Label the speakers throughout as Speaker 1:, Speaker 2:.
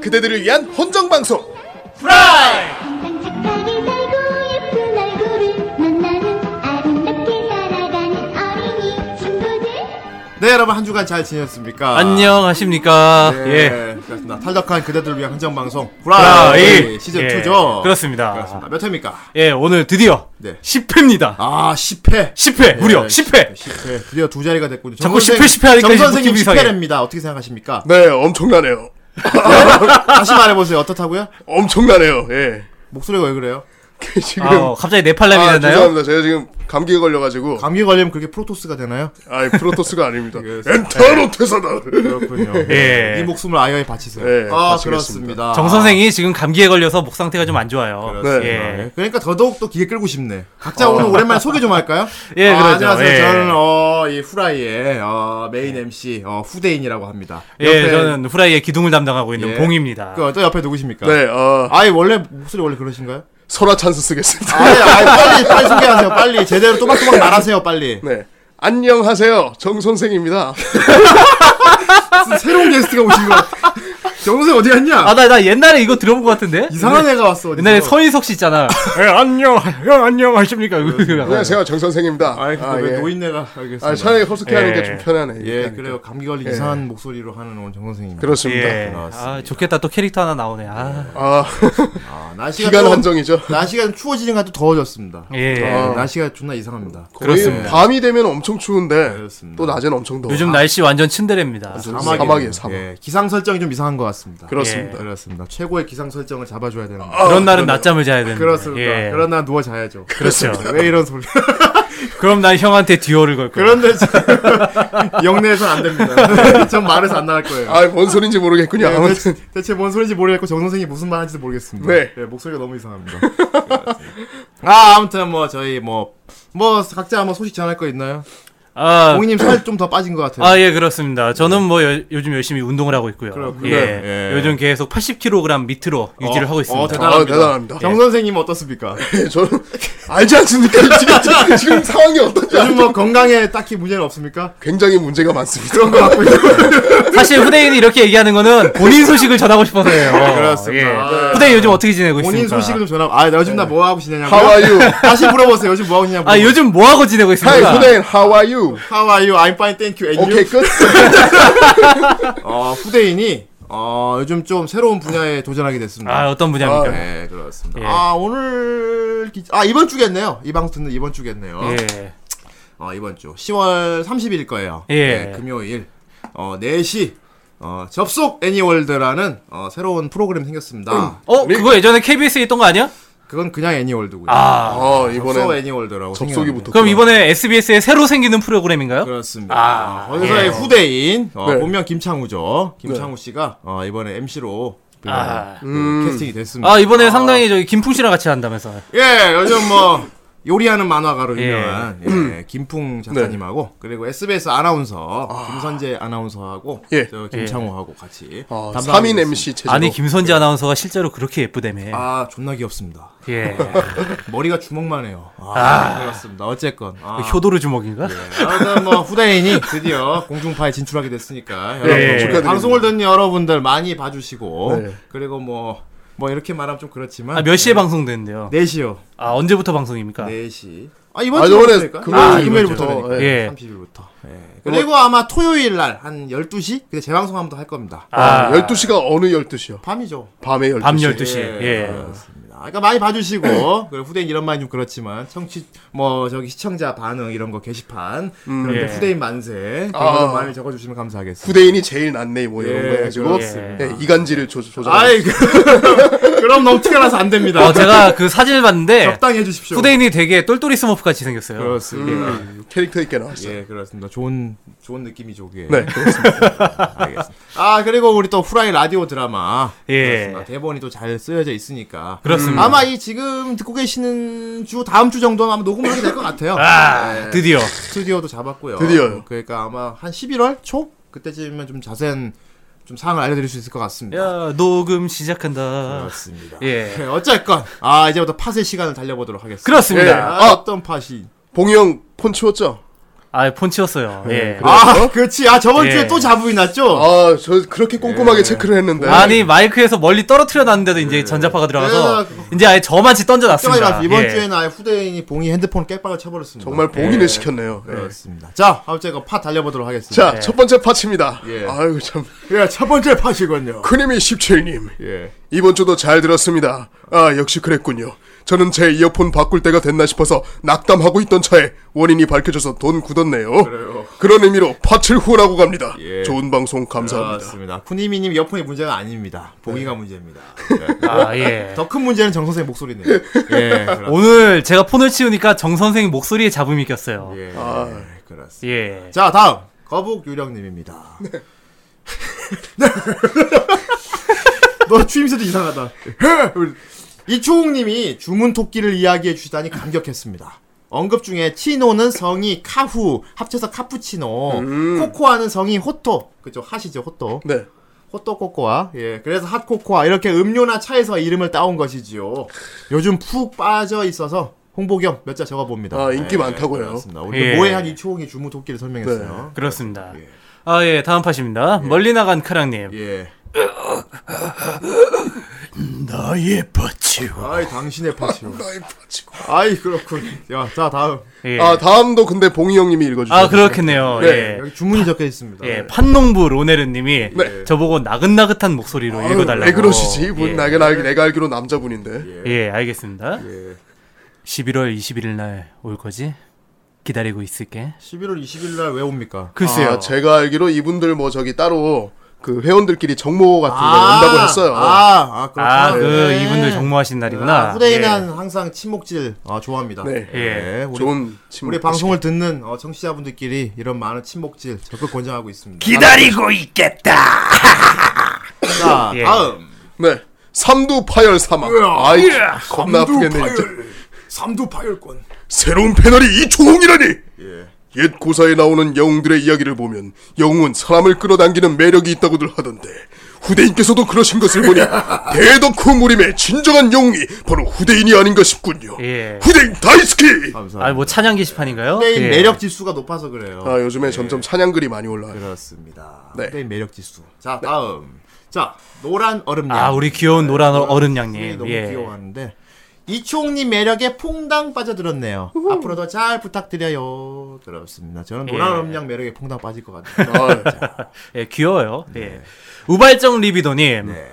Speaker 1: 그대들을 위한 헌정 방송.
Speaker 2: 프라이!
Speaker 3: 항상 착하게 살고 예쁜 얼굴을 만나는 아름답게 살아가는 어린이 친구들
Speaker 1: 네, 여러분 한 주간 잘 지냈습니까?
Speaker 2: 안녕하십니까. 예.
Speaker 1: 네, 그렇습니다. 탈덕한 그대들을 위한 헌정 방송
Speaker 2: 프라이! 예.
Speaker 1: 후라이 예, 시즌 2죠.
Speaker 2: 그렇습니다.
Speaker 1: 그렇습니다. 몇 회입니까?
Speaker 2: 예, 오늘 드디어
Speaker 1: 네.
Speaker 2: 10회입니다.
Speaker 1: 아, 10회. 네.
Speaker 2: 10회! 무려 10회!
Speaker 1: 10회. 예, 드디어 두 자리가 됐군요.
Speaker 2: 자꾸
Speaker 1: 정
Speaker 2: 10회, 10회 하니까
Speaker 1: 정
Speaker 2: 이제
Speaker 1: 선생님
Speaker 2: 느낌이 이상해.
Speaker 1: 10회랍니다. 어떻게 생각하십니까?
Speaker 4: 네, 엄청나네요.
Speaker 1: 아. 다시 말해보세요. 어떻다고요?
Speaker 4: 엄청나네요. 예.
Speaker 1: 목소리가 왜 그래요?
Speaker 4: 지금
Speaker 2: 아, 어, 갑자기 네팔람이
Speaker 4: 아,
Speaker 2: 됐나요?
Speaker 4: 죄송합니다. 제가 지금 감기에 걸려가지고
Speaker 1: 감기 걸리면 그렇게 프로토스가 예. 되나요?
Speaker 4: 아, 프로토스가 아닙니다.
Speaker 1: 그래서-
Speaker 4: 엔터로 퇴사다.
Speaker 1: 그렇군요.
Speaker 2: 예.
Speaker 1: 이 목숨을 아이아이 바치세요.
Speaker 4: 예,
Speaker 1: 아,
Speaker 4: 바치겠습니다.
Speaker 1: 그렇습니다.
Speaker 2: 정선생이 지금 감기에 걸려서 목 상태가 좀 안 좋아요.
Speaker 4: 그렇습니다.
Speaker 2: 예. 어.
Speaker 1: 네, 그러니까 더더욱 또 기계 끌고 싶네. 각자 오늘 오랜만에 소개 좀 할까요?
Speaker 2: 예,
Speaker 1: 아,
Speaker 2: 그러죠.
Speaker 1: 안녕하세요.
Speaker 2: 예.
Speaker 1: 저는 어, 이 후라이의 어, 메인 MC 어, 후대인이라고 합니다.
Speaker 2: 예, 저는 후라이의 기둥을 담당하고 있는
Speaker 1: 예.
Speaker 2: 봉입니다.
Speaker 1: 그또 옆에 누구십니까?
Speaker 4: 네, 어,
Speaker 1: 아이 원래 목소리 원래 그러신가요?
Speaker 4: 소라 찬스 쓰겠습니다.
Speaker 1: 아이, 아이 빨리 빨리 소개하세요. 빨리 제대로 또박또박 말하세요. 빨리.
Speaker 4: 네. 안녕하세요. 정선생입니다.
Speaker 1: 무슨 새로운 게스트가 오신 거. 정우생 어디 갔냐?
Speaker 2: 아, 나, 나 옛날에 이거 들어본 것 같은데?
Speaker 1: 이상한 애가 왔어. 어디서.
Speaker 2: 옛날에 서인석 씨 있잖아. 그, 예, 안녕, 형, 안녕하십니까.
Speaker 4: 안녕하세요. 정선생입니다.
Speaker 1: 아이 근데 왜
Speaker 4: 예.
Speaker 1: 노인네가 알겠습니다.
Speaker 4: 아, 차라리 허스키 하는 게
Speaker 2: 예.
Speaker 4: 좀 편하네.
Speaker 1: 예,
Speaker 4: 하니까.
Speaker 1: 그래요. 감기 걸린 이상한 목소리로 하는 오늘 정선생입니다.
Speaker 4: 그렇습니다.
Speaker 2: 예.
Speaker 1: 네,
Speaker 2: 아, 좋겠다. 또 캐릭터 하나 나오네. 아.
Speaker 4: 아,
Speaker 1: 아, 날씨가
Speaker 4: 기간
Speaker 1: 좀-
Speaker 4: 한정이죠. 아.
Speaker 1: 날씨가 좀 추워지니까 또 더워졌습니다.
Speaker 2: 예.
Speaker 1: 네, 날씨가 존나 이상합니다.
Speaker 4: 거의
Speaker 2: 그렇습니다.
Speaker 4: 밤이 되면 엄청 추운데
Speaker 1: 그렇습니다.
Speaker 4: 또 낮에는 엄청 아. 더워.
Speaker 2: 요즘 날씨 완전 츤데레입니다.
Speaker 4: 사막이에요,
Speaker 1: 사막이에요,
Speaker 4: 사막.
Speaker 1: 아, 예, 기상 설정이 좀 이상한 것 같습니다.
Speaker 4: 그렇습니다.
Speaker 1: 네, 그렇습니다. 최고의 기상 설정을 잡아줘야 되는. 데
Speaker 2: 그런 날은 낮잠을 자야 되는데.
Speaker 1: 그렇습니다.
Speaker 2: 예.
Speaker 1: 그런 날 누워 자야죠.
Speaker 2: 그렇죠.
Speaker 1: 왜 이런 소리?
Speaker 2: 그럼 난 형한테 듀얼을 걸 거야.
Speaker 1: 그런데 지금 영내에선 안 됩니다. 전 말해서 안 나갈 거예요.
Speaker 4: 아, 뭔 소린지 모르겠군요.
Speaker 1: 예,
Speaker 4: 아무튼
Speaker 1: 대체, 대체 뭔 소리인지 모르겠고 정 선생이 무슨 말 하는지도 모르겠습니다.
Speaker 4: 네.
Speaker 1: 예, 목소리가 너무 이상합니다. 아 아무튼 뭐 저희 뭐 뭐 각자 뭐 소식 전할 거 있나요?
Speaker 2: 아,
Speaker 1: 공이님 살 좀 더 빠진 것 같아요.
Speaker 2: 아, 예, 그렇습니다. 저는 뭐 요, 요즘 열심히 운동을 하고 있고요.
Speaker 1: 그렇군요.
Speaker 2: 예.
Speaker 1: 예.
Speaker 2: 요즘 계속 80kg 밑으로 유지를 하고 있습니다. 예.
Speaker 1: 어, 대단합니다.
Speaker 4: 아, 대단합니다.
Speaker 1: 정 선생님 어떻습니까?
Speaker 4: 예, 저는 알지 않습니까? 지금, 지금, 지금 상황이 어떤지
Speaker 1: 요즘
Speaker 4: 알...
Speaker 1: 뭐 건강에 딱히 문제는 없습니까?
Speaker 4: 굉장히 문제가 많습니다.
Speaker 1: 그런
Speaker 2: 아,
Speaker 1: 거 같고
Speaker 2: 사실 후대인이 이렇게 얘기하는 거는 본인 소식을 전하고 싶어서예요.
Speaker 1: 그렇습니다. 아, 네.
Speaker 2: 예. 후대인 요즘 어떻게 지내고
Speaker 1: 본인
Speaker 2: 있습니까?
Speaker 1: 소식을 좀 전하고 아 나 요즘 나 뭐 하고 지내냐고
Speaker 4: 네. How are you?
Speaker 1: 다시 물어보세요 요즘 뭐 하고 지내냐고
Speaker 2: 아, 요즘 뭐 하고 지내고
Speaker 4: Hi,
Speaker 2: 있습니까?
Speaker 4: 후대인, how are you?
Speaker 1: How are you? I'm fine, thank you. And
Speaker 4: 오케이,
Speaker 1: you?
Speaker 4: 끝.
Speaker 1: 어, 후대인이 어, 요즘 좀 새로운 분야에 도전하게 됐습니다.
Speaker 2: 아, 어떤 분야입니까?
Speaker 1: 네, 그렇습니다.
Speaker 2: 예.
Speaker 1: 아, 오늘 기... 아, 이번 주겠네요. 이 방송 듣는 이번 주겠네요.
Speaker 2: 예.
Speaker 1: 어, 이번 주 10월 30일일 거예요.
Speaker 2: 예.
Speaker 1: 네, 금요일 어, 4시 어, 접속 애니월드라는 어, 새로운 프로그램
Speaker 4: 음.
Speaker 1: 생겼습니다.
Speaker 2: 어, 그거 예전에 KBS에 있던 거 아니야?
Speaker 1: 음. 그건 그냥 애니월드고요.
Speaker 2: 아.
Speaker 4: 어,
Speaker 1: 접속
Speaker 4: 이번엔
Speaker 1: 애니월드라고
Speaker 4: 접속이
Speaker 1: 생겼는데.
Speaker 4: 붙었구나.
Speaker 2: 그럼 이번에 SBS에 새로 생기는 프로그램인가요?
Speaker 1: 그렇습니다.
Speaker 2: 아,
Speaker 1: 어, 거기서의
Speaker 2: 예.
Speaker 1: 후대인 어,
Speaker 4: 네.
Speaker 1: 본명 김창우죠. 김창우 씨가 어, 이번에 MC로 그
Speaker 4: 네.
Speaker 2: 아.
Speaker 4: 음.
Speaker 1: 캐스팅이 됐습니다.
Speaker 2: 아 이번에 상당히 저기 김풍 씨랑 같이 한다면서
Speaker 1: 예, 요즘 뭐 요리하는 만화가로
Speaker 2: 예.
Speaker 1: 유명한
Speaker 4: 음.
Speaker 1: 예,
Speaker 4: 네.
Speaker 1: 김풍 작가님하고 그리고 SBS 아나운서 김선재 아나운서하고
Speaker 4: 예.
Speaker 1: 저 김창우하고 같이
Speaker 4: 어,
Speaker 1: 담당하게
Speaker 4: 3인
Speaker 1: 됐습니다. 네.
Speaker 4: MC 체제로.
Speaker 2: 아니 김선재 아나운서가 실제로 그렇게 예쁘다며
Speaker 1: 아, 존나 귀엽습니다.
Speaker 2: 예
Speaker 1: 머리가 주먹만 해요. 아, 그렇습니다. 어쨌건. 아,
Speaker 2: 효도르 주먹인가
Speaker 1: 아무튼 뭐 후대인이 드디어 공중파에 진출하게 됐으니까 여러분
Speaker 2: 예.
Speaker 1: 축하드립니다. 방송을 듣는 여러분들 많이 봐주시고
Speaker 4: 네.
Speaker 1: 그리고 뭐 뭐 이렇게 말하면 좀 그렇지만 네.
Speaker 2: 아 몇 시에 방송되는데요
Speaker 1: 4시요
Speaker 2: 아 언제부터 방송입니까
Speaker 1: 4시 아 이번
Speaker 4: 아,
Speaker 1: 주
Speaker 4: 이번에
Speaker 1: 되니까?
Speaker 4: 금요일
Speaker 1: 아,
Speaker 4: 이번
Speaker 1: 금요일부터
Speaker 4: 주.
Speaker 1: 되니까
Speaker 2: 예.
Speaker 1: 30일부터 네. 그리고 아마 토요일 날 한 12시 근데 재방송 한번 더 할 겁니다
Speaker 2: 아
Speaker 4: 12시가 어느 12시요?
Speaker 1: 밤이죠
Speaker 4: 밤에 12시.
Speaker 2: 밤 12시 예
Speaker 1: 그렇습니다. 그러니까 많이 봐주시고 그리고 후대인 이런 말이 좀 그렇지만 청취 뭐 저기 시청자 반응 이런 거 게시판 그런데
Speaker 2: 예.
Speaker 1: 후대인 만세
Speaker 4: 음. 아.
Speaker 1: 그런 거 많이 적어주시면 감사하겠습니다.
Speaker 4: 후대인이 제일 낫네, 뭐 이런
Speaker 1: 예,
Speaker 4: 거 해가지고.
Speaker 2: 그렇습니다.
Speaker 4: 예, 이간질을 조, 조절.
Speaker 1: 아이 그, 그럼 너무 티가 나서 안 됩니다.
Speaker 2: 어, 제가 그 사진을 봤는데
Speaker 1: 적당히 해주십시오.
Speaker 2: 후대인이 되게 똘똘이 스머프 같이 생겼어요 예.
Speaker 1: 그렇습니다. 음.
Speaker 4: 캐릭터 있게 나왔어요.
Speaker 1: 예, 그렇습니다. 좋은 좋은 느낌이죠, 그게.
Speaker 4: 네.
Speaker 1: 그렇습니다. 알겠습니다. 아, 그리고 우리 또 후라이 라디오 드라마.
Speaker 2: 예.
Speaker 1: 그렇습니다. 대본이 또 잘 쓰여져 있으니까.
Speaker 2: 그렇습니다.
Speaker 1: 아마 이 지금 듣고 계시는 주 다음 주 정도는 아마 녹음을 하게 될 것 같아요. 네.
Speaker 2: 아 드디어
Speaker 1: 스튜디오도 잡았고요.
Speaker 4: 드디어요.
Speaker 1: 그러니까 아마 한 11월 초 그때쯤이면 좀 자세한 좀 사항을 알려 드릴 수 있을 것 같습니다.
Speaker 2: 야 녹음 시작한다
Speaker 1: 그렇습니다.
Speaker 2: 예
Speaker 1: 네, 어쨌건 아 예,
Speaker 2: 어,
Speaker 1: 이제부터 네, 팟의 시간을 달려보도록 하겠습니다.
Speaker 2: 그렇습니다
Speaker 4: 예.
Speaker 1: 아, 어떤 팟이
Speaker 4: 봉이 형 폰 치웠죠?
Speaker 2: 아, 폰 치웠어요. 예.
Speaker 4: 그래요?
Speaker 1: 아, 그렇지. 아, 저번
Speaker 2: 예.
Speaker 1: 주에 또 자부이 났죠? 예.
Speaker 4: 아, 저 그렇게 꼼꼼하게 체크를
Speaker 1: 네.
Speaker 4: 했는데.
Speaker 2: 아니 마이크에서 멀리 떨어뜨려 놨는데도 이제 전자파가 들어가서
Speaker 1: 네.
Speaker 2: 이제 아예 저만치
Speaker 1: 걱정하지
Speaker 2: 던져놨습니다.
Speaker 1: 마세요. 이번
Speaker 2: 예.
Speaker 1: 주에는 아예 후대인이 봉이 핸드폰 깨빵을 쳐버렸습니다.
Speaker 4: 정말 봉인을 시켰네요. 예.
Speaker 1: 그렇습니다. 자, 다음 주에 파 달려보도록 하겠습니다.
Speaker 4: 자, 첫 번째 파츠입니다.
Speaker 1: 예.
Speaker 4: 아유, 참.
Speaker 1: 예, 첫 번째 파시군요.
Speaker 4: 큰님이 17님.
Speaker 1: 예.
Speaker 4: 이번 주도 잘 들었습니다. 아, 역시 그랬군요. 저는 제 이어폰 바꿀 때가 됐나 싶어서 낙담하고 있던 차에 원인이 밝혀져서 돈 굳었네요.
Speaker 1: 예. 그래요.
Speaker 4: 런 의미로 파츠를 후라고 갑니다.
Speaker 1: 예. 아,
Speaker 4: 좋은 방송 감사합니다. 네.
Speaker 1: 그렇습니다. 쿠니미님 이어폰이 문제가 아닙니다. 봉이가 문제입니다.
Speaker 2: 아, 예.
Speaker 1: 더 큰 문제는 정 선생 목소리네요. 예, 그렇-
Speaker 2: 오늘 제가 폰을 치우니까 정 선생 목소리에 잡음이 꼈어요.
Speaker 1: 예, 그렇습니다.
Speaker 2: 예.
Speaker 1: 자, 다음 거북 유령님입니다. 너 추임새도 이상하다. 이초웅님이 주문 토끼를 이야기해 주시다니 감격했습니다. 언급 중에 치노는 성이 카후 합쳐서 카푸치노, 코코아는 성이 호토 그죠 하시죠 호토
Speaker 4: 네.
Speaker 1: 호토 코코아 예 그래서 핫 코코아 이렇게 음료나 차에서 이름을 따온 것이지요. 요즘 푹 빠져 있어서 홍보 겸 몇 자 적어 봅니다. 네,
Speaker 4: 아, 인기 많다고요. 네.
Speaker 1: 그렇습니다. 오늘
Speaker 2: 예.
Speaker 1: 모해한 이초홍이 주무 토끼를 설명했어요.
Speaker 2: 그렇습니다. 아, 예. 다음 팟입니다. 멀리 나간 크랑님.
Speaker 1: 예.
Speaker 4: 나의 파츠.
Speaker 1: 아이 당신의 파티요.
Speaker 4: 나의 파츠.
Speaker 1: 아이 그렇군. 야, 자 다음.
Speaker 2: 예.
Speaker 4: 아, 다음도 근데 봉이 형님이 읽어주셨어요.
Speaker 2: 아, 그렇겠네요.
Speaker 4: 네.
Speaker 2: 예.
Speaker 1: 여기 주문이 적혀 있습니다.
Speaker 2: 예, 판농부 로네르님이 저보고 나긋나긋한 목소리로
Speaker 4: 아유,
Speaker 2: 읽어달라고.
Speaker 4: 왜 그러시지?
Speaker 2: 예.
Speaker 4: 분 나게 나게 내가 알기로 남자분인데.
Speaker 2: 예, 알겠습니다. 11월 21일 날 올 거지? 기다리고 있을게.
Speaker 1: 11월 20일 날 왜 옵니까?
Speaker 2: 글쎄요.
Speaker 4: 아, 제가 알기로 이분들 뭐 저기 따로 그 회원들끼리 정모 같은 거 온다고 했어요.
Speaker 1: 아, 아 그렇구나.
Speaker 2: 아, 그
Speaker 4: 네.
Speaker 2: 이분들 정모하신 날이구나.
Speaker 1: 아, 후대인은 항상 침묵질 어, 좋아합니다.
Speaker 4: 네.
Speaker 2: 예.
Speaker 1: 우리,
Speaker 4: 좋은 친구.
Speaker 1: 우리 방송을 듣는 어, 청취자분들끼리 이런 많은 침묵질 적극 권장하고 있습니다.
Speaker 2: 기다리고 있겠다.
Speaker 1: 자,
Speaker 2: 예.
Speaker 1: 다음.
Speaker 4: 네. 삼두 파열 사망. 아이 겁나 아프겠네 진짜.
Speaker 1: 삼두 파열권.
Speaker 4: 새로운 패널이 이초홍이라니.
Speaker 1: 예.
Speaker 4: 옛 고사에 나오는 영웅들의 이야기를 보면 영웅은 사람을 끌어당기는 매력이 있다고들 하던데 후대인께서도 그러신 것을 보니 대덕후 무림의 진정한 영웅이 바로 후대인이 아닌가 싶군요.
Speaker 2: 예.
Speaker 4: 후대인 다이스키.
Speaker 2: 아,
Speaker 1: 감사합니다.
Speaker 2: 뭐 찬양 게시판인가요?
Speaker 1: 후대인
Speaker 2: 예.
Speaker 1: 매력 지수가 높아서 그래요.
Speaker 4: 아 요즘에 점점 찬양글이 많이 올라와요.
Speaker 1: 그렇습니다.
Speaker 4: 네.
Speaker 1: 후대인 매력 지수. 자, 다음. 자, 노란 얼음양.
Speaker 2: 아, 우리 귀여운
Speaker 4: 네.
Speaker 2: 노란
Speaker 1: 노란 얼음이
Speaker 2: 어른양님.
Speaker 1: 너무
Speaker 2: 예.
Speaker 1: 귀여워하는데 네. 이총님 매력에 퐁당 빠져들었네요. 앞으로도 잘 부탁드려요. 그렇습니다. 저는 노란
Speaker 2: 예.
Speaker 1: 얼음양 매력에 퐁당 빠질 것 같아요.
Speaker 4: 아,
Speaker 2: 예, 귀여워요. 예. 우발정 리비도님.
Speaker 1: 네.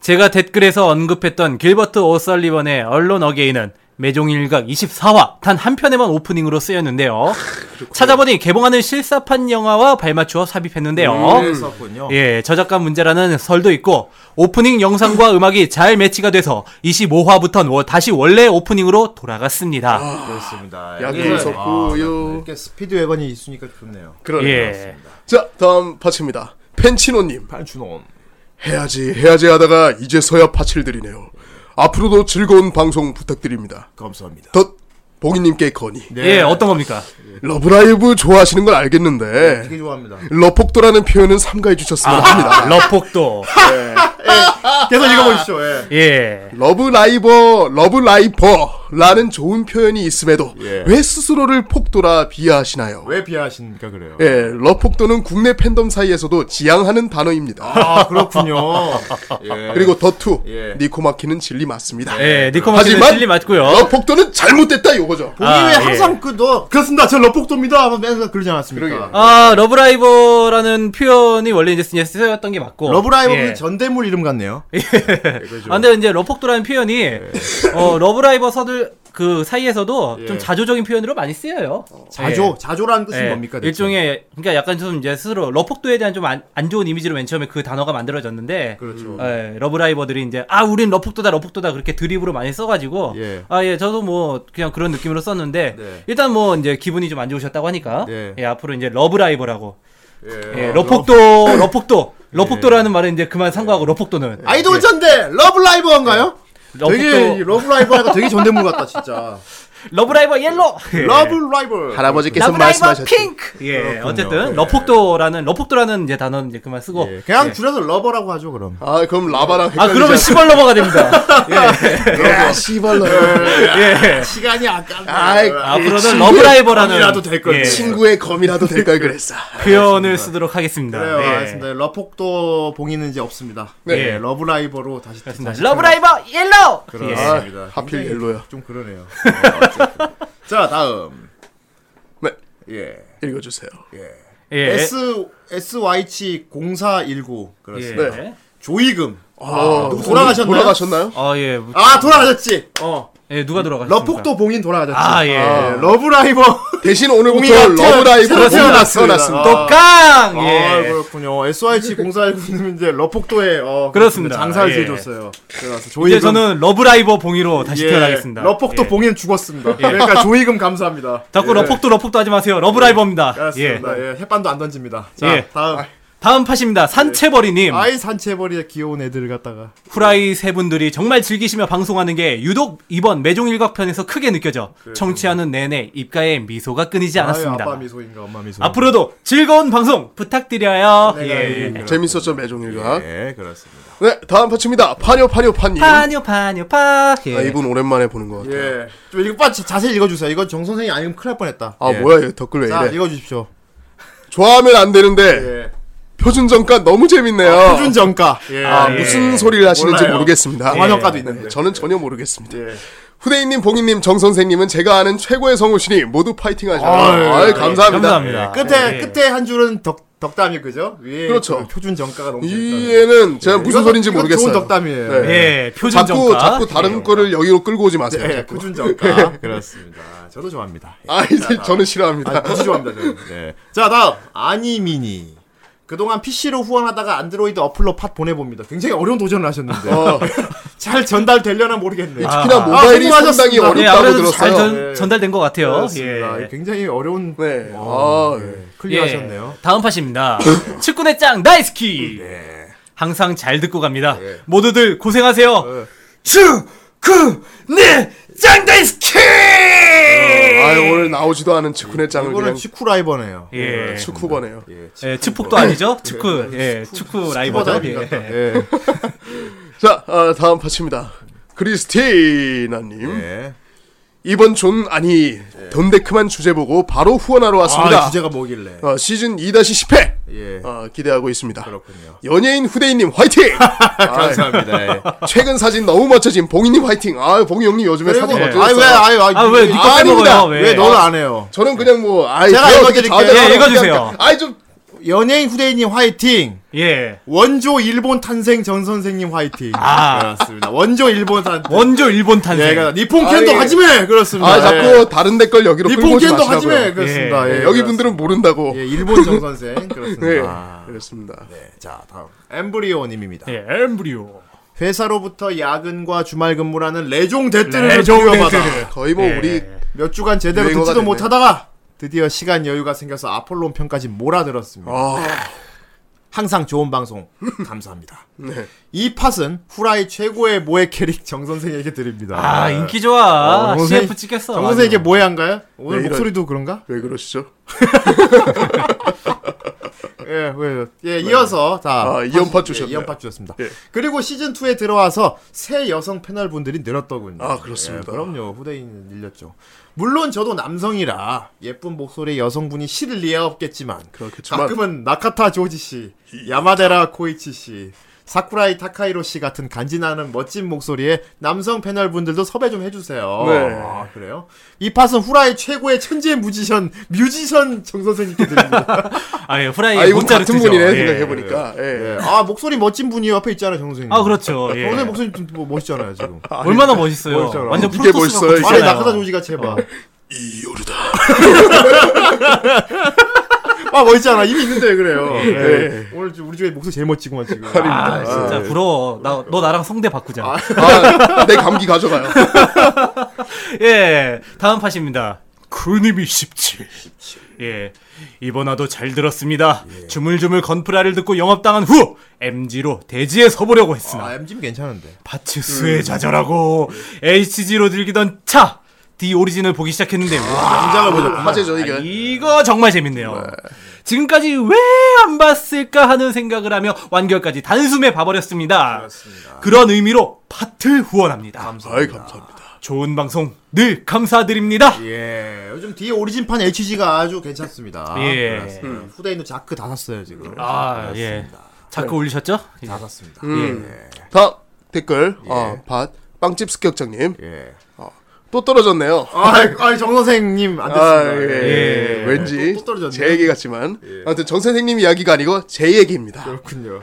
Speaker 2: 제가 댓글에서 언급했던 길버트 오설리번의 언론 어게인은 매종일각 24화 단 한 편에만 오프닝으로 쓰였는데요. 찾아보니 개봉하는 실사판 영화와 발맞추어 삽입했는데요.
Speaker 5: 음,
Speaker 1: 그랬었군요.
Speaker 2: 예, 저작권 문제라는 설도 있고 오프닝 영상과 음악이 잘 매치가 돼서 25화부터 다시 원래 오프닝으로 돌아갔습니다.
Speaker 1: 그렇습니다.
Speaker 4: 약도
Speaker 1: 여기는,
Speaker 4: 섞고요.
Speaker 1: 아, 이렇게 스피드웨건이 있으니까 좋네요.
Speaker 4: 그러네요.
Speaker 2: 예.
Speaker 4: 자 다음 파츠입니다. 펜치노님
Speaker 1: 반춘온.
Speaker 4: 해야지 해야지 하다가 이제서야 파츠를 드리네요. 앞으로도 즐거운 방송 부탁드립니다.
Speaker 1: 감사합니다.
Speaker 4: 덧 보기님께 건의.
Speaker 2: 예, 어떤 겁니까?
Speaker 4: 러브라이브 좋아하시는 건 알겠는데
Speaker 1: 되게 좋아합니다.
Speaker 4: 러폭도라는 표현은 삼가해 주셨으면 합니다.
Speaker 2: 아, 러폭도.
Speaker 4: 아!
Speaker 1: 계속 읽어보십시오. 예.
Speaker 2: 예.
Speaker 4: 러브라이버 러브라이버라는 좋은 표현이 있음에도
Speaker 1: 예.
Speaker 4: 왜 스스로를 폭도라 비하하시나요?
Speaker 1: 왜 비하하십니까 그래요?
Speaker 4: 예, 러폭도는 국내 팬덤 사이에서도 지향하는 단어입니다.
Speaker 1: 아 그렇군요. 예.
Speaker 4: 그리고 더투
Speaker 1: 예. 네,
Speaker 4: 니코마키는 진리 맞습니다.
Speaker 2: 예, 니코마키는
Speaker 4: 네. 하지만
Speaker 2: 진리 맞고요.
Speaker 4: 러폭도는 잘못됐다 이거죠.
Speaker 1: 본인이
Speaker 2: 아,
Speaker 1: 왜
Speaker 2: 예.
Speaker 1: 항상 그도 그렇습니다. 저 러폭도입니다. 하면 맨날 그러지 않았습니까?
Speaker 4: 그러게요.
Speaker 2: 아, 러브라이버라는 표현이 원래 이제 쓰였던 게 맞고.
Speaker 1: 러브라이브는
Speaker 2: 예.
Speaker 1: 그 전대물 이름 같네요. 예,
Speaker 2: 아, 근데 이제 러폭도라는 표현이 어, 러브라이버 서들 그 사이에서도 좀
Speaker 1: 예. 어,
Speaker 2: 자조적인 표현으로 많이 쓰여요.
Speaker 1: 자조, 자조라는 뜻은
Speaker 2: 예,
Speaker 1: 뭡니까? 대체?
Speaker 2: 일종의 그러니까 약간 좀 이제 스스로 러폭도에 대한 좀 안 좋은 이미지로 맨 처음에 그 단어가 만들어졌는데
Speaker 1: 그렇죠.
Speaker 2: 예, 러브라이버들이 이제 아 우린 러폭도다 러폭도다 그렇게 드립으로 많이 써가지고
Speaker 1: 예.
Speaker 2: 아 예 저도 뭐 그냥 그런 느낌으로 썼는데
Speaker 1: 네.
Speaker 2: 일단 뭐 이제 기분이 좀 안 좋으셨다고 하니까
Speaker 1: 네.
Speaker 2: 예 앞으로 이제 러브라이버라고 예,
Speaker 1: 어, 예.
Speaker 2: 러폭도 러폭도 러폭도라는 말은 이제 그만
Speaker 1: 네.
Speaker 2: 상고하고 러폭도는
Speaker 1: 아, 아이돌 전대
Speaker 2: 네.
Speaker 1: 러브라이브인가요?
Speaker 2: 예. 러폭도
Speaker 1: 되게 러브라이브가 되게 전대물 같다 진짜.
Speaker 2: 러브라이버 옐로 예.
Speaker 1: 러브 라이벌.
Speaker 4: 할아버지께서
Speaker 2: 러브라이버
Speaker 4: 말씀하셨죠.
Speaker 2: 핑크 예 어쨌든 러폭도라는 러폭도라는 이제 단어 이제 그만 쓰고
Speaker 1: 네. 예, 그냥
Speaker 2: 예.
Speaker 1: 줄여서 러버라고 하죠 그럼.
Speaker 4: 아 그럼 라바랑
Speaker 2: 아
Speaker 4: 헷갈리지
Speaker 2: 그러면 시벌 러버가 됩니다
Speaker 4: 야 씨발로
Speaker 2: 예
Speaker 1: 시간이 아깝다.
Speaker 4: 아, 아이,
Speaker 2: 앞으로는
Speaker 4: 친구의
Speaker 2: 러브라이버라는
Speaker 1: 이라도 될 건데.
Speaker 2: 예,
Speaker 4: 친구의 검이라도 될 걸 그랬어.
Speaker 2: 표현을 쓰도록 하겠습니다
Speaker 1: 그래요,
Speaker 2: 예.
Speaker 1: 알겠습니다. 러폭도 봉이는 이제 없습니다.
Speaker 2: 네.
Speaker 1: 예, 러브 라이버로 다시 다시
Speaker 2: 러브라이버 옐로
Speaker 1: 그렇습니다.
Speaker 2: 예.
Speaker 4: 아, 하필 옐로야.
Speaker 1: 좀 그러네요. 네, 어쨌든. 자 다음
Speaker 4: 네
Speaker 1: 예.
Speaker 4: 읽어주세요.
Speaker 2: 예.
Speaker 1: S S Y H 0419 그렇습니다.
Speaker 2: 예.
Speaker 4: 네.
Speaker 1: 조이금
Speaker 4: 아,
Speaker 1: 누구 돌아가셨나요?
Speaker 4: 돌아가셨나요?
Speaker 2: 아, 예.
Speaker 1: 아 돌아가셨지. 어
Speaker 2: 예, 누가 돌아가셨습니까?
Speaker 1: 러폭도 봉인 돌아가셨지.
Speaker 2: 아, 예.
Speaker 1: 예, 러브 라이버
Speaker 4: 대신
Speaker 1: 봉이가
Speaker 4: 오늘부터
Speaker 1: 태어-
Speaker 4: 러브라이브로
Speaker 1: 새로
Speaker 4: 태어났습니다.
Speaker 1: 태어났습니다.
Speaker 2: 독강!
Speaker 1: 아,
Speaker 2: 예.
Speaker 1: 그렇군요. SYH 0419님 이제 러폭도에 어,
Speaker 2: 그렇습니다.
Speaker 1: 장사를
Speaker 2: 예.
Speaker 1: 지어줬어요. 그래서 조이금 예.
Speaker 2: 이제 저는 러브라이버 봉이로 다시 태어나겠습니다.
Speaker 1: 러폭도
Speaker 2: 예.
Speaker 1: 봉인 죽었습니다. 그러니까 조이금 감사합니다.
Speaker 2: 자꾸 러폭도 러폭도 하지 마세요. 러브라이버입니다. 예.
Speaker 1: 알았습니다. 예. 햇반도 안 던집니다. 자,
Speaker 2: 예.
Speaker 1: 다음.
Speaker 2: 다음 팟입니다. 산채버리님.
Speaker 1: 아이 산채벌이의 귀여운 애들 갖다가.
Speaker 2: 후라이 세 분들이 정말 즐기시며 방송하는 게 유독 이번 매종일각편에서 크게 느껴져 청취하는 내내 입가에 미소가 끊이지 않았습니다.
Speaker 1: 아이, 아빠 미소인가 엄마 미소.
Speaker 2: 앞으로도 즐거운 방송 부탁드려요. 예.
Speaker 4: 재밌었죠 매종일각.
Speaker 1: 예, 그렇습니다.
Speaker 4: 네 다음 파츠입니다. 파뇨 파뇨 파님.
Speaker 2: 파뇨 파뇨 파. 예.
Speaker 4: 아, 이분 오랜만에 보는 것 같아요.
Speaker 1: 예. 좀 이거 빨리 자- 자세히 읽어 주세요. 이건 정 선생이 아니면 큰일 날 뻔했다.
Speaker 4: 아
Speaker 1: 예.
Speaker 4: 뭐야 얘 댓글 왜
Speaker 1: 자,
Speaker 4: 이래?
Speaker 1: 읽어 주십시오.
Speaker 4: 좋아하면 안 되는데
Speaker 1: 예.
Speaker 4: 표준 정가 너무 재밌네요.
Speaker 1: 표준 정가. 예.
Speaker 4: 어. 아,
Speaker 2: 예.
Speaker 4: 무슨 소리를 하시는지
Speaker 1: 몰라요.
Speaker 4: 모르겠습니다.
Speaker 1: 영화평가도
Speaker 4: 예.
Speaker 1: 있는데.
Speaker 4: 저는 전혀 모르겠습니다.
Speaker 1: 예.
Speaker 4: 후대인님, 봉인님, 정선생님은 제가 아는 최고의 성우시니 모두 파이팅 하시라고.
Speaker 1: 아유,
Speaker 4: 아유,
Speaker 1: 예.
Speaker 4: 감사합니다.
Speaker 2: 감사합니다. 예.
Speaker 1: 끝에 끝에 한 줄은 덕 덕담이 그죠? 위에
Speaker 4: 그렇죠.
Speaker 1: 그 표준 정가가 너무
Speaker 4: 이
Speaker 1: 재밌다.
Speaker 4: 애는 제가 무슨
Speaker 1: 이건-
Speaker 4: 소린지
Speaker 1: 이건
Speaker 4: 모르겠어요.
Speaker 1: 좋은 덕담이에요.
Speaker 4: 네.
Speaker 2: 예, 표준
Speaker 4: 자꾸,
Speaker 2: 정가. 예.
Speaker 4: 자꾸 다른 거를 여기로 끌고 오지 마세요.
Speaker 1: 예,
Speaker 4: 자꾸. 네.
Speaker 1: 표준 정가. 그렇습니다. 저도 좋아합니다. 예.
Speaker 4: 아, 이제 저는 싫어합니다.
Speaker 1: 아, 굳이 좋아합니다, 저는. 네. 자, 다음. 아니미니. 그동안 PC로 후원하다가 안드로이드 어플로 팟 보내봅니다. 굉장히 어려운 도전을 하셨는데.
Speaker 4: 어,
Speaker 1: 잘 전달되려나 모르겠네요.
Speaker 2: 아.
Speaker 4: 특히나 모바일이
Speaker 1: 아,
Speaker 4: 상당히
Speaker 1: 수고하셨습니다.
Speaker 2: 예,
Speaker 4: 어렵다고
Speaker 2: 아무래도 잘
Speaker 4: 들었어요.
Speaker 2: 전,
Speaker 1: 예.
Speaker 2: 전달된 것 같아요.
Speaker 1: 그렇습니다.
Speaker 2: 예.
Speaker 1: 굉장히 어려운
Speaker 4: 네.
Speaker 1: 어,
Speaker 4: 아,
Speaker 1: 예.
Speaker 4: 예.
Speaker 1: 클리어하셨네요.
Speaker 2: 예, 다음 팟입니다. 축구네 짱 나이스키. 항상 잘 듣고 갑니다. 모두들 고생하세요. 축구네 짱 나이스키.
Speaker 4: 아유, 오늘 나오지도 않은 치쿠네 짱을
Speaker 1: 이거는
Speaker 4: 그냥
Speaker 1: 예. 치쿠라이버네요.
Speaker 2: 예.
Speaker 4: 치쿠버네요.
Speaker 1: 예, 치-
Speaker 2: 예, 축복도 아니죠? 축구, 예, 축구 라이버죠.
Speaker 1: 치쿠라이버
Speaker 2: 예.
Speaker 1: 같다. 예.
Speaker 4: 자, 아, 다음 파츠입니다. 크리스티나님.
Speaker 1: 예.
Speaker 4: 이번 존 아니 돈데크만 주제 보고 바로 후원하러 왔습니다.
Speaker 1: 아, 주제가 뭐길래.
Speaker 4: 어, 시즌 2-10회
Speaker 1: 예.
Speaker 4: 어, 기대하고 있습니다.
Speaker 1: 그렇군요.
Speaker 4: 연예인 후대인님 화이팅! 아,
Speaker 1: 감사합니다. 예.
Speaker 4: 최근 사진 너무 멋져진 봉이님 화이팅! 아 봉이 형님 요즘에 사진
Speaker 1: 그리고-
Speaker 4: 멋져졌어요.
Speaker 1: 아이, 왜, 아이, 아이,
Speaker 2: 아, 왜, 니꺼
Speaker 4: 아닙니다.
Speaker 2: 빼먹어요?
Speaker 1: 왜
Speaker 2: 왜?
Speaker 1: 너는 안 해요?
Speaker 4: 저는 그냥 뭐 아이
Speaker 1: 제가
Speaker 4: 왜 어떻게
Speaker 1: 읽어드릴게요.
Speaker 4: 자대하라고
Speaker 2: 예, 읽어주세요.
Speaker 4: 그냥- 아이 좀
Speaker 1: 연예인 후대인님 화이팅!
Speaker 2: 예.
Speaker 1: 원조 일본 탄생 전 선생님 화이팅.
Speaker 2: 아.
Speaker 1: 그렇습니다. 원조 일본 탄생.
Speaker 2: 원조 일본 탄생.
Speaker 1: 얘가 니폰 캔도
Speaker 4: 아니. 예.
Speaker 1: 하지매 그렇습니다.
Speaker 4: 아
Speaker 1: 예.
Speaker 4: 자꾸 다른 댓글 여기로 끌고
Speaker 1: 니폰
Speaker 4: 오지
Speaker 1: 캔도 하지매
Speaker 4: 마시라고요.
Speaker 1: 그렇습니다.
Speaker 2: 예.
Speaker 1: 예,
Speaker 4: 예, 여기 분들은 모른다고.
Speaker 1: 예, 일본 정 선생
Speaker 4: 네,
Speaker 1: 그렇습니다.
Speaker 4: 그렇습니다.
Speaker 1: 네, 자 다음 엠브리오님입니다.
Speaker 2: 예, 엠브리오.
Speaker 1: 회사로부터 야근과 주말 근무라는 레종 대뜨를
Speaker 2: 레종 예.
Speaker 1: 부여받아
Speaker 2: 대뜨를.
Speaker 4: 거의 뭐 우리
Speaker 1: 몇 주간 제대로
Speaker 4: 유행어가
Speaker 1: 듣지도
Speaker 4: 됐네.
Speaker 1: 못하다가 드디어 시간 여유가 생겨서 아폴론 편까지 몰아들었습니다. 네.
Speaker 4: 아
Speaker 1: 항상 좋은 방송 감사합니다.
Speaker 4: 네.
Speaker 1: 이 팟은 후라이 최고의 모의 캐릭 정 선생에게 드립니다.
Speaker 2: 아, 인기 좋아.
Speaker 1: 어,
Speaker 2: CF 찍겠어.
Speaker 1: 정 선생 이게 모해한가요? 오늘
Speaker 4: 네, 이런-
Speaker 1: 목소리도 그런가?
Speaker 4: 왜 그러시죠?
Speaker 1: 예, 왜? 예, 이어서 자
Speaker 4: 네. 아, 이연팟 주셨네요.
Speaker 1: 이연팟 주셨습니다.
Speaker 4: 예.
Speaker 1: 그리고 시즌 2에 들어와서 새 여성 패널 분들이 늘었더군요.
Speaker 4: 아, 그렇습니다.
Speaker 1: 예, 그럼요, 후대인 늘렸죠. 물론 저도 남성이라 예쁜 목소리 여성분이 실을 리야 없겠지만
Speaker 4: 그렇겠지만-
Speaker 1: 가끔은 나카타 조지 씨, 야마데라 코이치 씨. 사쿠라이 타카이로 씨 같은 간지나는 멋진 목소리에 남성 패널 분들도 섭외 좀 해주세요.
Speaker 4: 네.
Speaker 1: 아, 그래요? 이 팟은 후라이 최고의 천재 뮤지션, 뮤지션 정선생님께 드립니다.
Speaker 2: 아, 예, 후라이
Speaker 4: 아 이거
Speaker 2: 문자로
Speaker 4: 같은
Speaker 2: 뜨죠.
Speaker 4: 분이네
Speaker 2: 예.
Speaker 4: 생각해 보니까.
Speaker 1: 예. 아 목소리 멋진 분이 옆에 있잖아요 정선생님
Speaker 2: 아, 그렇죠. 예.
Speaker 1: 정선생 목소리 좀 뭐, 멋있잖아요 지금
Speaker 2: 얼마나 멋있어요.
Speaker 1: 멋있잖아.
Speaker 2: 완전 어.
Speaker 4: 이게
Speaker 2: 프로토스
Speaker 4: 멋있어요,
Speaker 2: 같고
Speaker 1: 아니
Speaker 4: 있잖아요.
Speaker 1: 나카다 조지가 제발
Speaker 4: 이요르다.
Speaker 1: 아 멋있잖아 이미 있는데 왜 그래요
Speaker 4: 예.
Speaker 1: 예. 오늘 좀 우리 집에 목소리 제일 멋지구만 지금 예.
Speaker 2: 아, 진짜 부러워. 나, 너 나랑 성대 바꾸자.
Speaker 4: 아, 내 감기 가져가요.
Speaker 2: 예, 다음 팟입니다. 크님이 17. 예, 이번 화도 잘 들었습니다.
Speaker 4: 예.
Speaker 2: 주물주물 건프라를 듣고 영업당한 후 MG로 대지에 서보려고 했으나
Speaker 1: 아 MG는 괜찮은데
Speaker 2: 파츠 수에 좌절하고 HG로 즐기던 차 디 오리진을 보기 시작했는데 와, 아,
Speaker 1: 장작을 보자.
Speaker 4: 화제죠 이게.
Speaker 2: 이거 정말 재밌네요. 지금까지 왜 안 봤을까 하는 생각을 하며 완결까지 단숨에 봐버렸습니다.
Speaker 1: 그렇습니다.
Speaker 2: 런 의미로 파트 후원합니다.
Speaker 4: 아이 감사합니다.
Speaker 2: 좋은 방송 늘 감사드립니다.
Speaker 1: 예, 요즘 뒤에 오리진판 HG가 아주 괜찮습니다.
Speaker 2: 예.
Speaker 1: 그렇습니다. 후대인도 자크 다 샀어요 지금.
Speaker 2: 아, 예. 자크 올리셨죠? 예.
Speaker 1: 다 샀습니다. 예.
Speaker 4: 다음 댓글 아밭 빵집 습격장님 어.
Speaker 1: 예. 예.
Speaker 4: 또 떨어졌네요.
Speaker 1: 아, 아, 정 선생님 안
Speaker 4: 아,
Speaker 1: 됐습니다.
Speaker 4: 예.
Speaker 1: 예.
Speaker 2: 예.
Speaker 4: 왠지
Speaker 1: 또- 예. 또 떨어졌네.
Speaker 4: 제 얘기 같지만 아무튼 정 선생님 이야기가 아니고 제 얘기입니다.
Speaker 1: 그렇군요.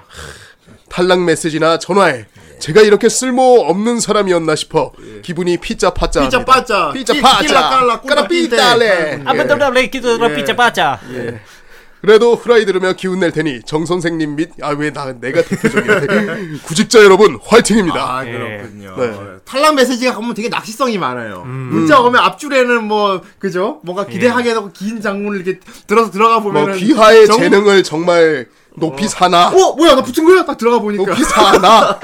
Speaker 4: 탈락 메시지나 전화에 제가 이렇게 쓸모 없는 사람이었나 싶어 기분이 피자 파짜
Speaker 1: 예. 피자 네. 빠짜.
Speaker 4: 피자
Speaker 1: 끼-
Speaker 4: 파짜
Speaker 1: 끼라 깔라 꿀라
Speaker 4: 까라
Speaker 1: 삐
Speaker 4: 삐딸레
Speaker 1: 떼.
Speaker 2: 아빠 더블
Speaker 1: 예.
Speaker 2: 레이키드라 피자 빠자.
Speaker 4: 예. 그래도 후라이 들으며 기운 낼 테니 정 선생님 및 아 왜 나 내가 대표적이야 구직자 여러분 화이팅입니다
Speaker 2: 예.
Speaker 1: 아, 그렇군요.
Speaker 4: 네.
Speaker 1: 탈락 메시지가 가면 되게 낚시성이 많아요.
Speaker 2: 음.
Speaker 1: 문자 오면 앞줄에는 뭐, 그죠? 뭔가
Speaker 2: 예.
Speaker 1: 기대하게 되고 긴 장문을 이렇게 들어서 들어가 보면.
Speaker 4: 뭐 귀하의 재능을 정말 높이 사나
Speaker 1: 어, 뭐야, 나 붙은 거야? 딱 들어가 보니까.
Speaker 4: 높이 사나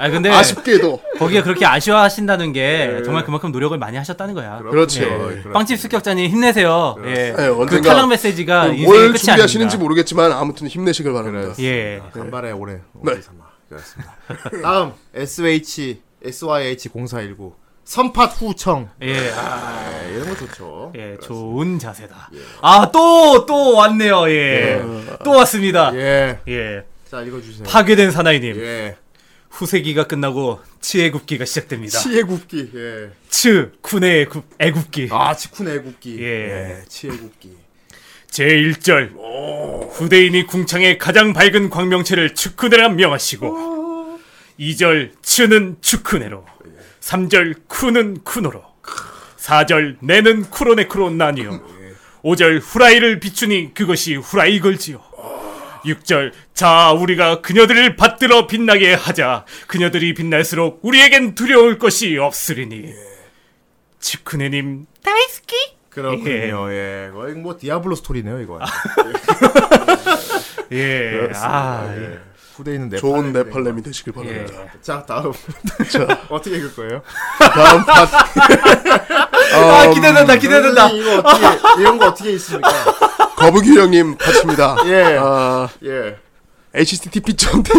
Speaker 2: 아 근데
Speaker 4: 아쉽게도
Speaker 2: 거기에 그렇게 아쉬워하신다는 게 정말 그만큼 노력을 많이 하셨다는 거야.
Speaker 4: 네. 그렇죠
Speaker 1: 예.
Speaker 2: 빵집 습격자님 힘내세요. 예.
Speaker 4: 예,
Speaker 2: 그
Speaker 4: 언젠가
Speaker 2: 탈락 메시지가 인생의
Speaker 4: 뭘
Speaker 2: 끝이 아닙니다.
Speaker 4: 준비하시는지 모르겠지만 아무튼 힘내시길 바랍니다
Speaker 2: 예.
Speaker 1: 아, 간발의 올해
Speaker 4: 네.
Speaker 1: 오리 삼아 어, 그렇습니다. 다음 SH SYH 0419 선팟 후청
Speaker 2: 예. 아,
Speaker 1: 네, 이런 거 좋죠.
Speaker 2: 예. 좋은 자세다.
Speaker 4: 예.
Speaker 2: 아, 또, 또 왔네요. 예. 또 왔습니다. 예.
Speaker 1: 예, 자 읽어주세요.
Speaker 2: 파괴된 사나이님.
Speaker 1: 예,
Speaker 2: 후세기가 끝나고 치의 굽기가 시작됩니다.
Speaker 1: 치의 굽기. 예,
Speaker 2: 츠, 군의 굽, 애굽기.
Speaker 1: 아 치쿤의 굽기.
Speaker 2: 예.
Speaker 1: 예, 치의 굽기.
Speaker 2: 제1절 후대인이 궁창의 가장 밝은 광명체를 축쿠네라 명하시고 2절 츠는 축쿠네로 3절 쿠는 쿠노로 4절 내는 쿠로네쿠로 나뉘어
Speaker 1: 예.
Speaker 2: 5절 후라이를 비추니 그것이 후라이걸지요 6절 자 우리가 그녀들을 받들어 빛나게 하자 그녀들이 빛날수록 우리에겐 두려울 것이 없으리니 축쿠네님 다이스키
Speaker 1: 그렇군요. 예, 거의 뭐 디아블로 스토리네요 이거.
Speaker 2: 예. 아, 예.
Speaker 1: 예. 후대인은 네팔.
Speaker 4: 좋은 네팔렘이 되시길 바랍니다
Speaker 1: 예. 자 다음. 어떻게 읽을 거예요?
Speaker 4: 다음 팟 음.
Speaker 2: 아, 기대된다, 기대된다.
Speaker 1: 선생님, 이거 어떻게 이런 거 어떻게 있습니까?
Speaker 4: 거북이 형님 같습니다
Speaker 1: 예.
Speaker 4: 아,
Speaker 1: 예.
Speaker 4: http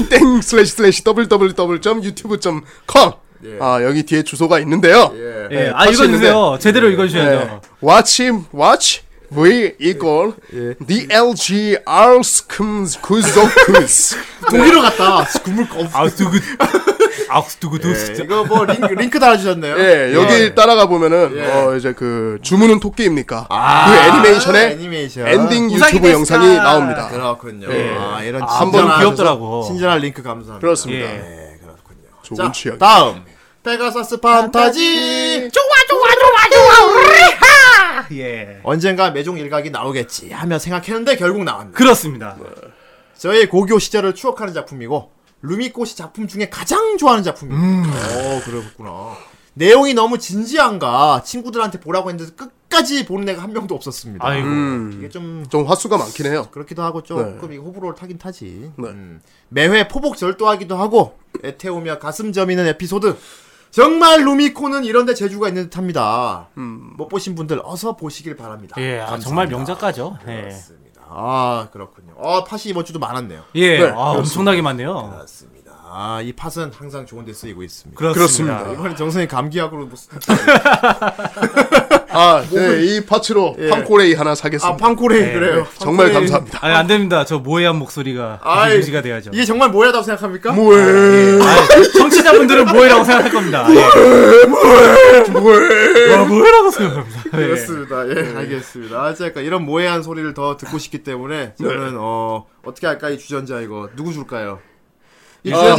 Speaker 4: 땡 슬래시 슬래시 www.youtube.com
Speaker 1: 예.
Speaker 4: 아 여기 뒤에 주소가 있는데요.
Speaker 1: 예.
Speaker 2: 예, 아,
Speaker 4: 할수
Speaker 2: 읽어주세요. 제대로
Speaker 4: 예.
Speaker 2: 읽어주셔야죠.
Speaker 4: Watch him watch we equal
Speaker 2: 예.
Speaker 4: DLG Alskums Kuzokus
Speaker 1: 독일어 같다. 국물 거.
Speaker 2: 아우스두구, 아우스두구두,
Speaker 1: 예, 이거 뭐 링크, 링크 달아주셨네요.
Speaker 4: 예 여기 따라가 보면은
Speaker 1: 예. 아,
Speaker 4: 어 이제 그 주문은 토끼입니까 그 애니메이션의
Speaker 1: 애니메이션.
Speaker 4: 엔딩
Speaker 2: 우상이
Speaker 4: 유튜브
Speaker 2: 됐다.
Speaker 4: 영상이 나옵니다.
Speaker 1: 그렇군요.
Speaker 4: 예.
Speaker 1: 아, 이런
Speaker 2: 아, 한번
Speaker 1: 친절한
Speaker 2: 귀엽더라고.
Speaker 1: 친절한 링크 감사합니다.
Speaker 4: 그렇습니다.
Speaker 2: 예.
Speaker 1: 예, 그렇군요.
Speaker 4: 좋은
Speaker 1: 자,
Speaker 4: 취향.
Speaker 1: 다음. 페가사스 판타지.
Speaker 2: 예.
Speaker 1: 언젠가 매종 일각이 나오겠지 하며 생각했는데 결국 나왔네.
Speaker 2: 그렇습니다.
Speaker 1: 저의 고교 시절을 추억하는 작품이고 루미꽃이 작품 중에 가장 좋아하는
Speaker 2: 음.
Speaker 1: 작품입니다. 어, 그렇구나. 내용이 너무 진지한가 친구들한테 보라고 했는데 끝까지 보는 애가 한 명도 없었습니다.
Speaker 2: 아이고.
Speaker 1: 이게 좀
Speaker 4: 음. 좀 화수가 많긴 해요.
Speaker 1: 그렇기도 하고 조금
Speaker 4: 네.
Speaker 1: 이거 호불호를 타긴 타지.
Speaker 4: 네.
Speaker 1: 음. 매회 포복 절도하기도 하고 애태우며 가슴 저미는 에피소드. 정말 루미코는 이런데 재주가 있는 듯합니다.
Speaker 4: 음.
Speaker 1: 못 보신 분들 어서 보시길 바랍니다.
Speaker 2: 예, 아,
Speaker 1: 감사합니다.
Speaker 2: 정말 명작가죠. 예.
Speaker 1: 그렇습니다. 아 그렇군요. 아 팟이 이번 주도 많았네요.
Speaker 2: 예,
Speaker 4: 네,
Speaker 2: 아, 엄청나게 많네요.
Speaker 1: 맞습니다. 아, 이 팟은 항상 좋은데 쓰이고 있습니다.
Speaker 2: 그렇습니다.
Speaker 4: 그렇습니다.
Speaker 1: 이번에 정선이 감기약으로 뭐 쓰...
Speaker 4: 아, 네, 이 파츠로 팡코레이 하나 사겠습니다.
Speaker 1: 예.
Speaker 4: 네,
Speaker 1: 아 판코레
Speaker 2: 예.
Speaker 1: 그래요.
Speaker 4: 정말
Speaker 1: 팡코레이.
Speaker 4: 감사합니다.
Speaker 2: 아니, 안 됩니다. 저 모해한 목소리가
Speaker 1: 아이,
Speaker 2: 유지가 돼야죠.
Speaker 1: 이게 정말 모해라고 생각합니까?
Speaker 4: 뭐해?
Speaker 2: 예. 아이, 청취자분들은 모해라고 생각할 겁니다. 예.
Speaker 4: 뭐해?
Speaker 2: 아, 모해라고 생각합니다. 예.
Speaker 1: 그렇습니다. 예, 알겠습니다. 아, 제가 이런 모해한 소리를 더 듣고 싶기 때문에 저는 어 어떻게 할까 이 주전자 이거 누구 줄까요? 이 주전자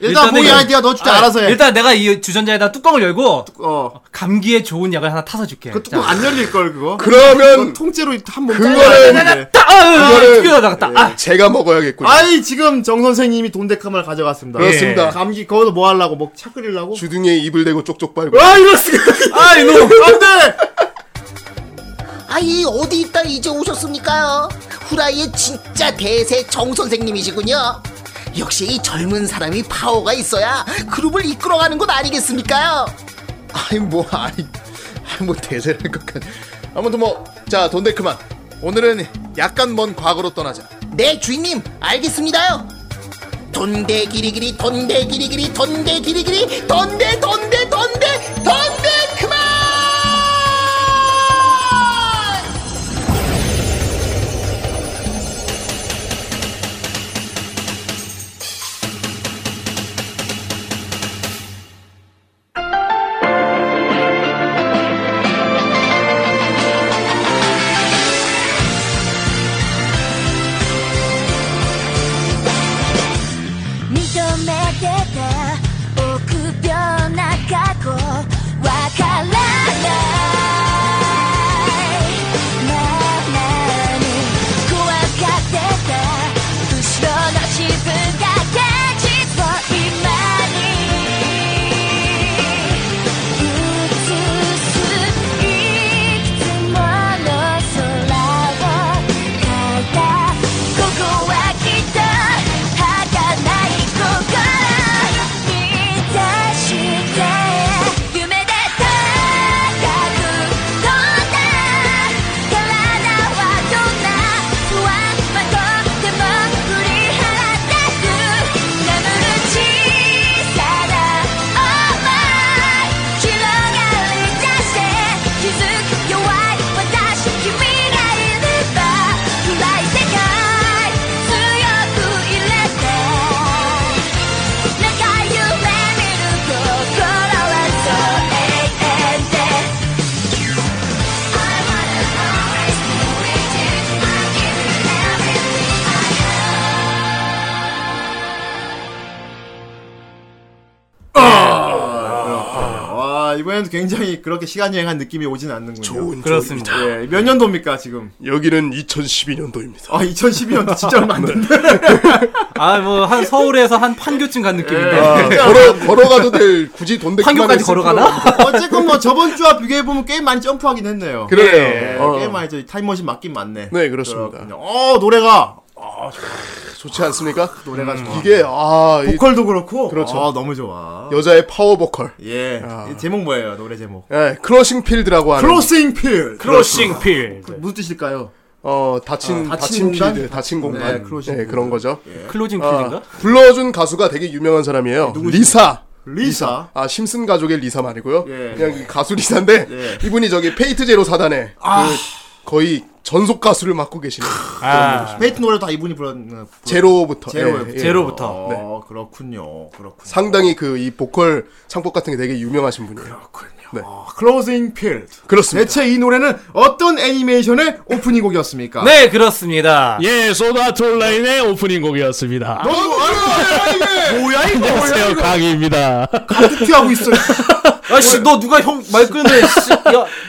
Speaker 1: 일단
Speaker 2: 아, 일단은
Speaker 1: 모의
Speaker 2: 이거-
Speaker 1: 아이디어 너 주자
Speaker 2: 아,
Speaker 1: 알아서 해.
Speaker 2: 일단 내가 이 주전자에다 뚜껑을 열고
Speaker 1: 어.
Speaker 2: 감기에 좋은 약을 하나 타서 줄게.
Speaker 1: 그 뚜껑
Speaker 2: 자.
Speaker 1: 안 열릴 걸 그거. 그거
Speaker 4: 그러면
Speaker 1: 통째로 한번 네.
Speaker 4: 그거를-
Speaker 2: 따, 아,
Speaker 4: 그거를-
Speaker 2: 아, 튀겨 나갔다. 아,
Speaker 4: 예, 제가 먹어야겠군요.
Speaker 1: 아이 지금 정 선생님이 돈데카마를 가져갔습니다.
Speaker 4: 그렇습니다.
Speaker 1: 예. 감기 거기서 뭐 하려고 뭐차 끓이려고?
Speaker 4: 주둥이에 입을 대고 쪽쪽 빨고.
Speaker 1: 아 이럴 수가.
Speaker 2: 아, 이놈.
Speaker 1: 안돼.
Speaker 6: 아이 어디 있다 이제 오셨습니까요? 후라이의 진짜 대세 정 선생님이시군요. 역시 이 젊은 사람이 파워가 있어야 그룹을 이끌어가는 것 아니겠습니까요?
Speaker 4: 아이 뭐 아이. 아이,
Speaker 7: 뭐 대세랄 것 같. 아무튼 뭐 자 돈데 그만. 오늘은 약간 먼 과거로 떠나자.
Speaker 6: 네 주인님 알겠습니다요 돈대 기리기리 돈대 기리기리 돈대 기리기리 돈대 돈대 돈대 돈대 그만
Speaker 5: 「認めてた臆病な過去わからない」「ななに怖がってた後ろの自分だけ実を今に映すいくつもの空を」「ここはきっと儚い心」「満たして夢で高く飛んだ」「体はどんな不安はとっても振り払ってく」「眠る小さな想い」「広がり出して気づく弱い私君がいれば暗い世界強く入れて長い夢見る心はそう永遠で I wanna always be with you I'll give you everything I
Speaker 1: 아, 와 이번에도 굉장히 그렇게 시간 여행한 느낌이 오진 않는군요.
Speaker 4: 좋은
Speaker 2: 그렇습니다.
Speaker 4: 조입니다.
Speaker 1: 예, 몇 년도입니까 지금?
Speaker 4: 여기는 2012년도입니다.
Speaker 1: 아 2012년도 진짜 얼마 안 됐네.
Speaker 2: 아, 뭐, 한 서울에서 한 판교쯤 간
Speaker 1: 예.
Speaker 2: 느낌인데.
Speaker 4: 걸어 걸어가도 될 굳이 돈데 그만
Speaker 2: 판교까지 걸어가나?
Speaker 1: 어쨌건 뭐 저번 주와 비교해 보면 꽤 많이 점프하긴 했네요.
Speaker 4: 그래요.
Speaker 1: 예,
Speaker 4: 어.
Speaker 1: 꽤 많이 저 타임머신 맞긴 맞네.
Speaker 4: 네, 그렇습니다.
Speaker 1: 그렇군요. 어 노래가 아,
Speaker 4: 좋지 않습니까?
Speaker 1: 노래가 좋아.
Speaker 4: 이게 아 이,
Speaker 1: 보컬도 그렇고
Speaker 4: 그렇죠.
Speaker 1: 아, 너무 좋아.
Speaker 4: 여자의 파워 보컬.
Speaker 1: 예 이 제목 뭐예요 노래 제목?
Speaker 4: 예, 크러싱 필드라고 하는 그
Speaker 1: 크로싱 필.
Speaker 2: 크로싱 필.
Speaker 1: 네. 무슨 뜻일까요?
Speaker 4: 어 다친
Speaker 1: 아,
Speaker 4: 다친
Speaker 1: 다친 공간?
Speaker 4: 필드, 다친 공간.
Speaker 1: 네, 크러싱
Speaker 4: 예, 그런
Speaker 1: 필드.
Speaker 4: 거죠.
Speaker 2: 클로징
Speaker 4: 아,
Speaker 2: 필인가?
Speaker 4: 불러준 가수가 되게 유명한 사람이에요.
Speaker 1: 누구시죠?
Speaker 4: 리사.
Speaker 1: 리사.
Speaker 4: 아 심슨 가족의 리사 말이고요.
Speaker 1: 예.
Speaker 4: 그냥 그 가수 리사인데
Speaker 1: 예. 아.
Speaker 4: 이분이 저기 페이트 제로 사단에 그 거의 전속 가수를 맡고 계시는
Speaker 2: 아,
Speaker 1: 페이트 노래 다 이분이 불렀.
Speaker 4: 제로부터
Speaker 1: 제로
Speaker 4: 예, 예.
Speaker 2: 제로부터.
Speaker 1: 어, 그렇군요. 그렇군요.
Speaker 4: 상당히 그 이 보컬 창법 같은 게 되게 유명하신 분이에요.
Speaker 1: 그렇군요.
Speaker 4: 네.
Speaker 1: 클로징 필드.
Speaker 4: 그렇습니다.
Speaker 1: 대체 이 노래는 어떤 애니메이션의 오프닝 곡이었습니까?
Speaker 2: 네, 그렇습니다. 아,
Speaker 8: 예, 소다툴라인의 오프닝 곡이었습니다.
Speaker 1: 너무 뭐야 이게? 뭐야 이거? 뭐야
Speaker 8: 안녕하세요,
Speaker 1: 이거?
Speaker 8: 강희입니다.
Speaker 1: 큐티하고 있어.
Speaker 2: 아씨, 너 누가 형 말 끊네. 씨, 야,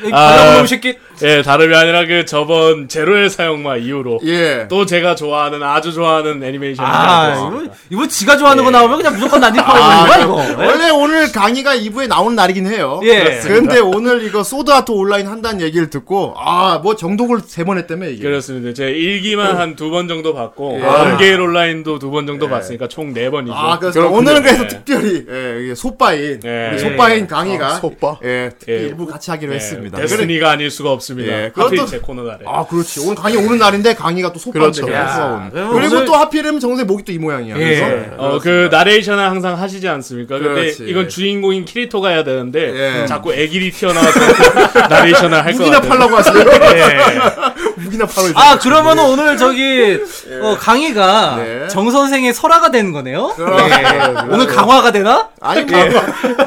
Speaker 2: 이
Speaker 8: 아.
Speaker 1: 아,
Speaker 2: 바람 놈 새끼.
Speaker 8: 예, 다름이 아니라 그 저번 제로의 사용마 이후로
Speaker 1: 예.
Speaker 8: 또 제가 좋아하는 아주 좋아하는 애니메이션이
Speaker 2: 아, 이거, 이거 지가 좋아하는 거 나오면 그냥 무조건 난입하고 있는 거야, 이거.
Speaker 1: 예. 아, 원래 오늘 강의가 2부에 나오는 날이긴 해요.
Speaker 2: 예.
Speaker 1: 근데 오늘 이거 소드아트 온라인 한다는 얘기를 듣고 아 뭐 정독을 세 번 했다며 이게.
Speaker 8: 그렇습니다. 제
Speaker 1: 예.
Speaker 8: 일기만 한 두 번 정도 봤고 원게일 온라인도 두 번 정도 봤으니까 총 네 번이죠.
Speaker 1: 아, 그래서 오늘은 그래서 특별히 예, 이게 소빠인
Speaker 8: 예.
Speaker 1: 우리 소빠인 강의가
Speaker 4: 아, 소빠.
Speaker 1: 예, 특히
Speaker 8: 예.
Speaker 1: 일부 같이 하기로 했습니다.
Speaker 8: 데스니가 아닐 수가 없습니다.
Speaker 1: 예,
Speaker 8: 하필
Speaker 1: 그것도-
Speaker 8: 제 코너 날에.
Speaker 1: 아, 그렇지. 오늘 강의 오는 날인데 강의가 또 소파인데
Speaker 4: 그렇죠.
Speaker 1: 그냥
Speaker 2: 야,
Speaker 1: 소파온.
Speaker 2: 그럼
Speaker 1: 그리고
Speaker 2: 오늘- 예.
Speaker 1: 또 하필이면 정세 목이 또 이 모양이야. 예. 그래서
Speaker 8: 어, 그 나레이션을 항상 하시지 않습니까? 근데
Speaker 1: 그렇지.
Speaker 8: 이건 주인공인 키리토가 해야 되는데 음,
Speaker 1: 예.
Speaker 8: 자꾸 애기리 튀어나와서 나레이션을 할것
Speaker 1: 무기나
Speaker 8: 같아요.
Speaker 1: 팔라고 하세요.
Speaker 8: 예.
Speaker 1: 무기나 팔고 있어요.
Speaker 2: 아, 그러면 은 오늘 저기, 어, 강의가
Speaker 1: 예. 네.
Speaker 2: 정선생의 설화가 되는 거네요?
Speaker 1: 그럼.
Speaker 2: 오늘 강화가 되나?
Speaker 1: 아니 뭐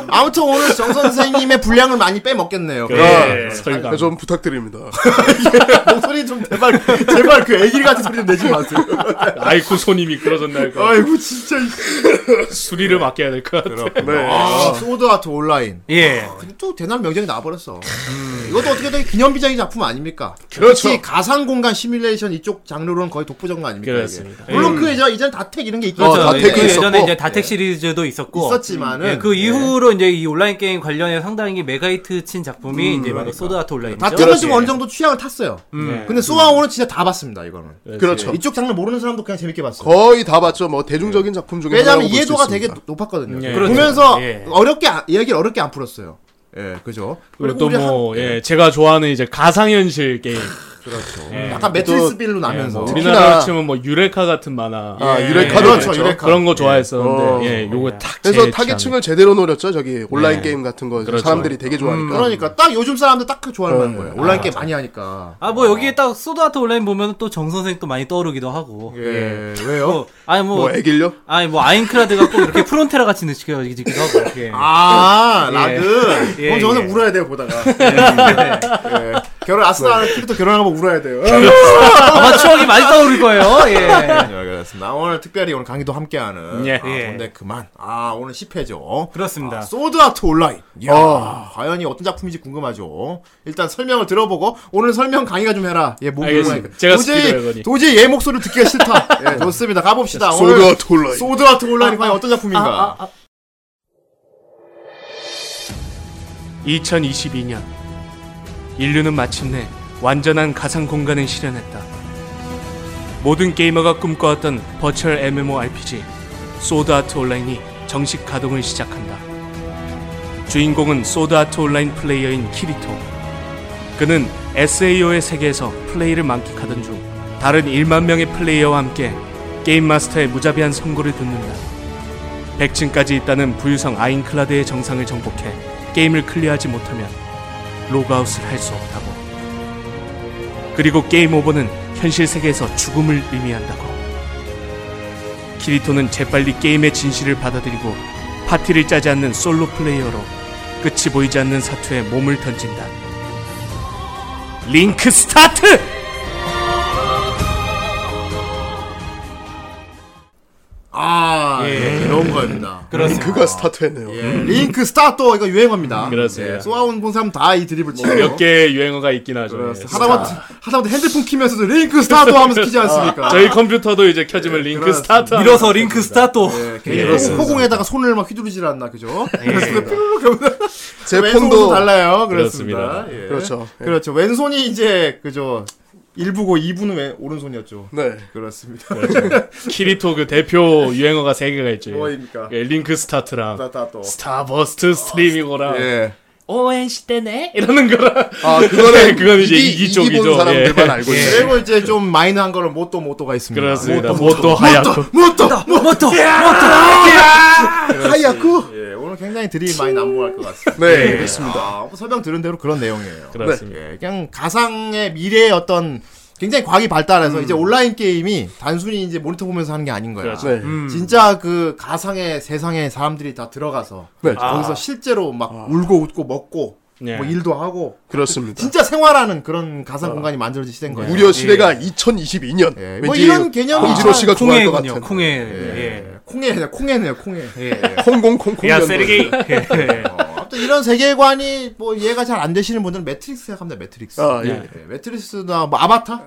Speaker 1: 아무튼 오늘 정 선생님의 분량을 많이 빼먹겠네요. 그
Speaker 8: 예. 설강.
Speaker 4: 아, 좀 부탁드립니다.
Speaker 1: 목소리 좀 제발 제발 그 애기 같은 소리 좀 내지 마세요.
Speaker 8: 아이쿠 손이 미끄러졌나 할까.
Speaker 1: 아이고 진짜. 이-
Speaker 8: 수리를 맡겨야 될 것 같아.
Speaker 4: 네.
Speaker 1: 아 소드아트 온라인.
Speaker 2: 예.
Speaker 1: 근데 또 대낮 명작이 나와버렸어. 이것도 어떻게든 기념비적인 작품 아닙니까?
Speaker 4: 그렇죠.
Speaker 1: 특히 가상 공간 시뮬레이션 이쪽 장르로는 거의 독보적인 거 아닙니까? 이게?
Speaker 8: 그렇습니다.
Speaker 1: 물론 그 예전 이전 다텍 이런 게 있긴
Speaker 4: 그렇죠.
Speaker 1: 했잖아요.
Speaker 4: 다텍도
Speaker 2: 예, 예전에
Speaker 4: 있었고.
Speaker 2: 이제 다텍 시리즈도 있었고.
Speaker 1: 예, 있었지만은
Speaker 2: 예, 그 이후로 이제 이 온라인 게임 관련해 상당히 메가히트 친 작품이 이제 바로 소드 아트
Speaker 1: 예.
Speaker 2: 온라인이죠.
Speaker 1: 다텍은 좀 음, 그러니까. 어느 정도 취향을 탔어요. 음. 근데 소아오는 진짜 다 봤습니다. 이거는
Speaker 4: 그렇죠.
Speaker 1: 이쪽 장르 모르는 사람도 그냥 재밌게 봤어요.
Speaker 4: 거의 다 봤죠. 뭐 대중적인 작품 중에
Speaker 1: 왜냐하면
Speaker 4: 하나라고 볼수
Speaker 1: 이해도가
Speaker 4: 있습니다. 그렇죠.
Speaker 1: 되게 높았거든요.
Speaker 8: 예.
Speaker 1: 보면서
Speaker 2: 예.
Speaker 1: 어렵게 안- 이야기를 어렵게 안 풀었어요. 예, 그죠.
Speaker 8: 그리고
Speaker 1: 우리
Speaker 8: 또 뭐
Speaker 1: 한- 네.
Speaker 8: 예, 제가 좋아하는 이제 가상현실 게임. 예.
Speaker 1: 약간 매트리스 빌로 나면서
Speaker 8: 우리나라로 치면 뭐 유레카 같은 만화.
Speaker 4: 아,
Speaker 8: 예,
Speaker 4: 유레카도
Speaker 8: 예,
Speaker 1: 그렇죠,
Speaker 4: 그렇죠.
Speaker 1: 유레카.
Speaker 8: 그런 거 좋아했었는데
Speaker 4: 예.
Speaker 8: 예, 요거 탁
Speaker 4: 그래서
Speaker 8: 제
Speaker 4: 타겟층을 제대로 노렸죠. 저기 온라인 게임 같은 거
Speaker 8: 그렇죠.
Speaker 4: 사람들이 되게 좋아하니까.
Speaker 1: 그러니까 딱 요즘 사람들 딱 좋아할 만한
Speaker 4: 네.
Speaker 1: 거예요. 온라인 게임 많이 하니까.
Speaker 2: 아 뭐 여기에 딱 소드아트 온라인 보면 또 정 선생 또 많이 떠오르기도 하고.
Speaker 1: 예, 왜요?
Speaker 2: 뭐, 아니 뭐,
Speaker 4: 뭐 애길려?
Speaker 2: 아니 뭐 아인크라드가 꼭 이렇게 프론테라 같이 느껴지기도 하고. 예.
Speaker 1: 아, 라드.
Speaker 2: 예,
Speaker 1: 그럼 저는
Speaker 2: 예.
Speaker 1: 울어야 돼요, 보다가. 예. 결혼,
Speaker 4: 네.
Speaker 1: 아스나랑 티비도 결혼하면 울어야 돼요.
Speaker 2: 아마 추억이 많이 떠오를 거예요. 예.
Speaker 1: 예, 그렇습니다. 오늘 특별히 오늘 강의도 함께하는.
Speaker 8: 예.
Speaker 1: 아,
Speaker 2: 예.
Speaker 1: 근데 그만. 아, 오늘 10회죠.
Speaker 2: 그렇습니다.
Speaker 1: 소드 아트 온라인. 이야, 과연 이 어떤 작품인지 궁금하죠. 일단 설명을 들어보고 오늘 설명 강의가 좀 해라. 예, 목이
Speaker 8: 알겠습니다.
Speaker 1: 고르니까.
Speaker 8: 제가 스피드를
Speaker 1: 도저히
Speaker 8: 거니.
Speaker 1: 도저히 얘 목소리를 듣기가 싫다. 예, 좋습니다. 가봅시다.
Speaker 4: 소드
Speaker 1: 오늘
Speaker 4: 아트 온라인.
Speaker 1: 소드 아트 온라인이 과연 어떤 작품인가?
Speaker 2: 아,
Speaker 9: 2022년 인류는 마침내 완전한 가상 공간을 실현했다. 모든 게이머가 꿈꿔왔던 버츄얼 MMORPG 소드 아트 온라인이 정식 가동을 시작한다. 주인공은 소드 아트 온라인 플레이어인 키리토. 그는 SAO의 세계에서 플레이를 만끽하던 중 다른 1만 명의 플레이어와 함께 게임 마스터의 무자비한 선고를 듣는다. 100층까지 있다는 부유성 아인클라드의 정상을 정복해 게임을 클리어하지 못하면 로그아웃을 할 수 없다고. 그리고 게임 오버는 현실 세계에서 죽음을 의미한다고. 키리토는 재빨리 게임의 진실을 받아들이고 파티를 짜지 않는 솔로 플레이어로 끝이 보이지 않는 사투에 몸을 던진다. 링크 스타트!
Speaker 1: 아, 예.
Speaker 4: 네,
Speaker 1: 이런 거입니다.
Speaker 2: 그렇습니다.
Speaker 4: 그가 스타트했네요. 음.
Speaker 1: 예, 링크 스타트 이거 유행어입니다.
Speaker 8: 그렇습니다.
Speaker 1: 예, 쏘아온 본 사람 다 이 드립을
Speaker 4: 네.
Speaker 1: 치고 예.
Speaker 8: 몇 개의 유행어가 있긴 하죠. 예.
Speaker 1: 하다못해 하다못해 핸드폰 키면서도 링크 스타트 하면서 키지 않습니까?
Speaker 8: 저희 컴퓨터도 이제 켜지면 링크
Speaker 1: 그렇습니다.
Speaker 8: 스타트. 하면서
Speaker 2: 밀어서 링크 스타트.
Speaker 1: 예, 괜히 호- 호공에다가 손을 막 휘두르질 않나 그죠? 그래서 뾰루룩 하면서
Speaker 4: 제
Speaker 1: 왼손도
Speaker 4: 폰도
Speaker 1: 달라요. 그렇습니다.
Speaker 8: 그렇습니다.
Speaker 1: 예.
Speaker 4: 그렇죠. 예.
Speaker 1: 그렇죠. 왼손이 이제 그죠. 1부고 2부는 왼, 오른손이었죠.
Speaker 4: 네.
Speaker 1: 그렇습니다.
Speaker 8: 키리토 그 대표 유행어가 세 개가 있죠. 예.
Speaker 1: 뭐입니까?
Speaker 8: 예, 링크 스타트랑
Speaker 1: 스타트.
Speaker 8: 스타버스트 스트리밍이고랑
Speaker 1: 예.
Speaker 8: 이러는 거랑
Speaker 4: 아 그거는
Speaker 1: 네,
Speaker 8: 그건 이제
Speaker 4: 이기-
Speaker 8: 이기 쪽이죠.
Speaker 4: 이기본 사람들만
Speaker 8: 예.
Speaker 4: 알고 있어요.
Speaker 1: 그리고 이제 좀 마이너한 거는 뭐 모또 모또가 있습니다.
Speaker 8: 그렇습니다. 뭐또 하얗고
Speaker 1: 모또
Speaker 2: 뭐또
Speaker 4: 하야쿠.
Speaker 1: 예, 오늘 굉장히 드립이 많이 난무할 것 같습니다.
Speaker 4: 네,
Speaker 1: 예.
Speaker 4: 그렇습니다.
Speaker 1: 아, 뭐 설명 들은 대로 그런 내용이에요.
Speaker 8: 그렇습니다.
Speaker 1: 예, 그냥 가상의 미래의 어떤 굉장히 과학이
Speaker 4: 음.
Speaker 1: 발달해서 이제 온라인 게임이 단순히 이제 모니터 보면서 하는 게 아닌 거야.
Speaker 8: 그렇죠.
Speaker 4: 네.
Speaker 1: 진짜 그 가상의 세상에 사람들이 다 들어가서
Speaker 4: 네. 어.
Speaker 1: 거기서 실제로 막 아, 울고 웃고 먹고
Speaker 8: 예.
Speaker 1: 뭐 일도 하고
Speaker 4: 그렇습니다.
Speaker 1: 진짜 생활하는 그런 가상 공간이 만들어진 시대인 네. 거예요.
Speaker 4: 무려 시대가 2022년.
Speaker 1: 예,
Speaker 4: 왠지
Speaker 1: 뭐 이런 개념이
Speaker 4: 홍진호 씨가 좋아할 것
Speaker 2: 콩해군요.
Speaker 4: 같은.
Speaker 2: 콩해.
Speaker 1: 예.
Speaker 2: 예.
Speaker 1: 콩에 콩에네요 콩에. 예.
Speaker 4: 콩공콩콩. 예.
Speaker 2: 야 세르기.
Speaker 1: 어, 아무튼 이런 세계관이 뭐 이해가 잘 안 되시는 분들은 매트릭스 생각합니다. 매트릭스.
Speaker 4: 아, 예.
Speaker 1: 예, 매트릭스나 뭐 아바타?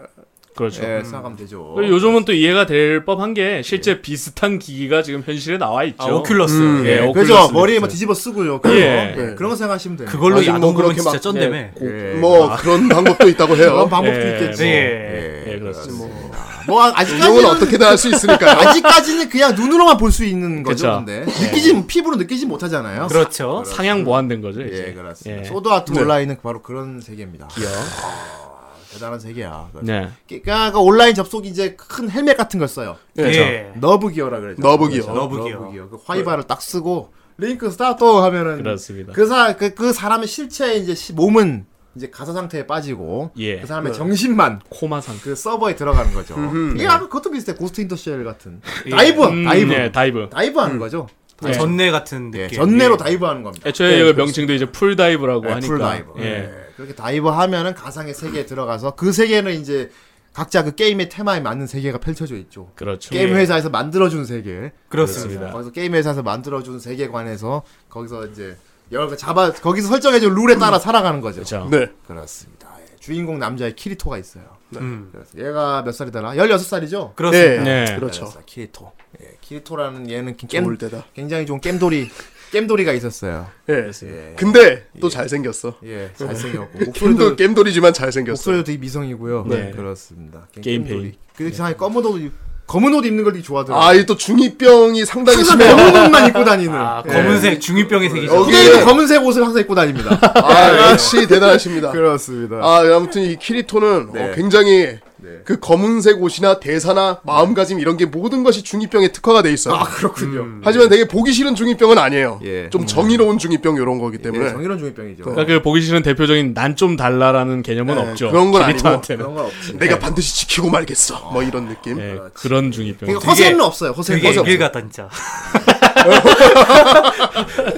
Speaker 8: 그렇죠.
Speaker 1: 예, 생각하면 되죠.
Speaker 8: 그리고 요즘은 또 이해가 될 법한 게 실제 비슷한 기기가 지금 현실에 나와 있죠.
Speaker 2: 아,
Speaker 4: 그렇죠.
Speaker 2: 오큘러스.
Speaker 4: 음,
Speaker 8: 예,
Speaker 2: 예.
Speaker 8: 오큘러스
Speaker 1: 음, 그죠? 머리에 뭐
Speaker 8: 밑에.
Speaker 1: 뒤집어 쓰고요. 그거.
Speaker 8: 예.
Speaker 1: 예, 그런 거 생각하시면 돼요.
Speaker 2: 그걸로
Speaker 4: 아직 뭐
Speaker 2: 야동 보면
Speaker 4: 그렇게
Speaker 2: 진짜
Speaker 4: 막-
Speaker 2: 쩐다며.
Speaker 1: 예.
Speaker 4: 뭐 그런 방법도 있다고
Speaker 1: 그런
Speaker 4: 해요.
Speaker 1: 방법도
Speaker 8: 예.
Speaker 1: 있겠죠.
Speaker 2: 예.
Speaker 8: 예, 그렇습니다.
Speaker 1: 뭐 아-
Speaker 4: 이용은
Speaker 1: 아직까지는
Speaker 4: 어떻게든 할 수 있으니까요.
Speaker 1: 아직까지는 그냥 눈으로만 볼 수 있는
Speaker 8: 그쵸.
Speaker 1: 거죠. 근데 느끼지 피부로 느끼지 못하잖아요.
Speaker 2: 그렇죠.
Speaker 8: 상향 보완된 거죠. 이제.
Speaker 1: 예, 그렇습니다.
Speaker 8: 예.
Speaker 1: 소드 아트 온라인은 바로 그런 세계입니다. 아, 대단한 세계야.
Speaker 8: 네.
Speaker 1: 그러니까 그 온라인 접속이 이제 큰 헬멧 같은 걸 써요.
Speaker 8: 그렇죠.
Speaker 2: 예.
Speaker 1: 너브 기어라 그러죠.
Speaker 4: 너브 기어.
Speaker 1: 너브
Speaker 2: 너브 기어.
Speaker 1: 기어. 그 화이바를 딱 쓰고 링크 스타트 하면은
Speaker 8: 그렇습니다.
Speaker 1: 그 사, 그, 그 사람의 실체 이제 시- 몸은 이제 가사 상태에 빠지고
Speaker 8: 예.
Speaker 1: 그 사람의 정신만
Speaker 8: 코마 상태.
Speaker 1: 그 서버에 들어가는 거죠. 이게 아까 그것도 비슷해. 고스트 인더쉘 같은 다이브,
Speaker 8: 네. 음, 네.
Speaker 1: 다이브,
Speaker 8: 예, 다이브.
Speaker 1: 다이브 하는 거죠.
Speaker 2: 그 전내 같은
Speaker 1: 예,
Speaker 2: 느낌.
Speaker 1: 전내로 다이브 하는 겁니다.
Speaker 8: 애초에 이거 명칭도 이제 풀 다이브라고
Speaker 1: 예,
Speaker 8: 하니까.
Speaker 1: 풀 다이브.
Speaker 8: 예.
Speaker 1: 예, 그렇게 다이브 하면은 가상의 세계에 들어가서 그 세계는 이제 각자 그 게임의 테마에 맞는 세계가 펼쳐져 있죠.
Speaker 8: 그렇죠.
Speaker 1: 게임
Speaker 8: 예.
Speaker 1: 회사에서 만들어준 세계.
Speaker 2: 그렇습니다.
Speaker 1: 거기서 게임 회사에서 만들어준 세계관에서 거기서 이제 여러 가 잡아 거기서 설정해준 룰에 따라 살아가는 거죠.
Speaker 8: 그렇죠.
Speaker 4: 네.
Speaker 1: 그렇습니다. 예, 주인공 남자의 키리토가 있어요. 음.
Speaker 4: 음.
Speaker 1: 그래서 얘가 몇 살이더라? 16살이죠?
Speaker 2: 그렇습니다.
Speaker 8: 네.
Speaker 4: 그렇죠.
Speaker 1: 키리토. 예, 키리토라는 얘는
Speaker 4: 좋을
Speaker 1: 겜,
Speaker 4: 때다.
Speaker 1: 굉장히 좋은 겜돌이, 겜돌이가 있었어요.
Speaker 4: 예. 근데 또 잘생겼어.
Speaker 1: 예, 잘생겼고.
Speaker 4: 게임도
Speaker 1: 목소리도,
Speaker 4: 게임돌이지만 잘생겼어.
Speaker 1: 목소리도 되게 미성이고요.
Speaker 8: 네.
Speaker 1: 그렇습니다.
Speaker 8: 게임
Speaker 1: 겜돌이. 그 이상하게 검은옷, 검은 옷 입는 걸 되게 좋아하더라고요.
Speaker 4: 아, 이 또 중이병이 상당히
Speaker 1: 항상
Speaker 4: 심해요.
Speaker 1: 검은 옷만 입고 다니는. 예.
Speaker 2: 아, 검은색 중이병의 색이죠.
Speaker 4: 예. 여기-
Speaker 1: 게임도 검은색 옷을 항상 입고 다닙니다.
Speaker 4: 예.
Speaker 1: 예.
Speaker 4: 아, 역시 대단하십니다.
Speaker 1: 그렇습니다.
Speaker 4: 아, 아무튼 이 키리토는
Speaker 1: 네.
Speaker 4: 어, 굉장히 그 검은색 옷이나 대사나 마음가짐 이런 게 모든 것이 중이병에 특화가 돼 있어요.
Speaker 1: 그렇군요.
Speaker 4: 하지만 되게 보기 싫은 중이병은 아니에요.
Speaker 1: 예.
Speaker 4: 좀 정의로운 중이병 이런 거기 때문에
Speaker 1: 예, 정의론 중이병이죠.
Speaker 8: 그러니까 그 보기 싫은 대표적인 난 좀 달라라는 개념은 없죠.
Speaker 4: 네, 그런 건
Speaker 8: 캐릭터한테는.
Speaker 1: 그런 예, 건 없지.
Speaker 4: 내가 반드시 지키고 말겠어. 뭐 이런 느낌.
Speaker 8: 예, 그런 중이병.
Speaker 1: 그러니까 허세는 없어요. 허세는
Speaker 2: 되게
Speaker 1: 허세
Speaker 2: 애길
Speaker 1: 없어요.
Speaker 2: 같다 진짜.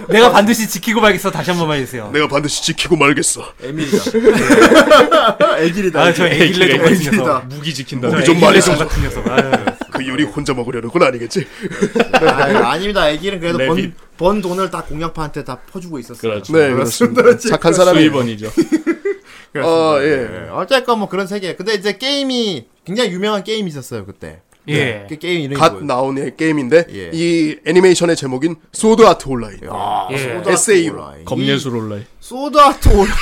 Speaker 2: 내가 반드시 지키고 말겠어. 다시 한 번만 해주세요.
Speaker 4: 내가 반드시 지키고 말겠어. 네.
Speaker 1: 애길이다.
Speaker 2: 아 저 애길레
Speaker 8: 애길레
Speaker 2: 동 같은 녀석.
Speaker 8: 무기 지킨다.
Speaker 2: 저
Speaker 4: 무기 좀
Speaker 2: 애길레
Speaker 4: 많이
Speaker 2: 동
Speaker 4: 써서.
Speaker 2: 같은 녀석. 아유. 네,
Speaker 4: 그 요리 혼자 먹으려는 건 아니겠지?
Speaker 1: 아, 닙니다 애길은 그래도 번,
Speaker 8: 레빗.
Speaker 1: 번 돈을 다 공략파한테 다 퍼주고 있었어요.
Speaker 8: 그렇죠.
Speaker 4: 네, 그렇습니다. 착한 사람이.
Speaker 8: 수입원이죠.
Speaker 4: 아, 예.
Speaker 1: 예, 어쨌건 뭐 그런 세계. 근데 이제 게임이 굉장히 유명한 게임이 있었어요 그때.
Speaker 2: 예.
Speaker 1: 그 게임 이름이
Speaker 4: 갓
Speaker 1: 뭐예요?
Speaker 4: 나온 예, 게임인데
Speaker 1: 예.
Speaker 4: 이 애니메이션의 제목인 소드 아트 온라인.
Speaker 2: 예.
Speaker 4: SAU.
Speaker 8: 검예술 온라인.
Speaker 1: 소드아트 온라인.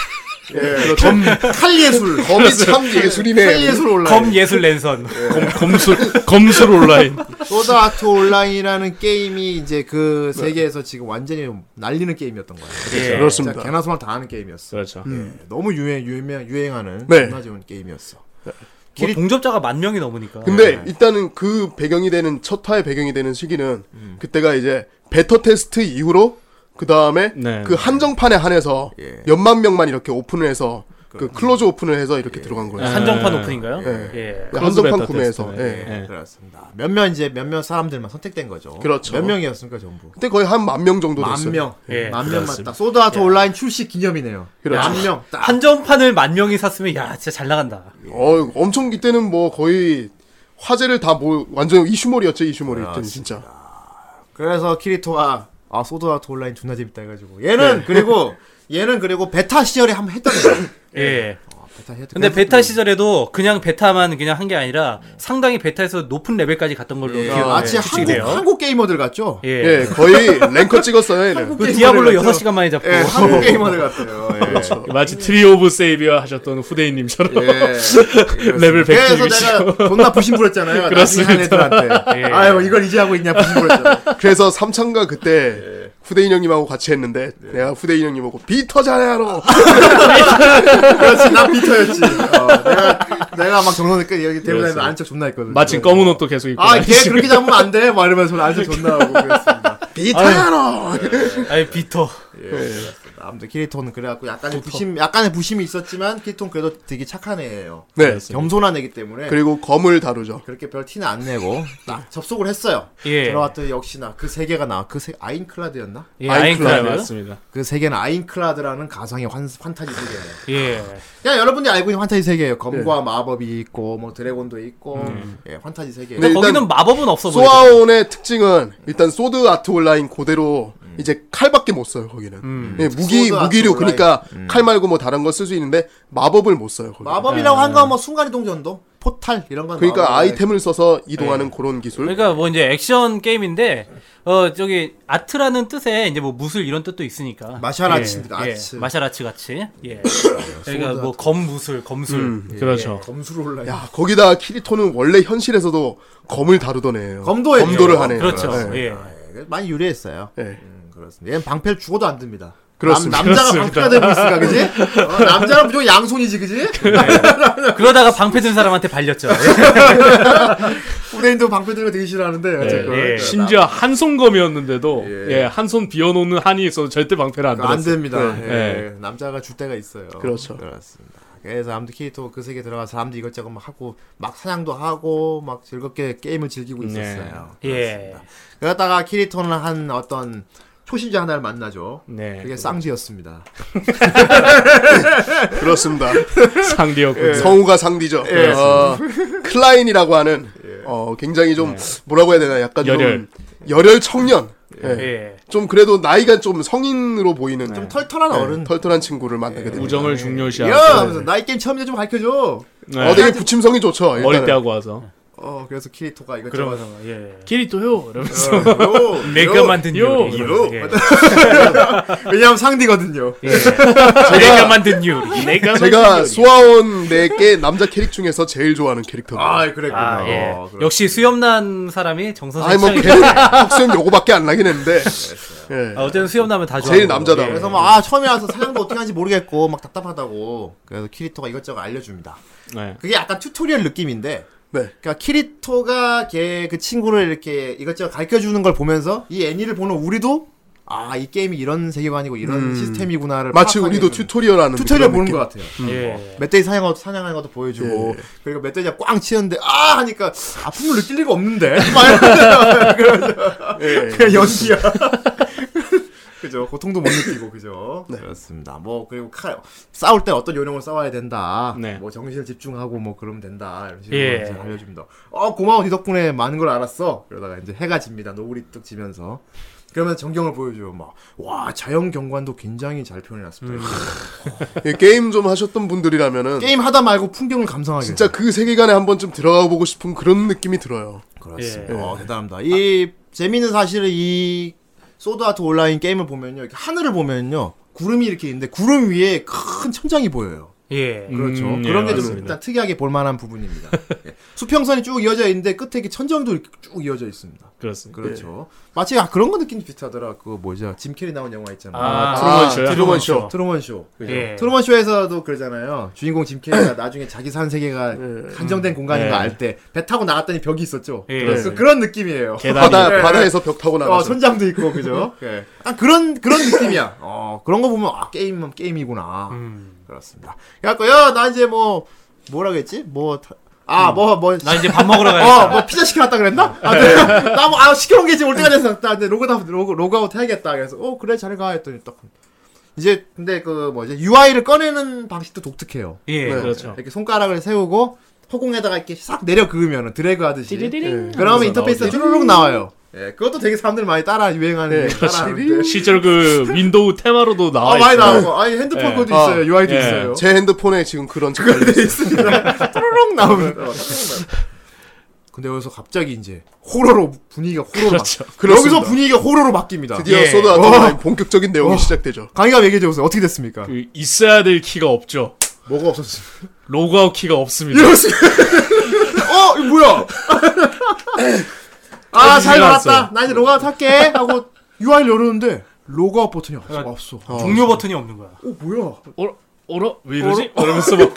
Speaker 1: 예, 검 칼예술.
Speaker 4: 검이 참 예술이네.
Speaker 1: 칼예술 온라인.
Speaker 2: 검 예술 랜선.
Speaker 8: 검, 검술 검술 온라인.
Speaker 1: 소드아트 온라인이라는 게임이 이제 그 세계에서 지금 완전히 날리는 게임이었던 거예요.
Speaker 2: 예.
Speaker 1: 진짜
Speaker 4: 그렇죠. 그렇습니다.
Speaker 1: 개나 소나 다 하는 게임이었어.
Speaker 8: 그렇죠.
Speaker 1: 예, 너무 유행 유행 유행하는
Speaker 4: 네.
Speaker 1: 존나 좋은 게임이었어.
Speaker 2: 뭐 동접자가 만 명이 넘으니까. 예.
Speaker 4: 근데 일단은 그 배경이 되는 첫 화의 배경이 되는 시기는
Speaker 2: 음.
Speaker 4: 그때가 이제 베터 테스트 이후로 그 다음에
Speaker 8: 네.
Speaker 4: 그 한정판에 한해서
Speaker 1: 예.
Speaker 4: 몇만 명만 이렇게 오픈을 해서 그 클로즈 오픈을 해서 이렇게 들어간 거예요.
Speaker 2: 아, 한정판 오픈인가요?
Speaker 4: 예.
Speaker 2: 예.
Speaker 1: 그
Speaker 4: 한정판 구매해서. 예.
Speaker 8: 예.
Speaker 1: 그렇습니다. 몇몇 이제 몇몇 사람들만 선택된 거죠.
Speaker 4: 그렇죠.
Speaker 1: 몇 명이었습니까 전부?
Speaker 4: 그때 거의 한 만 명 정도 됐어요.
Speaker 1: 만 명.
Speaker 2: 예,
Speaker 1: 만 명 맞다. 소드아트 온라인 출시 기념이네요.
Speaker 4: 그렇죠.
Speaker 1: 만 명. 딱.
Speaker 2: 한정판을 만 명이 샀으면 야 진짜 잘 나간다.
Speaker 4: 어, 엄청 이때는 뭐 거의 화제를 다 뭐 완전 이슈몰이었죠 이슈몰이
Speaker 1: 아,
Speaker 4: 그때는 진짜.
Speaker 1: 그래서 키리토가 아 소드아트 온라인 존나 재밌다 해가지고 얘는 그리고 얘는 그리고 베타 시절에 한번 했던 거예요.
Speaker 2: 예.
Speaker 1: 아, 베타 시절.
Speaker 2: 근데 베타 시절에도 그냥 베타만 그냥 한 게 아니라 상당히 베타에서 높은 레벨까지 갔던 걸로
Speaker 1: 예,
Speaker 2: 기억이
Speaker 1: 마치
Speaker 2: 추측이
Speaker 1: 한국
Speaker 2: 돼요.
Speaker 1: 한국 게이머들 같죠.
Speaker 2: 예.
Speaker 4: 예, 거의 랭커 찍었어요 얘는.
Speaker 2: 그 디아블로
Speaker 1: 게이머들
Speaker 2: 6시간 만에 잡고.
Speaker 1: 예, 한국 게이머들 같아요. 예.
Speaker 8: 그렇죠. 마치 트리 오브 세이비어 하셨던 후대인님처럼 레벨 100
Speaker 1: 그래서
Speaker 8: 찍으시고.
Speaker 1: 내가 존나 부심부렸잖아요. 그렇습니다. 예. 한 애들한테.
Speaker 2: 예.
Speaker 1: 아유 이걸 이제 하고 있냐 부심부렸잖아.
Speaker 4: 그래서 삼창가 그때
Speaker 1: 예.
Speaker 4: 후대인 형님하고 같이 했는데 내가 후대인 형님하고 비터
Speaker 1: 예.
Speaker 4: 잘해야로
Speaker 1: 그렇지 나 비터였지. 어, 내가 내가 막 정선을 끝 여기 대고 다니면 안척 존나 했거든.
Speaker 8: 마침 검은 옷도 계속 입고.
Speaker 1: 아, 걔
Speaker 8: 다니시고.
Speaker 1: 그렇게 잡으면 안 돼. 막 이러면서 안척 존나 하고 그랬습니다. 예.
Speaker 4: 비터야로
Speaker 2: 아니 비터.
Speaker 4: 네.
Speaker 1: 아무튼 키리토는 그래갖고 약간의 부심, 약간의 부심이 있었지만 키리토는 그래도 되게 착한 애예요.
Speaker 4: 네
Speaker 1: 겸손한 애기 때문에
Speaker 4: 그리고 검을 다루죠
Speaker 1: 그렇게 별 티는 안 내고 딱 접속을 했어요.
Speaker 2: 예.
Speaker 1: 들어왔더니 역시나 그 세 개가 나와. 그 세, 아인클라드였나?
Speaker 2: 예,
Speaker 8: 네,
Speaker 2: 아인클라이브.
Speaker 8: 맞습니다.
Speaker 1: 그 세 개는 아인클라드라는 가상의 환, 판타지 세계예요.
Speaker 2: 예.
Speaker 1: 그냥 여러분들이 알고 있는 환타지 세계예요.
Speaker 4: 네.
Speaker 1: 검과 마법이 있고 뭐 드래곤도 있고
Speaker 8: 음.
Speaker 4: 음.
Speaker 1: 예, 환타지 세계.
Speaker 4: 네. 일단
Speaker 2: 거기는 마법은 없어 보이죠.
Speaker 4: 소아온의 특징은 일단 소드 아트 온라인 그대로 이제 칼밖에 못 써요 거기는
Speaker 2: 음.
Speaker 4: 예, 무기
Speaker 1: 소드 아트
Speaker 4: 무기류
Speaker 1: 온라인. 음.
Speaker 4: 그러니까 칼 말고 뭐 다른 거 쓸 수 있는데 마법을 못 써요 거기
Speaker 1: 마법이라고 한 건 뭐 순간 이동 전도, 포탈 이런 건
Speaker 4: 네. 그러니까
Speaker 1: 마법인데.
Speaker 4: 아이템을 써서 이동하는 그런 기술
Speaker 2: 그러니까 뭐 이제 액션 게임인데 어 저기 아트라는 뜻에 이제 뭐 무술 이런 뜻도 있으니까
Speaker 1: 마샬 아츠, 아츠. 아,
Speaker 2: 예, 마샤라츠 같이 예 그러니까 뭐 검무술 검술 예.
Speaker 8: 그렇죠.
Speaker 1: 음, 예, 검수로 올라.
Speaker 4: 음. 야 거기다 키리토는 원래 현실에서도 검을 다루던 애예요
Speaker 1: 검도 해요.
Speaker 4: 검도를 하네요
Speaker 2: 그렇죠
Speaker 4: 예.
Speaker 2: 예
Speaker 1: 네, 많이 유리했어요.
Speaker 4: 예.
Speaker 1: 음, 그렇습니다. 얘는 방패를 죽어도 안 듭니다.
Speaker 4: 그렇습니다.
Speaker 1: 남, 남자가
Speaker 8: 그렇습니다.
Speaker 1: 방패가 되고 있으니까, 그지? 어, 남자는 무조건 양손이지, 그지?
Speaker 2: 그러다가 방패 든 사람한테 발렸죠
Speaker 1: 후대인도 방패 들고 되게 싫어하는데, 어쨌건.
Speaker 2: 예.
Speaker 8: 심지어 한 손검이었는데도 예, 한 손 비워놓는 한이 있어도 절대 방패를 안
Speaker 1: 그거 그러니까 안
Speaker 8: 들었어요.
Speaker 1: 됩니다. 예.
Speaker 8: 예.
Speaker 1: 남자가 줄 때가 있어요.
Speaker 4: 그렇죠.
Speaker 1: 그렇습니다. 그래서 아무튼 키리토 그 세계 들어가서 사람들 이것저것 막 하고, 막 사냥도 하고, 막 즐겁게 게임을 즐기고 있었어요.
Speaker 2: 예
Speaker 1: 그러다가 키리토는 한 어떤 초심자 하나를 만나죠.
Speaker 8: 네.
Speaker 1: 그게 쌍지였습니다.
Speaker 4: 그렇습니다
Speaker 1: 예.
Speaker 8: 상대였군요.
Speaker 4: 성우가 상디죠. 어, 클라인이라고 하는 어, 굉장히 좀 뭐라고 해야 되나 약간
Speaker 8: 네. 열혈.
Speaker 4: 좀 열혈 청년. 예.
Speaker 2: 예.
Speaker 4: 좀 그래도 나이가 좀 성인으로 보이는 좀 털,
Speaker 1: 털털한 어른. 예.
Speaker 4: 털털한 친구를 만나게 됩니다.
Speaker 8: 우정을
Speaker 1: 야!
Speaker 8: 중요시하고
Speaker 4: 네.
Speaker 1: 하면서 나이 게임 처음이좀 가르쳐줘!
Speaker 8: 네.
Speaker 4: 어, 되게 부침성이 어, 좋죠. 일단은.
Speaker 8: 어릴 때 하고 와서
Speaker 1: 어 그래서 키리토가 이거
Speaker 8: 그러면서 예.
Speaker 9: 키리토요. 이러면서.
Speaker 2: 내가 만든 요리.
Speaker 1: 요.
Speaker 2: 예.
Speaker 1: 왜냐하면 상디거든요.
Speaker 2: 예. 내가 만든 요리.
Speaker 9: 내가
Speaker 4: 제가 소아원 4개 남자 캐릭 중에서 제일 좋아하는 캐릭터입니다.
Speaker 1: 아 그랬구나.
Speaker 2: 아, 예.
Speaker 1: 어, 그렇-
Speaker 2: 역시 수염난 사람이 정선생
Speaker 4: 아니 뭐
Speaker 2: 취향이
Speaker 4: 캐릭 학생 요거밖에 안 나긴 했는데. 예.
Speaker 2: 아, 어쨌든 수염나면 다 좋아.
Speaker 4: 제일 남자다. 예.
Speaker 1: 그래서 막 아 처음에 와서 사장도 어떻게 하는지 모르겠고 막 답답하다고 그래서 키리토가 이것저것 알려줍니다.
Speaker 8: 네.
Speaker 1: 그게 약간 튜토리얼 느낌인데
Speaker 4: 네.
Speaker 1: 그러니까 키리토가 걔 그 친구를 이렇게 이것저것 가르쳐 주는 걸 보면서 이 애니를 보는 우리도 아 이 게임이 이런 세계관이고 이런 시스템이구나를
Speaker 4: 음. 마치
Speaker 1: 파악하게
Speaker 4: 우리도
Speaker 1: 해주는
Speaker 4: 튜토리얼 하는
Speaker 1: 튜토리얼
Speaker 4: 그런
Speaker 1: 보는
Speaker 4: 느낌.
Speaker 1: 것 같아요.
Speaker 4: 음.
Speaker 2: 예.
Speaker 1: 멧돼지 사냥하고 사냥하는 것도 보여주고 그리고 멧돼지가 꽝 치는데 아 하니까 아픔을 느낄 리가 없는데 막 이러면서 그러면서 그냥 연기야 그죠 고통도 못 느끼고 그죠 그렇습니다 뭐 그리고 칼 싸울 때 어떤 요령을 싸워야 된다
Speaker 8: 네.
Speaker 1: 뭐 정신을 집중하고 뭐 그러면 된다 이런 식으로
Speaker 2: 예.
Speaker 1: 이제 알려줍니다 어 고마워 네 덕분에 많은 걸 알았어 그러다가 이제 해가 집니다 노을이 뚝 지면서 그러면 전경을 보여줘요 막 와 자연 경관도 굉장히 잘 표현해놨습니다
Speaker 4: 예, 게임 좀 하셨던 분들이라면은
Speaker 1: 게임 하다 말고 풍경을 감상하게
Speaker 4: 음. 어. 진짜 그 세계관에 한 번쯤 들어가 보고 싶은 그런 느낌이 들어요.
Speaker 1: 그렇습니다.
Speaker 8: 예.
Speaker 1: 어, 대단합니다. 이 재미있는 사실은 이 소드아트 온라인 게임을 보면요. 이렇게 하늘을 보면요. 구름이 이렇게 있는데 구름 위에 큰 천장이 보여요.
Speaker 2: 예.
Speaker 1: 그렇죠.
Speaker 8: 음,
Speaker 1: 그런
Speaker 8: 예,
Speaker 1: 게 좀
Speaker 8: 맞습니다.
Speaker 1: 일단 특이하게 볼 만한 부분입니다. 예. 수평선이 쭉 이어져 있는데 끝에 이렇게 천정도 이렇게 쭉 이어져 있습니다.
Speaker 8: 그렇습니다.
Speaker 1: 그렇죠. 마치 아, 그런 거 느낌 비슷하더라. 그거 뭐지? 짐 캐리 나온 영화 있잖아요.
Speaker 8: 아,
Speaker 4: 아,
Speaker 8: 트루먼 쇼요?
Speaker 4: 트루먼 쇼.
Speaker 1: 트루먼 쇼.
Speaker 2: 예.
Speaker 1: 트루먼 쇼에서도 그러잖아요. 주인공 짐 캐리가 나중에 자기 산 세계가 한정된 공간인
Speaker 8: 예.
Speaker 1: 걸 알 때 배 타고 나갔더니 벽이 있었죠.
Speaker 2: 예.
Speaker 1: 그래서 그런 느낌이에요. 예.
Speaker 4: 바다 바다에서 벽 타고
Speaker 1: 어,
Speaker 4: 나가서
Speaker 1: 천장도 있고 그죠? 예. 딱 그런 그런 느낌이야. 어, 그런 거 보면 아, 게임은 게임이구나.
Speaker 8: 음.
Speaker 1: 그렇습니다. 그래갖고 야나 이제 뭐 뭐라 그랬지?
Speaker 8: 음.
Speaker 1: 뭐아뭐뭐
Speaker 2: 나 이제 밥 먹으러
Speaker 1: 어,
Speaker 2: 가야겠다.
Speaker 1: 뭐 피자 시켜놨다 그랬나? 아, 나뭐 아, 시켜놓은 게 지금 올 때가 됐어. 나 이제 로그다 로그 로그아웃 해야겠다. 그래서 어 그래 잘 가. 했더니 딱 이제 근데 그 뭐지 UI를 꺼내는 방식도 독특해요. 네.
Speaker 2: 예.
Speaker 8: 그렇죠.
Speaker 1: 이렇게 손가락을 세우고 허공에다가 이렇게 싹 내려 그으면 드래그 하듯이 예. 그러면 인터페이스가 쭈르륵 나와요. 예, 그것도 되게 사람들 많이 따라
Speaker 4: 네,
Speaker 1: 유행하는 게
Speaker 4: 그렇죠.
Speaker 1: 따라 하는데.
Speaker 8: 실제로 그 윈도우 테마로도 나와
Speaker 1: 아 많이
Speaker 8: 있어요.
Speaker 1: 나오고 아니 핸드폰
Speaker 8: 예.
Speaker 1: 그것도
Speaker 4: 아,
Speaker 1: 있어요 UI도
Speaker 8: 예.
Speaker 1: 있어요
Speaker 4: 제 핸드폰에 지금 그런 책 알려 있어요.
Speaker 1: 쭈르륵 나오는 거. 근데 여기서 갑자기 이제 호러로 분위기가 호러로
Speaker 8: 그렇죠.
Speaker 1: 바-
Speaker 4: 그렇습니다.
Speaker 1: 여기서 분위기가 호러로 바뀝니다
Speaker 4: 드디어
Speaker 2: 예.
Speaker 4: 소드
Speaker 1: 어.
Speaker 4: 아트라인 본격적인 내용이 시작되죠.
Speaker 1: 강의가 얘기해 줘보세요 어떻게 됐습니까
Speaker 8: 그 있어야 될 키가 없죠.
Speaker 1: 뭐가 없었지
Speaker 8: 로그아웃 키가 없습니다.
Speaker 1: 이럴 수 예. 어 이거 뭐야 아 잘 나왔다 나 이제 로그아웃 할게 하고 UI를 열었는데 로그아웃 버튼이 없어 없어
Speaker 2: 종료 버튼이 없는 거야.
Speaker 1: 어 뭐야
Speaker 8: 어라? 어라? 왜 이러지? 이러면서 막,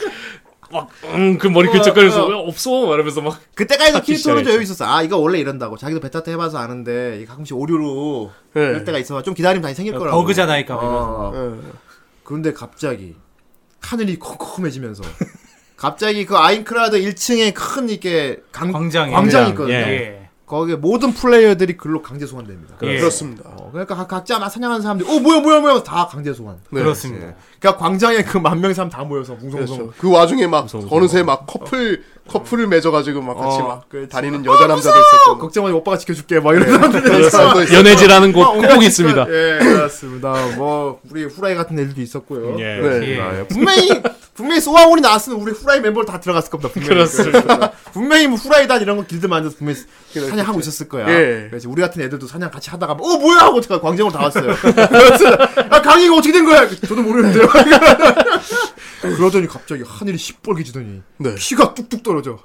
Speaker 8: 막, 음, 그 머리 긁적거리면서, 왜 없어? 이러면서 막,
Speaker 1: 어, 그때까지도
Speaker 8: 하기
Speaker 1: 키리토는 좀
Speaker 8: 시작했죠.
Speaker 1: 여유 있었어. 아, 이거 원래 이런다고. 자기도 베타 때 해봐서 아는데, 이게 가끔씩 오류로 이럴 때가 있어. 좀 기다리면 다시 생길 거라고.
Speaker 2: 네. 버그잖아, 이까
Speaker 1: 어. 그런데 갑자기, 하늘이 컴컴해지면서, 갑자기 그 아인크라드 1층에 큰 이게 강,
Speaker 2: 광장이.
Speaker 1: 광장이 있거든요.
Speaker 2: 예.
Speaker 1: 거기에 모든 플레이어들이 글로 강제 소환됩니다.
Speaker 2: 예.
Speaker 4: 그렇습니다.
Speaker 1: 어, 그러니까 각- 각자 막 사냥하는 사람들, 어, 뭐야, 뭐야, 뭐야. 다 강제 소환.
Speaker 2: 그렇습니다.
Speaker 1: 그러니까 광장에 그 만 명의 사람 다 모여서 웅성웅성.
Speaker 4: 그렇죠. 그 와중에 막 어느새 막 커플 커플을 맺어가지고 막 같이
Speaker 1: 어,
Speaker 4: 막
Speaker 1: 그렇지.
Speaker 4: 다니는 여자 남자도 있었고 네.
Speaker 1: 걱정 마지 오빠가 지켜줄게. 막 이런 사람들이 있어.
Speaker 4: 그런 거 있었고.
Speaker 8: 연애지라는 곳
Speaker 1: 엉망이
Speaker 8: 꼭 있습니다.
Speaker 1: 있어요. 예, 그렇습니다. 뭐 우리 후라이 같은 애들도 있었고요.
Speaker 8: 예.
Speaker 4: 네.
Speaker 2: 예.
Speaker 1: 아, 예. 분명히 분명히 소아온이 나왔으면 우리 후라이 멤버로 다 들어갔을 겁니다. 분명히.
Speaker 8: 그렇습니다.
Speaker 1: 분명히 뭐 후라이단 이런 거 길드 만들어서 분명히 사냥하고 있었을 거야.
Speaker 4: 예.
Speaker 1: 그래서 우리 같은 애들도 사냥 같이 하다가 어 뭐야 하고 제가 광장으로 다 왔어요. 그래서 아 강의가 어떻게 된 거야? 저도 모르는데요. 그러더니 갑자기 하늘이 시뻘개지더니
Speaker 4: 네.
Speaker 1: 피가 뚝뚝 떨어져.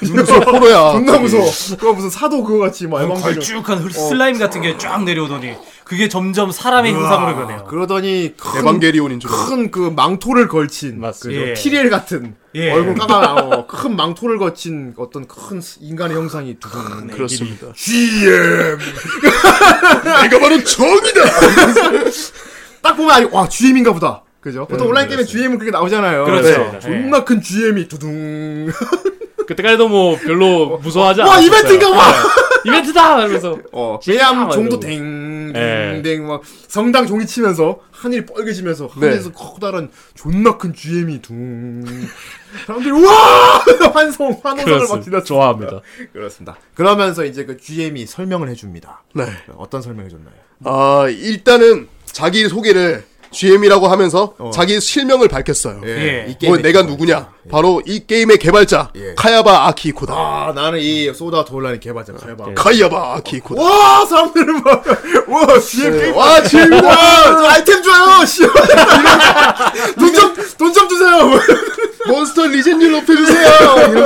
Speaker 4: 무슨 포로야.
Speaker 1: 존나 무서워. 아, 그거 무슨 사도 그거 같이 막 어. 엉망진창.
Speaker 2: 어, 걸쭉한 흙-
Speaker 4: 어.
Speaker 2: 슬라임 같은 게 쫙 내려오더니 그게 점점 사람의 형상으로 변해요.
Speaker 1: 그러더니 큰
Speaker 4: 에반게리온인 줄 알고.
Speaker 1: 큰 그 망토를 걸친 맞습니다.
Speaker 2: 예.
Speaker 1: 피리엘 같은
Speaker 2: 예.
Speaker 1: 얼굴 까가 어, 큰 망토를 걸친 어떤 큰 스- 인간의 형상이
Speaker 2: 아,
Speaker 1: 두근
Speaker 2: 네,
Speaker 4: 그렇습니다.
Speaker 1: GM
Speaker 4: 내가 바로 정이다.
Speaker 1: 딱 보면 아니 와 GM인가 보다 그죠 보통 온라인 게임에 GM은 그렇게 나오잖아요
Speaker 2: 네, 그렇죠.
Speaker 1: 네. 존나 큰 GM이 두둥
Speaker 8: 그때까지도 뭐, 별로 무서워하지 않았어요. 네.
Speaker 1: 와 이벤트인가 봐
Speaker 8: 이벤트다! 이러면서.
Speaker 1: 어, 예암
Speaker 2: 아,
Speaker 8: 막
Speaker 1: 종도
Speaker 8: 이러고.
Speaker 2: 네.
Speaker 8: 예.
Speaker 1: 댕댕댕 막 성당 종이 치면서 하늘이 뻘개지면서
Speaker 4: 네.
Speaker 1: 하늘에서 커다란 존나 큰 GM이 둥 사람들이 우와 환송 환호성을 막
Speaker 8: 그렇습니다.
Speaker 1: 지나
Speaker 8: 좋아합니다.
Speaker 1: 그렇습니다. 그러면서 이제 그 GM이 설명을 해줍니다.
Speaker 4: 네.
Speaker 1: 어떤 설명을 해줬나요?
Speaker 4: 아 일단은 자기 소개를 GM이라고 하면서 자기 실명을 밝혔어요.
Speaker 1: 어. 예. 이
Speaker 4: 뭐
Speaker 1: 게임의
Speaker 4: 내가
Speaker 1: 기본.
Speaker 4: 누구냐? 바로 이 게임의 개발자
Speaker 1: 예.
Speaker 4: 카야바 아키코다.
Speaker 1: 아 나는 이 소다 돌라니 개발자
Speaker 4: 네.
Speaker 1: 개발.
Speaker 4: 카야바 아키코다.
Speaker 1: 와 사람들은 막와 GMP
Speaker 4: 어, 네. 와, 뭐. 지금
Speaker 1: 와 아이템 줘요 씨돈좀 돈 좀 주세요
Speaker 4: 몬스터 리젠율 높여주세요.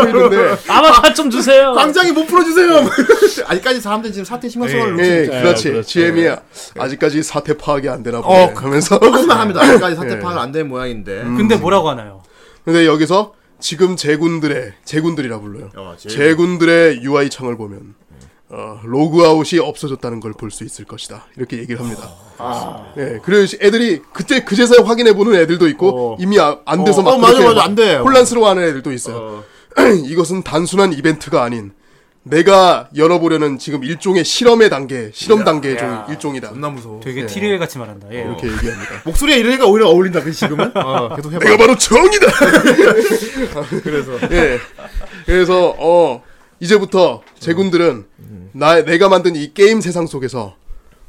Speaker 4: 이러고 있는데.
Speaker 9: 아마 좀 주세요.
Speaker 1: 광장이 못 풀어주세요 아직까지 사람들 이 지금 사태 심각성을
Speaker 4: 예,
Speaker 1: 놓치고
Speaker 4: 예,
Speaker 1: 있어요.
Speaker 9: 네,
Speaker 4: 그렇지.
Speaker 8: 그렇죠.
Speaker 4: GM이 아직까지 사태 파악이 안 되나 보네. 하면서.
Speaker 1: 하지만 합니다 어, 아직까지 사태
Speaker 4: 예.
Speaker 1: 파악 안 된 모양인데
Speaker 2: 근데 뭐라고 하나요?
Speaker 4: 근데 여기서 지금 제군들의 제군들이라 불러요.
Speaker 1: 어, 제군.
Speaker 4: 제군들의 UI 창을 보면 어, 로그아웃이 없어졌다는 걸 볼 수 있을 것이다. 이렇게 얘기를 합니다.
Speaker 1: 네.
Speaker 4: 예, 그래서 애들이 그때 그제서야 확인해 보는 애들도 있고
Speaker 1: 어.
Speaker 4: 이미 아- 안 돼서
Speaker 1: 어,
Speaker 4: 막
Speaker 1: 어, 맞아,
Speaker 4: 그렇게
Speaker 1: 맞아, 안 돼.
Speaker 4: 혼란스러워하는 애들도 있어요. 이것은 단순한 이벤트가 아닌 내가 열어보려는 지금 일종의 실험의 단계, 실험 단계의 종- 일종이다.
Speaker 1: 겁나 무서워
Speaker 2: 되게 티리에 같이 말한다. 예.
Speaker 4: 이렇게 얘기합니다.
Speaker 1: 목소리가 이러니까 오히려 어울린다 그 지금은 어, 계속 해봐
Speaker 4: 내가 바로 정이다. 아, 그래서 예. 그래서 어 이제부터 제군들은 나 내가 만든 이 게임 세상 속에서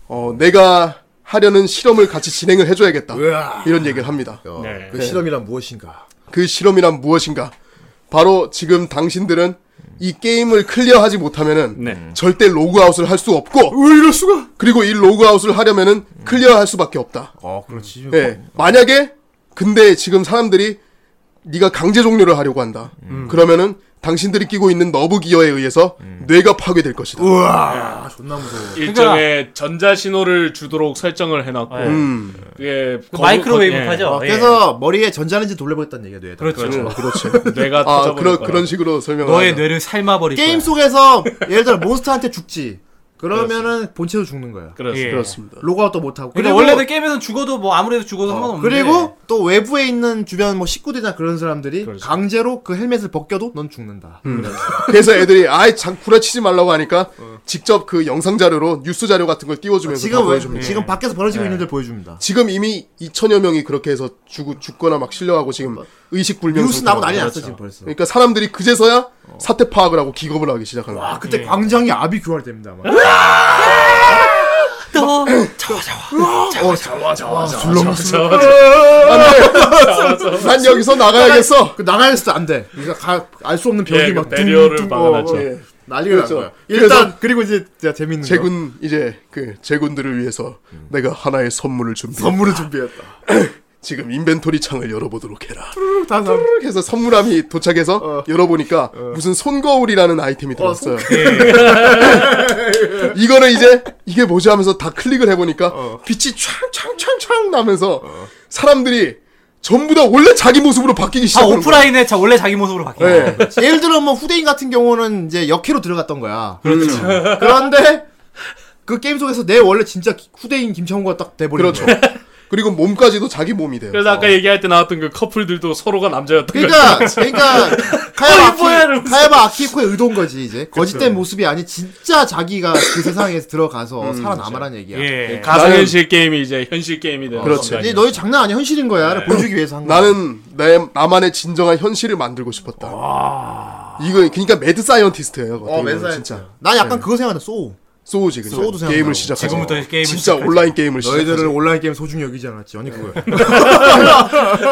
Speaker 4: 어 내가 하려는 실험을 같이 진행을 해줘야겠다.
Speaker 1: 으아.
Speaker 4: 이런 얘기를 합니다.
Speaker 1: 어, 그 실험이란 무엇인가
Speaker 4: 그 실험이란 무엇인가? 바로 지금 당신들은 이 게임을 클리어하지 못하면은 절대 로그아웃을 할 수 없고 이럴 수가? 그리고 이 로그아웃을 하려면은 클리어할 수밖에 없다.
Speaker 1: 어 그렇지
Speaker 4: 예. 만약에 근데 지금 사람들이 네가 강제 종료를 하려고 한다.
Speaker 1: 음.
Speaker 4: 그러면은 당신들이 끼고 있는 너브 기어에 의해서 뇌가 파괴될 것이다.
Speaker 1: 음. 우와 존나 무서워
Speaker 8: 네. 일종의 전자 신호를 주도록 설정을 해놨고
Speaker 2: 예.
Speaker 4: 음.
Speaker 8: 그게
Speaker 2: 그 마이크로웨이브
Speaker 8: 예.
Speaker 2: 하죠.
Speaker 1: 어, 그래서 머리에 전자레인지 돌려버렸다는 얘기야 뇌에다
Speaker 2: 그렇죠.
Speaker 4: 어, 그렇지.
Speaker 8: 뇌가
Speaker 4: 아,
Speaker 8: 터져버릴
Speaker 4: 그런
Speaker 8: 거야.
Speaker 4: 그런 식으로 설명을
Speaker 2: 너의
Speaker 4: 하죠.
Speaker 2: 뇌를 삶아버릴 거야.
Speaker 1: 게임 속에서 예를 들어 몬스터한테 죽지 그러면은 본체도 죽는 거야
Speaker 8: 그렇습니다.
Speaker 2: 예.
Speaker 4: 그렇습니다.
Speaker 1: 로그아웃도 못하고
Speaker 2: 근데 그러니까 원래는 게임에서는 죽어도 뭐 아무래도 죽어도
Speaker 1: 어,
Speaker 2: 상관없는데.
Speaker 4: 네.
Speaker 1: 그리고 또 외부에 있는 주변 뭐 식구들이나 그런 사람들이
Speaker 4: 그렇죠.
Speaker 1: 강제로 그 헬멧을 벗겨도 넌 죽는다.
Speaker 8: 음.
Speaker 4: 그래서 애들이 아이 장 구라치지 말라고 하니까 직접 그 영상 자료로 뉴스 자료 같은 걸 띄워주면서
Speaker 1: 어. 지금
Speaker 4: 다
Speaker 1: 왜-
Speaker 4: 보여줍니다. 네. 예.
Speaker 1: 지금 밖에서 벌어지고 있는 들 보여줍니다.
Speaker 4: 지금 이미 2천여 명이 그렇게 해서 죽, 죽거나 막 실려하고 지금 의식 불명
Speaker 1: 뭐. 뉴스
Speaker 4: 상태라고.
Speaker 1: 나고 난리 났어 지금 벌써. 어.
Speaker 4: 그러니까 사람들이 그제서야 사태 파악을 하고 기겁을 하기 시작하는 거야.
Speaker 1: 아 그때 광장이 아비 교환 됩니다. 아마.
Speaker 2: 또
Speaker 1: 어,
Speaker 8: 아,
Speaker 1: 자와 자와 자와. 아, 네.
Speaker 4: 난 여기서 나가야겠어.
Speaker 1: 그 나가야겠어 안 돼. 그러니까 알수 없는 벽이
Speaker 8: 예,
Speaker 1: 막
Speaker 8: 그 배려를
Speaker 1: 둥둥,
Speaker 8: 막아놨죠.
Speaker 1: 어, 어, 난리가 난
Speaker 4: 그렇죠.
Speaker 1: 거야.
Speaker 4: 그래서-
Speaker 1: 일단 그리고 이제 진짜 재밌는 거. 음.
Speaker 4: 제군 이제 그 제군들을 위해서 내가 하나의 선물을 준비.
Speaker 1: 선물을 준비했다.
Speaker 4: 지금 인벤토리 창을 열어보도록 해라.
Speaker 1: 다 사.
Speaker 4: 그래서 선물함이 도착해서 열어보니까 무슨 손거울이라는 아이템이 들어왔어요. 이거는 이제 이게 뭐지 하면서 다 클릭을 해보니까
Speaker 1: 어.
Speaker 4: 빛이 촥촥촥촥 나면서 사람들이 전부 다 원래 자기 모습으로 바뀌기
Speaker 2: 아
Speaker 4: 시작하는 거야.
Speaker 2: 오프라인에 자 원래 자기 모습으로 바뀌어.
Speaker 4: 예.
Speaker 1: 예를 들어 뭐 후대인 같은 경우는 이제 역해로 들어갔던 거야. 그렇죠.
Speaker 4: 음.
Speaker 1: 그런데 그 게임 속에서 내 원래 진짜 기- 후대인 김창호가 딱 돼버린
Speaker 4: 그렇죠.
Speaker 1: 거야.
Speaker 4: 그리고 몸까지도 자기 몸이 돼요.
Speaker 8: 그래서 아까 얘기할 때 나왔던 그 커플들도 서로가 남자였던
Speaker 1: 그러니까
Speaker 4: 그렇죠.
Speaker 1: 그러니까
Speaker 4: 어,
Speaker 1: 카야바
Speaker 8: 뭐야,
Speaker 1: 아키
Speaker 8: 이러면서.
Speaker 1: 카야바 아키코의 의도인 거지 이제
Speaker 4: 그렇죠.
Speaker 1: 거짓된 모습이 아닌 진짜 자기가 그 세상에
Speaker 4: 음,
Speaker 1: 들어가서
Speaker 4: 그렇죠.
Speaker 1: 살아남아라는 얘기야.
Speaker 2: 예.
Speaker 8: 가상현실 게임이 이제 현실 게임이 되는
Speaker 4: 그렇지. 네.
Speaker 1: 이제
Speaker 8: 겁니다.
Speaker 1: 네, 너희 장난 아니야 현실인 거야. 보여주기 위해서 한 거야.
Speaker 4: 나는 내 나만의 진정한 현실을 만들고 싶었다. 이거 그러니까 매드 사이언티스트예요. 어떻게 보면 진짜 네.
Speaker 1: 난 약간 그거 생각나 소우.
Speaker 4: 소우지 그죠?
Speaker 1: 소우도 생각나고.
Speaker 4: 게임을 시작하지.
Speaker 2: 지금부터 게임을
Speaker 4: 진짜
Speaker 2: 시작하지.
Speaker 4: 온라인 게임을 시작하지.
Speaker 1: 너희들은 온라인 게임 소중히 여기지 않았지. 아니 그거야.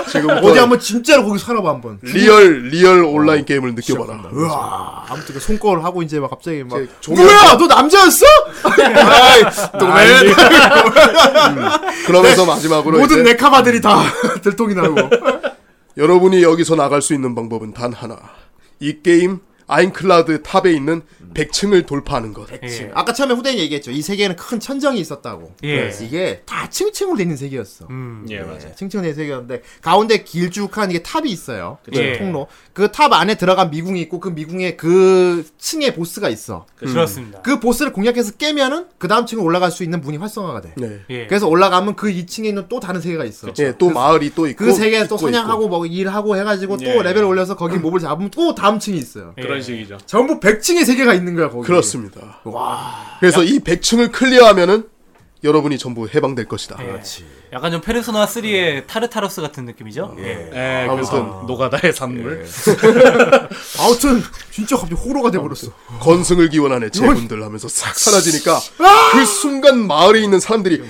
Speaker 4: 지금부터
Speaker 1: 어디 한번 진짜로 거기 살아봐 한번.
Speaker 4: 리얼 리얼
Speaker 1: 어,
Speaker 4: 온라인 게임을 느껴봐라.
Speaker 1: 으아. 아무튼 그 손거울 하고 이제 막 갑자기 막
Speaker 4: 이제 종이
Speaker 1: 누구야 너 남자였어? 아이, 또 왜?
Speaker 4: 음. 그러면서 마지막으로
Speaker 1: 네. 모든
Speaker 4: 이제
Speaker 1: 네카바들이 다 들통이 나고.
Speaker 4: 여러분이 여기서 나갈 수 있는 방법은 단 하나. 이 게임 아인클라드 탑에 있는 100층을 돌파하는 것.
Speaker 2: 예.
Speaker 1: 아까 처음에 후대인 얘기했죠. 이 세계에는 큰 천정이 있었다고.
Speaker 2: 예. 음.
Speaker 1: 그래서 이게 다 층층으로 돼 있는 세계였어.
Speaker 8: 예, 맞아.
Speaker 1: 네, 층층 내 세계였는데 가운데 길쭉한 이게 탑이 있어요. 그
Speaker 2: 예.
Speaker 1: 통로. 그 탑 안에 들어간 미궁이 있고 그 미궁의 그 층에 보스가 있어.
Speaker 2: 음. 그렇습니다.
Speaker 1: 그 보스를 공략해서 깨면은 그 다음 층으로 올라갈 수 있는 문이 활성화가 돼.
Speaker 4: 네.
Speaker 2: 예.
Speaker 1: 그래서 올라가면 그 2층에 있는 또 다른 세계가 있어.
Speaker 4: 예, 또 마을이 또 있고
Speaker 1: 그 세계에서 또
Speaker 4: 있고 있고.
Speaker 1: 사냥하고 뭐 일하고 해가지고
Speaker 8: 예.
Speaker 1: 또 레벨 올려서 거기 몹을 잡으면 또 다음 층이 있어요.
Speaker 8: 그런 식이죠.
Speaker 1: 전부 100층의 세계가 있는 거야 거기.
Speaker 4: 예. 그렇습니다. 그래서 이 100층을 클리어하면은 여러분이 전부 해방될 것이다.
Speaker 1: 예.
Speaker 2: 약간 좀 페르소나 3의 타르타로스 같은 느낌이죠?
Speaker 4: 어.
Speaker 2: 예.
Speaker 4: 아,
Speaker 8: 예, 그래서 노가다의 산물.
Speaker 4: 예.
Speaker 1: 아무튼 진짜 갑자기 호러가 돼버렸어.
Speaker 4: 건승을 기원하는
Speaker 1: 아! 뭐.
Speaker 4: 제군들 하면서 싹 사라지니까 그 순간 마을에 있는 사람들이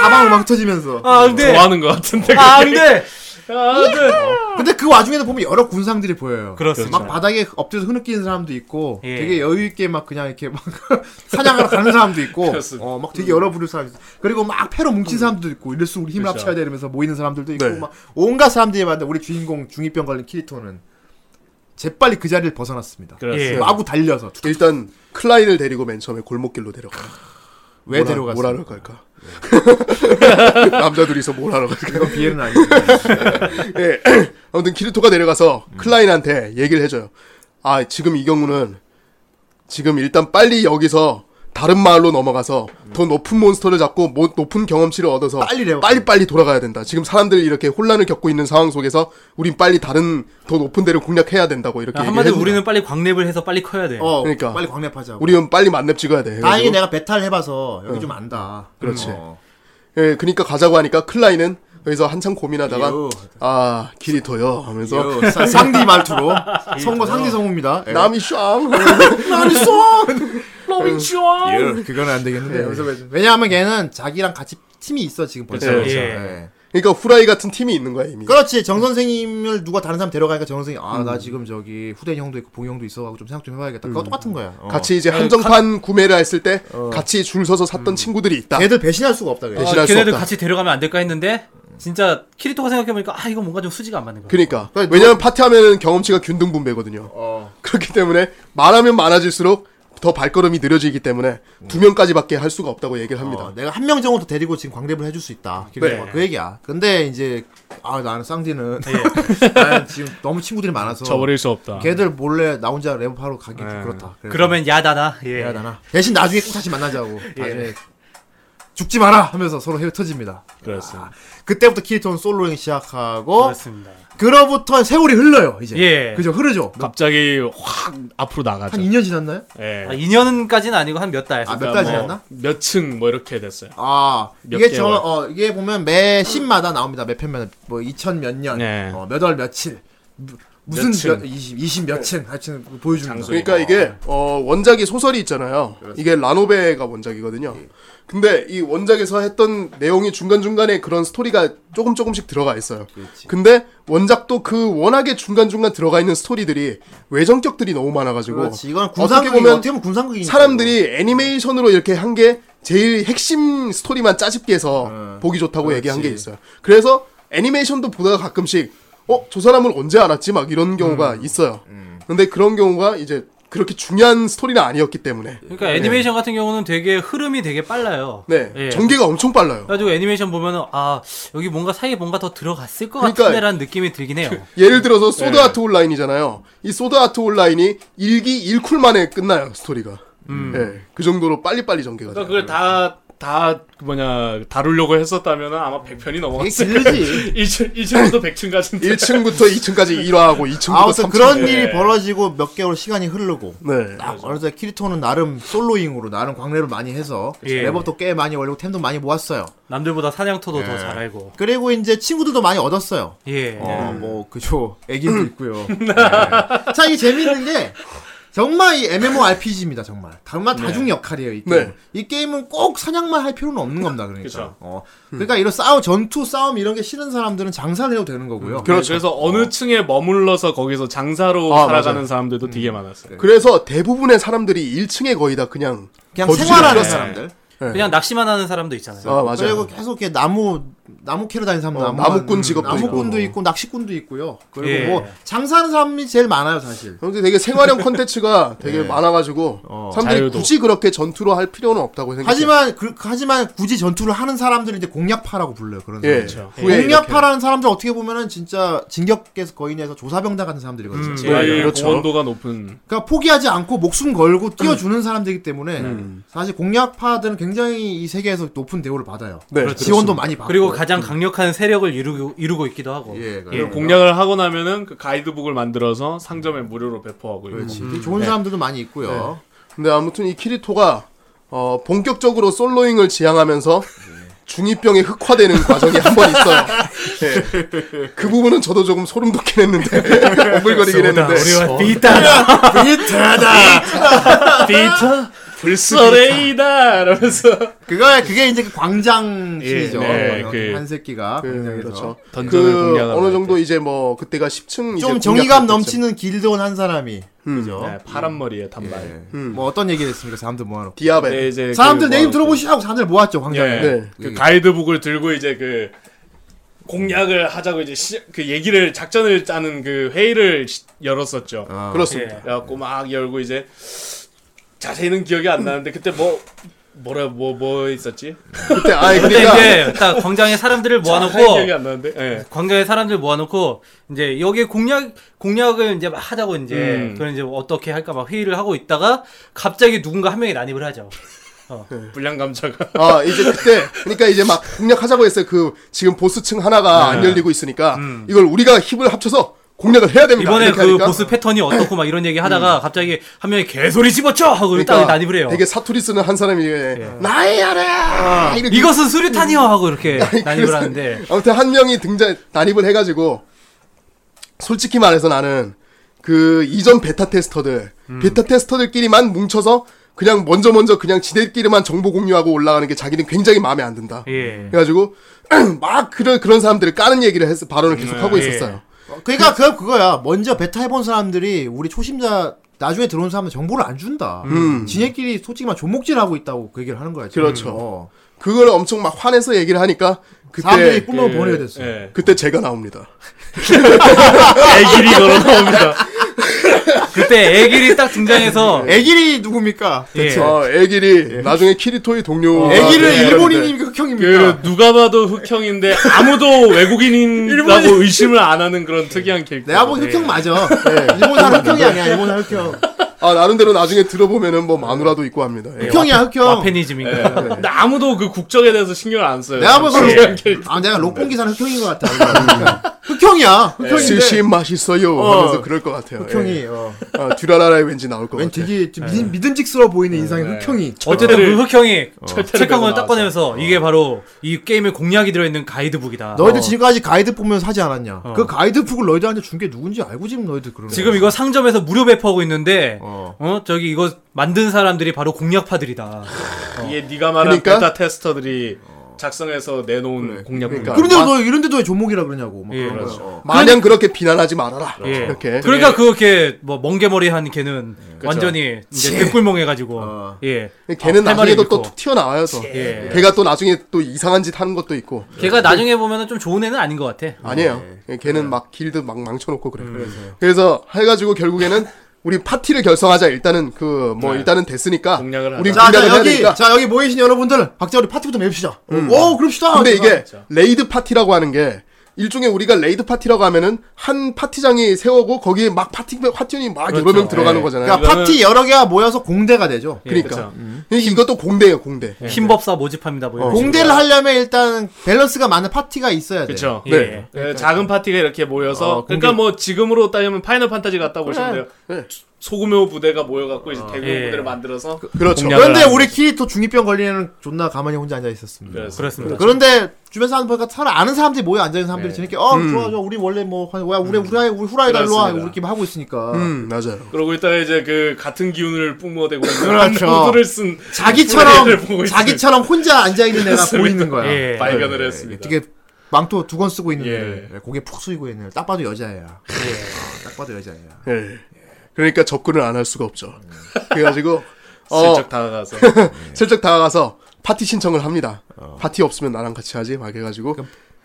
Speaker 1: 사방 음악 터지면서.
Speaker 2: 아, 안 돼.
Speaker 8: 좋아하는 것 같은데.
Speaker 2: 아, 안
Speaker 8: 그게.
Speaker 2: 돼.
Speaker 8: 아, 네.
Speaker 1: 근데 그 와중에도 보면 여러 군상들이 보여요.
Speaker 2: 그렇습니다.
Speaker 1: 막 바닥에 엎드려서 흐느끼는 사람도 있고,
Speaker 2: 예.
Speaker 1: 되게 여유 있게 막 그냥 이렇게 막 사냥하러 가는 사람도 있고,
Speaker 8: 그렇습니다.
Speaker 1: 어, 막 되게 여러 부류 사람이 있어. 그리고 막 패로 뭉친 사람도 있고, 이럴수 우리 힘을
Speaker 8: 그렇죠.
Speaker 1: 합쳐야 돼 이러면서 모이는 사람들도 있고,
Speaker 4: 네.
Speaker 1: 막 온갖 사람들이 많은데 우리 주인공 중이병 걸린 키리토는 재빨리 그 자리를 벗어났습니다.
Speaker 8: 그렇습니다.
Speaker 2: 예.
Speaker 1: 마구 달려서
Speaker 4: 일단 클라인을 데리고 맨 처음에 골목길로 데려가.
Speaker 1: 왜 데려갔어?
Speaker 4: 뭘 하러 갈까? 남자 둘이서 뭘 하러 갈까?
Speaker 1: 이건 비해는 아니에요.
Speaker 4: 예. 아무튼 키리토가 내려가서 클라인한테 얘기를 해줘요. 아 지금 이 경우는 지금 일단 빨리 여기서 다른 마을로 넘어가서 더 높은 몬스터를 잡고 모- 높은 경험치를 얻어서
Speaker 1: 빨리 레벨업.
Speaker 4: 빨리 빨리 돌아가야 된다. 지금 사람들이 이렇게 혼란을 겪고 있는 상황 속에서 우린 빨리 다른 더 높은 데를 공략해야 된다고 이렇게 얘기를
Speaker 2: 아, 한마디로
Speaker 4: 해줍니다.
Speaker 2: 우리는 빨리 광랩을 해서 빨리 커야 돼.
Speaker 1: 어,
Speaker 4: 그러니까.
Speaker 1: 빨리 광랩하자. 우리
Speaker 4: 우리는 빨리 만렙 찍어야 돼. 해가지고.
Speaker 1: 다행히 내가 배탈 해봐서 여기 좀 안다.
Speaker 4: 그렇지.
Speaker 1: 어.
Speaker 4: 예, 그러니까 가자고 하니까 클라인은 거기서 한참 고민하다가
Speaker 1: 이요.
Speaker 4: 아 키리토요 하면서 네.
Speaker 1: 요, 사- 상디 말투로 성공
Speaker 2: 어.
Speaker 1: 상디 성우입니다. 예.
Speaker 4: 남이 음. 쌍
Speaker 1: 나는 쏘!
Speaker 2: 어,
Speaker 1: 러빙
Speaker 4: 네.
Speaker 1: 쏘! 그건 안
Speaker 4: 예,
Speaker 1: 되겠는데. 여기서 예. 네, 왜- 왜냐하면 걔는 자기랑 같이 팀이 있어, 지금 벌써.
Speaker 8: 그쵸, 그쵸.
Speaker 1: 예.
Speaker 2: 예.
Speaker 4: 그러니까 후라이 같은 팀이 있는 거야 이미. 음.
Speaker 1: 그렇지. 정선생님을 누가 다른 사람 데려가니까 정선생님, 아, 나 지금 저기 후대인 형도 있고 봉이 형도 있어가지고 좀 생각 좀 해봐야겠다. 그거 똑같은 거야. 어.
Speaker 4: 같이
Speaker 2: 네,
Speaker 4: 이제 한정판 구매를 했을 때 같이 줄 서서 샀던
Speaker 1: 음.
Speaker 4: 친구들이 있다. 아,
Speaker 1: 걔들 배신할 수가 없다, 그래.
Speaker 4: 배신- 배신할 예. 수
Speaker 2: 아, 걔네들
Speaker 4: 없다.
Speaker 2: 같이 데려가면 안 될까 했는데 진짜 키리토가 생각해보니까 아 이거 뭔가 좀 수지가 안 맞는 거야.
Speaker 4: 그러니까
Speaker 1: 아,
Speaker 4: 왜냐면 파티하면 경험치가 균등 분배거든요.
Speaker 1: 어.
Speaker 4: 그렇기 때문에 말하면 많아질수록 더 발걸음이 느려지기 때문에 두 명까지밖에 할 수가 없다고 얘기를 합니다.
Speaker 1: 어, 내가 한 명 정도 더 데리고 지금 광대를 해줄 수 있다.
Speaker 2: 네.
Speaker 1: 그러니까 그 얘기야. 근데 이제, 아, 나는 쌍디는.
Speaker 2: 예.
Speaker 1: 나는 지금 너무 친구들이 많아서.
Speaker 8: 저버릴 수 없다.
Speaker 1: 걔들 몰래 나 혼자 랩하러 가기 좀 그렇다. 그래서
Speaker 2: 네. 그러면 예. 야다나. 예.
Speaker 1: 해야 되나? 대신 나중에 꼭 다시 만나자고. 나중에 죽지 마라 하면서 서로 헤어터집니다.
Speaker 8: 그렇습니다.
Speaker 1: 그때부터 키리토는 솔로행 시작하고
Speaker 2: 그렇습니다.
Speaker 1: 그로부터 세월이 흘러요. 이제
Speaker 2: 예.
Speaker 1: 그죠 흐르죠.
Speaker 8: 갑자기 확 앞으로 나가죠.
Speaker 1: 한 2년 지났나요?
Speaker 8: 예.
Speaker 2: 아, 2년까지는 아니고 한 몇 달. 그러니까
Speaker 1: 아, 몇 달
Speaker 8: 뭐
Speaker 1: 지났나?
Speaker 8: 몇 층 뭐 이렇게 됐어요.
Speaker 1: 아
Speaker 8: 몇
Speaker 1: 이게 저
Speaker 8: 개월.
Speaker 1: 어, 이게 보면 매 신마다 나옵니다. 몇 편면 뭐 2000 몇 년,
Speaker 8: 네.
Speaker 1: 어, 몇월 며칠, 무- 무슨
Speaker 8: 몇 층.
Speaker 1: 몇, 20, 20 몇층 하여튼 보여줍니다.
Speaker 8: 장소.
Speaker 4: 그러니까 이게 어, 원작이 소설이 있잖아요. 이게 라노베가 원작이거든요.
Speaker 1: 예.
Speaker 4: 근데 이 원작에서 했던 내용이 중간중간에 그런 스토리가 조금 조금씩 들어가 있어요. 근데 원작도 그 워낙에 중간중간 들어가 있는 스토리들이 외전격들이 너무 많아가지고
Speaker 1: 그렇지. 이건
Speaker 4: 어떻게
Speaker 1: 군상극이
Speaker 4: 보면
Speaker 1: 어떻게 보면 군상극이니까.
Speaker 4: 사람들이 애니메이션으로 이렇게 한 게 제일 핵심 스토리만 짜집기 해서
Speaker 1: 어,
Speaker 4: 보기 좋다고 얘기한 게 있어요. 그래서 애니메이션도 보다가 가끔씩 어, 저 사람을 언제 알았지? 막 이런 경우가
Speaker 1: 음.
Speaker 4: 있어요. 근데 그런 경우가 이제 그렇게 중요한 스토리는 아니었기 때문에
Speaker 2: 그러니까 애니메이션 같은 경우는 되게 흐름이 되게 빨라요.
Speaker 4: 네.
Speaker 2: 예.
Speaker 4: 전개가 엄청 빨라요.
Speaker 2: 그래가지고 애니메이션 보면은 아 여기 뭔가 사이에 뭔가 더 들어갔을 것
Speaker 4: 그러니까-
Speaker 2: 같은데라는 느낌이 들긴 해요.
Speaker 4: 예를 들어서 소드 아트 온라인이잖아요. 이 소드 아트 온라인이 일기 일쿨 만에 끝나요, 스토리가.
Speaker 1: 음.
Speaker 4: 예. 그 정도로 빨리빨리 전개가 돼요.
Speaker 8: 그러니까 그걸 다, 다, 그 뭐냐, 다루려고 했었다면 아마 100편이
Speaker 1: 이게
Speaker 8: 넘어갔을 거예요.
Speaker 1: 길지.
Speaker 8: 1층, 1층부터 100층 가진데.
Speaker 4: 1층부터 2층까지 1화하고 2층부터
Speaker 1: 아무튼
Speaker 4: 3층.
Speaker 1: 그런
Speaker 8: 네.
Speaker 1: 일이 벌어지고 몇 개월 시간이 흐르고
Speaker 4: 네.
Speaker 1: 딱 어느새 키리토는 나름 솔로잉으로 나름 광래를 많이 해서
Speaker 2: 예.
Speaker 1: 레버도 꽤 많이 올리고 템도 많이 모았어요. 네.
Speaker 2: 남들보다 사냥터도
Speaker 4: 예.
Speaker 2: 더 잘 알고.
Speaker 1: 그리고 이제 친구들도 많이 얻었어요.
Speaker 2: 예.
Speaker 1: 아, 어뭐 그죠 애기도 있고요. 네. 자 이게 재밌는 게 정말 이 MMORPG입니다 정말 정말 다중 역할이에요 이 게임.
Speaker 4: 네.
Speaker 1: 이 게임은 꼭 사냥만 할 필요는 없는 겁니다 그러니까.
Speaker 8: 그쵸.
Speaker 1: 어
Speaker 4: 음.
Speaker 1: 그러니까 이런 싸움 전투 싸움 이런 게 싫은 사람들은 장사를 해도 되는 거고요.
Speaker 4: 그렇죠.
Speaker 8: 네, 그래서 어느 층에 머물러서 거기서 장사로
Speaker 4: 아,
Speaker 8: 살아가는
Speaker 4: 맞아요.
Speaker 1: 음.
Speaker 8: 사람들도 되게 많았어요.
Speaker 4: 그래서 대부분의 사람들이 1층에 거의 다 그냥
Speaker 1: 그냥
Speaker 4: 거주지
Speaker 1: 생활하는
Speaker 4: 않았어요. 예.
Speaker 1: 사람들.
Speaker 2: 그냥 낚시만 하는 사람도 있잖아요.
Speaker 4: 아 맞아요.
Speaker 1: 네. 그리고 계속 이렇게 나무 나무 캐러 다니는 사람도
Speaker 4: 어,
Speaker 1: 나무만- 음,
Speaker 4: 나무꾼 직업도
Speaker 1: 나무꾼도
Speaker 4: 있고.
Speaker 1: 있고 낚시꾼도 있고요. 그리고
Speaker 2: 예.
Speaker 1: 뭐 장사하는 사람이 제일 많아요 사실. 예.
Speaker 4: 아무튼 되게 생활형 컨텐츠가 되게
Speaker 1: 네.
Speaker 4: 많아가지고
Speaker 1: 어,
Speaker 4: 사람들이
Speaker 8: 자유도.
Speaker 4: 굳이 그렇게 전투로 할 필요는 없다고 생각해요.
Speaker 1: 하지만 그, 하지만 굳이 전투를 하는 사람들은 이제 공략파라고 불러요 그런
Speaker 4: 예,
Speaker 1: 사람들.
Speaker 4: 후에 이렇게.
Speaker 1: 공략파라는 사람들 어떻게 보면은 진짜 진격계에서 거인에서 조사병당 같은 사람들이거든요.
Speaker 8: 제일
Speaker 4: 그렇죠.
Speaker 8: 공헌도가 높은.
Speaker 1: 그러니까 포기하지 않고 목숨 걸고
Speaker 4: 음.
Speaker 1: 뛰어주는 사람들이기 때문에 사실 공략파들은 굉장히 이 세계에서 높은 대우를 받아요. 그렇죠.
Speaker 4: 네,
Speaker 1: 지원도 많이 받고.
Speaker 2: 그렇죠. 그리고 가장
Speaker 4: 음.
Speaker 2: 강력한 세력을 이루고, 이루고 있기도 하고.
Speaker 1: 예,
Speaker 8: 그리고
Speaker 1: 그리고
Speaker 8: 공략을 하고 나면은 그 가이드북을 만들어서 상점에 무료로 배포하고 네. 이런
Speaker 1: 음. 그렇지. 되게 좋은 사람들도 많이 있고요.
Speaker 4: 근데 아무튼 이 키리토가 어, 본격적으로 솔로잉을 지향하면서 중이병에 흑화되는 과정이 한 번 있어요. 예. 그 부분은 저도 조금 소름 돋긴 했는데, 오글거리긴 했는데.
Speaker 2: 우리와 비타다.
Speaker 1: 비트하다.
Speaker 8: 비타 불스레이다 이러면서
Speaker 1: 그거 그게 이제 그 광장 시리죠.
Speaker 8: 네,
Speaker 1: 어,
Speaker 8: 그-
Speaker 1: 한 새끼가 광장에서
Speaker 4: 예, 그렇죠.
Speaker 8: 던전을
Speaker 4: 그
Speaker 8: 공략하는
Speaker 4: 어느 정도 이제 뭐 그때가 10층 이제
Speaker 1: 좀
Speaker 4: 공략할
Speaker 1: 정의감
Speaker 4: 때쯤.
Speaker 1: 넘치는 길드원 한 사람이
Speaker 4: 음.
Speaker 1: 그죠. 음.
Speaker 8: 네, 파란 머리에 단발.
Speaker 1: 뭐 어떤 얘기를 했습니까? 사람들 모아놓고.
Speaker 4: 디아벨.
Speaker 8: 네, 이제
Speaker 1: 사람들
Speaker 8: 그
Speaker 1: 내
Speaker 8: 뭐-
Speaker 1: 이름 들어보시죠 하고 사람들 모았죠 광장에.
Speaker 8: 예.
Speaker 4: 네.
Speaker 8: 그 가이드북을 들고 이제 그 공략을 하자고 이제 시, 그 얘기를 작전을 짜는 그 회의를 시- 열었었죠.
Speaker 4: 그렇습니다.
Speaker 8: 예. 그래갖고 막 열고 이제 자세히는 기억이 안 나는데 그때 뭐 뭐라 뭐 뭐 있었지?
Speaker 4: 그때 아예
Speaker 2: 근데
Speaker 4: 그러니까
Speaker 2: 이제 딱 광장에 사람들을
Speaker 8: 자세히 기억이
Speaker 2: 모아놓고
Speaker 8: 안 나는데. 예.
Speaker 2: 광장에 사람들 모아놓고 이제 여기 공략 공략을 이제 막 하자고 이제
Speaker 8: 음.
Speaker 2: 그걸 이제 어떻게 할까 막 회의를 하고 있다가 갑자기 누군가 한 명이 난입을 하죠. 어.
Speaker 8: 불량 감자가
Speaker 4: 아 이제 그때 그러니까 이제 막 공략하자고 했어요. 그 지금 보스층 하나가
Speaker 2: 네.
Speaker 4: 안 열리고 있으니까 이걸 우리가 힘을 합쳐서 공략을 해야
Speaker 2: 음.
Speaker 4: 됩니다. 그러니까?
Speaker 2: 이번에
Speaker 4: 이렇게
Speaker 2: 그
Speaker 4: 하니까 네. 음.
Speaker 2: 보스 패턴이 어떻고 막 이런 얘기 하다가 갑자기 한 명이 개소리 집어쳐 하고 딱 난입을 해요.
Speaker 4: 그러니까
Speaker 2: 예.
Speaker 4: 되게 사투리 쓰는 한 사람이 나의 아래 이렇게 음.
Speaker 2: 이것은 수류탄이요 하고 이렇게 난입을
Speaker 4: 그래서
Speaker 2: 하는데
Speaker 4: 아무튼 한 명이 등장 난입을 해가지고 솔직히 말해서 나는 그 이전 베타 테스터들
Speaker 2: 음.
Speaker 4: 베타 테스터들끼리만 뭉쳐서 그냥 먼저 먼저 그냥 지들끼리만 정보 공유하고 올라가는 게 자기는 굉장히 마음에 안 든다.
Speaker 2: 예.
Speaker 4: 그래가지고 막 그런 그런 사람들을 까는 얘기를 해서 발언을 계속 하고 있었어요.
Speaker 1: 어, 그러니까 그 그거야. 먼저 베타 해본 사람들이 우리 초심자 나중에 들어온 사람들 정보를 안 준다. 지네끼리 솔직히 말 존목질하고 있다고 그 얘기를 하는 거야. 지금.
Speaker 4: 음. 그렇죠.
Speaker 1: 어.
Speaker 4: 그걸 엄청 막 화내서 얘기를 하니까 그때
Speaker 1: 사람들이 뿜어 보내게 됐어.
Speaker 8: 예.
Speaker 4: 그때 제가 나옵니다.
Speaker 8: 애길이 걸어 나옵니다.
Speaker 2: 그때 애길이 딱 등장해서
Speaker 1: 애길이 누굽니까?
Speaker 2: 예.
Speaker 4: 어, 애길이 나중에 키리토의
Speaker 8: 어,
Speaker 4: 동료.
Speaker 1: 애기를 어,
Speaker 8: 예.
Speaker 1: 일본인입니까 흑형입니까?
Speaker 8: 네. 그 누가 봐도 흑형인데 아무도 외국인이라고 의심을 안 하는 그런 특이한 캐릭터. 네.
Speaker 1: 내가 보기 흑형 맞아. 일본 사람 흑형이 아니야. 일본 사람 흑형.
Speaker 4: 예. 아 나름대로 나중에 들어보면은 뭐 마누라도 있고 합니다. 예.
Speaker 1: 흑형이야 흑형.
Speaker 2: 네,
Speaker 1: 네.
Speaker 2: 와페니즘인가 요 네.
Speaker 8: 근데 아무도 그 국적에 대해서 신경을 안 써요.
Speaker 1: 내가
Speaker 8: 특이한
Speaker 1: 보기
Speaker 8: 캐릭터.
Speaker 1: 아 내가 로폰 기사는 흑형인 것 같아. 그러니까. 흑형이야. 흑형인데
Speaker 4: 스시 예. 맛있어요
Speaker 1: 어.
Speaker 4: 하면서 그럴 것 같아요.
Speaker 1: 흑형이
Speaker 4: 예.
Speaker 1: 어.
Speaker 4: 아, 듀라라라에 왠지 나올 것
Speaker 1: 왠
Speaker 4: 같아요. 네.
Speaker 1: 되게 좀 믿음, 믿음직스러워 보이는 인상의 흑형이.
Speaker 2: 어쨌든 그
Speaker 8: 절대를-
Speaker 2: 흑형이
Speaker 8: 절대를
Speaker 2: 책 한
Speaker 8: 빼고
Speaker 2: 권을 딱 꺼내면서 이게 바로 이 게임의 공략이 들어있는 가이드북이다.
Speaker 1: 너희들 지금까지 가이드 보면서 사지 않았냐? 그 가이드북을 너희들한테 준 게 누군지 알고 지금 너희들 그러는 거야.
Speaker 2: 지금 이거 상점에서 무료 배포하고 있는데
Speaker 1: 어.
Speaker 2: 어, 저기 이거 만든 사람들이 바로 공략파들이다. 어.
Speaker 8: 이게 네가 말한
Speaker 4: 그러니까?
Speaker 8: 베타 테스터들이 작성해서 내놓은 공략 그
Speaker 4: 그러니까.
Speaker 1: 그런데 너 이런데 너 왜 조목이라 그러냐고. 막
Speaker 2: 예,
Speaker 1: 그런 거야.
Speaker 2: 그렇죠.
Speaker 1: 어.
Speaker 4: 마냥 그렇게 비난하지 말아라.
Speaker 2: 예.
Speaker 1: 그렇죠.
Speaker 4: 이렇게. 예.
Speaker 2: 그러니까 그렇게 뭐 멍게머리한 걔는 완전히 이제 등꿀멍해가지고
Speaker 1: 어.
Speaker 2: 예.
Speaker 4: 그렇죠. 걔는
Speaker 2: 할 말이
Speaker 4: 나중에도
Speaker 2: 있고.
Speaker 4: 또툭 튀어나와서
Speaker 2: 예.
Speaker 4: 걔가 또 나중에 또 이상한 짓 하는 것도 있고
Speaker 2: 걔가 나중에 보면은 좀 좋은 애는 아닌 것 같아.
Speaker 4: 아니에요.
Speaker 1: 네.
Speaker 4: 걔는 막 길드 막 망쳐놓고
Speaker 1: 음.
Speaker 4: 그래. 그래서 해가지고 결국에는 우리 그 파티를 결성하자. 일단은 그 뭐 일단은 됐으니까
Speaker 8: 공략을 하자.
Speaker 4: 우리
Speaker 1: 네. 자, 네. 자
Speaker 4: 공략을 해야
Speaker 1: 여기
Speaker 4: 되니까. 음.
Speaker 1: 자 여기 모이신 여러분들 각자 우리 파티부터 맵시다. 오 그럽시다.
Speaker 4: 근데 이게 레이드 파티라고 하는 게 일종의 우리가 레이드 파티라고 하면은 한 파티장이 세우고 거기에 막 파티 파티원이
Speaker 1: 아,
Speaker 4: 막 여러 명 들어가는 거잖아요.
Speaker 1: 그러니까 파티 여러 개가 모여서 공대가 되죠.
Speaker 4: 예. 그러니까 이- 이것도 공대예요, 공대. 어.
Speaker 2: 흰법사 모집합니다. 뭐 이런
Speaker 1: 공대를 하려면 일단 밸런스가 많은 파티가 있어야 돼.
Speaker 8: 그렇죠.
Speaker 2: 식으로. 예.
Speaker 4: 네.
Speaker 8: 작은 파티가 이렇게
Speaker 2: 어,
Speaker 8: 모여서 그러니까 뭐 지금으로 따지면 파이널 판타지 같다 보시면 돼요. 소금효 부대가 모여갖고 이제 대규모
Speaker 2: 네. 예.
Speaker 8: 부대를 만들어서 그,
Speaker 4: 그렇죠.
Speaker 2: 공략을
Speaker 1: 그런데
Speaker 2: 하는
Speaker 1: 우리 키리토 중이병 걸리는 애는 존나 가만히 혼자 앉아 있었습니다.
Speaker 8: 래서
Speaker 2: 그렇습니다.
Speaker 8: 그렇죠.
Speaker 1: 그런데 주변 사람 보니까 잘 아는 사람들이 모여 앉아 있는 사람들이 저렇게 어 좋아 좋아 우리 원래 뭐 하는 거야 우리 후라이 우리 후라이 달로 와
Speaker 8: 그렇습니다.
Speaker 1: 우리끼리 하고 있으니까
Speaker 4: 음, 맞아요.
Speaker 8: 그러고 있다가 이제 그 같은 기운을 뿜어대고 있는
Speaker 1: 그렇죠.
Speaker 8: 모두를 쓴 후레이를 보고
Speaker 1: 자기처럼
Speaker 8: 있을
Speaker 1: 자기처럼 혼자 앉아 있는 애가 보이는 거야.
Speaker 2: 예.
Speaker 8: 발견을 했습니다.
Speaker 1: 되게 망토 두 권 쓰고 있는
Speaker 8: 예.
Speaker 1: 애, 고개 푹 숙이고 있는 애, 딱 봐도 여자애야. 어, 딱 봐도 여자애야.
Speaker 4: 예. 그러니까 접근을 안 할 수가 없죠. 그래가지고
Speaker 1: 음.
Speaker 4: 어,
Speaker 8: 슬쩍 다가가서
Speaker 1: 그렇죠.
Speaker 4: 슬쩍 다가가서 파티 신청을 합니다.
Speaker 1: 어.
Speaker 4: 파티 없으면 나랑 같이 하지 막 해가지고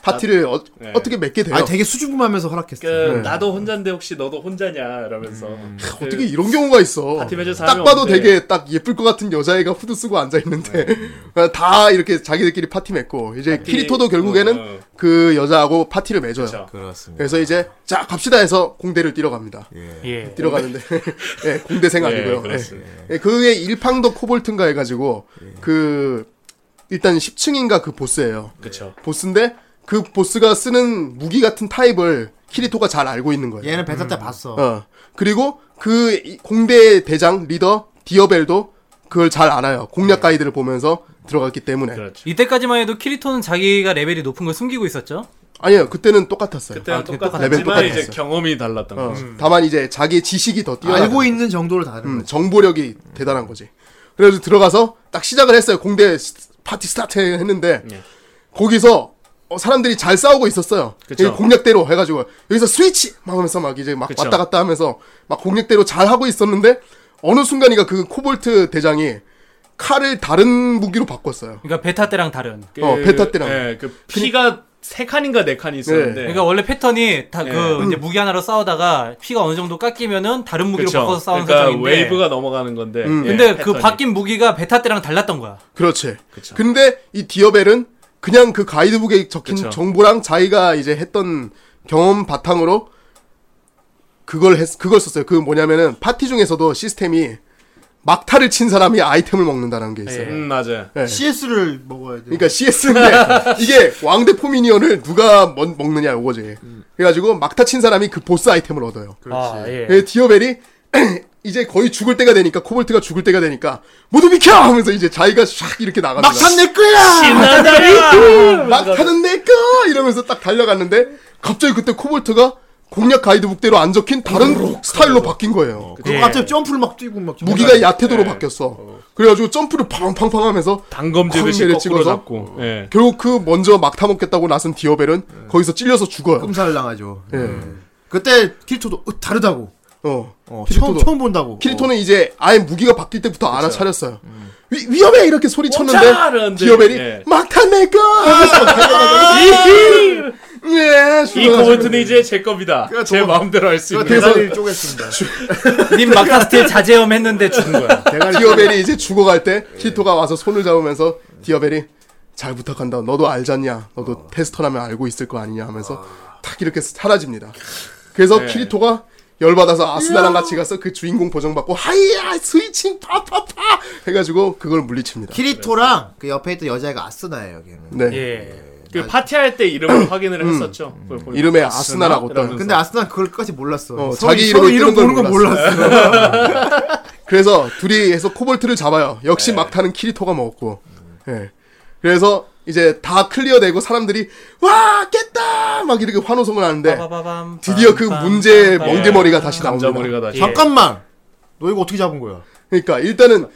Speaker 4: 파티를 어,
Speaker 8: 네.
Speaker 4: 떻게 맺게 돼요.
Speaker 1: 아 되게 수줍음하면서 허락했어.
Speaker 8: 그, 나도 혼자인데 혹시 너도 혼자냐 이러면서 그,
Speaker 4: 네. 어떻게 이런 경우가 있어.
Speaker 8: 파티 맺을 사람이
Speaker 4: 딱 봐도
Speaker 8: 없는데.
Speaker 4: 되게 딱 예쁠 것 같은 여자애가 후드 쓰고 앉아 있는데
Speaker 1: 네.
Speaker 4: 다 이렇게 자기들끼리 파티 맺고 이제 키리토도 결국에는
Speaker 8: 어, 어.
Speaker 4: 그 여자하고 파티를 맺어요.
Speaker 8: 그쵸.
Speaker 1: 그렇습니다.
Speaker 4: 그래서 이제 자 갑시다 해서 공대를 뛰러 갑니다.
Speaker 2: 예.
Speaker 4: 뛰러 가는데 예, 공대생 아니고요. 예,
Speaker 8: 그렇습니다.
Speaker 4: 예, 그게 일팡도 코볼트인가 해가지고 그 일단 10층인가 그 보스예요.
Speaker 8: 그쵸.
Speaker 4: 보스인데 그 보스가 쓰는 무기 같은 타입을 키리토가 잘 알고 있는 거예요.
Speaker 1: 얘는 베타 때
Speaker 8: 음.
Speaker 1: 봤어.
Speaker 4: 어. 그리고 그 이- 공대 대장 리더 디어벨도 그걸 잘 알아요. 공략 가이드를 보면서 들어갔기 때문에.
Speaker 8: 네. 그렇죠.
Speaker 2: 이때까지만 해도 키리토는 자기가 레벨이 높은 걸 숨기고 있었죠.
Speaker 4: 아니에요. 그때는 똑같았어요.
Speaker 8: 그때는
Speaker 2: 아, 그게
Speaker 4: 레벨
Speaker 8: 똑같았지만
Speaker 4: 똑같았어요.
Speaker 8: 이제 경험이 달랐던
Speaker 4: 어.
Speaker 8: 거죠.
Speaker 4: 다만 이제 자기 지식이 더 뛰어나고
Speaker 1: 알고 있는 정도를 다른
Speaker 4: 음,
Speaker 1: 거지.
Speaker 4: 정보력이 대단한 거지. 그래서 들어가서 딱 시작을 했어요. 공대 스- 파티 스타트 했는데
Speaker 1: 예.
Speaker 4: 거기서 어, 사람들이 잘 싸우고 있었어요.
Speaker 8: 그쵸.
Speaker 4: 여기 공략대로 해가지고 여기서 스위치 막 하면서 막 이제 막
Speaker 8: 그쵸.
Speaker 4: 왔다 갔다 하면서 막 공략대로 잘 하고 있었는데 어느 순간이가 그 코볼트 대장이 칼을 다른 무기로 바꿨어요.
Speaker 2: 그러니까 베타 때랑 다른.
Speaker 8: 그,
Speaker 4: 어, 베타 때랑.
Speaker 8: 예, 그 피가 세 칸인가 네 칸이 있었는데. 예.
Speaker 2: 그러니까 원래 패턴이 다 그 이제 무기 하나로 싸우다가 피가 어느 정도 깎이면은 다른 무기로
Speaker 8: 그쵸.
Speaker 2: 바꿔서 싸우는
Speaker 8: 그러니까
Speaker 2: 상황인데.
Speaker 8: 웨이브가 넘어가는 건데.
Speaker 4: 음.
Speaker 8: 예,
Speaker 2: 근데 그
Speaker 8: 패턴이.
Speaker 2: 바뀐 무기가 베타 때랑 달랐던 거야.
Speaker 4: 그렇지. 근데 이 디어벨은 그냥 그 가이드북에 적힌
Speaker 8: 그쵸.
Speaker 4: 정보랑 자기가 이제 했던 경험 바탕으로 그걸 했, 그걸 썼어요. 그 뭐냐면은 파티 중에서도 시스템이 막타를 친 사람이 아이템을 먹는다는 게 있어요.
Speaker 8: 음 맞아.
Speaker 4: 예.
Speaker 1: CS를 먹어야 네. 돼.
Speaker 4: 그러니까 CS인데 이게 왕대 포미니언을 누가 먼- 먹느냐 이거지.
Speaker 8: 음.
Speaker 4: 그래가지고 막타 친 사람이 그 보스 아이템을 얻어요.
Speaker 2: 아, 예.
Speaker 4: 예, 디어벨이 이제 거의 죽을 때가 되니까 코볼트가 죽을 때가 되니까 모두 비켜 하면서 이제 자기가 샥 이렇게 나갑니다.
Speaker 1: 막탄 내 거야.
Speaker 4: 막타는 내꺼 이러면서 딱 달려갔는데 갑자기 그때 코볼트가 공략 가이드북대로 안 적힌 다른 스타일로 바뀐 거예요.
Speaker 1: 음, 그리고 갑자기 점프를 막 예. 뛰고 막 네.
Speaker 4: 무기가 야태도로 바뀌었어. 그래가지고 점프를 팡팡팡 하면서
Speaker 8: 단검질듯이
Speaker 4: 컴비를
Speaker 8: 거꾸로
Speaker 4: 찍어서?
Speaker 8: 잡고. 예.
Speaker 4: 결국 그 먼저 막타 먹겠다고 나선 디어벨은 거기서 찔려서 죽어요.
Speaker 1: 네. 끔살 당하죠. 네.
Speaker 4: 예.
Speaker 1: 그때 키리토도 어, 다르다고.
Speaker 4: 어.
Speaker 1: 어, 처음
Speaker 4: 키리토도.
Speaker 1: 처음 본다고. 어. 그렇죠.
Speaker 4: 키리토는 이제 아예 무기가 바뀔 때부터 알아차렸어요.
Speaker 1: 음.
Speaker 4: 위, 위험해! 이렇게 소리
Speaker 8: 멈춰!
Speaker 4: 쳤는데,
Speaker 8: 이러는데,
Speaker 4: 디어벨이,
Speaker 8: 예.
Speaker 4: 막타 내꺼! 하면서 달려가다가,
Speaker 1: 예.
Speaker 4: 예,
Speaker 8: 이
Speaker 4: 죽어가지고.
Speaker 8: 코볼트는 이제 제 겁니다. 제 마음대로 할 수
Speaker 1: 제가
Speaker 8: 있는.
Speaker 1: 대사를 쪼갰습니다.
Speaker 2: 님 막타 스틸 자제염 했는데 죽은 거야.
Speaker 1: 아,
Speaker 4: 디어벨이 이제 죽어갈 때
Speaker 1: 예.
Speaker 4: 키토가 와서 손을 잡으면서 디어벨이 잘 부탁한다. 너도 알잖냐. 너도
Speaker 1: 아.
Speaker 4: 테스터라면 알고 있을 거 아니냐 하면서 탁 이렇게 사라집니다.
Speaker 1: 예.
Speaker 4: 그래서 키리토가 열받아서 아스나랑 같이 가서 그 주인공 보정받고 하이야 스위칭 파파파 해가지고 그걸 물리칩니다.
Speaker 1: 키리토랑 그 옆에 있던 여자애가 아스나예요. 걔는. 아,
Speaker 4: 네. 음.
Speaker 2: 예.
Speaker 8: 그 파티할 때 이름을 확인을 했었죠. 그걸 보니까
Speaker 4: 이름에 아스나라고 떠요.
Speaker 8: 이러면서.
Speaker 1: 근데 아스나 그걸 끝까지 몰랐어.
Speaker 4: 어,
Speaker 1: 서로-
Speaker 4: 자기
Speaker 1: 서로
Speaker 4: 이름을
Speaker 1: 이름
Speaker 4: 뜨는
Speaker 1: 모르는 건
Speaker 4: 걸
Speaker 8: 네.
Speaker 1: 몰랐어.
Speaker 4: 그래서 둘이 해서 코볼트를 잡아요.
Speaker 1: 예.
Speaker 4: 역시 막타는 키리토가 먹었고. 예. 그래서 이제 다 클리어되고 사람들이 와 깼다 막 이렇게 환호성을 하는데
Speaker 2: 빠바밤,
Speaker 4: 드디어 그
Speaker 2: 빰빰,
Speaker 4: 문제의
Speaker 2: 빰빰.
Speaker 4: 멍게머리가 다시
Speaker 8: 아, 감자머리가
Speaker 4: 나옵니다.
Speaker 8: 다시.
Speaker 1: 잠깐만. 너 이거 어떻게 잡은 거야? 어.
Speaker 4: 그러니까 일단은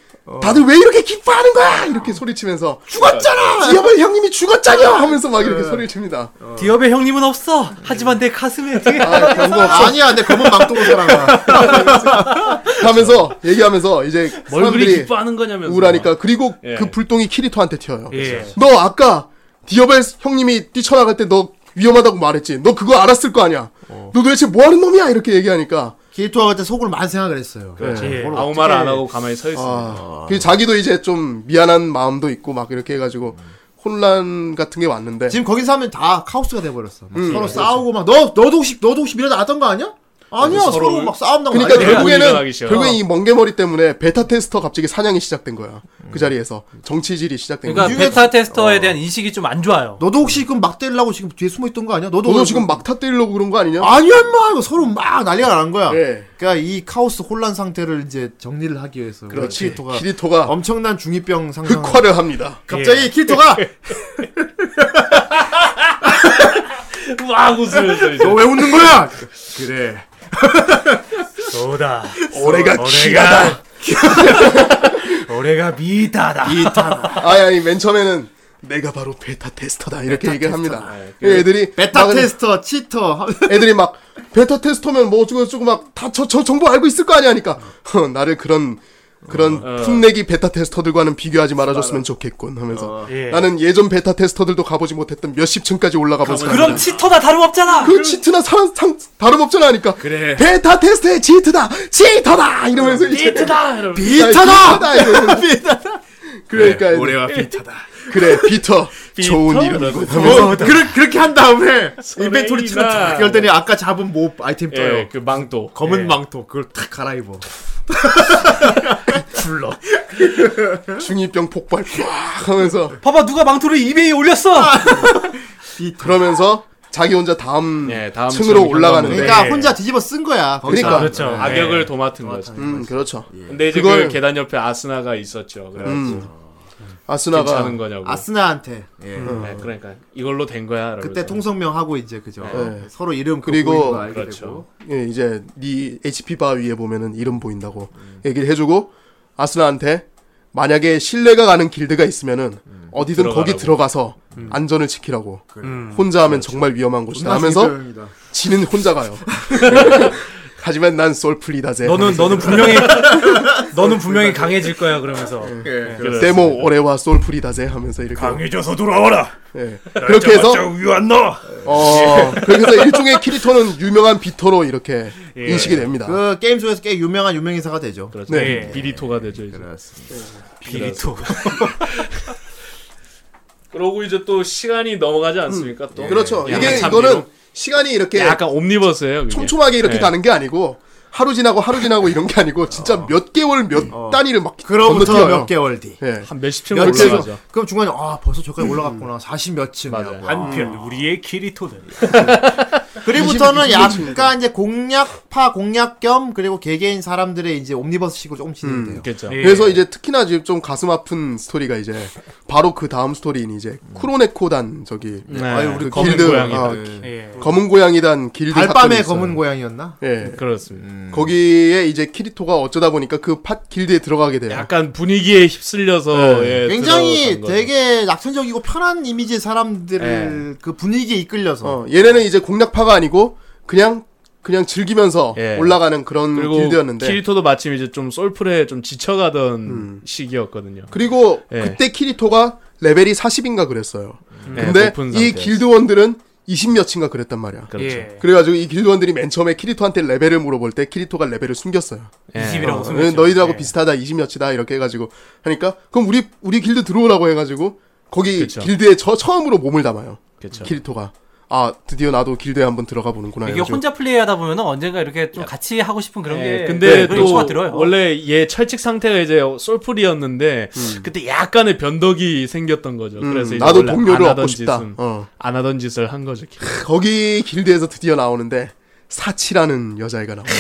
Speaker 4: 다들 왜 이렇게 기뻐하는 거야 아, 이렇게 소리치면서 죽었잖아 디어블 형님이 죽었잖여 하면서 막
Speaker 1: 예.
Speaker 4: 이렇게 소리를 칩니다.
Speaker 2: 디업의 어. 형님은 없어. 하지만 내 가슴에 네.
Speaker 4: 아, 그런 거 없어.
Speaker 1: 아니야, 내 검은 망토로 그 살아가.
Speaker 4: 하면서 얘기하면서 이제
Speaker 8: 뭘 그리
Speaker 4: 사람들이
Speaker 8: 기뻐하는 거냐면서.
Speaker 4: 우울하니까 그리고
Speaker 8: 예.
Speaker 4: 그 불똥이 키리토한테 튀어요.
Speaker 2: 예.
Speaker 4: 너 아까 디어벨 형님이 뛰쳐나갈 때 너 위험하다고 말했지. 너 그거 알았을 거 아니야. 너 도대체 뭐 하는 놈이야 이렇게 얘기하니까
Speaker 1: 어. 키리토가 그때 속으로 많은 생각을 했어요.
Speaker 8: 그렇죠. 그렇지.
Speaker 2: 예.
Speaker 8: 아무 말 안 하고 가만히 서 있습니다.
Speaker 4: 아, 그 자기도 이제 좀 미안한 마음도 있고 막 이렇게 해가지고 혼란 같은 게 왔는데 음,
Speaker 1: 지금 거기서 하면 다 카오스가 돼버렸어. 막 서로 싸우고 막 너 너도 혹시 너도 혹시 미래도 나왔던 거 아니야? 아니야 서로,
Speaker 8: 서로
Speaker 1: 막 싸움나고
Speaker 4: 그러니까
Speaker 8: 아니, 내가
Speaker 4: 결국에는
Speaker 8: 운전하기 싫어.
Speaker 4: 결국엔 이 멍게머리 때문에 베타 테스터 갑자기 사냥이 시작된 거야. 그 자리에서 정치질이 시작된 어. 거야.
Speaker 2: 그러니까 베타 테스터에 대한 인식이 좀 안 좋아요.
Speaker 1: 너도 혹시 그럼 막 때리려고 지금 뒤에 숨어 있던 거 아니야? 너도
Speaker 4: 너도
Speaker 1: 그럼-
Speaker 4: 지금 막타 때리려고 그런 거 아니냐?
Speaker 1: 아니야 임마 이거 서로 막 난리가 난 거야.
Speaker 4: 예.
Speaker 1: 그러니까 이 카오스 혼란 상태를 이제 정리를 하기 위해서 우리 키리토가
Speaker 4: 키리토가
Speaker 1: 엄청난 중이병 상상.
Speaker 4: 흑화를 합니다.
Speaker 8: 예.
Speaker 1: 갑자기 키리토가
Speaker 8: 막 웃으면서 이제.
Speaker 1: 너 왜 웃는 거야? 그래.
Speaker 2: 너다.
Speaker 4: 올해가 기하다.
Speaker 2: 올해가 미다다.
Speaker 4: 아니 아니 맨 처음에는 내가 바로 베타 테스터다 이렇게 얘기를 합니다. 예, 애들이
Speaker 1: 베타
Speaker 4: 막 그냥
Speaker 1: 테스터 치터.
Speaker 4: 애들이 막 베타 테스터면 뭐 어쩌고 저쩌고 막 다 저 저 정보 알고 있을 거 아니야 하니까 허, 나를 그런 그런 풋내기 베타 테스터들과는 비교하지 말아줬으면 좋겠군 하면서
Speaker 2: 예.
Speaker 4: 나는 예전 베타 테스터들도 가보지 못했던 몇십 층까지 올라가 본 사람
Speaker 2: 그럼 치터다 다름없잖아.
Speaker 4: 그 치트나 상, 상 다름없잖아 하니까 베타 테스트의 치트다 치터다 이러면서 이제
Speaker 8: 비트다! 이러면서.
Speaker 4: 비타다 이러면서 그러니까 애들-
Speaker 1: 네, 올해와 비타다.
Speaker 4: 그래 비터 좋은 이름이군 하면서
Speaker 1: 어, 그렇게 그렇게 한 다음에 인벤토리 치고
Speaker 8: 소레이나.
Speaker 1: 탁 열더니 아까 잡은 모 아이템 떠요.
Speaker 8: 예, 그 망토.
Speaker 1: 검은
Speaker 8: 예.
Speaker 1: 망토 그걸 탁 갈아입어.
Speaker 4: 중이병 폭발 팍 하면서
Speaker 2: 봐봐 누가 망토를 이메이 올렸어.
Speaker 4: 그러면서 자기 혼자 다음,
Speaker 8: 예,
Speaker 1: 네,
Speaker 8: 다음
Speaker 4: 층으로
Speaker 8: 층으로
Speaker 4: 올라가는데
Speaker 1: 그러니까
Speaker 8: 예.
Speaker 2: 네.
Speaker 1: 혼자 뒤집어 쓴 거야. 거기서.
Speaker 4: 그러니까.
Speaker 2: 그렇죠.
Speaker 8: 악역을 도맡은 거죠.
Speaker 4: 음 그렇죠
Speaker 8: 근데 이제
Speaker 4: 그걸- 음.
Speaker 8: 그 계단 옆에 아스나가 있었죠. 그래가지고
Speaker 4: 아스나가 음.
Speaker 8: 괜찮은 거냐고.
Speaker 1: 아스나한테 예.
Speaker 8: 네, 그러니까 이걸로 된 거야.
Speaker 1: 그때
Speaker 8: 그때 통...
Speaker 1: 통성명 하고 이제 그죠.
Speaker 4: 네.
Speaker 1: 그렇죠. 서로 이름
Speaker 4: 그리고-
Speaker 1: 그리고 거 알게
Speaker 8: 그렇죠.
Speaker 1: 되고.
Speaker 4: 예, 이제 네 HP 바 위에 보면은 이름 보인다고 얘기를 해주고 아스나한테 만약에 신뢰가 가는 길드가 있으면은
Speaker 1: 음.
Speaker 4: 어디든 거기
Speaker 8: 들어가라고.
Speaker 4: 들어가서 안전을 지키라고
Speaker 2: 음.
Speaker 4: 혼자
Speaker 1: 그렇죠.
Speaker 4: 하면 정말 위험한 곳이다 하면서 지는 혼자 가요. 하지만 난 솔플리다제.
Speaker 2: 네, 너는 너는 분명히 너는 분명히 강해질 거야 그러면서
Speaker 4: 예, 데모 올해와 솔플리다제 하면서 이렇게
Speaker 8: 강해져서 돌아와라.
Speaker 4: 예. 그렇게 해서
Speaker 8: 위안 너.
Speaker 4: 어 그렇게 해서 일종의 키리토는 유명한 비터로 이렇게
Speaker 8: 예.
Speaker 4: 인식이 됩니다.
Speaker 1: 그 게임 속에서 꽤 유명한 유명인사가 되죠.
Speaker 8: 그렇죠.
Speaker 4: 네.
Speaker 8: 네. 비리토가 되죠 이제.
Speaker 1: 그렇습니다.
Speaker 2: 비리토
Speaker 8: 그러고 이제 또 시간이 넘어가지 않습니까? 또
Speaker 4: 그렇죠.
Speaker 8: 예.
Speaker 4: 이게
Speaker 8: 한참
Speaker 4: 이거는
Speaker 8: 뒤로.
Speaker 4: 시간이 이렇게
Speaker 8: 약간 옴니버스예요. 그게.
Speaker 4: 촘촘하게 이렇게
Speaker 8: 예.
Speaker 4: 가는 게 아니고 하루 지나고 하루 지나고 이런 게 아니고 진짜 몇 개월 몇 단위를 막
Speaker 1: 어. 그로부터
Speaker 4: 건너뛰어요.
Speaker 1: 몇 개월 뒤.
Speaker 4: 예.
Speaker 8: 한 몇십 층
Speaker 4: 몇 개에서-
Speaker 8: 올라가죠.
Speaker 1: 그럼 중간에 아 벌써 저까지 올라갔구나. 40 몇 층.
Speaker 8: 맞아요.
Speaker 2: 한편 우리의 키리토는
Speaker 1: 그리고부터는
Speaker 4: 20, 20 몇
Speaker 1: 약간 이제 공략파 공략 겸 그리고 개개인 사람들의 이제 옴니버스식으로 조금 진행돼요.
Speaker 8: 그렇죠.
Speaker 2: 예.
Speaker 4: 그래서 이제 특히나 지금 좀 가슴 아픈 스토리가 이제 바로 그 다음 스토리인 이제 쿠로네코단 저기
Speaker 1: 아유, 우리
Speaker 4: 그
Speaker 8: 검은
Speaker 4: 길드
Speaker 8: 고양이들.
Speaker 4: 아,
Speaker 2: 예.
Speaker 4: 검은 고양이단 길드 사건이
Speaker 1: 달밤의
Speaker 4: 있어요.
Speaker 1: 검은 고양이였나? 음.
Speaker 4: 예.
Speaker 8: 음, 그렇습니다.
Speaker 4: 거기에 이제 키리토가 어쩌다 보니까 그 팟 길드에 들어가게 돼요. 네.
Speaker 8: 약간 분위기에 휩쓸려서 예,
Speaker 1: 굉장히
Speaker 8: 들어간 거죠.
Speaker 1: 되게 낙천적이고 편한 이미지의 사람들을 그 분위기에 이끌려서
Speaker 4: 어, 얘네는 이제 공략파가 아니고 그냥 그냥 즐기면서
Speaker 8: 예.
Speaker 4: 올라가는 그런
Speaker 8: 그리고
Speaker 4: 길드였는데
Speaker 8: 키리토도 마침 이제 좀 솔플에 좀 지쳐가던
Speaker 4: 음.
Speaker 8: 시기였거든요.
Speaker 4: 그리고
Speaker 8: 예.
Speaker 4: 그때 키리토가 레벨이 40인가 그랬어요.
Speaker 8: 예,
Speaker 4: 근데
Speaker 8: 높은
Speaker 4: 이
Speaker 8: 상태였어요.
Speaker 4: 길드원들은 20몇인가 그랬단 말이야.
Speaker 8: 그렇죠.
Speaker 2: 예.
Speaker 4: 그래가지고 이 길드원들이 맨 처음에 키리토한테 레벨을 물어볼 때 키리토가 레벨을 숨겼어요.
Speaker 8: 예.
Speaker 2: 20이라고
Speaker 4: 어,
Speaker 2: 소개했죠.
Speaker 4: 너희들하고
Speaker 2: 예.
Speaker 4: 비슷하다 20몇이다 이렇게 해가지고 하니까 그럼 우리 우리 길드 들어오라고 해가지고 거기
Speaker 8: 그쵸.
Speaker 4: 길드에 저 처음으로 몸을 담아요.
Speaker 8: 그렇죠.
Speaker 4: 키리토가 아 드디어 나도 길드에 한번 들어가 보는구나.
Speaker 2: 이게
Speaker 4: 해가지고.
Speaker 2: 혼자 플레이하다 보면 언젠가 이렇게 좀 같이 하고 싶은 그런
Speaker 8: 예,
Speaker 2: 게 네,
Speaker 8: 근데
Speaker 2: 그런
Speaker 8: 또
Speaker 2: 욕구가 들어요.
Speaker 8: 원래 얘 철칙 상태가 이제 솔풀이었는데 그때 약간의 변덕이 생겼던 거죠.
Speaker 4: 음,
Speaker 8: 그래서 이제
Speaker 4: 나도
Speaker 8: 원래
Speaker 4: 동료를
Speaker 8: 안
Speaker 4: 얻고
Speaker 8: 하던
Speaker 4: 싶다.
Speaker 8: 짓은-
Speaker 4: 어.
Speaker 8: 안 하던 짓을 한 거죠.
Speaker 4: 거기 길드에서 드디어 나오는데 사치라는 여자애가 나와요.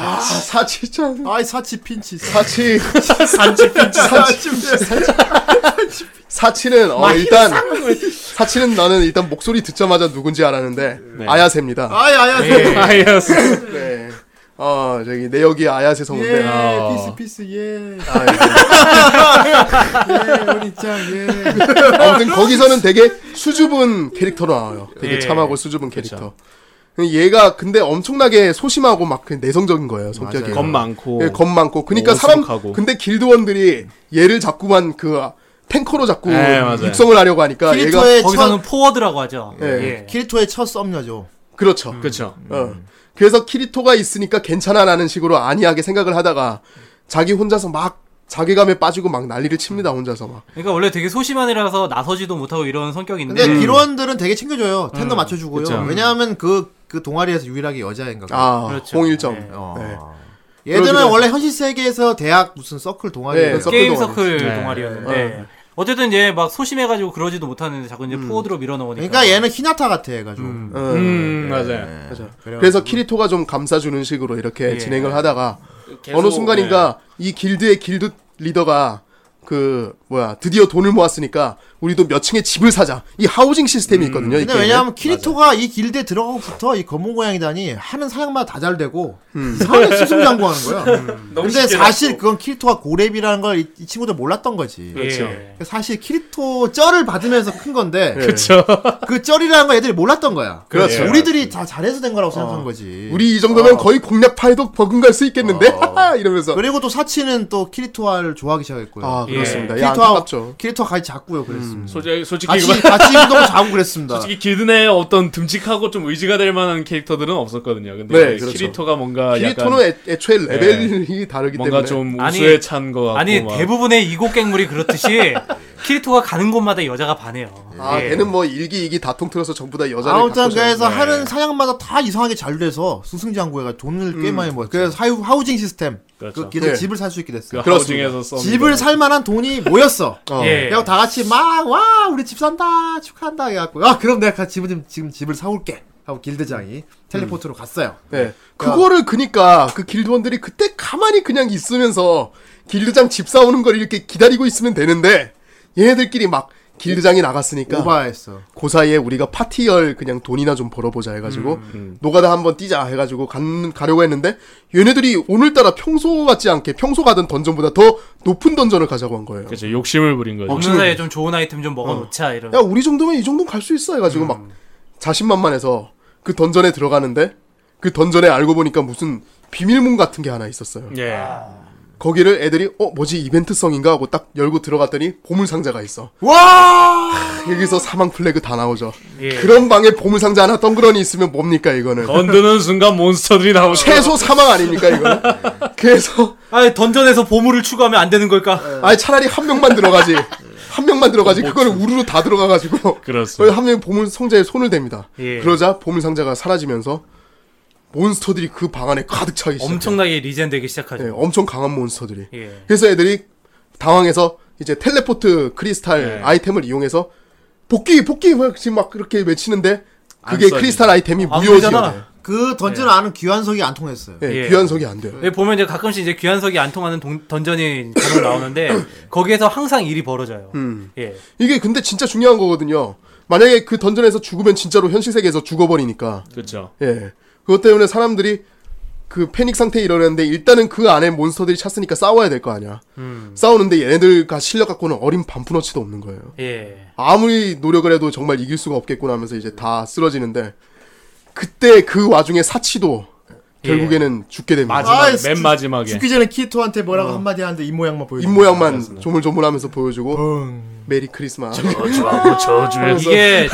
Speaker 4: 아, 사치 참.
Speaker 1: 아이 사치 핀치 사-
Speaker 4: 사치
Speaker 8: 산책
Speaker 1: 사치 핀치
Speaker 4: 사치는 어 일단 사치는 나는 일단 목소리 듣자마자 누군지 알았는데 아야세입니다.
Speaker 1: 아이 아야
Speaker 8: 네. 예, 아이였어.
Speaker 4: 네. 어 저기 내역이 아야세 성우인데 아,
Speaker 1: 예
Speaker 8: 어.
Speaker 1: 피스 피스 예
Speaker 4: 아,
Speaker 1: 예, 우리 짱예
Speaker 4: 아무튼 거기서는 되게 수줍은 캐릭터로 나와요. 되게
Speaker 2: 예.
Speaker 4: 참하고 수줍은 캐릭터. 얘가 근데 엄청나게 소심하고 막그 내성적인 거예요 성격이.
Speaker 8: 겁 많고. 어,
Speaker 4: 예, 겁 많고. 그러니까 사람
Speaker 8: 오죽하고.
Speaker 4: 근데 길드원들이 얘를 자꾸만 그 탱커로 자꾸
Speaker 8: 예, 맞아요.
Speaker 4: 육성을 하려고 하니까 얘가
Speaker 1: 키리토의
Speaker 2: 거기서는
Speaker 1: 첫
Speaker 2: 포워드라고 하죠.
Speaker 4: 예.
Speaker 2: 예.
Speaker 1: 키리토의 첫 썸녀죠
Speaker 4: 그렇죠.
Speaker 8: 그렇죠.
Speaker 4: 어. 그래서 키리토가 있으니까 괜찮아라는 식으로 안이하게 생각을 하다가 자기 혼자서 막 자괴감에 빠지고 막 난리를 칩니다 혼자서 막.
Speaker 2: 그러니까 원래 되게 소심한 애라서 나서지도 못하고 이런 성격인데
Speaker 1: 근데
Speaker 4: 음.
Speaker 1: 기로원들은 되게 챙겨줘요 어,
Speaker 2: 음,
Speaker 1: 텐더 맞춰주고요
Speaker 8: 음, 그쵸.
Speaker 1: 왜냐하면 그 그 동아리에서 유일하게 여자인가 봐요.
Speaker 4: 아
Speaker 2: 그렇죠.
Speaker 4: 홍일점.
Speaker 2: 예.
Speaker 1: 어.
Speaker 8: 음.
Speaker 4: 네.
Speaker 1: 얘들은
Speaker 4: 그러기도
Speaker 1: 원래 현실 세계에서 대학 무슨 서클 동아리
Speaker 4: 네, 서클
Speaker 2: 게임
Speaker 4: 동아리. 어.
Speaker 2: 서클
Speaker 8: 네.
Speaker 2: 동아리였는데 어쨌든 이제 막 소심해가지고 그러지도 못하는데 자꾸 이제 포워드로 밀어넣으니까
Speaker 8: 네.
Speaker 1: 그러니까 얘는 히나타 같아 해가지고
Speaker 4: 어.
Speaker 8: 음, 맞아요.
Speaker 1: 맞아.
Speaker 4: 그래서 키리토가 좀 감싸주는 식으로 이렇게
Speaker 2: 예.
Speaker 4: 진행을 하다가
Speaker 8: 계속,
Speaker 4: 어느 순간인가
Speaker 1: 네.
Speaker 4: 이 길드의 길드 리더가 그 뭐야 드디어 돈을 모았으니까 우리도 몇 층에 집을 사자 이 하우징 시스템이 있거든요.
Speaker 1: 음.
Speaker 4: 이
Speaker 1: 근데
Speaker 4: 게임에.
Speaker 1: 왜냐하면 키리토가 이 길드에 들어가고부터 이 검은 고양이단이 하는 사냥마다 다잘되고
Speaker 4: 음.
Speaker 1: 이상하게 승승장구하는
Speaker 8: 음.
Speaker 1: 거야. 근데 사실 그건 키리토가 고렙이라는 걸 이 친구들 몰랐던 거지.
Speaker 8: 그렇죠.
Speaker 1: 사실 키리토 쩔을 받으면서 큰 건데
Speaker 4: 예.
Speaker 8: 그렇죠.
Speaker 1: 그 쩔이라는 걸 애들이 몰랐던 거야.
Speaker 4: 그렇죠.
Speaker 1: 우리들이 다 잘해서 된 거라고
Speaker 4: 어.
Speaker 1: 생각한 거지.
Speaker 4: 우리 이 정도면 거의 공략파에도 버금갈 수 있겠는데 하하 이러면서
Speaker 1: 어. 그리고 또 사치는 또 키리토와를 좋아하기 시작했고요.
Speaker 4: 아 그렇습니다. 예.
Speaker 1: 키리토와
Speaker 4: 안타깝죠.
Speaker 1: 키리토와 같이 잤고요. 그랬습니다.
Speaker 8: 음. 솔직히 솔직히 이거-
Speaker 1: 음. 같이 같이 운동 자고 그랬습니다.
Speaker 8: 솔직히 길드 내에 어떤 듬직하고 좀 의지가 될 만한 캐릭터들은 없었거든요. 근데
Speaker 4: 네,
Speaker 8: 이제
Speaker 4: 그렇죠.
Speaker 8: 키리토가 뭔가
Speaker 4: 키리토는
Speaker 8: 약간 네.
Speaker 4: 애, 초에 레벨이 다르기
Speaker 8: 뭔가
Speaker 4: 때문에
Speaker 8: 좀
Speaker 2: 아니,
Speaker 8: 우수에 찬것 같고
Speaker 2: 아니
Speaker 8: 막.
Speaker 2: 대부분의 이곡갱물이 그렇듯이 키리토가 가는 곳마다 여자가 반해요.
Speaker 4: 아
Speaker 2: 예.
Speaker 4: 걔는 뭐 일기 이기 다 통틀어서 전부 다 여자를
Speaker 1: 아무튼
Speaker 4: 갖고
Speaker 1: 그래서
Speaker 4: 자는데.
Speaker 1: 하는 사냥마다 다 이상하게 잘 돼서 승승장구해가 돈을
Speaker 4: 음.
Speaker 1: 꽤 많이 모았어요. 그래서 하우, 하우징 시스템 그
Speaker 8: 그렇죠.
Speaker 1: 기서
Speaker 4: 네.
Speaker 1: 집을 살 수 있게
Speaker 8: 그
Speaker 1: 됐어요.
Speaker 8: 하우징에서 썸
Speaker 1: 집을 살 만한 돈이 모였어.
Speaker 4: 어.
Speaker 2: 예.
Speaker 1: 그래고 다 같이 막 와 우리 집 산다 축하한다 해갖고 아 그럼 내가 가- 집을 좀- 지금 집을 사올게 하고 길드장이 텔레포트로 갔어요.
Speaker 4: 네. 그거를 그니까 그 길드원들이 그때 가만히 그냥 있으면서 길드장 집 사오는 걸 이렇게 기다리고 있으면 되는데 얘네들끼리 막 길드장이 나갔으니까
Speaker 1: 오바했어.
Speaker 4: 그 사이에 우리가 파티열 그냥 돈이나 좀 벌어보자 해가지고
Speaker 8: 음,
Speaker 1: 음.
Speaker 4: 노가다 한번 뛰자 해가지고 간, 가려고 했는데 얘네들이 오늘따라 평소 같지 않게 평소 가던 던전보다 더 높은 던전을 가자고 한 거예요.
Speaker 8: 그치 욕심을 부린 거죠.
Speaker 2: 먹는 사이에 좀 좋은 아이템 좀 먹어놓자 이런.
Speaker 4: 야 우리 정도면 이 정도는 갈 수 있어 해가지고
Speaker 2: 음.
Speaker 4: 막 자신만만해서 그 던전에 들어가는데 그 던전에 알고 보니까 무슨 비밀문 같은 게 하나 있었어요.
Speaker 8: 예.
Speaker 4: 거기를 애들이 어 뭐지 이벤트성인가 하고 딱 열고 들어갔더니 보물 상자가 있어.
Speaker 1: 와!
Speaker 4: 여기서 사망 플래그 다 나오죠.
Speaker 2: 예.
Speaker 4: 그런 방에 보물 상자 하나 덩그러니 있으면 뭡니까 이거는.
Speaker 8: 건드는 순간 몬스터들이 나오죠.
Speaker 4: 최소 사망 아닙니까 이거는. 그래서
Speaker 2: 아 던전에서 보물을 추구하면 안 되는 걸까? 뭐
Speaker 4: 아니 차라리 한 명만 들어가지. 한 명만 들어가지. 그거를 우르르 다 들어가가지고.
Speaker 8: 그렇습니다.
Speaker 4: 한 명이 보물 상자에 손을 댑니다.
Speaker 2: 예.
Speaker 4: 그러자 보물 상자가 사라지면서 몬스터들이 그 방 안에 가득 차기 시작.
Speaker 2: 엄청나게 리젠되기 시작하죠.
Speaker 4: 예, 엄청 강한 몬스터들이.
Speaker 2: 예.
Speaker 4: 그래서 애들이 당황해서 이제 텔레포트 크리스탈
Speaker 8: 예.
Speaker 4: 아이템을 이용해서 복귀 복귀 막 지금 막 그렇게 외치는데
Speaker 1: 안
Speaker 4: 그게
Speaker 1: 써지죠.
Speaker 4: 크리스탈 아이템이
Speaker 2: 안
Speaker 4: 무효지요. 네.
Speaker 2: 되잖아.
Speaker 1: 그
Speaker 8: 예.
Speaker 1: 던전 안은 귀환석이 안 통했어요.
Speaker 4: 예,
Speaker 2: 예.
Speaker 4: 귀환석이 안 돼요.
Speaker 2: 예, 보면 이제 가끔씩 이제 귀환석이 안 통하는 동- 던전이 간혹 나오는데 거기에서 항상 일이
Speaker 4: 음.
Speaker 2: 벌어져요. 예.
Speaker 4: 이게 근데 진짜 중요한 거거든요. 만약에 그 던전에서 죽으면 진짜로 현실 세계에서 죽어버리니까.
Speaker 8: 그렇죠.
Speaker 4: 예. 그것 때문에 사람들이 그 패닉 상태에 이러는데 일단은 그 안에 몬스터들이 찼으니까 싸워야 될 거 아니야.
Speaker 2: 음.
Speaker 4: 싸우는데 얘네들과 실력 갖고는 어린 반푼어치도 없는 거예요.
Speaker 2: 예.
Speaker 4: 아무리 노력을 해도 정말 이길 수가 없겠구나 하면서 이제 다 쓰러지는데 그때 그 와중에 사치도 결국에는 죽게 됩니다.
Speaker 8: 예. 마지막
Speaker 1: 아,
Speaker 8: 맨
Speaker 1: 죽-
Speaker 8: 마지막에
Speaker 1: 죽기 전에 키토한테 뭐라고 한마디 하는데 입모양만 보여.
Speaker 4: 어. 입모양만 조물조물하면서 보여주고
Speaker 8: 음.
Speaker 4: 메리 크리스마스.
Speaker 2: 이게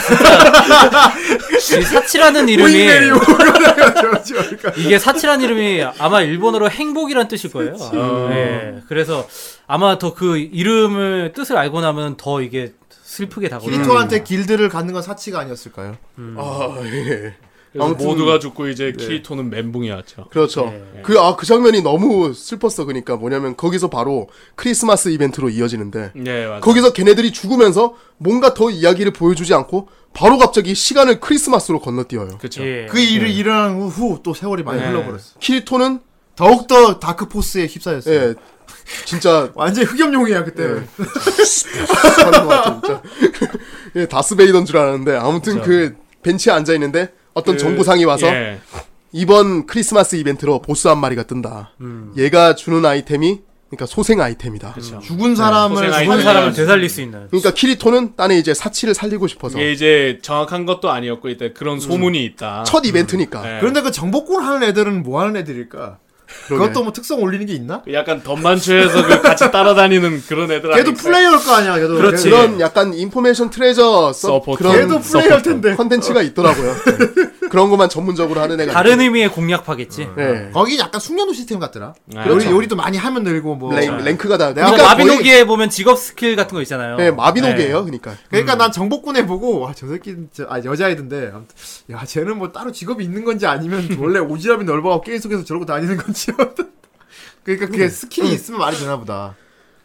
Speaker 2: 진짜 이 사치라는 이름이 이게 사치라는 이름이 아마 일본어로 행복이란 뜻일 거예요.
Speaker 1: 어.
Speaker 2: 예. 그래서 아마 더 그 이름을 뜻을 알고 나면 더 이게 슬프게 다가오죠.
Speaker 1: 키토한테
Speaker 4: 음.
Speaker 1: 길드를 갖는 건 사치가 아니었을까요?
Speaker 4: 아 예.
Speaker 8: 음. 그래서
Speaker 4: 아무튼-
Speaker 8: 모두가 죽고 이제 키토는 멘붕이었죠.
Speaker 4: 그렇죠.
Speaker 8: 예.
Speaker 4: 그, 아, 그 장면이 너무 슬펐어. 그니까 뭐냐면 거기서 바로 크리스마스 이벤트로 이어지는데
Speaker 8: 예 맞아.
Speaker 4: 거기서 걔네들이 죽으면서 뭔가 더 이야기를 보여주지 않고 바로 갑자기 시간을 크리스마스로 건너뛰어요.
Speaker 8: 그렇죠.
Speaker 2: 예.
Speaker 1: 그 일을 일어난 후 또 세월이 많이
Speaker 8: 네.
Speaker 1: 흘러버렸어.
Speaker 4: 키리토는
Speaker 1: 더욱더 다크포스에 휩싸였어요.
Speaker 4: 예, 진짜 네.
Speaker 1: 완전 흑염룡이야 그때. 는
Speaker 4: 사는 것 같아, 진짜. 예, 다스베이던 줄 알았는데 아무튼 그 벤치에 앉아 있는데 어떤
Speaker 8: 그-
Speaker 4: 정보상이 와서
Speaker 8: 예.
Speaker 4: 이번 크리스마스 이벤트로 보스 한 마리가 뜬다.
Speaker 8: 음.
Speaker 1: 음.
Speaker 8: 예.
Speaker 4: 얘가 주는 아이템이 그러니까 소생 아이템이다. 그
Speaker 1: 죽은 사람을
Speaker 8: 고생 음. 아이템.
Speaker 2: 한
Speaker 1: 죽은
Speaker 2: 사람을 되살릴 수 있는.
Speaker 4: 러니까 키리토는 딴에 이제 사치를 살리고 싶어서
Speaker 8: 이게 이제 정확한 것도 아니었고 일단 그런 소문이 있다.
Speaker 4: 첫 이벤트니까
Speaker 8: 예.
Speaker 1: 그런데 그 정복군 하는 애들은 뭐 하는 애들일까? 그것도뭐 특성 올리는 게 있나?
Speaker 8: 그 약간 덤만추에서 그 같이 따라다니는 그런 애들
Speaker 1: 걔도
Speaker 8: 아닐까요?
Speaker 1: 플레이어일 거 아니야. 걔도
Speaker 2: 그렇지.
Speaker 1: 걔도-
Speaker 4: 그런 약간 인포메이션 트레저 서,
Speaker 8: 서포터.
Speaker 1: 걔도
Speaker 4: 그런
Speaker 1: 플레이어일 텐데.
Speaker 4: 컨텐츠가 있더라고요. 그런 것만 전문적으로 하는 애가
Speaker 2: 다른
Speaker 4: 있죠.
Speaker 2: 의미의 공략파겠지. 어.
Speaker 4: 네.
Speaker 1: 어. 거기 약간 숙련도 시스템 같더라.
Speaker 8: 아,
Speaker 2: 그렇죠.
Speaker 1: 요리, 요리도 많이 하면 늘고
Speaker 2: 어.
Speaker 1: 뭐.
Speaker 4: 랭, 랭크가 다.
Speaker 1: 내가
Speaker 2: 그
Speaker 1: 그러니까
Speaker 2: 마비노기에 보면 직업 스킬 같은 거 있잖아요. 음.
Speaker 4: 네, 마비노기예요. 그러니까
Speaker 1: 그러니까 난 정복군 에 보고 와 저 새끼 저, 아 여자애던데 아무튼 야 쟤는 뭐 따로 직업이 있는 건지 아니면 원래 오지랖이 넓어가고 게임 속에서 저러고 다니는 건지 그러니까 그게 스킬이 있으면 말이 되나 보다
Speaker 4: 음.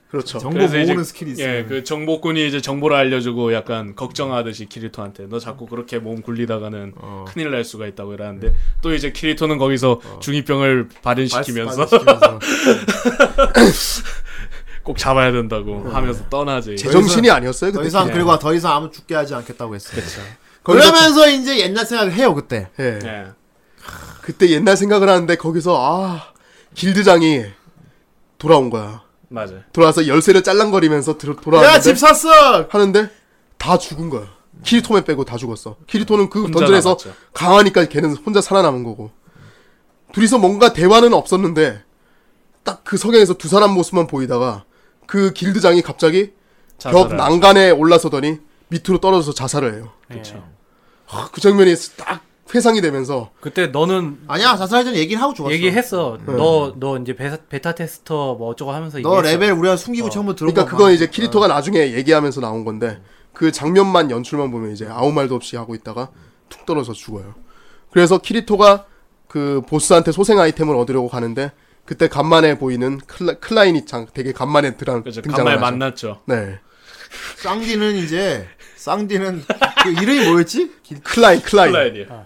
Speaker 4: 그렇죠.
Speaker 1: 정보
Speaker 8: 그래서
Speaker 1: 모으는
Speaker 8: 이제
Speaker 1: 스킬이 있으면
Speaker 8: 예, 그 정복군이 이제 정보를 알려주고 약간 걱정하듯이 키리토한테 너 자꾸 그렇게 몸 굴리다가는
Speaker 4: 어.
Speaker 8: 큰일 날 수가 있다고 이러는데 또 이제 키리토는 거기서 중이병을 발현시키면서
Speaker 1: 발현시키면서.
Speaker 8: 꼭 잡아야 된다고 하면서 떠나지.
Speaker 4: 제정신이 아니었어요.
Speaker 1: 더
Speaker 4: 그때.
Speaker 1: 이상
Speaker 4: 예. 그렇죠.
Speaker 1: 그리고 더 이상 아무 죽게 하지 않겠다고 했어
Speaker 4: 거기서
Speaker 1: 그러면서 이제 옛날 생각을 해요 그때
Speaker 4: 예.
Speaker 8: 예.
Speaker 4: 그때 옛날 생각을 하는데 거기서 아 길드장이 돌아온 거야.
Speaker 8: 맞아.
Speaker 4: 돌아와서 열쇠를 짤랑거리면서 들어,
Speaker 1: 내가
Speaker 4: 돌아왔는데
Speaker 1: 집 샀어
Speaker 4: 하는데 다 죽은 거야. 키리토만 빼고 다 죽었어. 키리토는 그
Speaker 8: 혼자
Speaker 4: 던전에서
Speaker 8: 남았죠.
Speaker 4: 강하니까 걔는 혼자 살아남은 거고. 둘이서 뭔가 대화는 없었는데 딱 그 석양에서 두 사람 모습만 보이다가 그 길드장이 갑자기 벽
Speaker 8: 자살하죠.
Speaker 4: 난간에 올라서더니 밑으로 떨어져서 자살을 해요.
Speaker 2: 그렇죠.
Speaker 4: 아, 그 장면이 딱 회상이 되면서
Speaker 2: 그때 너는
Speaker 1: 아니야 자살하기 전에 얘기를 하고 죽었어 음.
Speaker 2: 얘기했어. 너, 너 이제 베타, 베타 테스터 뭐 어쩌고
Speaker 8: 예,
Speaker 2: 하면서
Speaker 1: 너
Speaker 2: 얘기했어.
Speaker 1: 레벨 우리가 숨기고 처음부터 들어온
Speaker 4: 그러니까
Speaker 1: 거야,
Speaker 4: 그건
Speaker 1: 막.
Speaker 4: 이제 키리토가 나중에 얘기하면서 나온 건데 그 장면만 연출만 보면 이제 아무 말도 없이 하고 있다가 툭 떨어져 죽어요. 그래서 키리토가 그 보스한테 소생 아이템을 얻으려고 가는데 그때 간만에 보이는 클라, 클라인이 장 되게 간만에 드랑,
Speaker 8: 그렇죠.
Speaker 4: 등장을
Speaker 8: 간만에
Speaker 4: 하죠.
Speaker 8: 만났죠.
Speaker 4: 네.
Speaker 1: 쌍디는 이제 쌍디는 그 이름이 뭐였지? 길-
Speaker 4: 클라인 클라인.
Speaker 8: 플라이디.
Speaker 1: 아,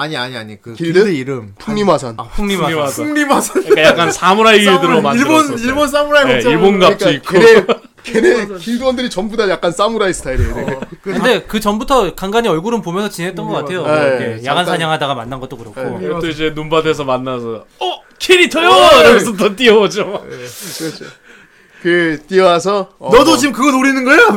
Speaker 1: 아니 아니 아니 그
Speaker 4: 길드?
Speaker 1: 길드 이름
Speaker 4: 풍림화산.
Speaker 2: 풍림아.
Speaker 8: 와서.
Speaker 1: 풍리마산
Speaker 8: 그러니까 약간 사무라이 길드로 그러니까 만들었어.
Speaker 1: 일본 일본 사무라이
Speaker 8: 예,
Speaker 1: 복장
Speaker 8: 일본 갑주
Speaker 4: 그러니까
Speaker 8: 있고
Speaker 4: 걔네 걔네 길드원들이 전부 다 약간 사무라이 스타일이에요. 되게.
Speaker 1: 어.
Speaker 2: 근데 그 전부터 간간히 얼굴은 보면서 지냈던 것 같아요. 뭐
Speaker 4: 네,
Speaker 2: 이렇게
Speaker 4: 잠깐.
Speaker 2: 야간 사냥하다가 만난 것도 그렇고.
Speaker 4: 네.
Speaker 8: 그리고 또 이제 눈밭에서 만나서 어 캐릭터요!
Speaker 4: 예.
Speaker 1: 네.
Speaker 8: 이러면서 더 뛰어오죠.
Speaker 4: 그렇죠. 그 뛰어와서 어,
Speaker 1: 그렇죠. 너도 지금 그거 노리는 거야?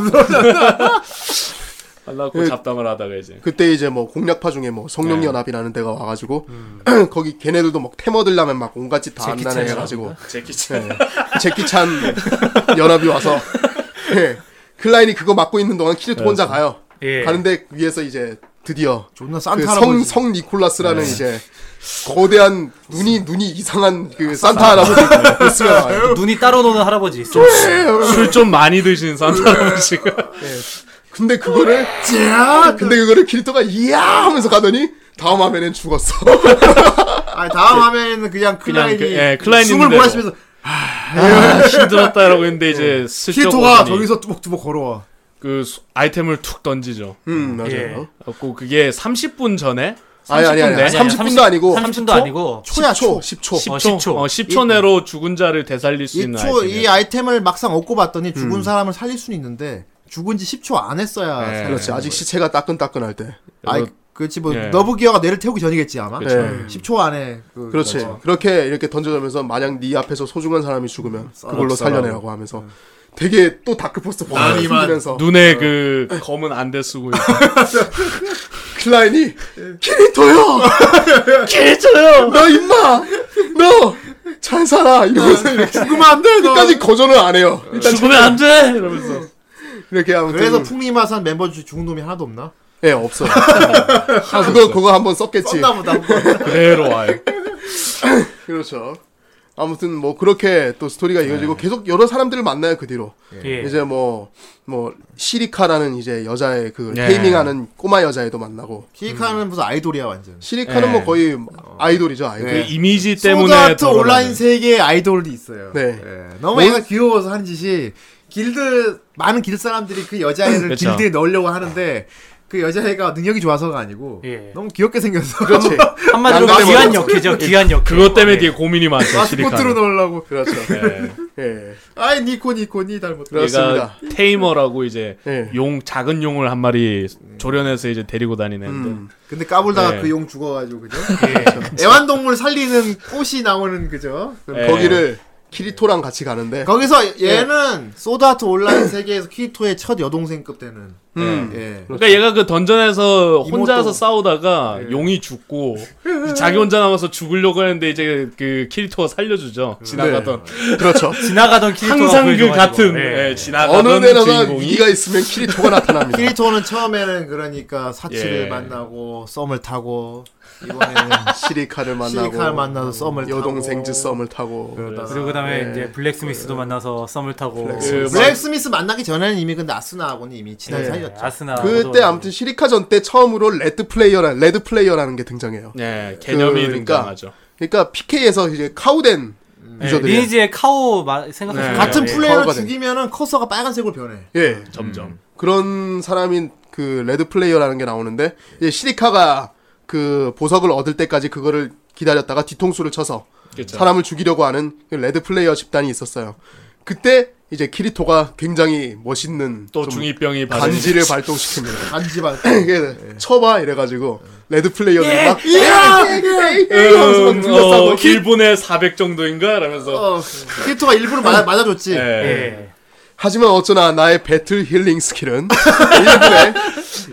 Speaker 8: 만나고
Speaker 4: 그-
Speaker 8: 잡담을 하다가 이제
Speaker 4: 그때 이제 뭐 공략파 중에 뭐 성룡연합이라는 데가 와가지고
Speaker 1: 음.
Speaker 4: 거기 걔네들도 막 테머들라면 막 온갖 짓 다
Speaker 2: 제키찬
Speaker 4: 안다네 해가지고
Speaker 8: 제키찬
Speaker 4: 예. 제키찬 연합이 와서 예. 클라인이 그거 맡고 있는 동안 키르토 혼자 가요.
Speaker 2: 예.
Speaker 4: 가는데 위에서 이제 드디어
Speaker 1: 존나
Speaker 4: 그
Speaker 1: 산타
Speaker 4: 성,
Speaker 1: 할아버지.
Speaker 4: 성 니콜라스라는 이제 거대한 눈이 눈이 이상한 그 산타 할아버지 있으면 와요.
Speaker 2: 눈이 따로 노는 할아버지 있어.
Speaker 8: 네, 술 좀 많이 드신
Speaker 4: 네.
Speaker 8: 산타 할아버지가
Speaker 4: 근데 그거를 근데 그거를 키리토가 이야 하면서 가더니 다음 화면엔 죽었어.
Speaker 1: 아 다음 화면에는 그냥 클라인이
Speaker 8: 예. 그- 예, 클라인
Speaker 1: 숨을
Speaker 8: 있는
Speaker 1: 몰아쉬면서
Speaker 8: 힘들었다 이러고 있는데 이제 슬쩍
Speaker 1: 키토가
Speaker 8: 오더니
Speaker 1: 저기서 뚜벅뚜벅 걸어와.
Speaker 8: 그 수- 아이템을 툭 던지죠.
Speaker 4: 음 맞아요.
Speaker 2: 예.
Speaker 8: 그래고 그게 30분 전에
Speaker 4: 아니 아니 아니
Speaker 8: 네.
Speaker 4: 30분도 아니고
Speaker 2: 30분도 아니고.
Speaker 4: 초야 초 10초.
Speaker 8: 10초,
Speaker 2: 어, 10초.
Speaker 8: 어, 10초 내로 죽은 자를 되살릴 수 있는
Speaker 1: 이초
Speaker 8: 아이템.
Speaker 1: 이 아이템을 막상 얻고 봤더니 죽은 사람을 살릴 수는 있는데 죽은 지 10초 안 했어야.
Speaker 8: 네.
Speaker 1: 살릴
Speaker 4: 그렇지
Speaker 1: 수 있는
Speaker 4: 아직 시체가 따끈따끈할 때.
Speaker 1: 거예요. 아이
Speaker 8: 그래서-
Speaker 1: 그렇지 뭐
Speaker 8: 예.
Speaker 1: 너브기어가 뇌를 태우기 전이겠지 아마.
Speaker 8: 그렇죠.
Speaker 4: 예.
Speaker 1: 10초 안에 그
Speaker 4: 그렇지 그렇게 이렇게 던져가면서 만약 네 앞에서 소중한 사람이 죽으면 그걸로 살려내라고 하면서 되게 또 다크포스트 범죄를
Speaker 1: 아니만
Speaker 4: 숨기면서 어.
Speaker 8: 눈에 그 검은 안대 쓰고 있고
Speaker 4: 클라인이 키리토요 키리토요 너 임마 너잘 살아 이러면서 이렇게 죽으면 안돼 끝까지 거절을 안 해요 일단
Speaker 8: 어. 죽으면 안 돼! 이러면서
Speaker 4: 이렇게 아무튼
Speaker 1: 그래서 풍리마산 멤버 중에 죽은 놈이 하나도 없나?
Speaker 4: 예 없어 그거 그거 한번 썼겠지
Speaker 1: 썼나 보다.
Speaker 8: 그대로 와요.
Speaker 4: 그렇죠 아무튼 뭐 그렇게 또 스토리가 이어지고
Speaker 8: 네.
Speaker 4: 계속 여러 사람들을 만나요 그 뒤로
Speaker 2: 예.
Speaker 4: 이제 뭐, 뭐, 시리카라는 이제 여자의 그
Speaker 8: 예.
Speaker 4: 테이밍하는 꼬마 여자애도 만나고.
Speaker 1: 키카는 무슨 아이돌이야 완전.
Speaker 4: 시리카는
Speaker 8: 예.
Speaker 4: 뭐 거의 아이돌이죠, 아이돌.
Speaker 2: 네.
Speaker 8: 그 이미지 때문에
Speaker 1: 네. 소드아트
Speaker 8: 더
Speaker 1: 온라인 세계의 아이돌이 있어요.
Speaker 4: 네.
Speaker 1: 예. 너무
Speaker 2: 뭐
Speaker 1: 애가 귀여워서 한 짓이 길드 많은 길드 사람들이 그 여자애를
Speaker 8: 그쵸.
Speaker 1: 길드에 넣으려고 하는데 그 여자애가 능력이 좋아서가 아니고
Speaker 2: 예.
Speaker 1: 너무 귀엽게 생겨서
Speaker 4: 그렇지.
Speaker 2: 한마디로
Speaker 4: 양가의
Speaker 2: 귀한
Speaker 4: 모습.
Speaker 2: 역해죠. 귀한 역해. 예.
Speaker 8: 그것 때문에 되게 고민이 많죠,
Speaker 1: 아, 마스코트로
Speaker 8: 시리카는.
Speaker 1: 넣으려고.
Speaker 4: 그렇죠.
Speaker 8: 예.
Speaker 4: 예.
Speaker 1: 아이 니코 니코 니 닮았다.
Speaker 8: 얘가
Speaker 4: 그렇습니다.
Speaker 8: 테이머라고 이제
Speaker 4: 예.
Speaker 8: 용 작은 용을 한 마리 조련해서 이제 데리고 다니는데
Speaker 4: 음.
Speaker 1: 근데 까불다가
Speaker 8: 예.
Speaker 1: 그 용 죽어가지고 그죠? 애완동물 살리는 꽃이 나오는 그죠?
Speaker 8: 예.
Speaker 4: 거기를 키리토랑 같이
Speaker 8: 네.
Speaker 4: 가는데. 예.
Speaker 1: 거기서 얘는 소드아트 온라인 세계에서 키토의 첫 여동생급 되는.
Speaker 4: 음.
Speaker 1: 예.
Speaker 8: 그러니까 얘가 그 던전에서 혼자서
Speaker 1: 이모도-
Speaker 8: 싸우다가 용이 죽고 자기 혼자 남아서 죽으려고 하는데 이제 그 키리토가 살려주죠 지나가던
Speaker 4: 그렇죠.
Speaker 2: 지나가던 캐릭터가
Speaker 8: 항상 그
Speaker 2: 보여줘가지고.
Speaker 8: 같은
Speaker 2: 예.
Speaker 8: 예,
Speaker 4: 네. 어느
Speaker 8: 지나가던
Speaker 4: 데나가
Speaker 8: 주인공이
Speaker 4: 위기가 있으면 키리토가 나타납니다.
Speaker 1: 키리토는 처음에는 그러니까 사치를
Speaker 8: 예.
Speaker 1: 만나고 썸을 타고 이번에는
Speaker 4: 시리카를 만나고.
Speaker 1: 시리카를 만나서 썸을 타고
Speaker 4: 여동생즈 썸을 타고.
Speaker 1: 그러다가
Speaker 2: 그리고
Speaker 4: 네.
Speaker 2: 그다음에 이제 블랙스미스도 만나서 썸을 타고
Speaker 8: 그
Speaker 1: 블랙 스미스 만나기 전에는 이미 근데 아스나하고는 이미 친한
Speaker 4: 예.
Speaker 1: 사이였죠.
Speaker 2: 네, 아스나
Speaker 4: 그때 아무튼 시리카전 때 처음으로 레드 플레이어라는, 레드 플레이어라는 게 등장해요.
Speaker 2: 네,
Speaker 8: 예, 개념이
Speaker 4: 그러니까-
Speaker 8: 등장하죠.
Speaker 4: 그러니까 PK에서 이제 카우덴 네, 유저들이.
Speaker 2: 음. 네, 리니지의 카오 생각하시면
Speaker 8: 네.
Speaker 1: 같은
Speaker 2: 예.
Speaker 1: 플레이어를
Speaker 4: 과거가 된-
Speaker 1: 죽이면은 커서가 빨간색으로 변해.
Speaker 4: 예.
Speaker 1: 음.
Speaker 8: 점점
Speaker 4: 그런 사람인 그 레드 플레이어라는 게 나오는데 이제 시리카가 그 보석을 얻을 때까지 그거를 기다렸다가 뒤통수를 쳐서
Speaker 8: 그쵸.
Speaker 4: 사람을 죽이려고 하는 그 레드 플레이어 집단이 있었어요. 그때 이제 키리토가 굉장히 멋있는
Speaker 8: 또
Speaker 4: 좀
Speaker 8: 중이병이 받은
Speaker 4: 간지를 발동시킵니다.
Speaker 1: 간지발.
Speaker 4: 이게 쳐봐 이래가지고 레드
Speaker 1: 예.
Speaker 4: 플레이어들 막 하면서 막
Speaker 8: 음,
Speaker 4: 둘러싸고
Speaker 8: 어, 일본에 400 정도인가? 라면서
Speaker 1: 어, 키토가 일부러 맞아, 맞아줬지.
Speaker 8: 예.
Speaker 2: 예.
Speaker 4: 하지만 어쩌나 나의 배틀 힐링 스킬은 1분에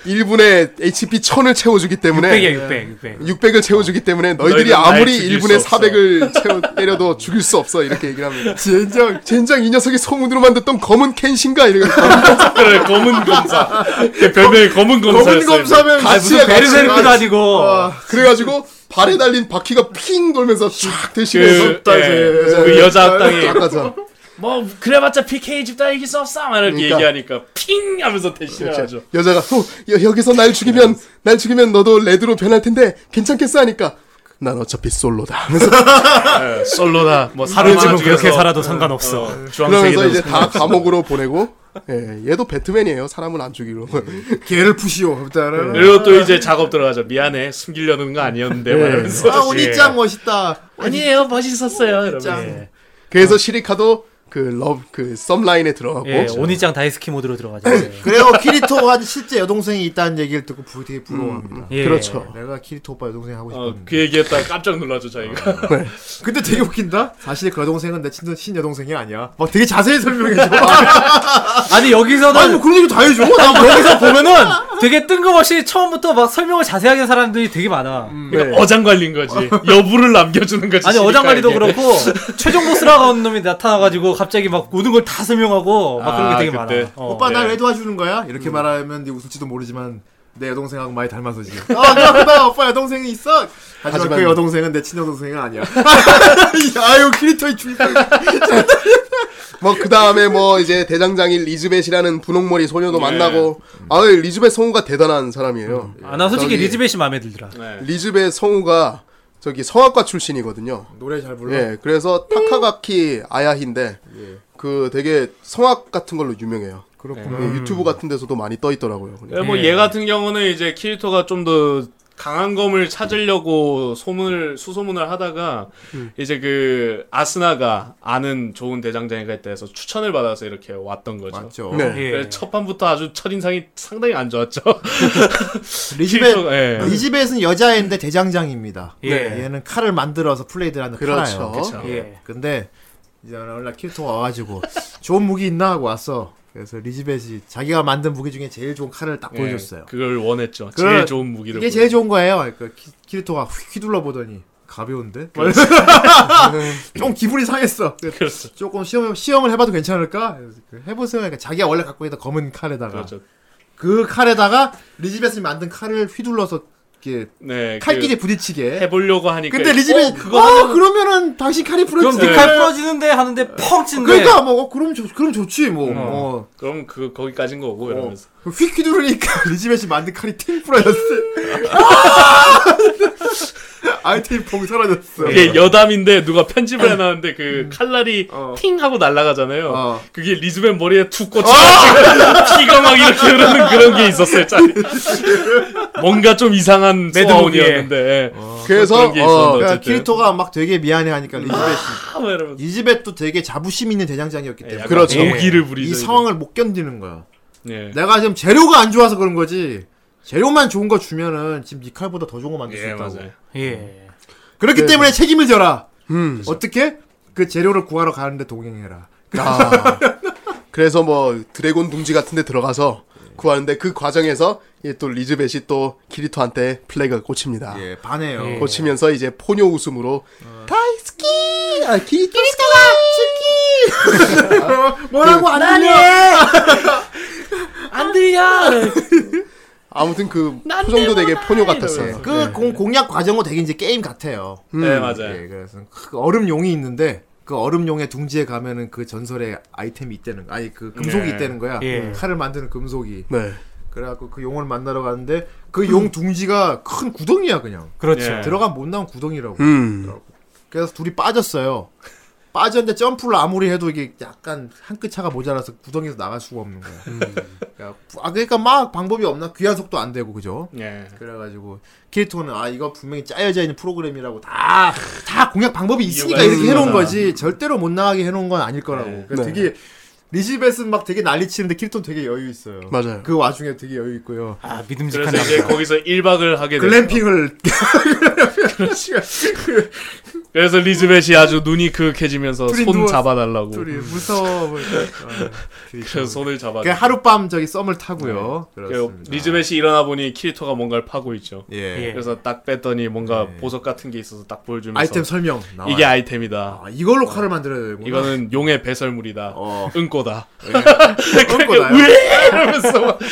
Speaker 4: 1분에 HP 1000을 채워주기 때문에
Speaker 2: 600이야 600
Speaker 4: 네.
Speaker 2: 600
Speaker 4: 600을 채워주기 때문에 너희들이
Speaker 8: 너희들은
Speaker 4: 아무리
Speaker 8: 날 죽일
Speaker 4: 1분에
Speaker 8: 수 없어.
Speaker 4: 400을 채워 때려도 죽일 수 없어 이렇게 얘기를 합니다. 젠장 젠장 이 녀석이 소문으로만 듣던 검은 캔신가 이래
Speaker 8: 그래, 검은 검사. 그 별명이 검은 검사였어요.
Speaker 1: 검은 검사면
Speaker 4: 같이
Speaker 1: 무슨
Speaker 2: 베르세르크도
Speaker 1: 같이- 어.
Speaker 2: 아니고
Speaker 4: 그래가지고 발에 달린 바퀴가 핑 돌면서 쫙
Speaker 8: 그,
Speaker 4: 대시면서
Speaker 8: 예, 그 여자 악당이
Speaker 4: 깎아서
Speaker 8: 뭐 그래봤자 PK 집단 이길 수 없어 막 이렇게
Speaker 4: 그러니까.
Speaker 8: 얘기하니까 핑 하면서 대신을 하죠.
Speaker 4: 여자가 어, 여, 여기서 날 죽이면 날 죽이면 너도 레드로 변할 텐데 괜찮겠어 하니까 난 어차피 솔로다 하면서
Speaker 8: 예, 솔로다 뭐
Speaker 2: 하루
Speaker 8: 사람만
Speaker 2: 지금
Speaker 8: 죽여서
Speaker 2: 음. 그렇게 살아도 상관없어
Speaker 8: 어,
Speaker 4: 그러면서
Speaker 8: 주황색이다.
Speaker 4: 이제 다 감옥으로 보내고 예, 얘도 배트맨이에요 사람을 안 예. 죽이로
Speaker 1: 개를 푸시오.
Speaker 2: 네.
Speaker 1: 일단은.
Speaker 8: 그리고 또 이제 작업 들어가죠. 미안해 숨기려는 거 아니었는데
Speaker 1: 네.
Speaker 8: 말하면서
Speaker 1: 아, 오니짱 멋있다.
Speaker 8: 아니에요 멋있었어요. 이러면서.
Speaker 1: 짱.
Speaker 8: 예.
Speaker 4: 그래서 시리카도 그 러브 그 썸라인에 들어가고 아,
Speaker 2: 예, 오니짱 다이스키 모드로 들어가죠. 네.
Speaker 1: 그래요 키리토가 진짜 여동생이 있다는 얘기를 듣고 부- 되게 부러워합니다.
Speaker 2: 예.
Speaker 4: 그렇죠.
Speaker 1: 내가 키리토 오빠 여동생 하고
Speaker 8: 어,
Speaker 1: 싶었는데.
Speaker 8: 그 얘기했다 깜짝 놀라죠
Speaker 1: 어,
Speaker 8: 자기가.
Speaker 1: 네. 근데 되게 웃긴다. 사실 그 여동생은 내 친정 친 여동생이 아니야. 막 되게 자세히 설명해줘.
Speaker 2: 아니
Speaker 1: 아니 뭐
Speaker 2: 여기서는
Speaker 1: 그런 얘기 다 해줘. 나뭐
Speaker 2: 여기서 보면은 되게 뜬금없이 처음부터 막 설명을 자세하게 하는 사람들이 되게 많아.
Speaker 1: 네.
Speaker 8: 그러니까 어장관리인 거지. 여부를 남겨주는 거지.
Speaker 2: 아니 어장관리도
Speaker 8: 시니까에게.
Speaker 2: 그렇고 최종 보스라고 하는 놈이 나타나가지고 갑자기 막 모든 걸 다 설명하고 막 그런 게
Speaker 8: 아,
Speaker 2: 되게
Speaker 8: 그때.
Speaker 2: 많아. 어.
Speaker 1: 오빠 날 왜 도와주는 거야? 이렇게 말하면 네 웃을지도 모르지만 내 여동생하고 많이 닮아서 지금. 아 그렇구나 오빠 여동생이 있어. 하지만, 그
Speaker 2: 뭐-
Speaker 1: 여동생은 내 친여동생은 아니야. 아유 키리토의 주인.
Speaker 4: 뭐 그 다음에 뭐 이제 대장장인 리즈벳이라는 분홍머리 소녀도
Speaker 8: 예.
Speaker 4: 만나고 아유 리즈벳 성우가 대단한 사람이에요.
Speaker 2: 아, 나 솔직히
Speaker 4: 저기-
Speaker 2: 리즈벳이 마음에 들더라.
Speaker 8: 네.
Speaker 4: 리즈벳 성우가 저기 성악과 출신이거든요.
Speaker 1: 노래 잘 불러. 예.
Speaker 4: 예, 그래서 타카가키 아야히인데 그 되게 성악 같은 걸로 유명해요.
Speaker 1: 그렇구나.
Speaker 4: 예, 유튜브 같은 데서도 많이 떠 있더라고요.
Speaker 8: 예, 뭐얘 같은 경우는 이제 키리토가 좀 더 강한 검을 찾으려고 소문을 수소문을 하다가 이제 그 아스나가 아는 좋은 대장장이가 있다 해서 추천을 받아서 이렇게 왔던 거죠.
Speaker 1: 맞죠.
Speaker 4: 네.
Speaker 2: 예.
Speaker 8: 그래서 첫 판부터 아주 첫 인상이 상당히 안 좋았죠.
Speaker 1: 리즈벳
Speaker 8: 키리토가, 예.
Speaker 1: 리즈벳은 여자애인데 대장장입니다. 네.
Speaker 2: 예.
Speaker 1: 얘는 칼을 만들어서 플레이드라는
Speaker 4: 그렇죠.
Speaker 1: 팔아요.
Speaker 4: 그쵸.
Speaker 2: 예.
Speaker 1: 근데 이제 어느 날 키리토가 와가지고 좋은 무기 있나 하고 왔어. 그래서 리즈벳이 자기가 만든 무기 중에 제일 좋은 칼을 딱 보여줬어요.
Speaker 8: 예, 그걸 원했죠.
Speaker 1: 그걸-
Speaker 8: 제일 좋은 무기를.
Speaker 1: 이게 제일 좋은 거예요. 그러니까 키, 키리토가 휘- 휘둘러 보더니 가벼운데 좀 기분이 상했어.
Speaker 8: 그렇죠.
Speaker 1: 조금 시험 시험을 해봐도 괜찮을까? 그래서 그 해보세요. 그러니까 자기가 원래 갖고 있던 검은 칼에다가
Speaker 8: 그렇죠.
Speaker 1: 그 칼에다가 리즈벳이 만든 칼을 휘둘러서 이렇게
Speaker 8: 네. 그
Speaker 1: 칼끼리 부딪히게.
Speaker 8: 해보려고 하니까.
Speaker 1: 근데 리즈벳
Speaker 8: 어,
Speaker 1: 어,
Speaker 8: 그거 하면
Speaker 1: 그러면은 당신 칼이
Speaker 2: 그럼
Speaker 1: 부러지네.
Speaker 2: 니칼 부러지는데 하는데 펑 친데.
Speaker 1: 그러니까 뭐 어, 그럼 좋 그럼 좋지 뭐. 어.
Speaker 8: 그럼 그 거기까진 거고 이러면서.
Speaker 1: 휙 휘두르니까 리즈벳이 만든 칼이 팅 부러졌어. 아이템이 봉 사라졌어.
Speaker 8: 이게 여담인데 누가 편집을 해놨는데 그 칼날이 팅 하고 날아가잖아요.
Speaker 1: 음. 어.
Speaker 8: 그게 리즈벤 머리에 툭 꽂혀가지고 피가 막 이렇게 흐르는 그런 게 있었어요. 짤. 뭔가 좀 이상한
Speaker 2: 매듭
Speaker 8: 소원이었는데. 예.
Speaker 4: 그래서
Speaker 8: 그런 게 있었는데
Speaker 4: 어,
Speaker 1: 어. 그러니까
Speaker 8: 어쨌든.
Speaker 1: 키리토가 막 되게 미안해하니까 리즈벳이
Speaker 8: 아, 뭐 이러면서.
Speaker 1: 리즈벳도 되게 자부심 있는 대장장이었기
Speaker 8: 예,
Speaker 1: 때문에
Speaker 8: 약간
Speaker 4: 그렇죠.
Speaker 8: 오기를 부리죠.
Speaker 1: 이 상황을 못 견디는 거야.
Speaker 8: 예.
Speaker 1: 내가 지금 재료가 안 좋아서 그런 거지. 재료만 좋은 거 주면은 지금 니 칼보다 더 좋은 거 만들 수
Speaker 8: 예,
Speaker 1: 있다고.
Speaker 8: 맞아요.
Speaker 1: 음.
Speaker 2: 예.
Speaker 1: 그렇기 때문에 책임을 져라. 그렇죠.
Speaker 4: 음.
Speaker 1: 어떻게? 그 재료를 구하러 가는데 동행해라.
Speaker 4: 아. 그래서 뭐 드래곤 둥지 같은 데 들어가서
Speaker 1: 예.
Speaker 4: 구하는데 그 과정에서 이제 또 리즈벳이 또 키리토한테 플래그가 꽂힙니다.
Speaker 1: 예, 반해요.
Speaker 4: 꽂히면서 이제 포뇨 웃음으로
Speaker 8: 어.
Speaker 4: 다이스키 아, 키리토
Speaker 1: 뭐라고 안 하냐?
Speaker 2: 안 들려.
Speaker 4: 아무튼 그 표정도 되게 포뇨 같았어요.
Speaker 1: 그 공, 공략 과정도 되게 이제 게임 같아요.
Speaker 8: 네, 맞아요.
Speaker 1: 예, 그래서 그 얼음 용이 있는데 그 얼음 용의 둥지에 가면은 그 전설의 아이템이 있다는 거, 아니 그 금속이
Speaker 8: 네.
Speaker 1: 있다는 거야.
Speaker 2: 예.
Speaker 1: 칼을 만드는 금속이.
Speaker 4: 네.
Speaker 1: 그래갖고 그 용을 만나러 갔는데 그 용 둥지가 큰 구덩이야 그냥.
Speaker 2: 그렇죠.
Speaker 8: 예.
Speaker 1: 들어가면 못 나온 구덩이라고.
Speaker 4: 음.
Speaker 1: 그래서 둘이 빠졌어요. 빠졌는데 점프를 아무리 해도 이게 약간 한 끗 차가 모자라서 구덩이에서 나갈 수가 없는 거야.
Speaker 8: 음.
Speaker 1: 그래갖고- 아 그러니까 막 방법이 없나 귀한 속도 안 되고 그죠?
Speaker 8: 예.
Speaker 1: 그래가지고 키리토는 아 이거 분명히 짜여져 있는 프로그램이라고 다 다 공략 방법이 있으니까
Speaker 8: 이유가
Speaker 1: 이렇게 해놓은
Speaker 8: 있으니까.
Speaker 1: 거지 절대로 못 나가게 해놓은 건 아닐 거라고
Speaker 8: 네.
Speaker 1: 그러니까
Speaker 4: 네.
Speaker 1: 되게 리즈벳은 막 되게 난리치는데 키리토는 되게 여유 있어요
Speaker 4: 맞아요.
Speaker 1: 그 와중에 되게 여유 있고요
Speaker 2: 아 믿음직한
Speaker 8: 그래서 이제
Speaker 2: 남자.
Speaker 8: 거기서 1박을 하게 됐어요.
Speaker 1: 글램핑을
Speaker 8: 그래서 리즈벳이 아주 눈이 그윽해지면서
Speaker 1: 둘이
Speaker 8: 손
Speaker 1: 누워서-
Speaker 8: 잡아달라고.
Speaker 1: 둘이 무서워 보이니까.
Speaker 8: 그래서 손을 잡아.
Speaker 1: 어, 그냥 하룻밤 저기 썸을 타고요
Speaker 8: 네.
Speaker 1: 네, 그렇습니다
Speaker 8: 리즈벳이 일어나 보니 키리토가 뭔가를 파고 있죠.
Speaker 1: 예.
Speaker 2: 예.
Speaker 8: 그래서 딱 뺐더니 뭔가 보석 같은 게 있어서 딱 보여주면서
Speaker 1: 아이템 설명 나와요.
Speaker 8: 이게 아이템이다.
Speaker 1: 아, 이걸로 칼을 만들어야 되구나
Speaker 8: 이거는 용의 배설물이다.
Speaker 1: 어. 그러니까
Speaker 8: 은꼬다.
Speaker 1: 거다요.
Speaker 8: 그러니까 왜? 이러면서 막.
Speaker 1: 네.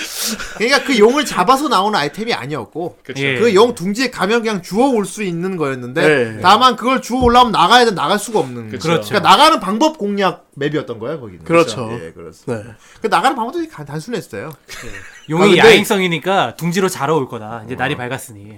Speaker 1: 그러니까 그 용을 잡아서 나오는 아이템이 아니었고
Speaker 8: 그쵸.
Speaker 2: 예.
Speaker 1: 그 영 둥지에 가면 그냥 주워 올 수 있는 거였는데
Speaker 4: 네.
Speaker 1: 다만 그걸 주워 올라오면 나가야 돼 나갈 수가 없는 거죠.
Speaker 8: 그렇죠.
Speaker 1: 그러니까 나가는 방법 공략 맵이었던 거예요 거기는.
Speaker 4: 그렇죠.
Speaker 1: 예, 그렇습니다.
Speaker 4: 네.
Speaker 1: 그 나가는 방법도 되게 간- 단순했어요.
Speaker 2: 네. 용이
Speaker 1: 아, 근데-
Speaker 2: 야행성이니까 둥지로 자러 올 거다. 이제
Speaker 8: 어.
Speaker 2: 날이 밝았으니.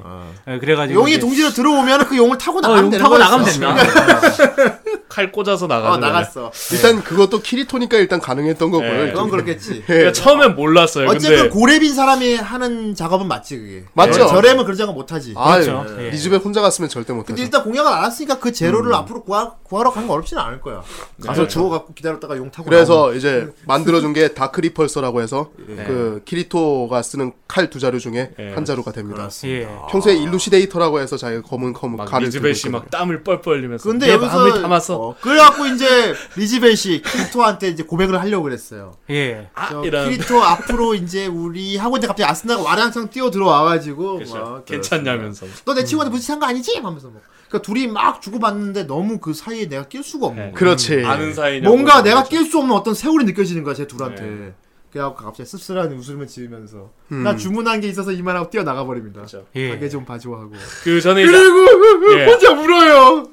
Speaker 2: 예, 그래가지고
Speaker 1: 어. 용이
Speaker 2: 이제-
Speaker 1: 둥지로 들어오면 그러니까 그 용을 타고
Speaker 2: 어,
Speaker 1: 나가면
Speaker 2: 용
Speaker 1: 되는
Speaker 2: 타고
Speaker 1: 거였어.
Speaker 2: 나가면 된다.
Speaker 8: 칼 꽂아서
Speaker 1: 어,
Speaker 8: 나가는 거냐.
Speaker 1: 나갔어.
Speaker 4: 네. 일단 그것도 키리토니까 일단 가능했던 거고요.
Speaker 8: 예.
Speaker 4: 일단.
Speaker 1: 그건 그렇겠지.
Speaker 8: 그러니까 처음엔 몰랐어요.
Speaker 1: 어쨌든
Speaker 8: 근데
Speaker 1: 고래빈 사람이 하는 작업은 맞지 그게. 네,
Speaker 4: 맞죠.
Speaker 1: 저래면 그런 작업 못하지.
Speaker 4: 아,
Speaker 2: 그렇죠.
Speaker 4: 예.
Speaker 2: 예.
Speaker 4: 이 집에 혼자 갔으면 절대 못하죠.
Speaker 1: 근데 일단 공약을 안 했으니까 그 재료를 앞으로 구하, 구하러 가는 건 어렵진 않을 거야.
Speaker 8: 네.
Speaker 1: 가서 주워갖고 기다렸다가 용 타고.
Speaker 4: 그래서 이제 만들어준 게 다크리펄서라고 해서 그 키리토가 쓰는 칼 두 자루 중에
Speaker 8: 예.
Speaker 4: 한 자루가 됩니다.
Speaker 2: 예.
Speaker 4: 평소에 일루시데이터라고 해서 자기가 검은 검은
Speaker 8: 막
Speaker 4: 칼을 들고
Speaker 8: 리즈베시
Speaker 4: 있거든요.
Speaker 8: 막 땀을 뻘뻘 흘리면서
Speaker 1: 근데
Speaker 8: 내 마음을
Speaker 1: 여기서
Speaker 8: 담았어.
Speaker 1: 어, 그래갖고 이제 리즈벨 씨 키리토한테 이제 고백을 하려고 그랬어요.
Speaker 2: 예.
Speaker 8: 아,
Speaker 1: 저
Speaker 8: 이런
Speaker 1: 키리토 앞으로 이제 우리 하고 있는데 갑자기 아스나가 와랑창 뛰어 들어와가지고
Speaker 8: 그렇죠. 괜찮냐면서.
Speaker 1: 너내 친구한테 부딪힌 거 아니지? 하면서 뭐. 그러니까 둘이 막 주고받는데 너무 그 사이에 내가 낄 수가 없는 거야. 음.
Speaker 4: 그렇지.
Speaker 8: 아는 사이냐.
Speaker 1: 뭔가 내가 낄 수 없는 어떤 세월이 느껴지는 거야 쟤 둘한테
Speaker 8: 네.
Speaker 1: 그래갖고 갑자기 씁쓸한 웃음을 지으면서 나 주문한 게 있어서 이만하고 뛰어나가 버립니다
Speaker 8: 그렇죠.
Speaker 2: 예.
Speaker 1: 가게 좀 봐줘 하고
Speaker 8: 그 전에 그리고 예.
Speaker 1: 혼자 울어요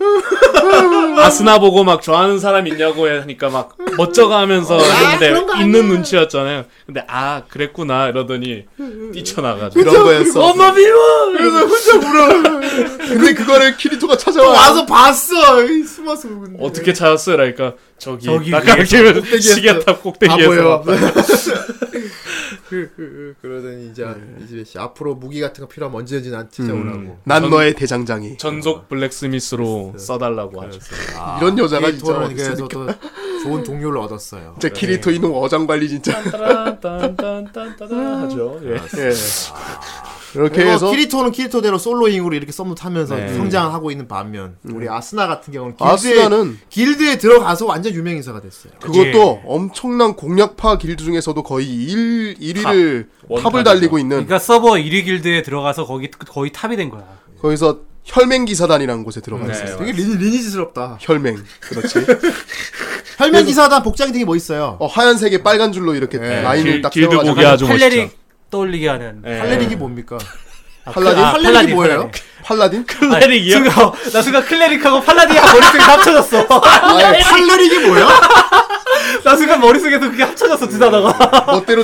Speaker 8: 아스나 보고 막 좋아하는 사람 있냐고 하니까 막 멋져가면서 했는데
Speaker 1: 그런 거 아니야.
Speaker 8: 있는 눈치였잖아요. 근데 아 그랬구나 이러더니 뛰쳐나가지고
Speaker 4: 이런 거였어.
Speaker 8: 엄마 미워.
Speaker 1: 그래서 혼자 울어
Speaker 4: 근데 그거를 키리토가
Speaker 1: 또
Speaker 4: 찾아와.
Speaker 1: 와서 봤어 이 숨어서 울는데
Speaker 8: 어떻게 찾았어요? 그러니까 저기
Speaker 2: 저기
Speaker 8: 낙하기면
Speaker 1: 꼭대기에서.
Speaker 8: 시계탑
Speaker 1: 바보예요
Speaker 8: 꼭대기에서
Speaker 1: 그, 그, 그, 그러더니 이제 이집에 씨 앞으로 무기 같은 거 필요하면 언제든지 나한테 찾아오라고
Speaker 4: 음.
Speaker 1: 어.
Speaker 4: 난
Speaker 8: 전-
Speaker 4: 너의 대장장이.
Speaker 8: 전속 블랙스미스로 써달라고 하죠.
Speaker 4: 이런 여자가 진짜
Speaker 1: 아, 데이터는
Speaker 4: 어디
Speaker 1: 그래서
Speaker 4: 있으니까.
Speaker 1: 또 좋은 동료를 얻었어요 예.
Speaker 4: 진짜 키리토 이놈 어장 관리 진짜.
Speaker 8: 딴딴딴딴딴 하죠. 예.
Speaker 4: 예. 이렇게
Speaker 1: 그래서
Speaker 4: 해서
Speaker 1: 키리토는 키리토대로 솔로잉으로 이렇게 썸도 타면서
Speaker 8: 네.
Speaker 1: 성장하고 있는 반면 우리 아스나 같은 경우는 길드에,
Speaker 4: 음. 아스나는
Speaker 1: 길드에 들어가서 완전 유명 인사가 됐어요. 예.
Speaker 4: 그것도 엄청난 공략파 길드 중에서도 거의 1, 1위를
Speaker 8: 원탑이죠.
Speaker 4: 탑을 달리고 있는
Speaker 2: 그러니까 서버 1위 길드에 들어가서 거기 거의 탑이 된 거야.
Speaker 4: 거기서 혈맹기사단이라는 곳에 들어가
Speaker 8: 네,
Speaker 4: 있어요.
Speaker 1: 되게 리, 리니지스럽다.
Speaker 4: 혈맹. 그렇지.
Speaker 1: 혈맹 기사단 복장이 되게 멋있어요. 네.
Speaker 4: 어, 하얀색에 빨간 줄로 이렇게 네, 라인을
Speaker 8: 길-
Speaker 4: 딱
Speaker 8: 길드
Speaker 4: 세워가지고
Speaker 8: 목이 아주
Speaker 2: 팔레릭
Speaker 8: 멋있죠.
Speaker 2: 떠올리게 하는.
Speaker 8: 예.
Speaker 1: 할레릭이 뭡니까?
Speaker 2: 아,
Speaker 4: 그렇죠. 팔라딘?
Speaker 2: 아,
Speaker 1: 할레릭이 뭐예요?
Speaker 4: 팔라딘?
Speaker 2: 팔레릭이요? 순간, 어, 나 순간 클레릭하고 팔라딘이랑 머릿속에 합쳐졌어.
Speaker 1: 할레릭이 뭐야?
Speaker 2: 나 순간 머릿속에서 그게 합쳐졌어 두 단어가.
Speaker 4: 네, 멋대로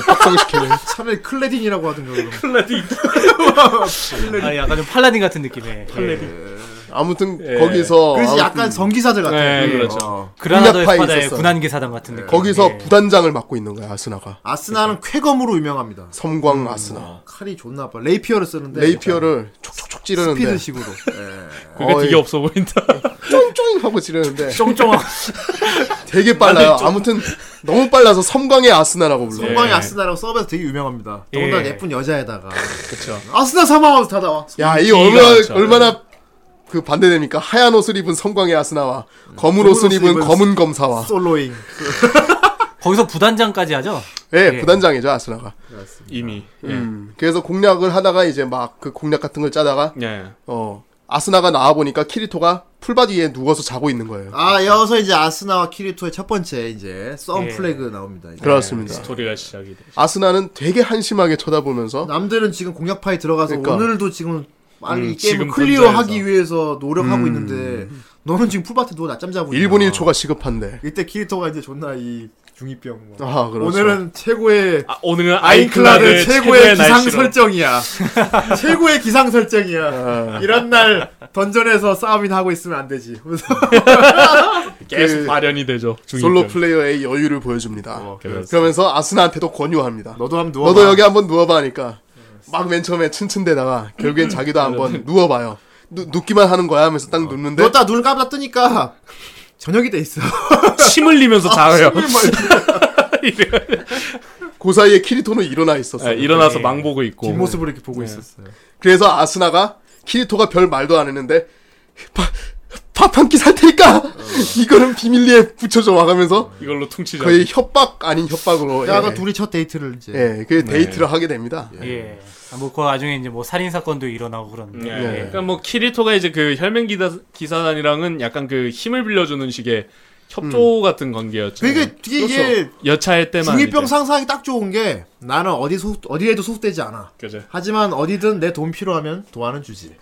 Speaker 4: 확정시키는.
Speaker 1: 차라리 클레딘이라고 하던가 그럼.
Speaker 2: 아, 약간 좀 팔라딘 같은
Speaker 4: 네.
Speaker 2: 느낌에. 예.
Speaker 4: 아무튼
Speaker 8: 예.
Speaker 4: 거기서
Speaker 1: 그래서
Speaker 4: 아무튼
Speaker 1: 약간 전기사들 같아.
Speaker 8: 네, 그렇죠.
Speaker 1: 어.
Speaker 2: 그라나더
Speaker 4: 군약파에
Speaker 2: 에스파다의
Speaker 4: 있었어요. 네.
Speaker 2: 군한계 사단 같은 느낌.
Speaker 4: 거기서
Speaker 2: 예.
Speaker 4: 부단장을 맡고 있는 거야 아스나가.
Speaker 1: 아스나는 쾌검으로 유명합니다.
Speaker 4: 섬광 아스나.
Speaker 1: 칼이 좋나 봐. 레이피어를 쓰는데
Speaker 4: 레이피어를 촉촉촉 찌르는데
Speaker 1: 스피드식으로. 예.
Speaker 8: 그게
Speaker 4: 어이.
Speaker 8: 되게 없어 보인다.
Speaker 4: 쫑쫑 하고 찌르는데
Speaker 2: 쫑쫑하고.
Speaker 4: 되게 빨라요. 아무튼 너무 빨라서 섬광의 아스나라고 불러요.
Speaker 1: 성광이 아스나라고 서브에서 되게 유명합니다.
Speaker 2: 예.
Speaker 1: 더군다나 예쁜 여자에다가
Speaker 8: 그렇죠.
Speaker 1: 아스나 사망하면서 다 나와.
Speaker 4: 야, 이
Speaker 8: 인기가
Speaker 4: 얼마나
Speaker 8: 많죠.
Speaker 4: 얼마나 그 반대됩니까? 하얀 옷을 입은 섬광의 아스나와 검은 옷을
Speaker 1: 옷을
Speaker 4: 입은
Speaker 1: 입은
Speaker 4: 검은 검사와.
Speaker 1: 솔로잉.
Speaker 2: 거기서 부단장까지 하죠?
Speaker 4: 예,
Speaker 2: 예.
Speaker 4: 부단장이죠 아스나가.
Speaker 8: 이미. 예.
Speaker 4: 음, 그래서 공략을 하다가 이제 막 그 공략 같은 걸 짜다가
Speaker 8: 예.
Speaker 4: 어 아스나가 나와 보니까 키리토가 풀밭 위에 누워서 자고 있는 거예요.
Speaker 1: 아 여기서 이제 아스나와 키리토의 첫 번째 이제 썸
Speaker 2: 예.
Speaker 1: 플래그 나옵니다. 이제.
Speaker 4: 그렇습니다.
Speaker 8: 예, 네, 스토리가 시작이 돼.
Speaker 4: 아스나는 되게 한심하게 쳐다보면서
Speaker 1: 남들은 지금 공략파에 들어가서
Speaker 4: 그러니까.
Speaker 1: 오늘도 지금 빨리
Speaker 8: 음,
Speaker 1: 이
Speaker 8: 지금
Speaker 1: 게임을 클리어하기
Speaker 8: 근처에서.
Speaker 1: 위해서 노력하고 있는데 너는 지금 풀밭에 누워 낮잠 자고 있냐.
Speaker 4: 음. 일본 1초가 시급한데.
Speaker 1: 이때 키리토가 이제 존나 이 중이병 뭐.
Speaker 4: 아, 그렇죠.
Speaker 1: 오늘은 최고의
Speaker 8: 아, 오늘은
Speaker 1: 아인클라드
Speaker 8: 아인클라드
Speaker 1: 최고의 기상
Speaker 8: 날씨로.
Speaker 1: 설정이야. 최고의 기상
Speaker 4: 아.
Speaker 1: 설정이야. 이런 날 던전에서 싸움이나 하고 있으면 안 되지. 하면서
Speaker 8: 계속
Speaker 4: 그
Speaker 8: 발현이 되죠.
Speaker 4: 솔로
Speaker 8: 중이병.
Speaker 4: 플레이어의 여유를 보여줍니다.
Speaker 8: 그래서.
Speaker 4: 그러면서 아스나한테도 권유합니다.
Speaker 1: 그렇죠. 너도 한번 네. 누워.
Speaker 4: 너도 여기 한번 누워봐니까 막 맨 처음에 츤츤대다가 결국엔
Speaker 1: 음.
Speaker 4: 자기도
Speaker 1: 네,
Speaker 4: 한번 누워봐요. 누, 눕기만 하는 거야 하면서
Speaker 1: 어.
Speaker 4: 딱 눕는데
Speaker 1: 너다 눈을 감다 뜨니까 저녁이 돼 있어. 아,
Speaker 8: 침 흘리면서 자요.
Speaker 4: 그 사이에 키리토는 일어나 있었어요.
Speaker 8: 예, 일어나서 망 보고 있고.
Speaker 1: 네.
Speaker 8: 네.
Speaker 1: 뒷모습을 이렇게 보고 있었어요.
Speaker 4: 그래서 아스나가 키리토가 별 말도 안 했는데 밥 한 끼 살 테니까 이거는 비밀리에 붙여줘 와가면서
Speaker 8: 이걸로 퉁치자.
Speaker 4: 거의 협박 아닌 협박으로
Speaker 1: 야,
Speaker 4: 예,
Speaker 1: 너 둘이 첫 데이트를 이제.
Speaker 4: 예, 그
Speaker 8: 네.
Speaker 4: 데이트를 하게 됩니다.
Speaker 2: 예. 아, 뭐, 그 와중에 이제 뭐 살인 사건도 일어나고 그런.
Speaker 8: 예. 그러니까 뭐 키리토가 이제 그 혈맹 기사, 기사단이랑은 약간 그 힘을 빌려주는 식의
Speaker 4: 음.
Speaker 8: 협조 같은 관계였죠.
Speaker 1: 그게 되게 이게
Speaker 4: 그렇죠.
Speaker 8: 여차할 때만
Speaker 1: 중이병
Speaker 8: 이제-
Speaker 1: 상상이 딱 좋은 게 나는 어디 소, 어디에도 소속되지 않아.
Speaker 8: 그죠.
Speaker 1: 하지만 어디든 내 돈 필요하면 도와는 주지.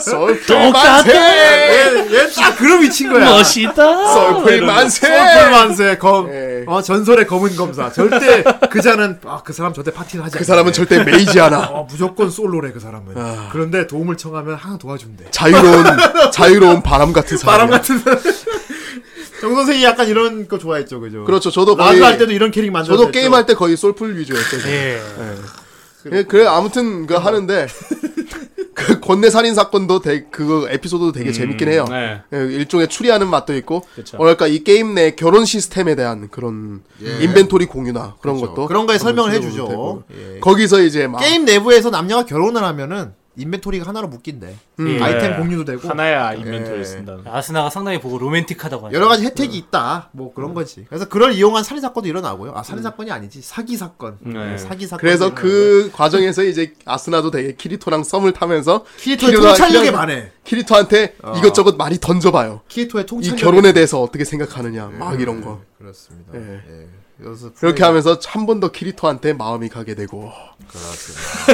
Speaker 4: 썰풀 만세!
Speaker 5: 예.
Speaker 1: 얘딱 그런 미친 거야.
Speaker 2: 멋있다.
Speaker 4: 썰풀 만세!
Speaker 1: 소풀 만세 검.
Speaker 4: 예.
Speaker 1: 어 전설의 검은 검사. 절대 그 자는 아 그 사람 절대 파티를 하지.
Speaker 4: 그 사람은 절대 메이지 않아. 아.
Speaker 1: 어 무조건 솔로래 그 사람은. 그런데 도움을 청하면 항상 도와준대.
Speaker 4: 자유로운 자유로운 바람 같은 사람.
Speaker 1: 바람 같은 사람. 정 선생이 약간 이런 거 좋아했죠, 그죠?
Speaker 4: 그렇죠. 저도 거의
Speaker 1: 라즈 할 때도 이런 캐릭 만들어.
Speaker 4: 저도 게임 할때 거의 솔풀 위주였어요. 저는.
Speaker 2: 예.
Speaker 4: 예, 그래 아무튼 그 하는데 그 권내 살인 사건도 되, 그거 에피소드도 되게 재밌긴 해요.
Speaker 8: 네.
Speaker 4: 예, 일종의 추리하는 맛도 있고 뭐랄까 이 게임 내 결혼 시스템에 대한 그런 인벤토리 공유나 그런 것도
Speaker 1: 예. 그렇죠. 그런 거에 설명을
Speaker 4: 한번
Speaker 1: 해주죠.
Speaker 4: 되고.
Speaker 1: 예.
Speaker 4: 거기서 이제 막
Speaker 1: 게임 내부에서 남녀가 결혼을 하면은 인벤토리가 하나로 묶인대.
Speaker 4: 음.
Speaker 8: 예.
Speaker 1: 음, 아이템 공유도 되고
Speaker 8: 하나야 인벤토리 쓴다.
Speaker 2: 아스나가 상당히 보고 로맨틱하다고 하죠.
Speaker 1: 여러 가지 혜택이
Speaker 8: 네.
Speaker 1: 있다. 뭐 그런 거지. 그래서 그걸 이용한 살인 사건도 일어나고요. 아 살인 사건이 아니지 사기 사건.
Speaker 8: 네.
Speaker 1: 사기 사건.
Speaker 4: 그래서 그 과정에서 이제 아스나도 되게 예, 키리토랑 썸을 타면서
Speaker 1: 키리토의
Speaker 4: 키리토가
Speaker 1: 통찰력에
Speaker 4: 그냥
Speaker 1: 반해. 어.
Speaker 4: 키리토한테 이것저것 많이 던져봐요.
Speaker 1: 키토의 예.
Speaker 4: 이
Speaker 1: 통찰력.
Speaker 4: 결혼에 대해서 어떻게 생각하느냐 막 이런 거.
Speaker 1: 네. 그렇습니다.
Speaker 4: 예.
Speaker 1: 그래서
Speaker 4: 그렇게 하면서 한 번 더 키리토한테 마음이 가게 되고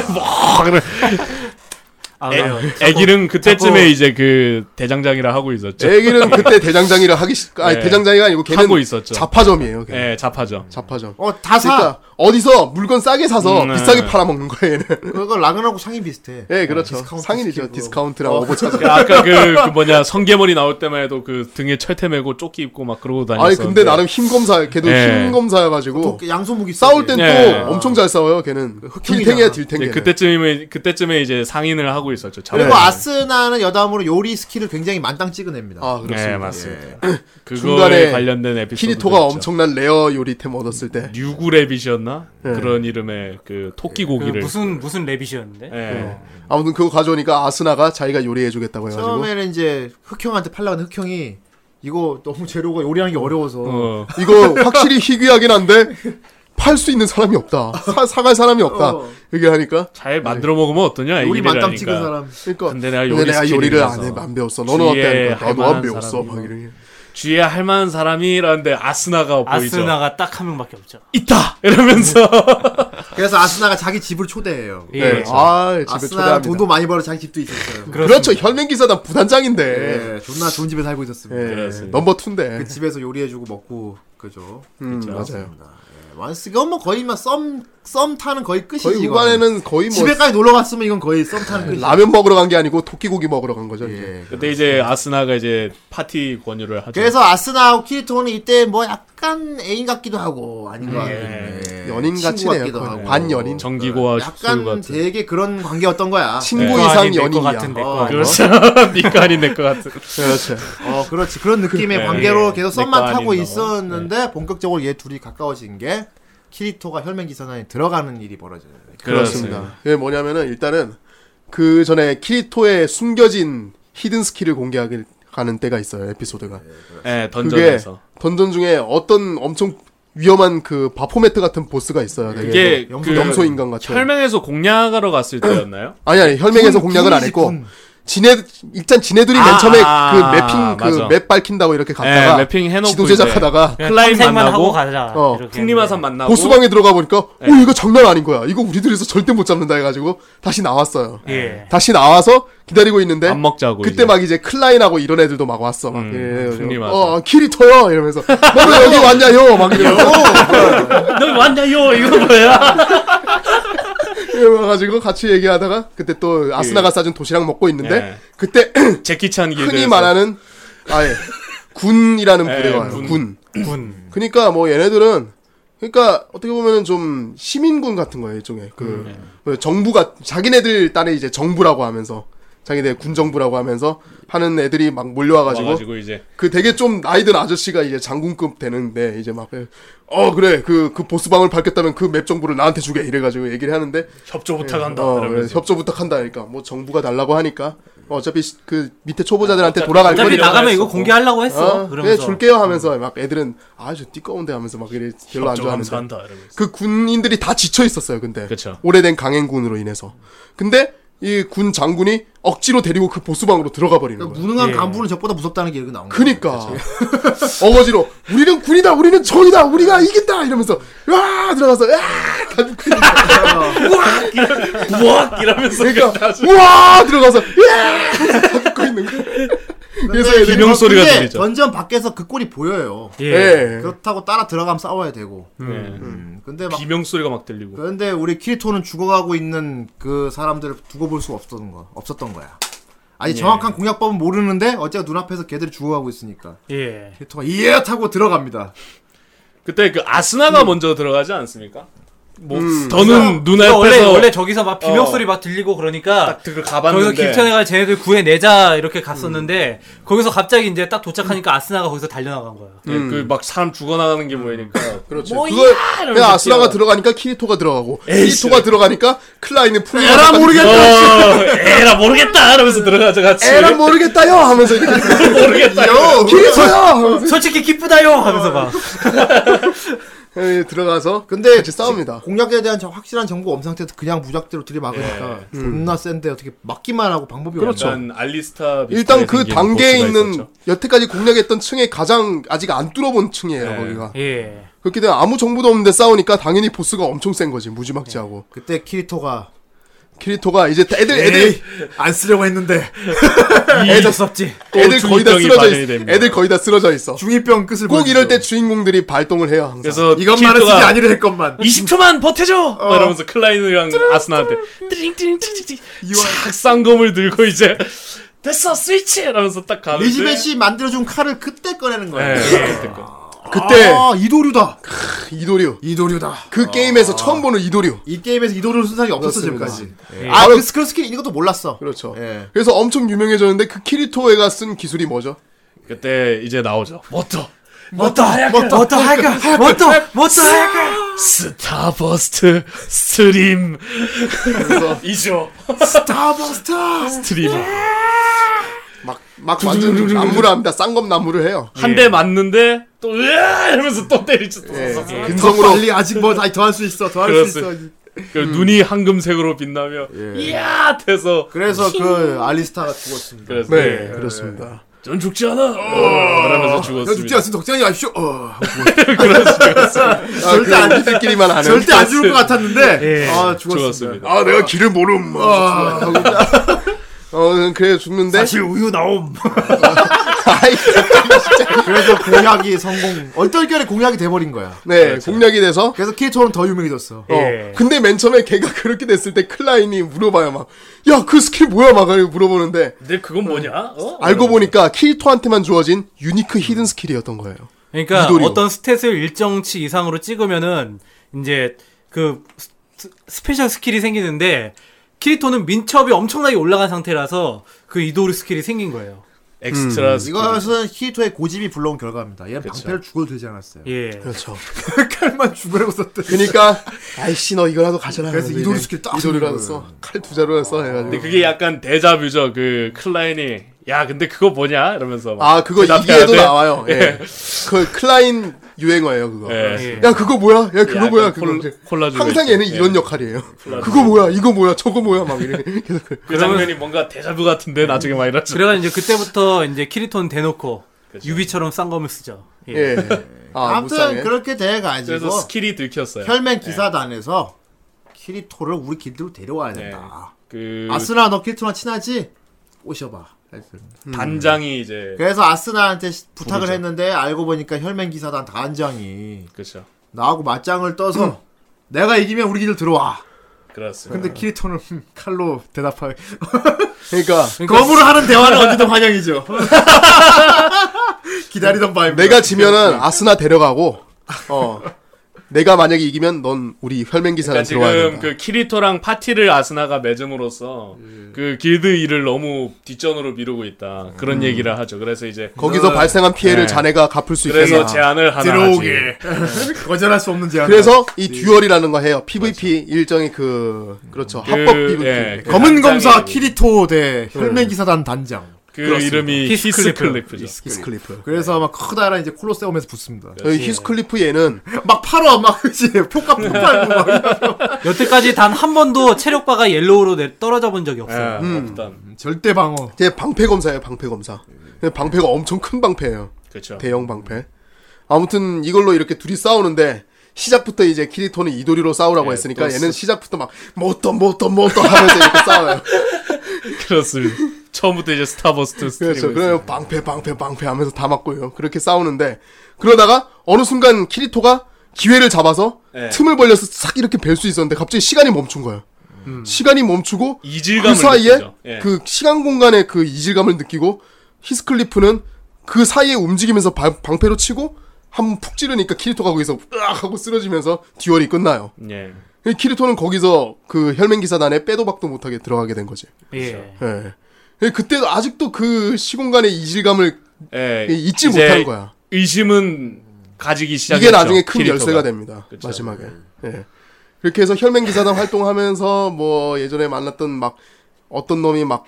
Speaker 2: 아, 왜요?
Speaker 8: 애기는 그때쯤에
Speaker 2: 자꾸-
Speaker 8: 이제 그 대장장이라 하고 있었죠.
Speaker 4: 제기는 그때 대장장이라 하기 싫 아니
Speaker 8: 네.
Speaker 4: 대장장이가 아니고 걔는
Speaker 8: 하고 있었죠.
Speaker 4: 자파점이에요. 걔.
Speaker 8: 예, 자파죠.
Speaker 4: 자파점.
Speaker 1: 어 다사
Speaker 4: 그러니까 어디서 물건 싸게 사서
Speaker 8: 음, 네.
Speaker 4: 비싸게 팔아먹는 거예요. 얘는.
Speaker 1: 그거 라그나고 상이 비슷해.
Speaker 4: 예,
Speaker 8: 음,
Speaker 4: 그렇죠.
Speaker 1: 디스카운트
Speaker 4: 상인이죠.
Speaker 1: 시키고.
Speaker 4: 디스카운트랑
Speaker 2: 어.
Speaker 4: 오버차지.
Speaker 8: 그 아까 그, 그 뭐냐 성게머리 나올 때만 해도 그 등에 철퇴 메고 조끼 입고 막 그러고 다녔어.
Speaker 4: 아니 근데 나름 힘 검사, 걔도
Speaker 8: 예.
Speaker 4: 힘 검사여가지고
Speaker 1: 그 양손무기 그
Speaker 4: 싸울 땐 또
Speaker 8: 예.
Speaker 4: 엄청 잘 싸워요. 걔는 딜탱이야 딜탱. 걔는.
Speaker 8: 네, 그때쯤에 그때쯤에 이제 상인을 하고 있었죠.
Speaker 1: 그리고
Speaker 8: 자파.
Speaker 1: 아스나는 여담으로 요리 스킬을 굉장히 만땅 찍어냅니다. 예.
Speaker 4: 아 그렇습니다.
Speaker 8: 네, 맞습니다.
Speaker 4: 중간에
Speaker 8: 그거에 관련된 에피소드.
Speaker 4: 키리토가 엄청난 레어 요리템 얻었을 때 예.
Speaker 8: 뉴구랩이셨나? 그런 이름의 그
Speaker 1: 예,
Speaker 8: 토끼
Speaker 2: 그
Speaker 8: 고기를.
Speaker 2: 무슨 무슨 랩이셨는데?
Speaker 8: 예.
Speaker 4: 아무튼 그거 가져오니까 아스나가 자기가 요리해주겠다고 해가지고
Speaker 1: 처음에는 이제 흑형한테 팔라고 했는데 흑형이 이거 너무 재료가 요리하는 게 어려워서
Speaker 8: 어.
Speaker 4: 이거 확실히 희귀하긴 한데 팔 수 있는 사람이 없다. 사, 사갈 사람이 없다.
Speaker 1: 어.
Speaker 4: 이게 하니까
Speaker 8: 잘 만들어 먹으면 어떠냐?
Speaker 1: 요리
Speaker 8: 애기들이라니까.
Speaker 1: 만땅 찍은 사람
Speaker 4: 그러니까
Speaker 8: 근데 내가 요리
Speaker 4: 근데 내가
Speaker 8: 스킬이
Speaker 4: 요리를 안
Speaker 8: 그래서.
Speaker 4: 해, 안 배웠어. 너는 어때?
Speaker 8: 주위에
Speaker 4: 하니까 나도 안
Speaker 8: 할 만한
Speaker 4: 배웠어.
Speaker 8: 사람이
Speaker 4: 막 이러니.
Speaker 8: 주위에 할 만한 사람이라는데 아스나가 보이죠.
Speaker 2: 아스나가 딱 한 명밖에 없죠.
Speaker 8: 있다 이러면서
Speaker 1: 그래서 아스나가 자기 집을 초대해요
Speaker 2: 예.
Speaker 4: 네. 아, 집에
Speaker 1: 아스나
Speaker 4: 초대합니다.
Speaker 1: 돈도 많이 벌어 자기 집도 있었어요
Speaker 4: 그렇죠. 혈맹 기사단 부단장인데.
Speaker 1: 예, 존나 좋은 집에 살고 있었습니다
Speaker 4: 예,
Speaker 8: 그렇습니다.
Speaker 4: 넘버 2인데.
Speaker 1: 그 집에서 요리해주고 먹고 그죠
Speaker 4: 음, 맞아요.
Speaker 1: 그렇습니다. 예, 완스 이건 뭐 거의 막썸썸 타는 거의 끝이지
Speaker 4: 거의
Speaker 1: 이거는.
Speaker 4: 후반에는 거의 뭐 예.
Speaker 1: 집에까지 놀러 갔으면 이건 거의 썸 타는 끝이
Speaker 4: 라면 먹으러 간 게 아니고 토끼고기 먹으러 간 거죠. 이제.
Speaker 1: 예.
Speaker 8: 그때 이제 아스나가 이제 파티 권유를 하죠.
Speaker 1: 그래서 아스나하고 키리토는 이때 뭐 약간 애인 같기도 하고 아닌 것 같은데
Speaker 4: 연인 같이
Speaker 1: 친구
Speaker 4: 돼요.
Speaker 1: 같기도
Speaker 4: 거의.
Speaker 1: 하고.
Speaker 4: 반연인.
Speaker 8: 네. 정기고와 숙소
Speaker 1: 약간
Speaker 8: 같은. 네.
Speaker 1: 되게 그런 관계였던 거야.
Speaker 4: 친구
Speaker 2: 내거 아닌
Speaker 4: 이상
Speaker 2: 내거
Speaker 4: 연인이야.
Speaker 2: 같은 내거
Speaker 1: 어,
Speaker 2: 아닌
Speaker 1: 그렇지.
Speaker 8: 그렇죠. 니가 아닌 내것 같은.
Speaker 4: 그렇죠.
Speaker 1: 어, 그렇지. 그런 느낌의
Speaker 8: 네.
Speaker 1: 관계로
Speaker 8: 네. 내거
Speaker 1: 계속 썸만 타고
Speaker 8: 아닌다고. 네.
Speaker 1: 있었는데 본격적으로 얘 둘이 가까워진 게 키리토가 혈맹 기사단에 들어가는 일이 벌어지는 거예요.
Speaker 4: 그렇습니다. 그게 뭐냐면은 일단은 그 전에 키리토의 숨겨진 히든 스킬을 공개하게 가는 때가 있어요. 에피소드가.
Speaker 8: 예,
Speaker 4: 그게
Speaker 8: 던전에서.
Speaker 4: 던전 중에 어떤 엄청 위험한 그 바포메트 같은 보스가 있어요.
Speaker 8: 그게
Speaker 4: 되게 그
Speaker 8: 그
Speaker 4: 염소 인간 같은.
Speaker 8: 혈맹에서 공략하러 갔을 때였나요?
Speaker 4: 아니 아니 혈맹에서
Speaker 1: 군,
Speaker 4: 그 공략을 안
Speaker 1: 군이지,
Speaker 4: 했고
Speaker 1: 군.
Speaker 4: 지네 일단 지네들이 맨
Speaker 8: 아,
Speaker 4: 처음에
Speaker 8: 아,
Speaker 4: 그 맵핑 그
Speaker 8: 맞아.
Speaker 4: 맵 밝힌다고
Speaker 8: 예,
Speaker 4: 이렇게 갔다가
Speaker 8: 맵핑 해놓고
Speaker 4: 지도
Speaker 8: 이제
Speaker 4: 제작하다가
Speaker 2: 그냥
Speaker 8: 클라임
Speaker 2: 탐색만
Speaker 8: 만나고,
Speaker 2: 하고 가자.
Speaker 4: 어,
Speaker 2: 이렇게
Speaker 8: 풍림화산
Speaker 2: 했는데.
Speaker 8: 만나고 예.
Speaker 4: 보스방에 들어가 보니까 오 이거 장난 아닌 거야. 이거 우리들에서 절대 못 잡는다 해가지고 다시 나왔어요.
Speaker 2: 예.
Speaker 4: 다시 나와서 기다리고 있는데
Speaker 8: 밥 먹자고
Speaker 4: 그때
Speaker 8: 이제. 음,
Speaker 4: 막 이제 클라인하고 이런 애들도 막 왔어. 막 이래가지고,
Speaker 8: 흥림하죠.
Speaker 4: 어,
Speaker 1: 네.
Speaker 4: 키리토요 이러면서 너왜 여기 왔냐요? 막 이러고
Speaker 2: 너 왔냐요? 이거 뭐야?
Speaker 4: 이래가지고 같이 얘기하다가 그때 또 아스나가 싸준 도시락 먹고 있는데
Speaker 8: 예.
Speaker 4: 그때
Speaker 8: 제키찬 기에
Speaker 4: 흔히
Speaker 8: 대해서
Speaker 4: 말하는 아예 군이라는
Speaker 8: 예,
Speaker 4: 부대가 와요.
Speaker 8: 군.
Speaker 4: 군.
Speaker 2: 군.
Speaker 4: 그러니까 뭐 얘네들은 그러니까 어떻게 보면은 좀 시민군 같은 거예요 일종의 그
Speaker 8: 음,
Speaker 4: 뭐 정부가 자기네들 딴에 이제 정부라고 하면서 자기네 군 정부라고 하면서 하는 애들이 막 몰려와가지고
Speaker 8: 와가지고 이제
Speaker 4: 그 되게 좀 나이든 아저씨가 이제 장군급 되는데 이제 막 어 그래 그 그 보스방을 밝혔다면 그 맵 정보를 나한테 주게 이래가지고 얘기를 하는데
Speaker 8: 협조 부탁한다
Speaker 4: 어, 그래,
Speaker 8: 이러면서
Speaker 4: 협조 부탁한다 그러니까 뭐 정부가 달라고 하니까 어차피 시- 그 밑에 초보자들한테 돌아갈
Speaker 2: 어차피
Speaker 4: 거니까 뭐,
Speaker 2: 나가면 이거
Speaker 8: 했었고.
Speaker 2: 공개하려고 했어.
Speaker 4: 어, 그래
Speaker 2: 그러면서
Speaker 4: 줄게요 하면서 막 애들은 아저 띠꺼운데 하면서 막 이래 별로 안
Speaker 8: 협조
Speaker 4: 좋아하는데
Speaker 8: 감사한다 이러면서
Speaker 4: 그 군인들이 다 지쳐 있었어요 근데
Speaker 8: 그쵸.
Speaker 4: 오래된 강행군으로 인해서 근데 이 군 장군이 억지로 데리고 그 보스방으로 들어가 버리는 거야.
Speaker 1: 그러니까 무능한
Speaker 8: 예.
Speaker 1: 간부는 적보다 무섭다는 게 이렇게 나온 거야.
Speaker 4: 그니까 어거지로 우리는 군이다 우리는 정이다 우리가 이긴다 이러면서 와 들어가서 와
Speaker 8: 부엌 이러면서
Speaker 4: 그러니까 우와 들어가서 야 듣고 있는 거야 그래서 애들이
Speaker 8: 비명 소리가
Speaker 1: 근데
Speaker 8: 들리죠.
Speaker 1: 던전 밖에서 그 꼴이 보여요.
Speaker 2: 예.
Speaker 4: 예.
Speaker 1: 그렇다고 따라 들어가면 싸워야 되고.
Speaker 8: 네.
Speaker 1: 음, 근데 막
Speaker 8: 비명 소리가 막 들리고.
Speaker 1: 그런데 우리 키리토는 죽어가고 있는 그 사람들을 두고 볼 수 없었던 거 없었던 거야. 아니 정확한 공략법은 모르는데 어째가 눈앞에서 걔들이 죽어가고 있으니까
Speaker 2: 예.
Speaker 1: 키리토가 이에 타고 들어갑니다.
Speaker 8: 그때 그 아스나가
Speaker 4: 음.
Speaker 8: 먼저 들어가지 않습니까? 뭐
Speaker 2: 그래서
Speaker 8: 저는 눈앞에서
Speaker 2: 원래 원래 저기서 막 비명
Speaker 8: 어.
Speaker 2: 소리 막 들리고 그러니까
Speaker 8: 딱 들어
Speaker 2: 거기서
Speaker 8: 가봤는데
Speaker 2: 김천애가 쟤네들 구해내자 이렇게 갔었는데
Speaker 8: 음.
Speaker 2: 거기서 갑자기 이제 딱 도착하니까 아스나가 거기서 달려나간 거야.
Speaker 8: 그 막 사람 죽어나가는 게 그러니까. 보이니까
Speaker 4: 그렇죠. 그렇지.
Speaker 8: 뭐야!
Speaker 4: 그걸
Speaker 8: 이러면서
Speaker 4: 그냥 아스나가
Speaker 8: 뛰어나가.
Speaker 4: 들어가니까 키리토가 들어가고 키리토가 들어가니까 클라인은 풀
Speaker 1: 에라 모르겠다.
Speaker 8: 어, 에라 모르겠다 이러면서 들어가자 같이
Speaker 4: 에라 모르겠다요 하면서 이렇게
Speaker 8: 모르겠다
Speaker 4: 키리토요 하면서
Speaker 2: 솔직히 기쁘다요 하면서 막
Speaker 4: 예, 들어가서
Speaker 1: 근데
Speaker 4: 같이 싸웁니다.
Speaker 1: 공략에 대한 저 확실한 정보 없는 상태에서 그냥 무작대로 들이막으니까
Speaker 4: 음.
Speaker 1: 존나 센데 어떻게 막기만 하고 방법이
Speaker 2: 그렇죠.
Speaker 1: 없나.
Speaker 8: 네. 일단 알리스타 비슷하게
Speaker 4: 일단 그
Speaker 8: 생긴
Speaker 4: 단계에
Speaker 8: 보스가
Speaker 4: 있는
Speaker 8: 있었죠.
Speaker 4: 여태까지 공략했던 층의 가장 아직 안 뚫어본 층이에요
Speaker 8: 네.
Speaker 4: 거기가
Speaker 2: 예.
Speaker 4: 그렇게 되면 아무 정보도 없는데 싸우니까 당연히 보스가 엄청 센 거지 무지막지하고
Speaker 1: 네. 그때 키리토가
Speaker 4: 키리토가 이제 애들 애들
Speaker 1: 안 쓰려고 했는데
Speaker 2: 이해할 수 없지.
Speaker 4: 애들
Speaker 8: 또
Speaker 4: 거의 다
Speaker 8: 중이병이
Speaker 4: 쓰러져
Speaker 8: 발현이
Speaker 4: 있어
Speaker 8: 됩니다.
Speaker 4: 애들 거의 다 쓰러져 있어
Speaker 1: 중이병 끝을
Speaker 4: 꼭 이럴 때
Speaker 1: 보여주죠.
Speaker 4: 주인공들이 발동을 해요 항상
Speaker 8: 그래서
Speaker 1: 이것만은 쓰지
Speaker 8: 키토가
Speaker 1: 아니라 할 것만
Speaker 8: 20초만 버텨줘!
Speaker 1: 어.
Speaker 4: 어.
Speaker 8: 막 이러면서 클라인이랑 아스나한테 띠링띠링띠링띠링 착 쌍검을 들고 이제 됐어 스위치! 이러면서 딱 가는데
Speaker 1: 리즈벳이 만들어준 칼을 그때 꺼내는 아.
Speaker 8: 네,
Speaker 1: 거야.
Speaker 8: 그때 거.
Speaker 4: 그때
Speaker 1: 아 이도류다.
Speaker 4: 이도류
Speaker 1: 이도류다. 아.
Speaker 4: 그 게임에서 처음 보는 이도류
Speaker 1: 이 게임에서 이도류 순삭이 없었어
Speaker 4: 그렇습니다.
Speaker 1: 지금까지.
Speaker 2: 예.
Speaker 1: 아 그 스킬 스킬 이것도 몰랐어.
Speaker 4: 그렇죠
Speaker 1: 예.
Speaker 4: 그래서 엄청 유명해졌는데 그 키리토 애가 쓴 기술이 뭐죠?
Speaker 8: 그때 이제 나오죠 뭐또
Speaker 2: 뭐또 뭐또 할까? 뭐또 뭐또 할까?
Speaker 8: 스타버스트 스트림 이죠
Speaker 1: 스타버스타.
Speaker 8: 스트리머
Speaker 4: 막, 막 완전 나무를 합니다 쌍검 나무를 해요
Speaker 8: 한 대 맞는데 또 으아! 이러면서 또 때리죠 또
Speaker 4: 예.
Speaker 8: 쏴서.
Speaker 1: 더
Speaker 4: 근성으로 음.
Speaker 1: 빨리 아직 뭐 아니 더할 수 있어 더 할 수 있어.
Speaker 8: 그렇습니다. 그 눈이 황금색으로 빛나며 예.
Speaker 4: 예.
Speaker 8: 이야! 돼서
Speaker 1: 그래서 그 알리스타가 죽었습니다.
Speaker 8: 그래서 예.
Speaker 4: 네 그렇습니다
Speaker 8: 전 죽지 않아! 어, 이러면서
Speaker 1: 내가 죽지
Speaker 8: 죽었습니다
Speaker 1: 않으면 걱정하지 마십시오. 어. 아,
Speaker 4: 절대 아, 그 안 죽기만 하는
Speaker 1: 절대 안 죽을 것 같았는데
Speaker 2: 예.
Speaker 1: 아
Speaker 8: 죽었습니다
Speaker 1: 죽었습니다.
Speaker 4: 아 내가 길을 모름
Speaker 1: 뭐
Speaker 4: 아, 어 그래 죽는데
Speaker 2: 우유 나옴.
Speaker 4: 아이,
Speaker 1: 그래서 공약이 성공. 얼떨결에 공약이 돼버린 거야.
Speaker 4: 네 공략이 돼서
Speaker 1: 그래서 키리토는 더 유명해졌어.
Speaker 4: 어,
Speaker 2: 그렇죠. 예.
Speaker 4: 근데 맨 처음에 걔가 그렇게 됐을 때 클라인이 물어봐요 막 야 그 스킬 뭐야 막 물어보는데
Speaker 8: 근데 그건 뭐냐? 어?
Speaker 4: 알고 보니까 키리토한테만 주어진 유니크 히든 스킬이었던 거예요
Speaker 2: 그러니까
Speaker 4: 이도리요.
Speaker 2: 어떤 스탯을 일정치 이상으로 찍으면은 이제 그 스- 스- 스페셜 스킬이 생기는데 키리토는 민첩이 엄청나게 올라간 상태라서 그 이도르 스킬이 생긴 거예요.
Speaker 1: 음.
Speaker 8: 엑스트라 스킬.
Speaker 1: 이것은 키리토의 고집이 불러온 결과입니다. 얘는 방패를 죽어도 되지 않았어요.
Speaker 2: 예.
Speaker 4: 그렇죠
Speaker 1: 칼만 죽으라고 썼대.
Speaker 4: 그러니까 아이씨 너 이거라도 가져라
Speaker 1: 그래서
Speaker 4: 하면서
Speaker 1: 이도리
Speaker 4: 이제
Speaker 1: 스킬 딱
Speaker 4: 이도리라도
Speaker 1: 쓰는 거예요.
Speaker 4: 써칼 두 자루를 써
Speaker 8: 근데
Speaker 4: 해가지고
Speaker 8: 그게 약간 데자뷰죠. 그 클라인이 야 근데 그거 뭐냐 이러면서 막
Speaker 4: 아 그거
Speaker 8: 대답해야
Speaker 4: 이기에도
Speaker 8: 돼?
Speaker 4: 나와요 예. 그 클라인 유행어예요 그거
Speaker 8: 예.
Speaker 2: 예.
Speaker 4: 야 그거 뭐야 야 그거
Speaker 8: 약간
Speaker 4: 뭐야 그거
Speaker 8: 콜라- 콜라주로
Speaker 4: 항상
Speaker 8: 있죠.
Speaker 4: 얘는
Speaker 8: 예.
Speaker 4: 이런 역할이에요 그거 뭐야 이거 뭐야 저거 뭐야 막 이래 계속 그래.
Speaker 8: 그 장면이 뭔가 데자뷰 같은데 나중에 막 이러죠.
Speaker 2: 그래가 이제 그때부터 이제 키리토는 대놓고 유비처럼 쌍검을 쓰죠. 예.
Speaker 4: 예. 아,
Speaker 1: 아무튼
Speaker 4: 무쌍에.
Speaker 1: 그렇게
Speaker 8: 그래서
Speaker 1: 돼가지고
Speaker 8: 스킬이 들켰어요. 예.
Speaker 1: 혈맹 기사단에서 키리토를 우리 길드로 데려와야
Speaker 8: 예.
Speaker 1: 된다.
Speaker 8: 그
Speaker 1: 아스나 너 키리토랑 친하지? 오셔봐.
Speaker 4: 음.
Speaker 8: 단장이 이제
Speaker 1: 그래서 아스나한테 시- 부탁을 했는데 알고 보니까 혈맹 기사단 단장이
Speaker 8: 그렇죠.
Speaker 1: 나하고 맞짱을 떠서 내가 이기면 우리 길드 들어와.
Speaker 8: 그렇습니다.
Speaker 1: 근데 키리토는 흠, 칼로 대답하게
Speaker 4: 그러니까
Speaker 1: 검으로 하는 대화는 언제든 환영이죠. 기다리던 바입니다.
Speaker 4: 내가
Speaker 8: 예.
Speaker 4: 지면은 아스나 데려가고 어 내가 만약에 이기면 넌 우리 혈맹 기사단
Speaker 8: 그러니까
Speaker 4: 들어와야
Speaker 8: 지금
Speaker 4: 된다.
Speaker 8: 그 키리토랑 파티를 아스나가 맺음으로써 그 길드 일을 너무 뒷전으로 미루고 있다 그런 얘기를 하죠. 그래서 이제
Speaker 4: 음. 거기서
Speaker 2: 음.
Speaker 4: 발생한 피해를
Speaker 8: 네.
Speaker 4: 자네가 갚을 수
Speaker 8: 그래서
Speaker 4: 있겠다.
Speaker 8: 제안을 하나 하지.
Speaker 1: 들어오게 네. 거절할 수 없는 제안.
Speaker 4: 그래서 이 듀얼이라는 거 해요. PVP 일정의 그 그렇죠 합법 PVP.
Speaker 8: 예. 단장이
Speaker 1: 검은 검사
Speaker 8: 되고.
Speaker 1: 키리토 대 혈맹 기사단 단장.
Speaker 8: 그 이름이
Speaker 2: 히스클리프.
Speaker 8: 히스클리프죠.
Speaker 4: 히스클리프.
Speaker 1: 그래서 막 커다란 이제 콜로세움에서 붙습니다.
Speaker 4: 어, 히스클리프 얘는
Speaker 1: 막 팔아 막 그지 표값 폭발고 막
Speaker 2: 여태까지 단 한 번도 체력바가 옐로우로 내- 떨어져 본 적이
Speaker 8: 예,
Speaker 2: 없어요.
Speaker 1: 음.
Speaker 8: 없단.
Speaker 1: 절대 방어.
Speaker 4: 음. 제 방패 검사예요. 방패 검사. 방패가 엄청 큰 방패예요.
Speaker 8: 그렇죠.
Speaker 4: 대형 방패. 아무튼 이걸로 이렇게 둘이 싸우는데 시작부터 이제 키리토는 이도리로 싸우라고
Speaker 8: 예,
Speaker 4: 했으니까
Speaker 8: 또
Speaker 4: 얘는 시작부터 막 뭐또 뭐또 뭐또 하면서 이렇게 싸워요.
Speaker 8: 그렇습니다. 처음부터 이제 스타버스트
Speaker 4: 그렇죠.
Speaker 8: 스트리밍.
Speaker 4: 그러면 방패 방패 방패 하면서 다 맞고요. 그렇게 싸우는데 그러다가 어느 순간 키리토가 기회를 잡아서
Speaker 8: 예.
Speaker 4: 틈을 벌려서 싹 이렇게 뵐 수 있었는데 갑자기 시간이 멈춘 거예요. 시간이 멈추고
Speaker 8: 음. 이질감을
Speaker 4: 그 사이에
Speaker 8: 느끼죠. 예.
Speaker 4: 그 시간 공간의 그 이질감을 느끼고 히스클리프는 그 사이에 움직이면서 바- 방패로 치고 한 번 푹 찌르니까 키리토가 거기서 으악 하고 쓰러지면서 듀얼이 끝나요.
Speaker 8: 예.
Speaker 4: 이 키리토는 거기서 그 혈맹 기사단에 빼도 박도 못하게 들어가게 된 거지.
Speaker 8: 그렇죠.
Speaker 2: 예.
Speaker 4: 예. 예, 그때도 아직도 그 시공간의 이질감을
Speaker 8: 예.
Speaker 4: 잊지
Speaker 8: 이제
Speaker 4: 못한 거야.
Speaker 8: 의심은 가지기 시작했죠.
Speaker 4: 이게 나중에 큰
Speaker 8: 키리토가.
Speaker 4: 열쇠가 됩니다.
Speaker 8: 그쵸.
Speaker 4: 마지막에. 예. 이렇게 해서 혈맹 기사단 활동하면서 뭐 예전에 만났던 막 어떤 놈이 막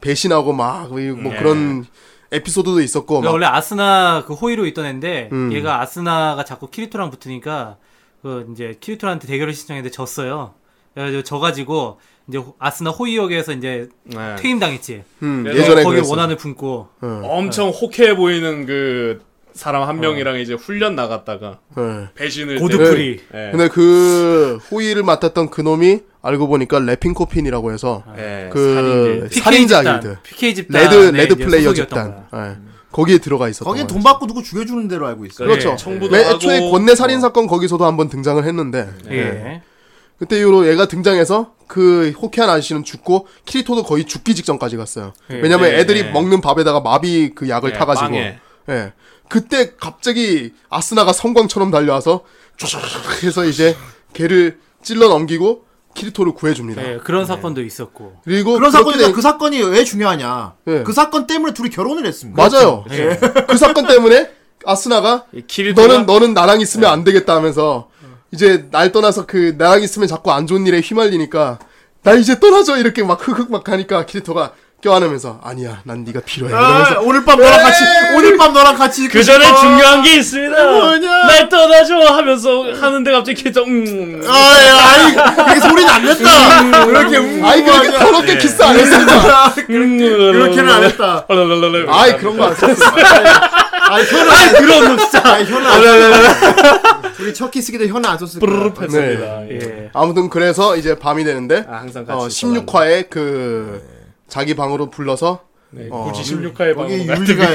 Speaker 4: 배신하고 막 뭐
Speaker 8: 네.
Speaker 4: 그런 에피소드도 있었고
Speaker 2: 그러니까
Speaker 4: 막
Speaker 2: 원래 아스나 그 호의로 있던 애인데
Speaker 4: 음.
Speaker 2: 얘가 아스나가 자꾸 키리토랑 붙으니까 그 이제 키리토한테 대결을 신청했는데 졌어요. 그래가지고 져가지고 이제 호- 아스나 호의 역에서 이제
Speaker 8: 예.
Speaker 2: 퇴임 당했지.
Speaker 4: 음,
Speaker 8: 그래서
Speaker 4: 예전에
Speaker 2: 거기
Speaker 4: 그랬어.
Speaker 2: 원한을 품고
Speaker 4: 예.
Speaker 2: 예.
Speaker 8: 엄청 호쾌해 보이는 그 사람 한 명이랑 이제 훈련 나갔다가
Speaker 4: 어. 예. 네.
Speaker 8: 배신을
Speaker 2: 고드풀이
Speaker 8: 때- 예.
Speaker 4: 근데 그 호의를 맡았던 그 놈이 알고 보니까 래핑 코핀이라고 해서
Speaker 8: 예.
Speaker 4: 그
Speaker 2: PK
Speaker 4: 살인자
Speaker 2: 집단,
Speaker 4: 길드
Speaker 2: PK 집단
Speaker 4: 레드 레드
Speaker 8: 네,
Speaker 4: 플레이어 집단 예. 거기에 들어가 있었던
Speaker 1: 거긴
Speaker 4: 거예요.
Speaker 1: 돈 받고 누구 죽여주는 대로 알고 있어요.
Speaker 4: 그렇죠.
Speaker 8: 그러니까 예, 청부도
Speaker 4: 맨
Speaker 8: 하고- 어.
Speaker 4: 애초에 권내 살인 사건 거기서도 한번 등장을 했는데
Speaker 2: 예.
Speaker 4: 그때 이후로 얘가 등장해서 그 호쾌한 아저씨는 죽고 키리토도 거의 죽기 직전까지 갔어요. 왜냐면
Speaker 8: 예,
Speaker 4: 애들이
Speaker 8: 예.
Speaker 4: 먹는 밥에다가 마비 그 약을
Speaker 8: 예,
Speaker 4: 타가지고
Speaker 8: 빵에.
Speaker 4: 예 그때 갑자기 아스나가 성광처럼 달려와서 쫙 해서 이제 걔를 찔러 넘기고 키리토를 구해줍니다.
Speaker 2: 예, 그런 사건도 있었고.
Speaker 4: 그리고
Speaker 1: 그런
Speaker 4: 그렇게
Speaker 1: 사건이
Speaker 4: 된-
Speaker 1: 그 사건이 왜 중요하냐?
Speaker 4: 예.
Speaker 1: 그 사건 때문에 둘이 결혼을 했습니다. 그렇죠. 예.
Speaker 4: 맞아요. 그 사건 때문에 아스나가
Speaker 8: 이 키리토가
Speaker 4: 너는 너는 나랑
Speaker 1: 네.
Speaker 4: 있으면 안 되겠다 하면서 이제 날 떠나서 그 나랑 있으면 자꾸 안 좋은 일에 휘말리니까 나 이제 떠나줘 이렇게 막 흑흑 막 하니까 키리토가 껴안으면서 아니야 난 네가 필요해
Speaker 1: 아,
Speaker 4: 이러면서 네.
Speaker 1: 오늘 밤 너랑 같이 오늘 밤 너랑 같이 있고
Speaker 8: 네. 그 전에
Speaker 1: 싶어.
Speaker 8: 중요한 게 있습니다.
Speaker 1: 아, 뭐냐?
Speaker 8: 날 떠나줘 하면서 하는데 갑자기 키리토 음.
Speaker 1: 아이 아이 이게 소리는 안 냈다. 그렇게
Speaker 8: 네.
Speaker 1: 음,
Speaker 4: 아이 그렇게
Speaker 1: 하냐.
Speaker 4: 더럽게 키스 안 했습니다
Speaker 8: 음,
Speaker 1: 그렇게는 안 했다.
Speaker 8: 랄랄랄랄랄.
Speaker 4: 아이 그런 거 안 했어
Speaker 1: 아이 현아 아이 그런 진짜 아이 현아 우리 첫 키스 기때 현아 안 썼을 거야.
Speaker 8: 르르
Speaker 4: 네.
Speaker 8: 했습니다. 예.
Speaker 4: 아무튼 그래서 이제 밤이 되는데
Speaker 8: 아, 항상 같이
Speaker 4: 어, 16화에 그 자기 방으로 불러서
Speaker 8: 네,
Speaker 4: 어.
Speaker 8: 굳이 16화에
Speaker 1: 거기
Speaker 8: 방금
Speaker 1: 윤리가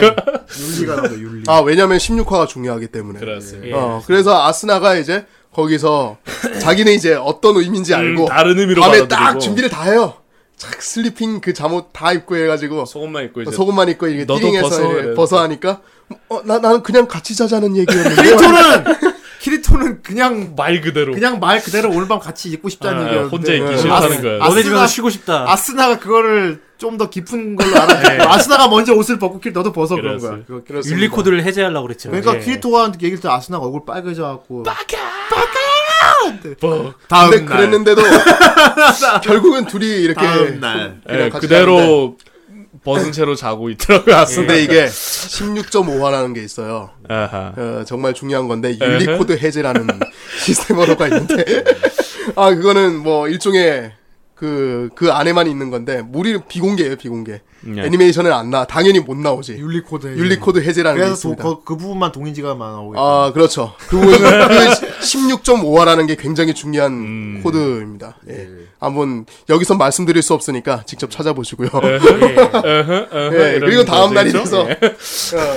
Speaker 1: 윤리가 나와 윤리.
Speaker 4: 아 왜냐면 16화가 중요하기 때문에
Speaker 8: 그렇습니다.
Speaker 2: 예.
Speaker 4: 어 그래서 아스나가 이제 거기서 자기는 이제 어떤 의미인지 알고
Speaker 8: 음, 다른 의미로
Speaker 4: 밤에
Speaker 8: 받아들이고
Speaker 4: 딱 준비를 다 해요. 착 슬리핑 그 잠옷 다 입고 해가지고
Speaker 8: 소금만 입고 이제
Speaker 4: 속옷만 입고 이게
Speaker 8: 너도
Speaker 4: 띠링해서
Speaker 8: 벗어,
Speaker 4: 이렇게
Speaker 8: 이래서.
Speaker 4: 벗어 하니까 아, 어나 나는 그냥 같이 자자는 얘기였는데
Speaker 1: 키리토는 키리토는 그냥
Speaker 8: 말 그대로
Speaker 1: 그냥 말 그대로 오늘 밤 같이 있고 싶다는
Speaker 8: 아,
Speaker 1: 얘기였는데
Speaker 8: 혼자 있기
Speaker 1: 예.
Speaker 8: 싫다는
Speaker 1: 아스-
Speaker 8: 거예요.
Speaker 2: 너네
Speaker 1: 아스나
Speaker 2: 집에서 쉬고 싶다.
Speaker 1: 아스나가 그거를 좀 더 깊은 걸로 알아듣고 아스나가 먼저 옷을 벗고 키 너도 벗어 그런
Speaker 8: 네. 그렇지.
Speaker 1: 거야. 그거- 그렇습니다.
Speaker 2: 윤리 코드를 해제하려고 그랬죠.
Speaker 1: 그러니까
Speaker 2: 예.
Speaker 1: 키리토가 얘기할 때 아스나가 얼굴 빨개져갖고 어.
Speaker 8: 뭐,
Speaker 1: 다음
Speaker 4: 그, 근데
Speaker 1: 날
Speaker 4: 그랬는데도 결국은 둘이 이렇게
Speaker 1: 다음 날
Speaker 8: 예,
Speaker 4: 같이 예,
Speaker 8: 그대로 벗은 채로 자고 있더라고요. 아스나.
Speaker 4: 근데 이게 16.5화라는 게 있어요.
Speaker 8: 아하.
Speaker 4: 어, 정말 중요한 건데 윤리
Speaker 8: 에헤.
Speaker 4: 코드 해제라는 시스템 언어가 있는데 아 그거는 뭐 일종의 그 그 안에만 있는 건데 무리 비공개예요 비공개
Speaker 8: 예.
Speaker 4: 애니메이션은 안 나 당연히 못 나오지
Speaker 1: 윤리 코드
Speaker 4: 윤리 코드 해제라는 게
Speaker 1: 그래서 도,
Speaker 4: 있습니다.
Speaker 1: 거, 그 부분만 동인지가 많아오고
Speaker 4: 아 그렇죠. 그 부분은 그 16.5화라는 게 굉장히 중요한
Speaker 8: 음.
Speaker 4: 코드입니다. 예.
Speaker 8: 네.
Speaker 4: 한번 여기서 말씀드릴 수 없으니까 직접 찾아보시고요.
Speaker 8: 네. 예.
Speaker 4: 예, 그리고 다음 날이라서 어,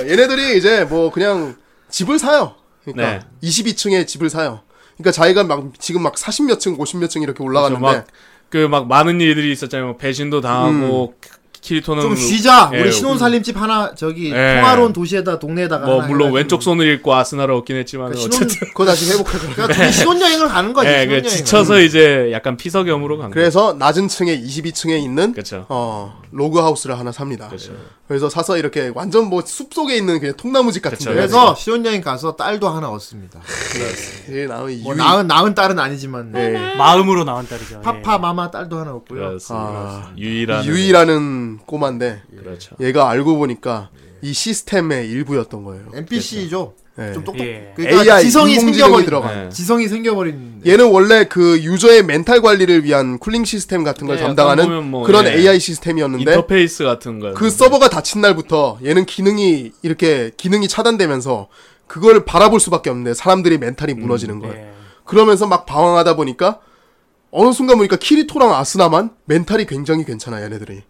Speaker 4: 얘네들이 이제 뭐 그냥 집을 사요. 그러니까
Speaker 8: 네.
Speaker 4: 22층에 집을 사요. 그러니까 자기가 막 지금 막 40몇 층, 50몇 층 이렇게 올라가는데
Speaker 8: 그 그렇죠. 막 많은 일들이 있었잖아요. 뭐 배신도 당하고 키- 키리토는
Speaker 1: 음. 좀 쉬자
Speaker 8: 예,
Speaker 1: 우리 신혼살림집 하나 저기
Speaker 8: 예.
Speaker 1: 평화로운 도시에다 동네에다가
Speaker 8: 뭐
Speaker 1: 하나
Speaker 8: 물론
Speaker 1: 해가지고.
Speaker 8: 왼쪽 손을 잃고 아스나를 얻긴 했지만
Speaker 1: 그러니까
Speaker 8: 어쨌든
Speaker 1: 신혼
Speaker 4: 그거 다시 회복하고
Speaker 1: 그러니까 둘이 신혼여행을 가는 거지
Speaker 8: 예, 그
Speaker 1: 신혼여행을 음.
Speaker 8: 지쳐서 이제 약간 피서겸으로 간 거예요.
Speaker 4: 그래서 낮은 층에 22층에 있는
Speaker 8: 그렇죠.
Speaker 4: 어, 로그하우스를 하나 삽니다.
Speaker 8: 그렇죠.
Speaker 4: 그래서 사서 이렇게 완전 뭐 숲속에 있는 그냥 통나무집 같은
Speaker 8: 그렇죠. 그쵸,
Speaker 4: 데
Speaker 1: 그래서 신혼여행 가서 딸도 하나 얻습니다.
Speaker 4: 예, 나는 이유
Speaker 1: 뭐 낳은 낳은 딸은 아니지만 네.
Speaker 2: 마음으로 나온 딸이죠. 예.
Speaker 1: 파파 마마 딸도 하나 얻고요. 아,
Speaker 8: 그렇습니다. 아, 유일한
Speaker 4: 유이라는 꼬만데
Speaker 8: 그렇죠. 예.
Speaker 4: 얘가 알고 보니까 이 시스템의 일부였던 거예요.
Speaker 1: NPC죠.
Speaker 4: 예.
Speaker 1: 좀 똑똑.
Speaker 2: 예.
Speaker 1: 그러니까
Speaker 4: AI,
Speaker 1: 지성이
Speaker 4: 인공지능이
Speaker 1: 생겨버린
Speaker 4: 들어간.
Speaker 8: 네.
Speaker 1: 지성이 생겨버린.
Speaker 4: 얘는 원래 그 유저의 멘탈 관리를 위한 쿨링 시스템 같은 걸
Speaker 8: 예,
Speaker 4: 담당하는
Speaker 8: 보면 뭐,
Speaker 4: 그런
Speaker 8: 예.
Speaker 4: AI 시스템이었는데
Speaker 8: 인터페이스 같은 거요.
Speaker 4: 그 서버가 닫힌 날부터 얘는 기능이 이렇게 기능이 차단되면서 그걸 바라볼 수밖에 없는데 사람들이 멘탈이 무너지는 거예요.
Speaker 2: 예.
Speaker 4: 그러면서 막 방황하다 보니까 어느 순간 보니까 키리토랑 아스나만 멘탈이 굉장히 괜찮아 얘네들이.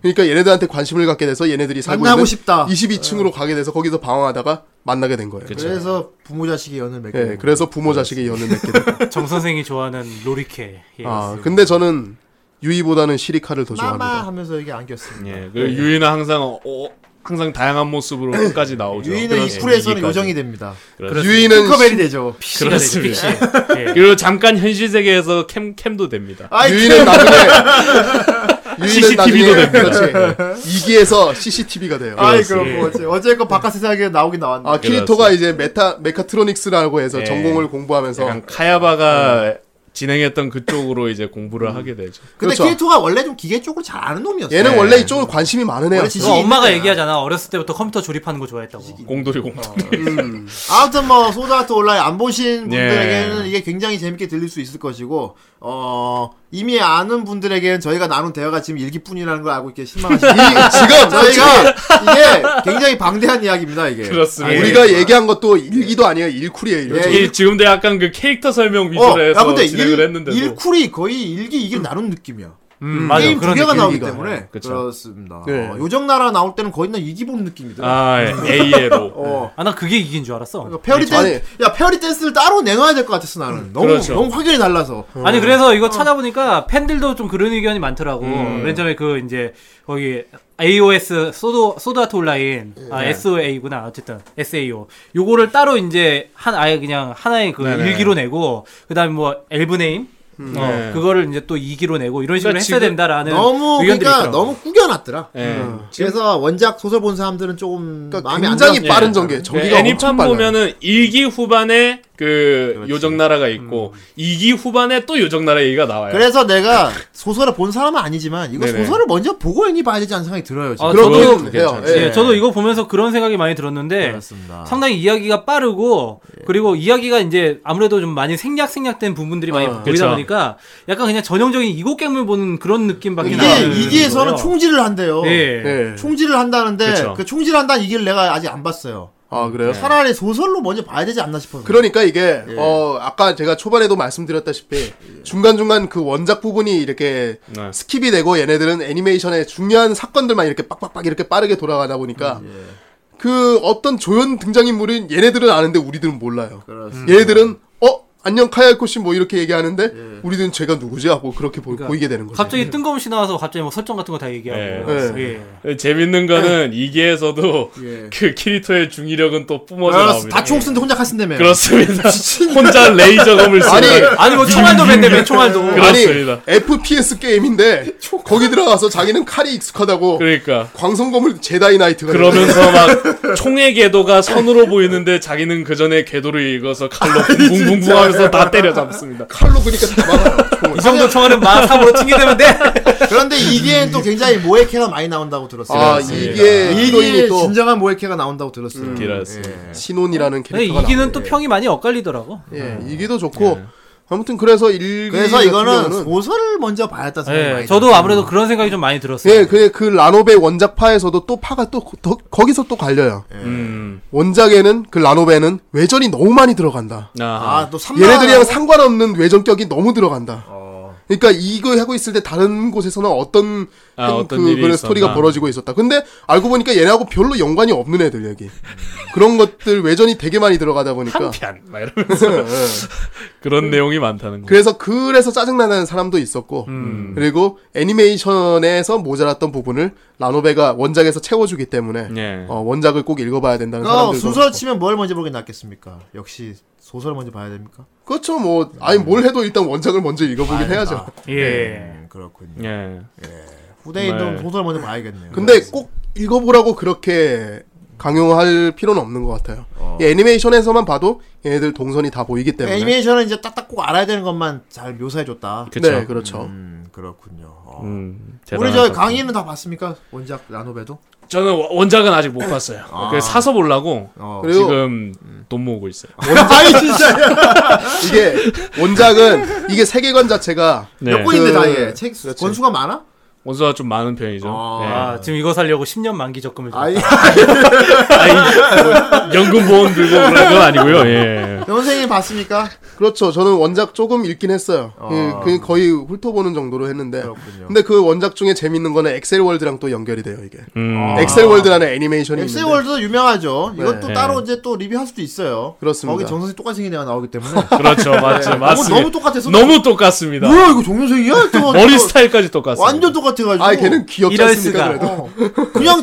Speaker 4: 그러니까 얘네들한테 관심을 갖게 돼서 얘네들이 살고
Speaker 1: 만나고
Speaker 4: 있는
Speaker 1: 싶다.
Speaker 4: 22층으로 가게 돼서 거기서 방황하다가 만나게 된 거예요.
Speaker 8: 그쵸.
Speaker 1: 그래서 부모 자식의 연을
Speaker 8: 네,
Speaker 2: 네,
Speaker 1: 맺고.
Speaker 4: 예, 그래서 부모 자식의 연을 맺게 된.
Speaker 2: 정 선생이 좋아하는 로리케. 예.
Speaker 4: 아, 근데 저는 유이보다는 시리카를 더
Speaker 1: 마마
Speaker 4: 좋아합니다. 네.
Speaker 1: 하면서 이게 안겼습니다.
Speaker 8: 예, 그 유이는 항상 어, 어, 항상 다양한 모습으로 끝까지 나오죠.
Speaker 1: 유인은 이
Speaker 8: 예,
Speaker 1: 쿨에서는
Speaker 8: 이기까지.
Speaker 1: 요정이 됩니다.
Speaker 8: 그렇습니다.
Speaker 4: 유이는
Speaker 1: 핑커벨이 되죠.
Speaker 8: 그렇습니다.
Speaker 2: 예.
Speaker 8: 그리고 잠깐 현실 세계에서 캠 캠도 됩니다.
Speaker 1: 아이,
Speaker 4: 유이는 나중에 유이는
Speaker 8: CCTV 도
Speaker 4: 나중에
Speaker 8: 됩니다. 네.
Speaker 4: 그렇지. 2기에서 CCTV가 돼요. 아,
Speaker 1: 아이 그런 거 어째 어쨌건 바깥 세상에 나오긴 나왔네.
Speaker 4: 키리토가 이제 메타 메카트로닉스라고 해서
Speaker 8: 예.
Speaker 4: 전공을 공부하면서
Speaker 8: 약간 카야바가 진행했던 그쪽으로 이제 공부를 하게 되죠.
Speaker 1: 음. 근데
Speaker 4: 그렇죠.
Speaker 1: 키리토가 원래 좀 기계 쪽을 잘 아는 놈이었어.
Speaker 4: 얘는
Speaker 8: 네.
Speaker 4: 원래 이쪽으로 관심이 많은
Speaker 1: 원래
Speaker 4: 애야.
Speaker 2: 그거
Speaker 1: 지식이
Speaker 2: 어, 엄마가
Speaker 1: 있는 거야.
Speaker 2: 얘기하잖아. 어렸을 때부터 컴퓨터 조립하는 거 좋아했다고. 음.
Speaker 8: 공돌이 공돌.
Speaker 1: 아무튼 뭐 소드아트 온라인 안 보신 분들에게는
Speaker 8: 예.
Speaker 1: 이게 굉장히 재밌게 들릴 수 있을 것이고 어 이미 아는 분들에게는 저희가 나눈 대화가 지금 일기뿐이라는 걸 알고 있게 실망하시죠.
Speaker 4: 지금
Speaker 1: 저희가 이게 굉장히 방대한 이야기입니다 이게.
Speaker 8: 그렇습니다.
Speaker 4: 예. 아,
Speaker 8: 그렇죠.
Speaker 4: 우리가 얘기한 것도 일기도 아니에요. 일쿨이에요. 일쿨.
Speaker 1: 예,
Speaker 8: 이 지금도 약간 그 캐릭터 설명 위주로 해서 진행을 했는데도
Speaker 1: 어, 아, 일쿨이 거의 일기 이게 나눈 느낌이야.
Speaker 2: 음, 맞아.
Speaker 1: 게임 두
Speaker 2: 그런
Speaker 1: 개가
Speaker 2: 느낌.
Speaker 1: 나오기
Speaker 4: 느낌이다.
Speaker 1: 때문에
Speaker 8: 그쵸.
Speaker 1: 그렇습니다.
Speaker 4: 네.
Speaker 1: 어, 요정 나라 나올 때는 거의 나 이기본 느낌이더라.
Speaker 8: 아 예, AA로 네.
Speaker 1: 어.
Speaker 2: 아, 나 그게 이긴 줄 알았어.
Speaker 1: 그러니까 페어리
Speaker 4: 아니,
Speaker 1: 댄스, 야 페어리 댄스를 따로 내놔야 될 것 같았어 나는. 음, 너무
Speaker 8: 그렇죠.
Speaker 1: 너무 확연히 달라서. 음.
Speaker 2: 아니 그래서 이거 찾아보니까 팬들도 좀 그런 의견이 많더라고. 맨 처음에 그 이제 거기 AOS 소드 소드아트 온라인
Speaker 1: 네.
Speaker 2: 아 SOA구나 어쨌든 SAO 요거를 따로 이제 한 아예 그냥 하나의 그
Speaker 8: 네네.
Speaker 2: 일기로 내고 그다음에 뭐 엘브네임
Speaker 1: 음.
Speaker 2: 어,
Speaker 8: 네.
Speaker 2: 그거를 이제 또 2기로 내고 이런 식으로
Speaker 8: 그러니까
Speaker 2: 했어야
Speaker 8: 지금
Speaker 2: 된다라는
Speaker 1: 너무
Speaker 2: 의견들이
Speaker 1: 그러니까
Speaker 2: 있더라고.
Speaker 1: 너무 구겨놨더라. 음.
Speaker 8: 예.
Speaker 1: 그래서 원작 소설 본 사람들은 조금
Speaker 4: 그러니까
Speaker 1: 마음이 안
Speaker 4: 굉장히
Speaker 1: 들었어요. 예.
Speaker 4: 빠른 전개.
Speaker 8: 그
Speaker 4: 전기가 엄청
Speaker 8: 애니판
Speaker 4: 빨라.
Speaker 8: 보면은 1기 후반에 그 요정 나라가 있고 2기 후반에 또 요정 나라 얘기가 나와요.
Speaker 1: 음. 그래서 내가 소설을 본 사람은 아니지만 이거
Speaker 8: 네네.
Speaker 1: 소설을 먼저 보고 애니 봐야 되지 않는 생각이 들어요. 지금.
Speaker 2: 아, 저도-
Speaker 4: 그런 건 해요.
Speaker 8: 괜찮지.
Speaker 2: 예,
Speaker 4: 예.
Speaker 2: 저도 이거 보면서 그런 생각이 많이 들었는데
Speaker 1: 네, 그렇습니다. 예.
Speaker 2: 상당히 이야기가 빠르고 그리고 이야기가 이제 아무래도 좀 많이 생략 생략된 부분들이
Speaker 1: 어,
Speaker 2: 많이 보이다
Speaker 1: 그렇죠.
Speaker 8: 그쵸.
Speaker 2: 보니까 약간 그냥 전형적인 이곡 갱물 보는 그런 느낌밖에 안
Speaker 1: 이게
Speaker 2: 나요.
Speaker 1: 이기에서는 총질을 한대요.
Speaker 2: 아, 네. 그렇죠.
Speaker 1: 네.
Speaker 2: 예. 그렇죠.
Speaker 4: 예.
Speaker 1: 총질을 한다는데
Speaker 8: 그쵸.
Speaker 1: 그 총질한다는 이기를 내가 아직 안 봤어요. 네.
Speaker 4: 아
Speaker 8: 예.
Speaker 4: 그래요?
Speaker 1: 차라리 소설로 먼저 봐야 되지 않나 싶어서.
Speaker 4: 그러니까 이게 어 아까 제가 초반에도 말씀드렸다시피 중간 중간 그 원작 부분이 이렇게
Speaker 8: 네.
Speaker 4: 스킵이 되고 얘네들은 애니메이션의 중요한 사건들만 이렇게 빡빡빡 이렇게 빠르게 돌아가다 보니까
Speaker 8: 음,
Speaker 1: 예,
Speaker 8: 예.
Speaker 4: 그 어떤 조연 등장인물은 얘네들은 아는데 우리들은 몰라요.
Speaker 8: 음.
Speaker 5: 예.
Speaker 4: 얘네들은 어 안녕 카야코 씨뭐 이렇게 얘기하는데
Speaker 8: 예.
Speaker 4: 우리들은 쟤가 누구지 하고 그렇게 보,
Speaker 8: 그러니까
Speaker 4: 이게 되는 거죠.
Speaker 1: 네.
Speaker 2: 갑자기 뜬금없이 나와서 갑자기 뭐 설정 같은 거 다 얘기하고.
Speaker 4: 예.
Speaker 2: 예.
Speaker 8: 네. 재밌는 거는
Speaker 1: 예.
Speaker 8: 2기에서도 그 키리토의 중이력은 또 뿜어져
Speaker 4: 아,
Speaker 1: 알았어.
Speaker 8: 나옵니다. 예.
Speaker 1: 다 총 쓴데 혼자 갔는다며.
Speaker 8: 그렇습니다. 혼자 레이저검을 쓰는
Speaker 4: 아니,
Speaker 2: 아니 뭐 총알도 맨대매 총알도.
Speaker 8: 그렇습니다.
Speaker 4: 아니 FPS 게임인데 거기 들어가서 자기는 칼이 익숙하다고
Speaker 8: 그러니까
Speaker 4: 광선검을 제다이 나이트가
Speaker 8: 그러면서 막 총의 궤도가 선으로 보이는데 자기는 그 전에 궤도를 읽어서 칼로 붕붕붕하면서 다 때려잡습니다.
Speaker 4: 칼로 그러니까 잡아요. 총을.
Speaker 2: 이 정도 총알은 마삼으로 튕기되면 돼.
Speaker 1: 그런데 이기엔 또 굉장히 모에케가 많이 나온다고 들었어요. 네.
Speaker 4: 아 이게
Speaker 1: 이기에
Speaker 4: 히로인이 또 예.
Speaker 1: 진정한 모에케가 나온다고 들었어요.
Speaker 8: 음, 길었습니다.
Speaker 4: 신혼이라는
Speaker 2: 근데
Speaker 4: 캐릭터가
Speaker 2: 이기는 또 평이 많이 엇갈리더라고. 음.
Speaker 4: 나오고. 예 이기도 좋고 아무튼 그래서 일기
Speaker 1: 그래서
Speaker 4: 같은
Speaker 1: 이거는
Speaker 2: 음.
Speaker 4: 경우는
Speaker 1: 소설을 먼저 봐야겠다 생각이
Speaker 2: 예.
Speaker 1: 많이
Speaker 2: 저도 아무래도 그런 생각이 좀 많이 들었어요.
Speaker 4: 예, 그, 그 라노베 원작파에서도 또 파가 또 더- 거기서 또 갈려요.
Speaker 8: 음.
Speaker 4: 원작에는 그 라노베는 외전이 너무 많이 들어간다.
Speaker 8: 아,
Speaker 1: 아또 3만
Speaker 4: 얘네들이랑 상관없는 외전격이 너무 들어간다. 그러니까 이거 하고 있을 때 다른 곳에서는 어떤
Speaker 8: 아,
Speaker 4: 그-
Speaker 8: 어떤
Speaker 4: 그
Speaker 8: 일이
Speaker 4: 그런
Speaker 8: 있었나.
Speaker 4: 스토리가 벌어지고 있었다. 근데 알고 보니까 얘네하고 별로 연관이 없는 애들 여기. 그런 것들 외전이 되게 많이 들어가다 보니까 예,
Speaker 8: 한편 막 이러면서 그런 내용이 많다는 거.
Speaker 4: 그래서 그래서 짜증나는 사람도 있었고 그리고 애니메이션에서 모자랐던 부분을 라노베가 원작에서 채워주기 때문에
Speaker 8: 예.
Speaker 4: 어, 원작을 꼭 읽어봐야 된다는
Speaker 1: 그러니까
Speaker 4: 사람들도
Speaker 1: 순서를
Speaker 4: 있고.
Speaker 1: 치면 뭘 먼저 보게 낫겠습니까? 역시 소설 먼저 봐야 됩니까?
Speaker 4: 그렇죠 뭐 아니 뭘 해도 일단 원작을 먼저 읽어보긴 해야죠
Speaker 1: 아,
Speaker 2: 예.
Speaker 1: 음, 그렇군요.
Speaker 8: 예.
Speaker 1: 후대인도
Speaker 8: 네.
Speaker 4: 그
Speaker 1: 소설 먼저 봐야겠네요.
Speaker 4: 근데 꼭 읽어보라고 그렇게 강요할 필요는 없는 것 같아요.
Speaker 1: 어.
Speaker 4: 이 애니메이션에서만 봐도 얘네들 동선이 다 보이기 때문에.
Speaker 1: 애니메이션은 이제 딱딱 꼭 알아야 되는 것만 잘 묘사해줬다.
Speaker 4: 네, 그렇죠.
Speaker 1: 음, 그렇군요. 어.
Speaker 8: 음,
Speaker 1: 우리 저
Speaker 8: 대단하다.
Speaker 1: 강의는 다 봤습니까? 원작 라노베도?
Speaker 8: 저는 원- 원작은 아직 못 봤어요. 그래서 사서 보려고
Speaker 1: 어.
Speaker 4: 그리고
Speaker 8: 지금
Speaker 5: 음.
Speaker 8: 돈 모으고 있어요.
Speaker 1: 아니 진짜
Speaker 4: 이게 원작은 이게 세계관 자체가
Speaker 1: 몇
Speaker 8: 네.
Speaker 1: 권인데
Speaker 4: 그-
Speaker 1: 다 예. 책 권수가 많아?
Speaker 8: 원서가 좀 많은 편이죠.
Speaker 1: 아.
Speaker 2: 아, 지금 이거 살려고 10년 만기 적금을 줬다.
Speaker 1: 아이
Speaker 8: 네. 아니, 뭐 연금 보험 들고 그런 건 아니고요. 예.
Speaker 1: 선생님 봤습니까?
Speaker 4: 그렇죠. 저는 원작 조금 읽긴 했어요.
Speaker 1: 아.
Speaker 4: 그- 그 거의 훑어보는 정도로 했는데.
Speaker 1: 그렇군요.
Speaker 4: 근데 그 원작 중에 재밌는 거는 엑셀 월드랑 또 연결이 돼요 이게.
Speaker 8: 음.
Speaker 1: 아.
Speaker 4: 엑셀 월드라는 애니메이션이
Speaker 1: 엑셀
Speaker 4: 있는데.
Speaker 1: 월드도 유명하죠. 이것도
Speaker 8: 네.
Speaker 1: 따로 이제 또 리뷰할 수도 있어요.
Speaker 4: 그렇습니다.
Speaker 1: 거기 정선생 똑같이 생긴 애가 나오기 때문에 네.
Speaker 8: 그렇죠, 맞죠,
Speaker 1: 너무-
Speaker 8: 맞습니다.
Speaker 1: 너무 똑같아서
Speaker 8: 너무 똑같습니다.
Speaker 1: 뭐야 이거 정선생이야? 했더니
Speaker 8: 머리
Speaker 1: 또
Speaker 8: 스타일까지 똑같습니다.
Speaker 1: 완전 똑같아가지고
Speaker 4: 아 걔는 귀엽지
Speaker 2: 이럴
Speaker 4: 않습니까
Speaker 2: 수가.
Speaker 4: 그래도.
Speaker 1: 어. 그냥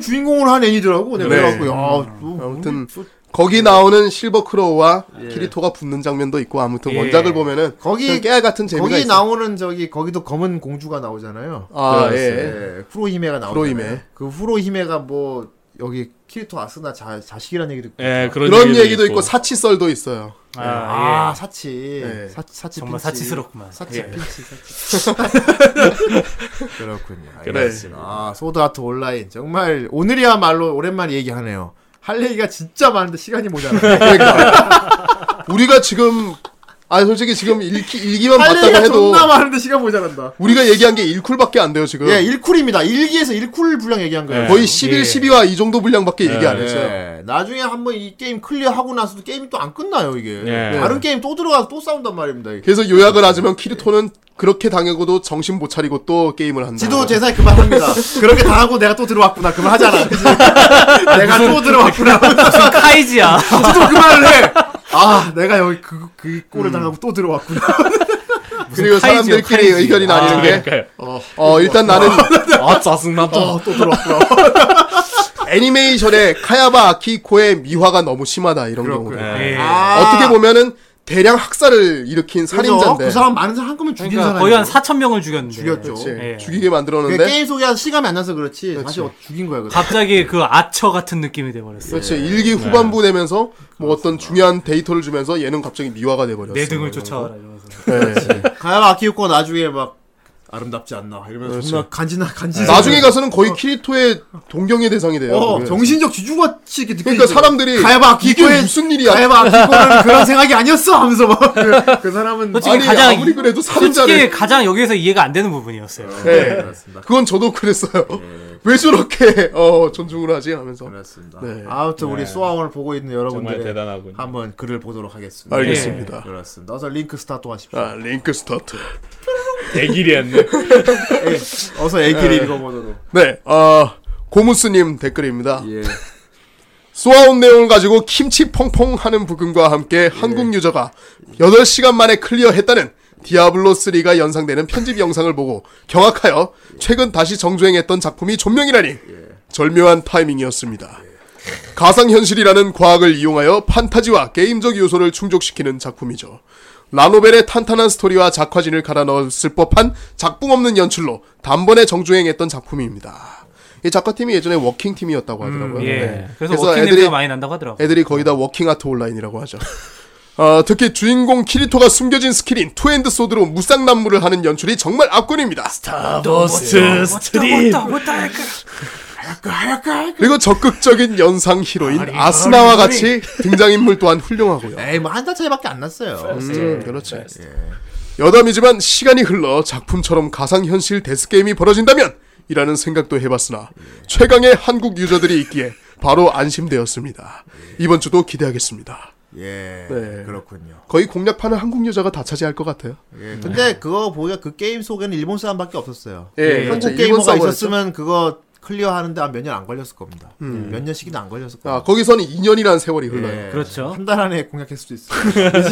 Speaker 1: 주인공으로 한 애니더라고 내가
Speaker 4: 네.
Speaker 1: 그래갖고 야 또- 음. 예.
Speaker 4: 아무튼 거기 나오는 실버 크로우와 키리토가 붙는 장면도 있고 아무튼
Speaker 2: 예.
Speaker 4: 원작을 보면은
Speaker 1: 거기-
Speaker 4: 그 깨알 같은 재미가
Speaker 1: 거기
Speaker 4: 있어요.
Speaker 1: 나오는 저기 거기도 검은 공주가 나오잖아요.
Speaker 4: 아
Speaker 8: 그래서,
Speaker 4: 예.
Speaker 1: 예, 후로히메가 나오잖아요.
Speaker 4: 후로히메.
Speaker 1: 그 후로히메가 뭐 여기 키리토 아스나 자, 자식이라는 얘기도 있고.
Speaker 8: 예, 그런,
Speaker 4: 그런 얘기도, 있고, 사치썰도 있어요.
Speaker 2: 아,
Speaker 1: 아,
Speaker 2: 예.
Speaker 1: 사치.
Speaker 4: 예.
Speaker 1: 사, 사치
Speaker 2: 정말
Speaker 1: 핀치.
Speaker 2: 사치스럽구만.
Speaker 1: 사치
Speaker 2: 예.
Speaker 1: 핀치 사치. 그렇군요.
Speaker 8: 그래.
Speaker 1: 알겠습니다. 아, 소드아트 온라인 정말 오늘이야말로 오랜만에 얘기하네요. 할 얘기가 진짜 많은데 시간이 그러니까. 모자라.
Speaker 4: 그러니까 우리가 지금 아 솔직히 지금 읽기 읽기만
Speaker 1: 할
Speaker 4: 봤다고
Speaker 1: 얘기가
Speaker 4: 해도
Speaker 1: 존나 많은데 시간 모자란다.
Speaker 4: 우리가 얘기한 게 1쿨밖에 안 돼요 지금.
Speaker 1: 예, 1쿨입니다. 1기에서 1쿨 분량 얘기한 거예요.
Speaker 8: 예. 네.
Speaker 4: 거의 11, 12화 이 정도 분량밖에 얘기 안 했어요.
Speaker 1: 예. 나중에 한번 이 게임 클리어하고 나서도 게임이 또 안 끝나요, 이게.
Speaker 8: 예.
Speaker 1: 다른 게임 또 들어가서 또 싸운단 말입니다. 이게.
Speaker 4: 그래서 요약을 하자면 키르토는 그렇게 당하고도 정신 못 차리고 또 게임을 한다.
Speaker 1: 지도 제사에 그만합니다. 그렇게 당하고 내가 또 들어왔구나. 그만하잖아. 그치? 내가 또 들어왔구나.
Speaker 2: 무슨 카이지야.
Speaker 1: 지도 그만을 해! 아, 내가 여기 그, 그 꼴을 당하고 또 들어왔구나.
Speaker 2: 카이지요,
Speaker 4: 그리고
Speaker 2: 카이지.
Speaker 4: 사람들끼리 의견이
Speaker 1: 아,
Speaker 4: 나뉘는 게
Speaker 8: 그러니까요.
Speaker 4: 어, 일단 나는
Speaker 8: 아, 짜증나.
Speaker 1: 어, 또 들어왔구나.
Speaker 4: 애니메이션의 카야바 아키코의 미화가 너무 심하다 이런 경우도.
Speaker 1: 그렇구나.
Speaker 8: 네.
Speaker 2: 예.
Speaker 1: 아,
Speaker 4: 어떻게 보면은 대량 학살을 일으킨
Speaker 1: 그죠?
Speaker 4: 살인자인데
Speaker 1: 그 사람 많은 사람 한꺼번에 죽인
Speaker 2: 그러니까
Speaker 1: 사람.
Speaker 2: 거의 한 4천 명을 죽였는데.
Speaker 1: 죽였죠.
Speaker 4: 그치.
Speaker 8: 네.
Speaker 2: 예.
Speaker 4: 네. 죽이게
Speaker 1: 그게
Speaker 4: 만들었는데
Speaker 1: 게임 속에 시감이 안 나서 그렇지. 다시 어- 죽인 거야, 그래.
Speaker 2: 갑자기 그 아처 같은 느낌이 예. 돼버렸어.
Speaker 1: 예.
Speaker 4: 그렇지 그렇죠.
Speaker 1: 네.
Speaker 4: 일기 후반부 되면서 뭐 어떤 중요한 데이터를 주면서 얘는 갑자기 미화가 돼버렸어.
Speaker 1: 네
Speaker 2: 내 등을 쫓아와라 이러면서.
Speaker 4: 네.
Speaker 1: 가야가 아키우코 나중에 막 아름답지 않나. 이러면서 정말 간지나, 간지
Speaker 4: 네. 나중에 가서는 거의 키리토의 동경의 대상이 돼요.
Speaker 1: 네. 어,
Speaker 4: 그게.
Speaker 1: 정신적 지주같이 이렇게 느끼
Speaker 4: 그러니까 사람들이
Speaker 1: 가야바
Speaker 4: 이게
Speaker 1: 기코의
Speaker 4: 무슨 일이야? 네.
Speaker 1: 가야바 기코는 그런 생각이 아니었어 하면서 막그 그 사람은
Speaker 2: 솔직히
Speaker 4: 음. 아니
Speaker 2: 가장
Speaker 4: 아무리 그래도 살인자를
Speaker 2: 솔직히 가장 여기에서 이해가 안 되는 부분이었어요. 예.
Speaker 4: 네. 그건 저도 그랬어요. 왜 저렇게 어 존중을 하지 하면서.
Speaker 1: 그렇습니다.
Speaker 4: 네.
Speaker 1: 아무튼 우리 소아원을 보고 있는
Speaker 8: 정말
Speaker 1: 여러분들
Speaker 8: 대단하군요.
Speaker 1: 한번 글을 보도록 하겠습니다.
Speaker 4: 알겠습니다.
Speaker 1: 예. 그렇습니다. 어서 링크 스타트 하십시오.
Speaker 4: 아 링크 스타트.
Speaker 8: 대길이었네.
Speaker 1: 예, 어서 애기를 읽어보도록.
Speaker 4: 네, 아 고무스님 댓글입니다.
Speaker 1: 예.
Speaker 4: 쏘아온 내용을 가지고 김치 펑펑 하는 부금과
Speaker 1: 예.
Speaker 4: 함께 한국 유저가 8시간 만에 클리어했다는 디아블로3가 연상되는 편집 영상을 보고 경악하여 최근 다시 정주행했던 작품이 존명이라니
Speaker 1: 예.
Speaker 4: 절묘한 타이밍이었습니다. 가상현실이라는 과학을 이용하여 판타지와 게임적 요소를 충족시키는 작품이죠. 라노벨의 탄탄한 스토리와 작화진을 갈아 넣었을 법한 작품 없는 연출로 단번에 정주행했던 작품입니다. 이 작화팀이 예전에 워킹팀이었다고 하더라고요.
Speaker 2: 예.
Speaker 4: 네.
Speaker 2: 그래서, 워킹 냄새가 많이 어. 난다고 하더라고. 요
Speaker 4: 애들이 거의 다 워킹 아트 온라인이라고 하죠. 어, 특히 주인공 키리토가 숨겨진 스킬인 투핸드 소드로 무쌍난무를 하는 연출이 정말 압권입니다.
Speaker 1: 예.
Speaker 8: 더스트 스트림.
Speaker 4: 그리고 적극적인 연상 히로인 아스나와 같이 등장인물 또한 훌륭하고요.
Speaker 1: 에이 뭐 아, 예. 한 달 차이밖에 안 났어요.
Speaker 4: 음, 그렇지. 여담이지만 시간이 흘러 작품처럼 가상현실 데스게임이 벌어진다면 이라는 생각도 해봤으나 최강의 한국 유저들이 있기에 바로 안심되었습니다. 이번 주도 기대하겠습니다.
Speaker 1: 예.
Speaker 4: 네.
Speaker 1: 그렇군요.
Speaker 4: 거의 공략판은 한국 유저가 다 차지할 것 같아요.
Speaker 1: 예. 근데 그거 보니까 그 게임 속에는 일본 사람밖에 없었어요.
Speaker 4: 음.
Speaker 1: 한국
Speaker 4: 예, 그렇죠. 일본
Speaker 1: 게이머가
Speaker 4: 서버였죠.
Speaker 1: 있었으면 그거 클리어하는데 한 몇 년 안 걸렸을 겁니다. 몇 년씩이나 안 걸렸을 겁니다.
Speaker 4: 음. 아, 거기서는 2년이라는 세월이 흘러요. 그렇죠.
Speaker 2: 그렇죠.
Speaker 1: 예. 한 달 안에 공략할 수도 있어.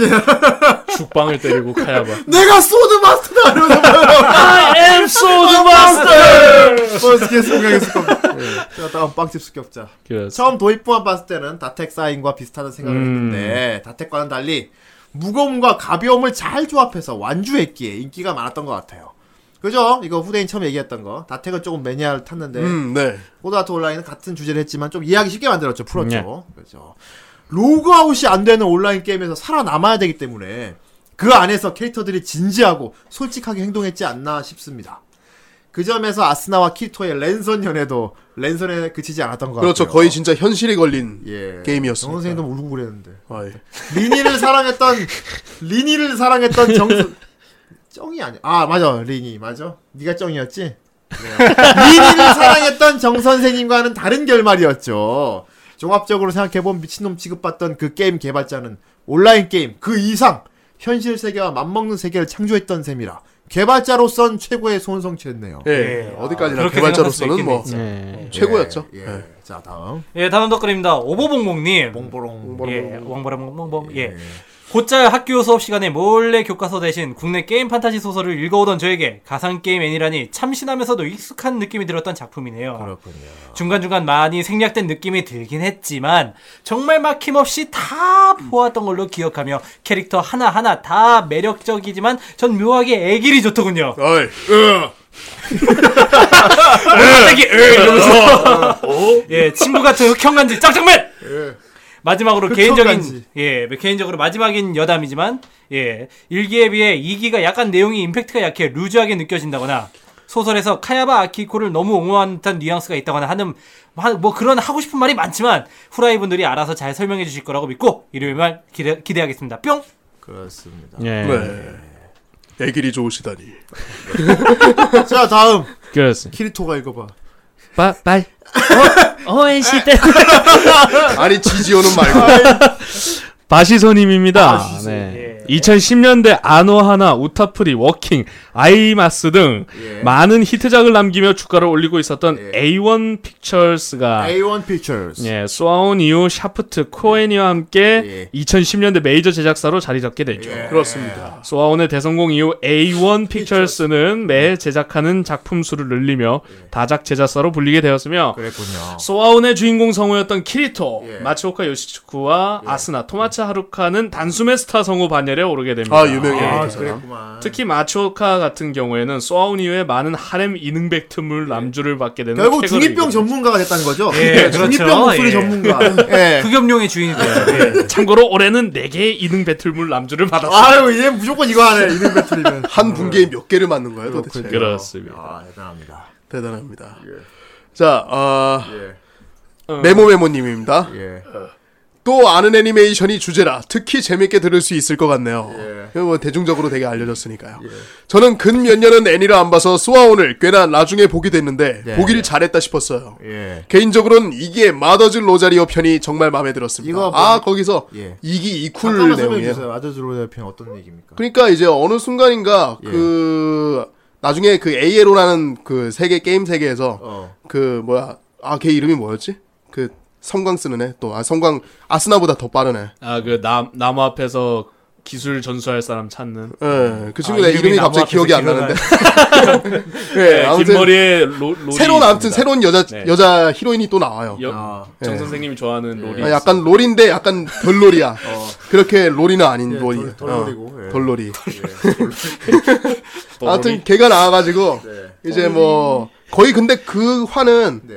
Speaker 8: 네. 죽방을 때리고 카야바.
Speaker 1: 내가 소드 마스터다 이러면서
Speaker 8: I am so the master.
Speaker 1: 버스 계속 공략했을 겁니다. 예. 자, 다음 빵집 습격자.
Speaker 8: 그래서
Speaker 1: 처음 도입부만 봤을 때는 다텍 사인과 비슷하다 생각을
Speaker 8: 음.
Speaker 1: 했는데 다텍과는 달리 무거움과 가벼움을 잘 조합해서 완주했기에 인기가 많았던 것 같아요. 그죠? 이거 후대인 처음 얘기했던 거. 다택을 조금 매니아를 탔는데
Speaker 5: 음, 네.
Speaker 1: 고다트 온라인은 같은 주제를 했지만 좀 이해하기 쉽게 만들었죠. 풀었죠.
Speaker 8: 네.
Speaker 1: 그죠. 로그아웃이 안 되는 온라인 게임에서 살아남아야 되기 때문에 그 안에서 캐릭터들이 진지하고 솔직하게 행동했지 않나 싶습니다. 그 점에서 아스나와 키토의 랜선 연애도 랜선에 그치지 않았던 것
Speaker 4: 그렇죠.
Speaker 1: 같아요.
Speaker 4: 거의 진짜 현실에 걸린
Speaker 1: 예. 정
Speaker 4: 게임이었습니다.
Speaker 1: 선생님도 울고 그랬는데.
Speaker 4: 아, 예.
Speaker 1: 리니를 사랑했던 리니를 사랑했던 정수 정이 아니야. 아 맞아 리니 맞아. 네가 정이었지. 그래요. 리니를 사랑했던 정 선생님과는 다른 결말이었죠. 종합적으로 생각해본 미친놈 취급받던 그 게임 개발자는 온라인 게임 그 이상 현실 세계와 맞먹는 세계를 창조했던 셈이라 개발자로선 최고의 손성취했네요.
Speaker 4: 예. 어디까지나
Speaker 2: 아, 그렇게
Speaker 4: 개발자로서는
Speaker 2: 생각할
Speaker 4: 뭐
Speaker 2: 수 있겠네,
Speaker 4: 최고였죠.
Speaker 1: 예. 자 다음
Speaker 2: 예, 다음 덧글입니다. 오보봉봉님.
Speaker 1: 봉보롱
Speaker 2: 예, 왕바람봉봉봉. 예. 곧잘 학교 수업 시간에 몰래 교과서 대신 국내 게임 판타지 소설을 읽어오던 저에게 가상 게임 애니라니 참신하면서도 익숙한 느낌이 들었던 작품이네요.
Speaker 1: 그렇군요.
Speaker 2: 중간중간 많이 생략된 느낌이 들긴 했지만 정말 막힘없이 다 보았던 걸로 기억하며 캐릭터 하나하나 다 매력적이지만 전 묘하게 애길이 좋더군요. 아,
Speaker 5: 아이,
Speaker 2: 갑자기 으
Speaker 1: 어,
Speaker 2: 이러면서 예 친구 같은 흑형간지 짱짱맨 마지막으로 개인적인
Speaker 1: 흑형간지.
Speaker 2: 예 개인적으로 마지막인 여담이지만 예 일기에 비해 2기가 약간 내용이 임팩트가 약해 루즈하게 느껴진다거나 소설에서 카야바 아키코를 너무 옹호하는 듯한 뉘앙스가 있다거나 하는 하- 뭐 그런 하고 싶은 말이 많지만 후라이 분들이 알아서 잘 설명해 주실 거라고 믿고 일요일 말 기대, 기대하겠습니다 뿅
Speaker 1: 그렇습니다.
Speaker 8: 예.
Speaker 1: 네.
Speaker 5: 애길이 좋으시다니.
Speaker 1: 자 다음
Speaker 8: 그렇습니다.
Speaker 1: 키리토가 읽어봐.
Speaker 8: 빠, 빨. 어, 어엔시 때.
Speaker 5: 아니, 지지오는 말고.
Speaker 8: 바시소님입니다.
Speaker 1: 바시소,
Speaker 8: 네. 2010년대 아노하나, 우타프리, 워킹, 아이마스 등
Speaker 1: 예.
Speaker 8: 많은 히트작을 남기며 주가를 올리고 있었던
Speaker 5: 예.
Speaker 8: A1 픽처스가
Speaker 1: A1 Pictures.
Speaker 8: 예, 쏘아온 이후 샤프트, 코엔이와
Speaker 1: 예.
Speaker 8: 함께 2010년대 메이저 제작사로 자리 잡게 되죠.
Speaker 5: 그렇습니다.
Speaker 8: 쏘아온의 대성공 이후 A1 픽처스는
Speaker 1: 예.
Speaker 8: 매 제작하는 작품 수를 늘리며 다작 제작사로 불리게 되었으며
Speaker 1: 그랬군요.
Speaker 8: 소아온의 주인공 성우였던 키리토,
Speaker 1: 예.
Speaker 8: 마츠오카 요시츠쿠와 아스나, 토마츠 하루카는 단숨에 스타 성우 반열에 오르게 됩니다.
Speaker 5: 아, 유명해.
Speaker 1: 아,
Speaker 5: 그 사람.
Speaker 1: 그랬구만.
Speaker 8: 특히 마츠오카 같은 경우에는 소아온 이후에 많은 하렘 이능백 틈을 남주를 받게 되는
Speaker 1: 예. 결국
Speaker 8: 쾌거를
Speaker 1: 중이병
Speaker 8: 음, 이루게
Speaker 1: 전문가가 됐다는 거죠. 네,
Speaker 2: 예, 그렇죠.
Speaker 1: 중이병 목소리
Speaker 2: 예.
Speaker 1: 전문가. 예.
Speaker 2: 흑염룡의 주인이 되죠
Speaker 4: 예.
Speaker 8: 됩니다. 예. 참고로 올해는 4개의 이능 배틀물 남주를 받았습니다.
Speaker 1: 아유, 얘 무조건 이거 하네. 이름 배틀이면.
Speaker 4: 한 분기에 몇 개를 맞는 거예요, 도대체.
Speaker 8: 그렇습니다.
Speaker 1: 아, 대단합니다.
Speaker 4: 대단합니다. 자, 아,
Speaker 1: 예.
Speaker 4: 예. 메모 메모님입니다.
Speaker 1: 예.
Speaker 4: 또 아는 애니메이션이 주제라 특히 재밌게 들을 수 있을 것 같네요.
Speaker 1: 예.
Speaker 4: 이거 뭐 대중적으로 되게 알려졌으니까요. 저는 근 몇 년은 애니를 안 봐서 소아온을 꽤나 나중에 보게 됐는데
Speaker 1: 네.
Speaker 4: 보기를 잘했다 싶었어요.
Speaker 1: 예.
Speaker 4: 개인적으로는 이게 마더즈 로자리오 편이 정말 마음에 들었습니다.
Speaker 1: 이거 뭐-
Speaker 4: 아 거기서
Speaker 1: 예.
Speaker 4: 이기 이쿨
Speaker 1: 잠깐만 설명해
Speaker 4: 내용이에요.
Speaker 1: 주세요. 아저즈로 대표는 어떤 얘기입니까?
Speaker 4: 그러니까 이제 어느 순간인가
Speaker 1: 예.
Speaker 4: 그 나중에 그 ALO라는 그 세계 게임 세계에서
Speaker 1: 어.
Speaker 4: 그 뭐야 아 걔 이름이 뭐였지? 그 성광 쓰는 애 또 아 성광 아스나보다 더 빠르네.
Speaker 10: 아그남 나무 앞에서 기술 전수할 사람 찾는
Speaker 4: 예, 그 친구
Speaker 2: 아,
Speaker 4: 내 이름이,
Speaker 2: 이름이
Speaker 4: 갑자기
Speaker 2: 나무
Speaker 4: 기억이 안
Speaker 2: 앞에서
Speaker 4: 나는데.
Speaker 10: 네,
Speaker 4: 예, 아무튼
Speaker 10: 긴 머리에 로, 롤이
Speaker 4: 새로운 아무튼
Speaker 10: 있습니다.
Speaker 4: 새로운 여자
Speaker 10: 네.
Speaker 4: 여자 히로인이 또 나와요.
Speaker 10: 여,
Speaker 1: 아.
Speaker 10: 정 선생님이 좋아하는
Speaker 1: 예.
Speaker 10: 롤이
Speaker 4: 아, 약간 롤인데 약간 덜 롤이야. 그렇게 롤이는 아닌
Speaker 1: 어. 예,
Speaker 4: 롤이.
Speaker 1: 덜- 덜
Speaker 4: 어,
Speaker 1: 롤이고, 예.
Speaker 4: 덜 롤이.
Speaker 10: 있습니다.
Speaker 4: 아무튼
Speaker 10: 롤이.
Speaker 4: 걔가 나와가지고
Speaker 1: 네.
Speaker 4: 이제 뭐 거의 근데 그 화는
Speaker 1: 네.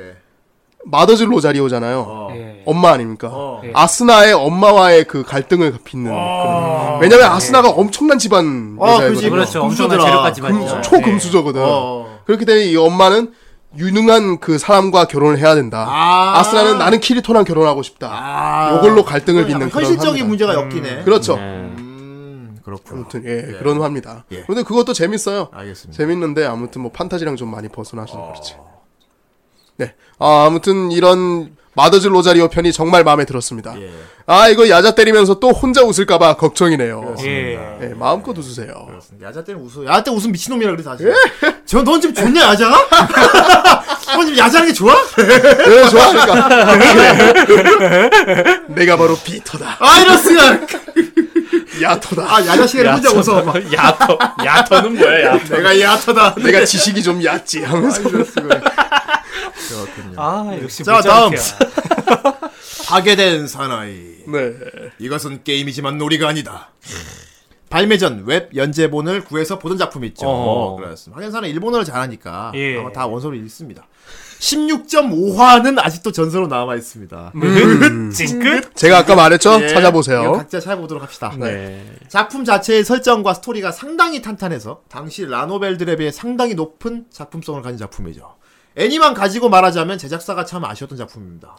Speaker 4: 마더즈 로자리오잖아요.
Speaker 1: 어.
Speaker 4: 엄마 아닙니까?
Speaker 1: 어.
Speaker 4: 아스나의 엄마와의 그 갈등을 빚는. 그런. 왜냐면 아스나가 엄청난 집안
Speaker 1: 네. 아,
Speaker 4: 여자애거든요.
Speaker 1: 그지.
Speaker 2: 그렇죠 네. 엄청난
Speaker 1: 금수저라.
Speaker 2: 재료까지만
Speaker 4: 금- 초금수저거든.
Speaker 1: 어.
Speaker 4: 그렇기 때문에 이 엄마는 유능한 그 사람과 결혼을 해야 된다.
Speaker 1: 아.
Speaker 4: 아~ 스나는 나는 키리토랑 결혼하고 싶다.
Speaker 1: 아.
Speaker 4: 요걸로 갈등을 빚는 그런
Speaker 1: 현실적인
Speaker 4: 화입니다.
Speaker 1: 문제가 엮이네.
Speaker 4: 그렇죠.
Speaker 1: 음, 그렇군.
Speaker 4: 아무튼 예, 그런 화입니다.
Speaker 1: 예. 아,
Speaker 4: 근데 그것도 재밌어요.
Speaker 1: 알겠습니다.
Speaker 4: 재밌는데 아무튼 뭐 판타지랑 좀 많이 벗어나서 그렇지. 네. 아, 아무튼 이런 마더즈 로자리오 편이 정말 마음에 들었습니다.
Speaker 1: 예.
Speaker 4: 아, 이거 야자 때리면서 또 혼자 웃을까 봐 걱정이네요. 예.
Speaker 2: 예.
Speaker 4: 마음껏 웃으세요. 예.
Speaker 1: 야자 때는 웃어. 야자 때 웃으면 미친놈이라 그래 사실. 저넌 지금 좋냐 야자가? 넌 지금 야자하는 게 좋아?
Speaker 4: 예, 좋아하니까. 내가 바로 비터다.
Speaker 1: 예. 아이러스야.
Speaker 4: 야토다.
Speaker 1: 아 야자 시간에 혼자 웃어. 막.
Speaker 11: 야터 야터는 뭐야 야터
Speaker 4: 내가 야타다. 내가 지식이 좀 얕지 하면서.
Speaker 2: 아 역시
Speaker 1: 네. 자, 다음. 파괴된 사나이.
Speaker 4: 네.
Speaker 1: 이것은 게임이지만 놀이가 아니다. 발매 전 웹 연재본을 구해서 보던 작품이 있죠. 뭐
Speaker 2: 어허.
Speaker 1: 그렇습니다. 하겐사는 일본어를 잘하니까
Speaker 2: 예.
Speaker 1: 아마 다 원서를 읽습니다. 16.5화는 아직도 전서로 남아 있습니다.
Speaker 2: 음.
Speaker 1: 음.
Speaker 2: 찡긋?
Speaker 4: 제가 아까 말했죠?
Speaker 1: 예, 이거
Speaker 4: 찾아보세요.
Speaker 1: 각자 찾아보도록 합시다.
Speaker 2: 네.
Speaker 1: 작품 자체의 설정과 스토리가 상당히 탄탄해서 당시 라노벨들에 비해 상당히 높은 작품성을 가진 작품이죠. 애니만 가지고 말하자면 제작사가 참 아쉬웠던 작품입니다.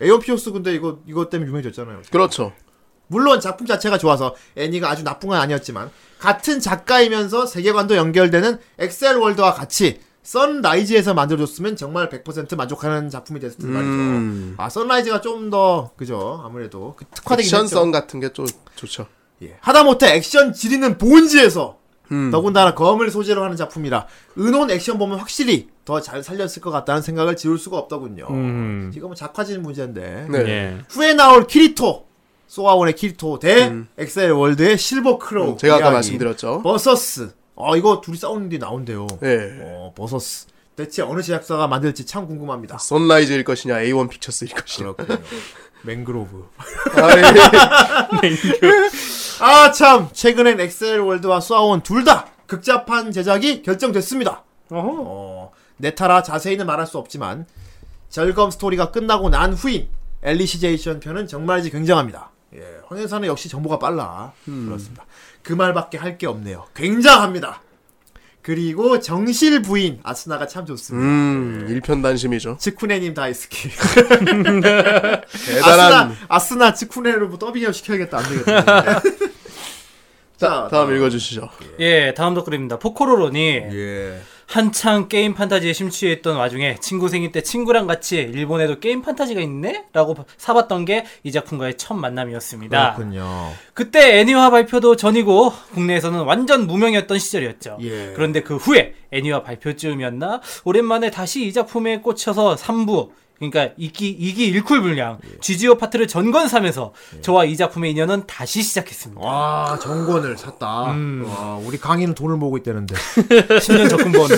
Speaker 1: 에오피오스 근데 이거 이거 때문에 유명해졌잖아요.
Speaker 4: 그렇죠.
Speaker 1: 물론 작품 자체가 좋아서 애니가 아주 나쁜 건 아니었지만 같은 작가이면서 세계관도 연결되는 엑셀 월드와 같이 선라이즈에서 만들어줬으면 정말 100% 만족하는 작품이 됐을
Speaker 4: 음.
Speaker 1: 텐데 말이죠. 아 선라이즈가 좀 더 그죠 아무래도 그 특화되긴 했죠.
Speaker 4: 액션성 같은 게 좀 좋죠.
Speaker 1: 예. 하다못해 액션 지리는 본지에서 더군다나 검을 소재로 하는 작품이라 은혼 액션 보면 확실히 더 잘 살렸을 것 같다는 생각을 지울 수가 없더군요. 어,
Speaker 5: 음.
Speaker 1: 지금은 작화진 문제인데
Speaker 4: 네.
Speaker 1: 후에 나올 키리토 소아원의 키리토 대 엑셀 월드의 실버 크로우
Speaker 4: 제가 아까
Speaker 1: 이야기.
Speaker 4: 말씀드렸죠.
Speaker 1: 음, 버서스 어 이거 둘이 싸우는 게 나온대요.
Speaker 4: 예.
Speaker 1: 어 버서스 대체 어느 제작사가 만들지 참 궁금합니다.
Speaker 4: 아, 선라이즈일 것이냐, A1 픽처스일 것이냐.
Speaker 1: 그렇군요. 맹그로브.
Speaker 4: 아이, 예.
Speaker 1: 아 참 최근엔 엑셀 월드와 수아온 둘 다 극자판 제작이 결정됐습니다. 어, 네타라 자세히는 말할 수 없지만 절검 스토리가 끝나고 난 후인 엘리시제이션 편은 정말이지 굉장합니다. 예, 황현사는 역시 정보가 빨라 그렇습니다. 그 말밖에 할 게 없네요. 굉장합니다. 그리고 정실 부인 아스나가 참 좋습니다.
Speaker 4: 음,
Speaker 1: 예.
Speaker 4: 일편단심이죠.
Speaker 1: 츠쿠네님 다이스키. 아스나
Speaker 4: 대단한.
Speaker 1: 아스나 츠쿠네로 더빙을 시켜야겠다 안 되겠다. 자
Speaker 4: 다음 읽어주시죠.
Speaker 2: 예, 다음 덧글입니다. 포코로로니
Speaker 1: 예.
Speaker 2: 한창 게임 판타지에 심취했던 와중에 친구 생일 때 친구랑 같이 일본에도 게임 판타지가 있네? 라고 사봤던 게 이 작품과의 첫 만남이었습니다.
Speaker 1: 네. 그렇군요.
Speaker 2: 그때 애니화 발표도 전이고 국내에서는 완전 무명이었던 시절이었죠.
Speaker 1: 예.
Speaker 2: 그런데 그 후에 애니화 발표쯤이었나 오랜만에 다시 이 작품에 꽂혀서 3부 그러니까 이기 이기 일쿨 분량
Speaker 1: 예.
Speaker 2: GGO 파트를 전권삼에서 저와 이 작품의 인연은 다시 시작했습니다. 음.
Speaker 1: 와 정권을 샀다. 와 아, 우리 강의는 돈을 모으고 있다는데.
Speaker 2: 10년 네. 적금 버는데.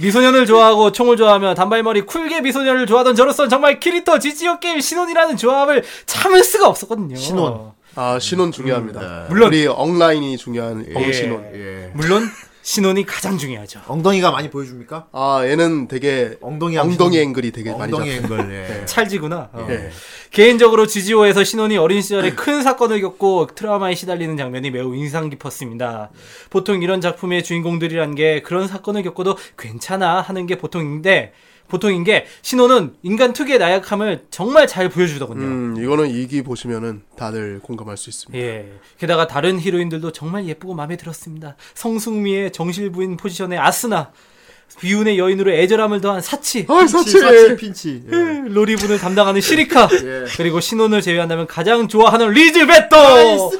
Speaker 2: 미소년을 좋아하고 총을 좋아하며 단발머리 쿨게 미소년을 좋아하던 저로서는 정말 키리토 지지오 게임 신혼이라는 조합을 참을 수가 없었거든요.
Speaker 1: 신혼.
Speaker 4: 아, 신혼 중요합니다.
Speaker 2: 음, 네. 물론.
Speaker 4: 우리 엉라인이 중요한 엉신혼.
Speaker 1: 예.
Speaker 2: 물론 신혼이 가장 중요하죠.
Speaker 1: 엉덩이가 많이 보여줍니까?
Speaker 4: 아, 얘는 되게
Speaker 1: 엉덩이 한
Speaker 4: 엉덩이
Speaker 1: 신-
Speaker 4: 앵글이 되게 많이
Speaker 1: 엉덩이
Speaker 4: 잡혀. 네.
Speaker 1: 앵글. 예.
Speaker 2: 찰지구나. 어.
Speaker 4: 예.
Speaker 2: 개인적으로 GGO에서 신혼이 어린 시절에 큰 사건을 겪고 트라우마에 시달리는 장면이 매우 인상 깊었습니다. 보통 이런 작품의 주인공들이란 게 그런 사건을 겪어도 괜찮아 하는 게 보통인데 보통인 게 신혼은 인간 특유의 나약함을 정말 잘 보여주더군요.
Speaker 4: 음, 이거는 이기 보시면은 다들 공감할 수 있습니다.
Speaker 2: 예. 게다가 다른 히로인들도 정말 예쁘고 마음에 들었습니다. 성승미의 정실부인 포지션의 아스나, 비운의 여인으로 애절함을 더한 사치,
Speaker 4: 아,
Speaker 1: 사치, 사치 핀치. 예.
Speaker 2: 로리분을 담당하는 시리카, 그리고 신혼을 제외한다면 가장 좋아하는 리즈베토!
Speaker 3: 어.
Speaker 1: 어,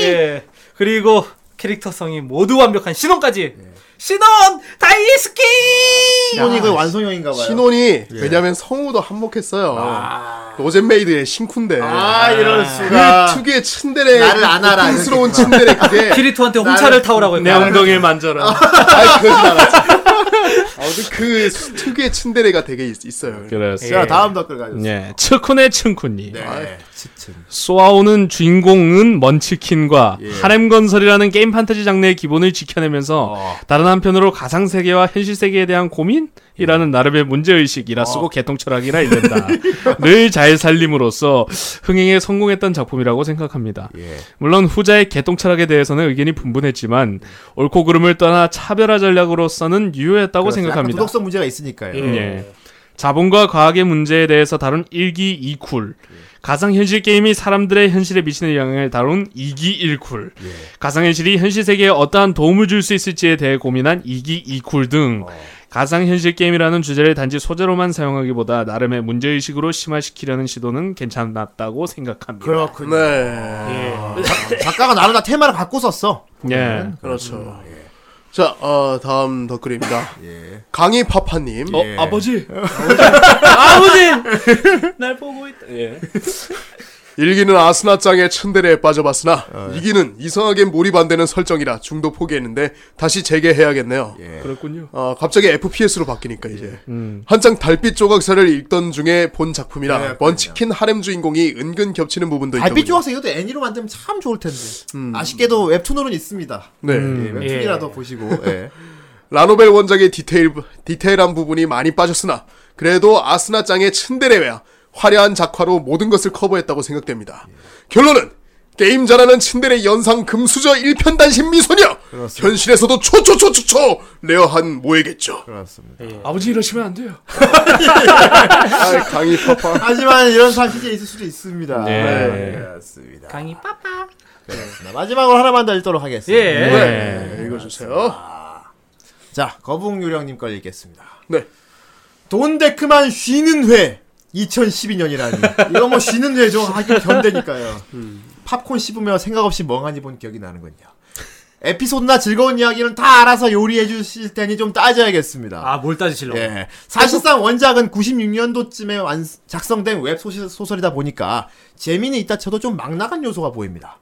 Speaker 2: 예. 그리고 캐릭터성이 모두 완벽한 신혼까지!
Speaker 1: 예.
Speaker 2: 신혼! 다이스키!
Speaker 1: 신혼이 그 완성형인가봐요.
Speaker 4: 아,
Speaker 1: 예.
Speaker 4: 신혼이 왜냐면 성우도 한몫했어요. 로젠메이드의 신쿤데.
Speaker 1: 아 이럴
Speaker 4: 그
Speaker 1: 수가.
Speaker 4: 특유의 츤데레
Speaker 1: 나를 안 알아,
Speaker 4: 스러운
Speaker 1: 이렇게.
Speaker 4: 츤데레 그게 네,
Speaker 2: 키리토한테 홍차를 타오라고 아,
Speaker 8: 내
Speaker 2: 했나?
Speaker 8: 엉덩이를 만져라.
Speaker 4: 아니 그러진 않았지. 아무튼 그 수- 특유의 츤데레가 되게 있, 있어요.
Speaker 8: 그래서
Speaker 1: 자 다음 댓글 가져오세요.
Speaker 8: 예, 츠쿠네 츠쿠니.
Speaker 12: 아,
Speaker 1: 네.
Speaker 8: 예.
Speaker 1: 치츠.
Speaker 8: 쏘아오는 주인공은 먼치킨과 하렘 건설이라는 게임 판타지 장르의 기본을 지켜내면서 다른 한편으로 가상 세계와 현실 세계에 대한 고민이라는 나름의 문제 의식이라 쓰고 개통 철학이라 이른다. 늘 잘 살림으로써 흥행에 성공했던 작품이라고 생각합니다. 물론 후자의 개통 철학에 대해서는 의견이 분분했지만 옳고 그름을 떠나 차별화 전략으로서는 유효했다고 생각합니다.
Speaker 1: 도덕성 문제가 있으니까요.
Speaker 8: 예. 자본과 과학의 문제에 대해서 다룬 1기 2쿨. 가상현실 게임이 사람들의 현실에 미치는 영향을 다룬 2기 1쿨. 가상현실이 현실 세계에 어떠한 도움을 줄 수 있을지에 대해 고민한 2기 2쿨 등. 가상현실 게임이라는 주제를 단지 소재로만 사용하기보다 나름의 문제의식으로 심화시키려는 시도는 괜찮았다고 생각합니다.
Speaker 1: 그렇군요.
Speaker 4: 네.
Speaker 12: 예.
Speaker 1: 작가가 나름 다 테마를 갖고 썼어.
Speaker 8: 예.
Speaker 4: 그렇죠. 자, 어, 다음 덧글입니다.
Speaker 1: 예.
Speaker 4: 강희 파파님.
Speaker 12: 어,
Speaker 1: 예.
Speaker 12: 아버지
Speaker 8: 예.
Speaker 2: 아버지! 날 보고 있다.
Speaker 4: 일기는 아스나짱의 츤데레에 빠져봤으나 이기는 이상하게 몰입 안 되는 설정이라 중도 포기했는데 다시 재개해야겠네요.
Speaker 8: 그렇군요.
Speaker 4: 아, 갑자기 FPS로 바뀌니까 이제
Speaker 8: 음.
Speaker 4: 한창 달빛 조각사를 읽던 중에 본 작품이라 먼치킨 하렘 주인공이 은근 겹치는 부분도
Speaker 1: 달빛
Speaker 4: 있거든요.
Speaker 1: 조각서 이것도 애니로 만들면 참 좋을 텐데. 아쉽게도 웹툰으로는 있습니다.
Speaker 4: 네.
Speaker 1: 음. 예, 웹툰이라도 보시고. 예.
Speaker 4: 뭐, 라노벨 원작의 디테일, 디테일한 부분이 많이 빠졌으나 그래도 아스나짱의 츤데레웨야 화려한 작화로 모든 것을 커버했다고 생각됩니다. 결론은 게임 잘하는 츤데레 연상 금수저 1편 단신 미소녀 현실에서도 초초초초초 레어한 모에겠죠.
Speaker 8: 예. 아버지 이러시면 안 돼요.
Speaker 4: 아, 강의 파파.
Speaker 1: 하지만 이런 사실이 있을 수도 있습니다.
Speaker 4: 네.
Speaker 1: 네,
Speaker 13: 예.
Speaker 1: 그렇습니다. 강의 빠빠. 그렇습니다. 마지막으로 하나만 더 읽도록 하겠습니다.
Speaker 2: 예.
Speaker 4: 네, 읽어주세요.
Speaker 1: 자, 거북요령님 걸 읽겠습니다.
Speaker 4: 네.
Speaker 1: 돈 데크만 쉬는 회. 2012년이라니. 이거 뭐 쉬는 회죠. 하긴 견대니까요. 팝콘 씹으며 생각 없이 멍하니 본 기억이 나는군요. 에피소드나 즐거운 이야기는 다 알아서 요리해 주실 테니 좀 따져야겠습니다.
Speaker 2: 아, 뭘 따지실러?
Speaker 1: 예. 사실상 원작은 96년도쯤에 완, 작성된 웹 소시, 소설이다 보니까 재미는 있다 쳐도 좀 막 나간 요소가 보입니다.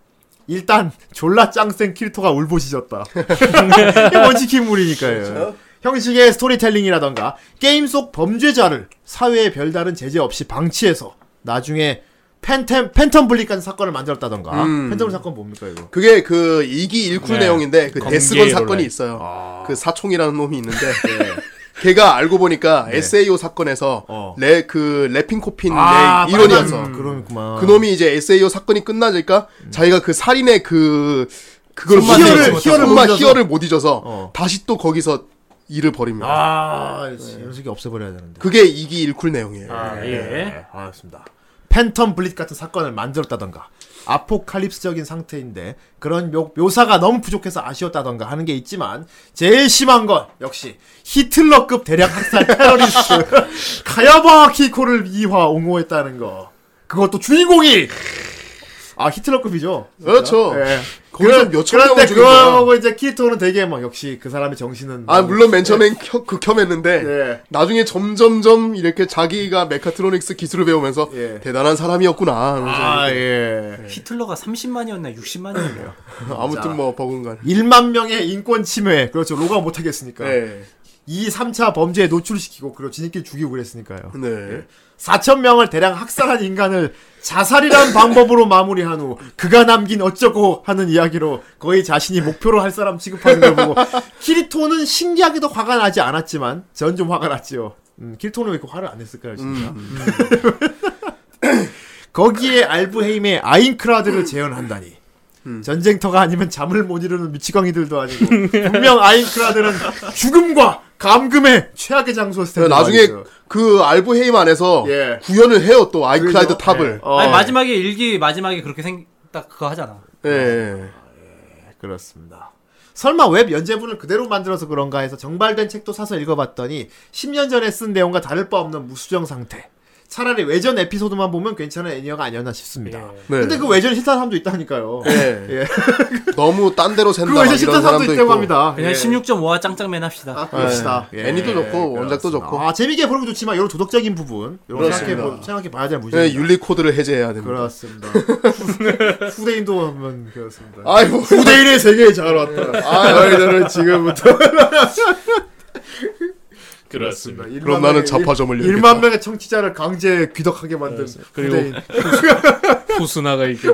Speaker 1: 일단 졸라 짱센 키리토가 울부짖었다. 이게 원치킨 물이니까요. 형식의 스토리텔링이라던가 게임 속 범죄자를 사회에 별다른 제재 없이 방치해서 나중에 팬텀 팬텀 블릭한 사건을 만들었다던가 팬텀 사건 뭡니까 이거?
Speaker 4: 음. 그게 그 2기 1쿨
Speaker 2: 네.
Speaker 1: 네.
Speaker 4: 내용인데 그 데스건
Speaker 13: 검기의
Speaker 4: 사건이
Speaker 13: 논란.
Speaker 4: 있어요.
Speaker 1: 아.
Speaker 4: 그 사총이라는 놈이 있는데 걔가 알고 보니까 SAO 사건에서
Speaker 1: 네. 어.
Speaker 4: 레 그 래핑 코핀
Speaker 1: 아,
Speaker 4: 내 일원이어서
Speaker 1: 빨간- 그러구만.
Speaker 4: 그 놈이 이제 SAO 사건이 끝나니까 자기가 그 살인의 그 그걸
Speaker 1: 손맛
Speaker 4: 못
Speaker 1: 히어를-
Speaker 4: 잊어서-
Speaker 1: 히어를 못
Speaker 4: 손맛
Speaker 1: 잊어서?
Speaker 4: 히어를 못 잊어서
Speaker 1: 어.
Speaker 4: 다시 또 거기서 일을 벌입니다.
Speaker 1: 아, 이런 새끼 없애버려야 되는데.
Speaker 4: 그게 2기 1쿨 내용이에요.
Speaker 2: 아, 예.
Speaker 1: 네, 알겠습니다. 팬텀 블릿 같은 사건을 만들었다던가 아포칼립스적인 상태인데 그런 묘, 묘사가 너무 부족해서 아쉬웠다던가 하는 게 있지만 제일 심한 건 역시 히틀러급 대량 학살 테러리스트 가야바 키코를 이화 옹호했다는 거 그것도 주인공이 아 히틀러급이죠
Speaker 4: 그렇죠.
Speaker 1: 예.
Speaker 4: 거기서
Speaker 1: 그런-
Speaker 4: 몇천
Speaker 1: 그런데
Speaker 4: 명을 죽인
Speaker 1: 그거
Speaker 4: 거야.
Speaker 1: 보고 이제 키토는 되게 뭐 역시 그 사람의 정신은
Speaker 4: 아 물론 맨
Speaker 1: 네.
Speaker 4: 처음엔 켜- 극혐했는데
Speaker 1: 예.
Speaker 4: 나중에 점점점 이렇게 자기가 메카트로닉스 기술을 배우면서
Speaker 1: 예.
Speaker 4: 대단한 사람이었구나. 하면서
Speaker 1: 아, 아예
Speaker 2: 히틀러가 30만이었나 60만이었나요?
Speaker 4: 아무튼 뭐 버금간.
Speaker 1: 1만 명의 인권 침해 그렇죠 로가 못하겠으니까
Speaker 4: 네.
Speaker 1: 2, 3차 범죄에 노출시키고 그리고 지들끼리 죽이고 그랬으니까요.
Speaker 4: 네.
Speaker 1: 4천 명을 대량 학살한 인간을 자살이란 방법으로 마무리한 후 그가 남긴 어쩌고 하는 이야기로 거의 자신이 목표로 할 사람 취급하는 걸 보고 키리토는 신기하게도 화가 나지 않았지만 전 좀 화가 났지요. 음, 키리토는 왜 이렇게 화를 안 냈을까요, 진짜?
Speaker 4: 음.
Speaker 1: 거기에 알브헤임의 아인크라드를 재현한다니.
Speaker 4: 음.
Speaker 1: 전쟁터가 아니면 잠을 못 이루는 미치광이들도 아니고 분명 아인크라드는 죽음과 감금의 최악의 장소였을 텐데
Speaker 4: 나중에
Speaker 1: 말이죠.
Speaker 4: 그 알브헤임 안에서
Speaker 1: 예.
Speaker 4: 구현을 해요 또 아이클라이드 탑을.
Speaker 1: 어,
Speaker 2: 아니, 마지막에 일기 마지막에 그렇게 생, 딱 그거 하잖아.
Speaker 4: 예.
Speaker 1: 그렇습니다. 설마 웹 연재분을 그대로 만들어서 그런가 해서 정발된 책도 사서 읽어봤더니 10년 전에 쓴 내용과 다를 바 없는 무수정 상태. 차라리 외전 에피소드만 보면 괜찮은 애니어가 아니었나 싶습니다.
Speaker 4: 네.
Speaker 1: 근데 그 외전 싫다는 사람도 있다니까요.
Speaker 4: 예. 너무 딴 데로 샌다
Speaker 1: 그
Speaker 4: 막
Speaker 1: 외전
Speaker 4: 이런
Speaker 1: 싫다는
Speaker 4: 사람도
Speaker 1: 사람도 있다고
Speaker 4: 있고.
Speaker 1: 합니다. 예.
Speaker 2: 그냥 16.5화 짱짱맨 합시다.
Speaker 1: 아, 그럽시다.
Speaker 4: 예. 애니도 좋고 원작도
Speaker 1: 그렇습니다.
Speaker 4: 좋고.
Speaker 1: 아, 재밌게 보는 게 좋지만 이런 도덕적인 부분 이런 생각해,
Speaker 4: 그렇습니다.
Speaker 1: 보- 생각해 봐야 되는 문제입니다. 네,
Speaker 4: 예, 윤리 코드를 해제해야 됩니다.
Speaker 1: 그렇습니다. 후대인도 한번 그렇습니다.
Speaker 4: 아이고. 뭐. 네.
Speaker 1: 후대인의 세계에 잘 왔다. 아, 너희들은 지금부터
Speaker 13: 그렇습니다.
Speaker 4: 그럼 나는 자파점을 열겠다.
Speaker 1: 1만 명의 청취자를 강제 귀덕하게 만든
Speaker 8: 그리고
Speaker 1: 후대인.
Speaker 8: 후수나가 이게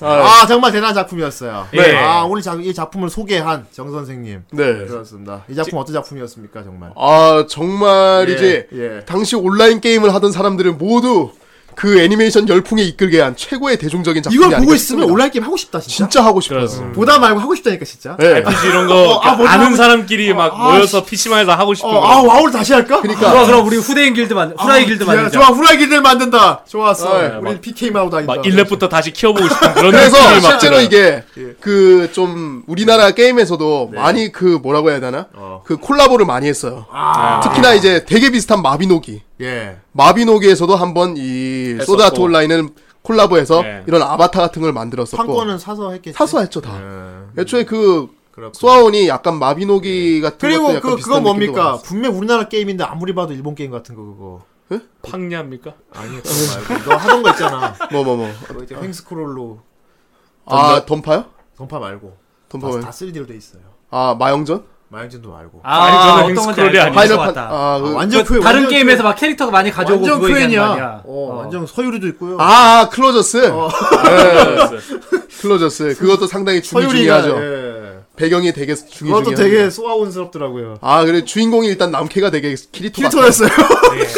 Speaker 1: 아, 정말 대단한 작품이었어요.
Speaker 2: 예.
Speaker 1: 아, 오늘 자, 이 작품을 소개한 정 선생님.
Speaker 4: 네.
Speaker 1: 그렇습니다. 이 작품 어떤 작품이었습니까, 정말?
Speaker 4: 아 정말이지
Speaker 1: 예, 예.
Speaker 4: 당시 온라인 게임을 하던 사람들은 모두 그 애니메이션 열풍에 이끌게 한 최고의 대중적인 작품이
Speaker 1: 이걸 보고
Speaker 4: 아니겠습니까?
Speaker 1: 있으면 온라인 게임 하고 싶다, 진짜.
Speaker 4: 진짜 하고 싶어요.
Speaker 13: 그렇습니다.
Speaker 1: 보다 말고 하고 싶다니까, 진짜.
Speaker 4: 예.
Speaker 13: RPG 이런 거
Speaker 1: 아, 뭐지?
Speaker 13: 아는
Speaker 1: 하고-
Speaker 13: 사람끼리 막
Speaker 1: 아,
Speaker 13: 모여서 PC방에서 하고 싶은
Speaker 1: 어,
Speaker 13: 거.
Speaker 1: 아, 와우를 다시 할까?
Speaker 4: 그러니까
Speaker 2: 좋아, 그러니까. 그럼 우리 후대인 길드 만, 후라이 길드
Speaker 1: 야,
Speaker 2: 만들자.
Speaker 1: 좋아, 후라이 길드를 만든다. 좋았어.
Speaker 4: 아, 예,
Speaker 1: 우린 PK 마우 다닌다.
Speaker 13: 막 일렙부터 다시 키워보고 싶은 그런
Speaker 4: 그래서
Speaker 13: 느낌을 막 들어요.
Speaker 4: 실제로 이게
Speaker 1: 예.
Speaker 4: 그 좀 우리나라 게임에서도
Speaker 1: 네.
Speaker 4: 많이 그 뭐라고 해야 되나
Speaker 1: 어.
Speaker 4: 그 콜라보를 많이 했어요.
Speaker 1: 아.
Speaker 4: 특히나 이제 되게 비슷한 마비노기
Speaker 1: 예.
Speaker 4: 마비노기에서도 한번 이
Speaker 13: 했었고.
Speaker 4: 소다아트 온라인은 콜라보해서
Speaker 13: 네.
Speaker 4: 이런 아바타 같은 걸 만들었었고
Speaker 1: 판권은 사서 했겠지.
Speaker 4: 사서 했죠 다.
Speaker 1: 예.
Speaker 4: 애초에 그
Speaker 1: 그렇군.
Speaker 4: 소아온이 약간 마비노기 같은 것도
Speaker 1: 그리고
Speaker 4: 약간
Speaker 1: 그
Speaker 4: 비슷한
Speaker 1: 그거
Speaker 4: 느낌도
Speaker 1: 뭡니까?
Speaker 4: 많았어요.
Speaker 1: 분명 우리나라 게임인데 아무리 봐도 일본 게임 같은 거 그거.
Speaker 4: 예?
Speaker 8: 팡냐입니까?
Speaker 1: 아니야 그거 말고 너 하던 거 있잖아
Speaker 4: 뭐 뭐 뭐.
Speaker 1: 그거 이제 횡스크롤로
Speaker 4: 아 던파요?
Speaker 1: 던파 말고 다,
Speaker 4: 던파요?
Speaker 1: 다 3D로 돼 있어요
Speaker 4: 아 마영전?
Speaker 1: 마영진도 말고
Speaker 2: 아,
Speaker 14: 아니, 저는
Speaker 2: 어떤 건지
Speaker 14: 스크롤이
Speaker 2: 알것
Speaker 14: 아니에요.
Speaker 2: 같아.
Speaker 4: 파이널판. 아, 그,
Speaker 1: 완전
Speaker 2: 그
Speaker 1: 쾌
Speaker 2: 다른
Speaker 1: 완전
Speaker 2: 게임에서 막 캐릭터가 많이
Speaker 1: 쾌-
Speaker 2: 가져오고
Speaker 1: 완전
Speaker 2: 그거 얘기하는 거
Speaker 1: 쾌이야
Speaker 2: 아니야.
Speaker 1: 어, 완전 서유리도 있고요
Speaker 4: 아, 아, 클로저스.
Speaker 1: 어.
Speaker 2: 네.
Speaker 4: 네, 클로저스. 그것도 상당히
Speaker 1: 서유리가
Speaker 4: 중요하죠.
Speaker 1: 예.
Speaker 4: 배경이 되게 중요
Speaker 1: 그것도 되게 소아원스럽더라고요
Speaker 4: 아 그래 주인공이 일단 남캐가 되게 키리토 네.
Speaker 1: 필터였어요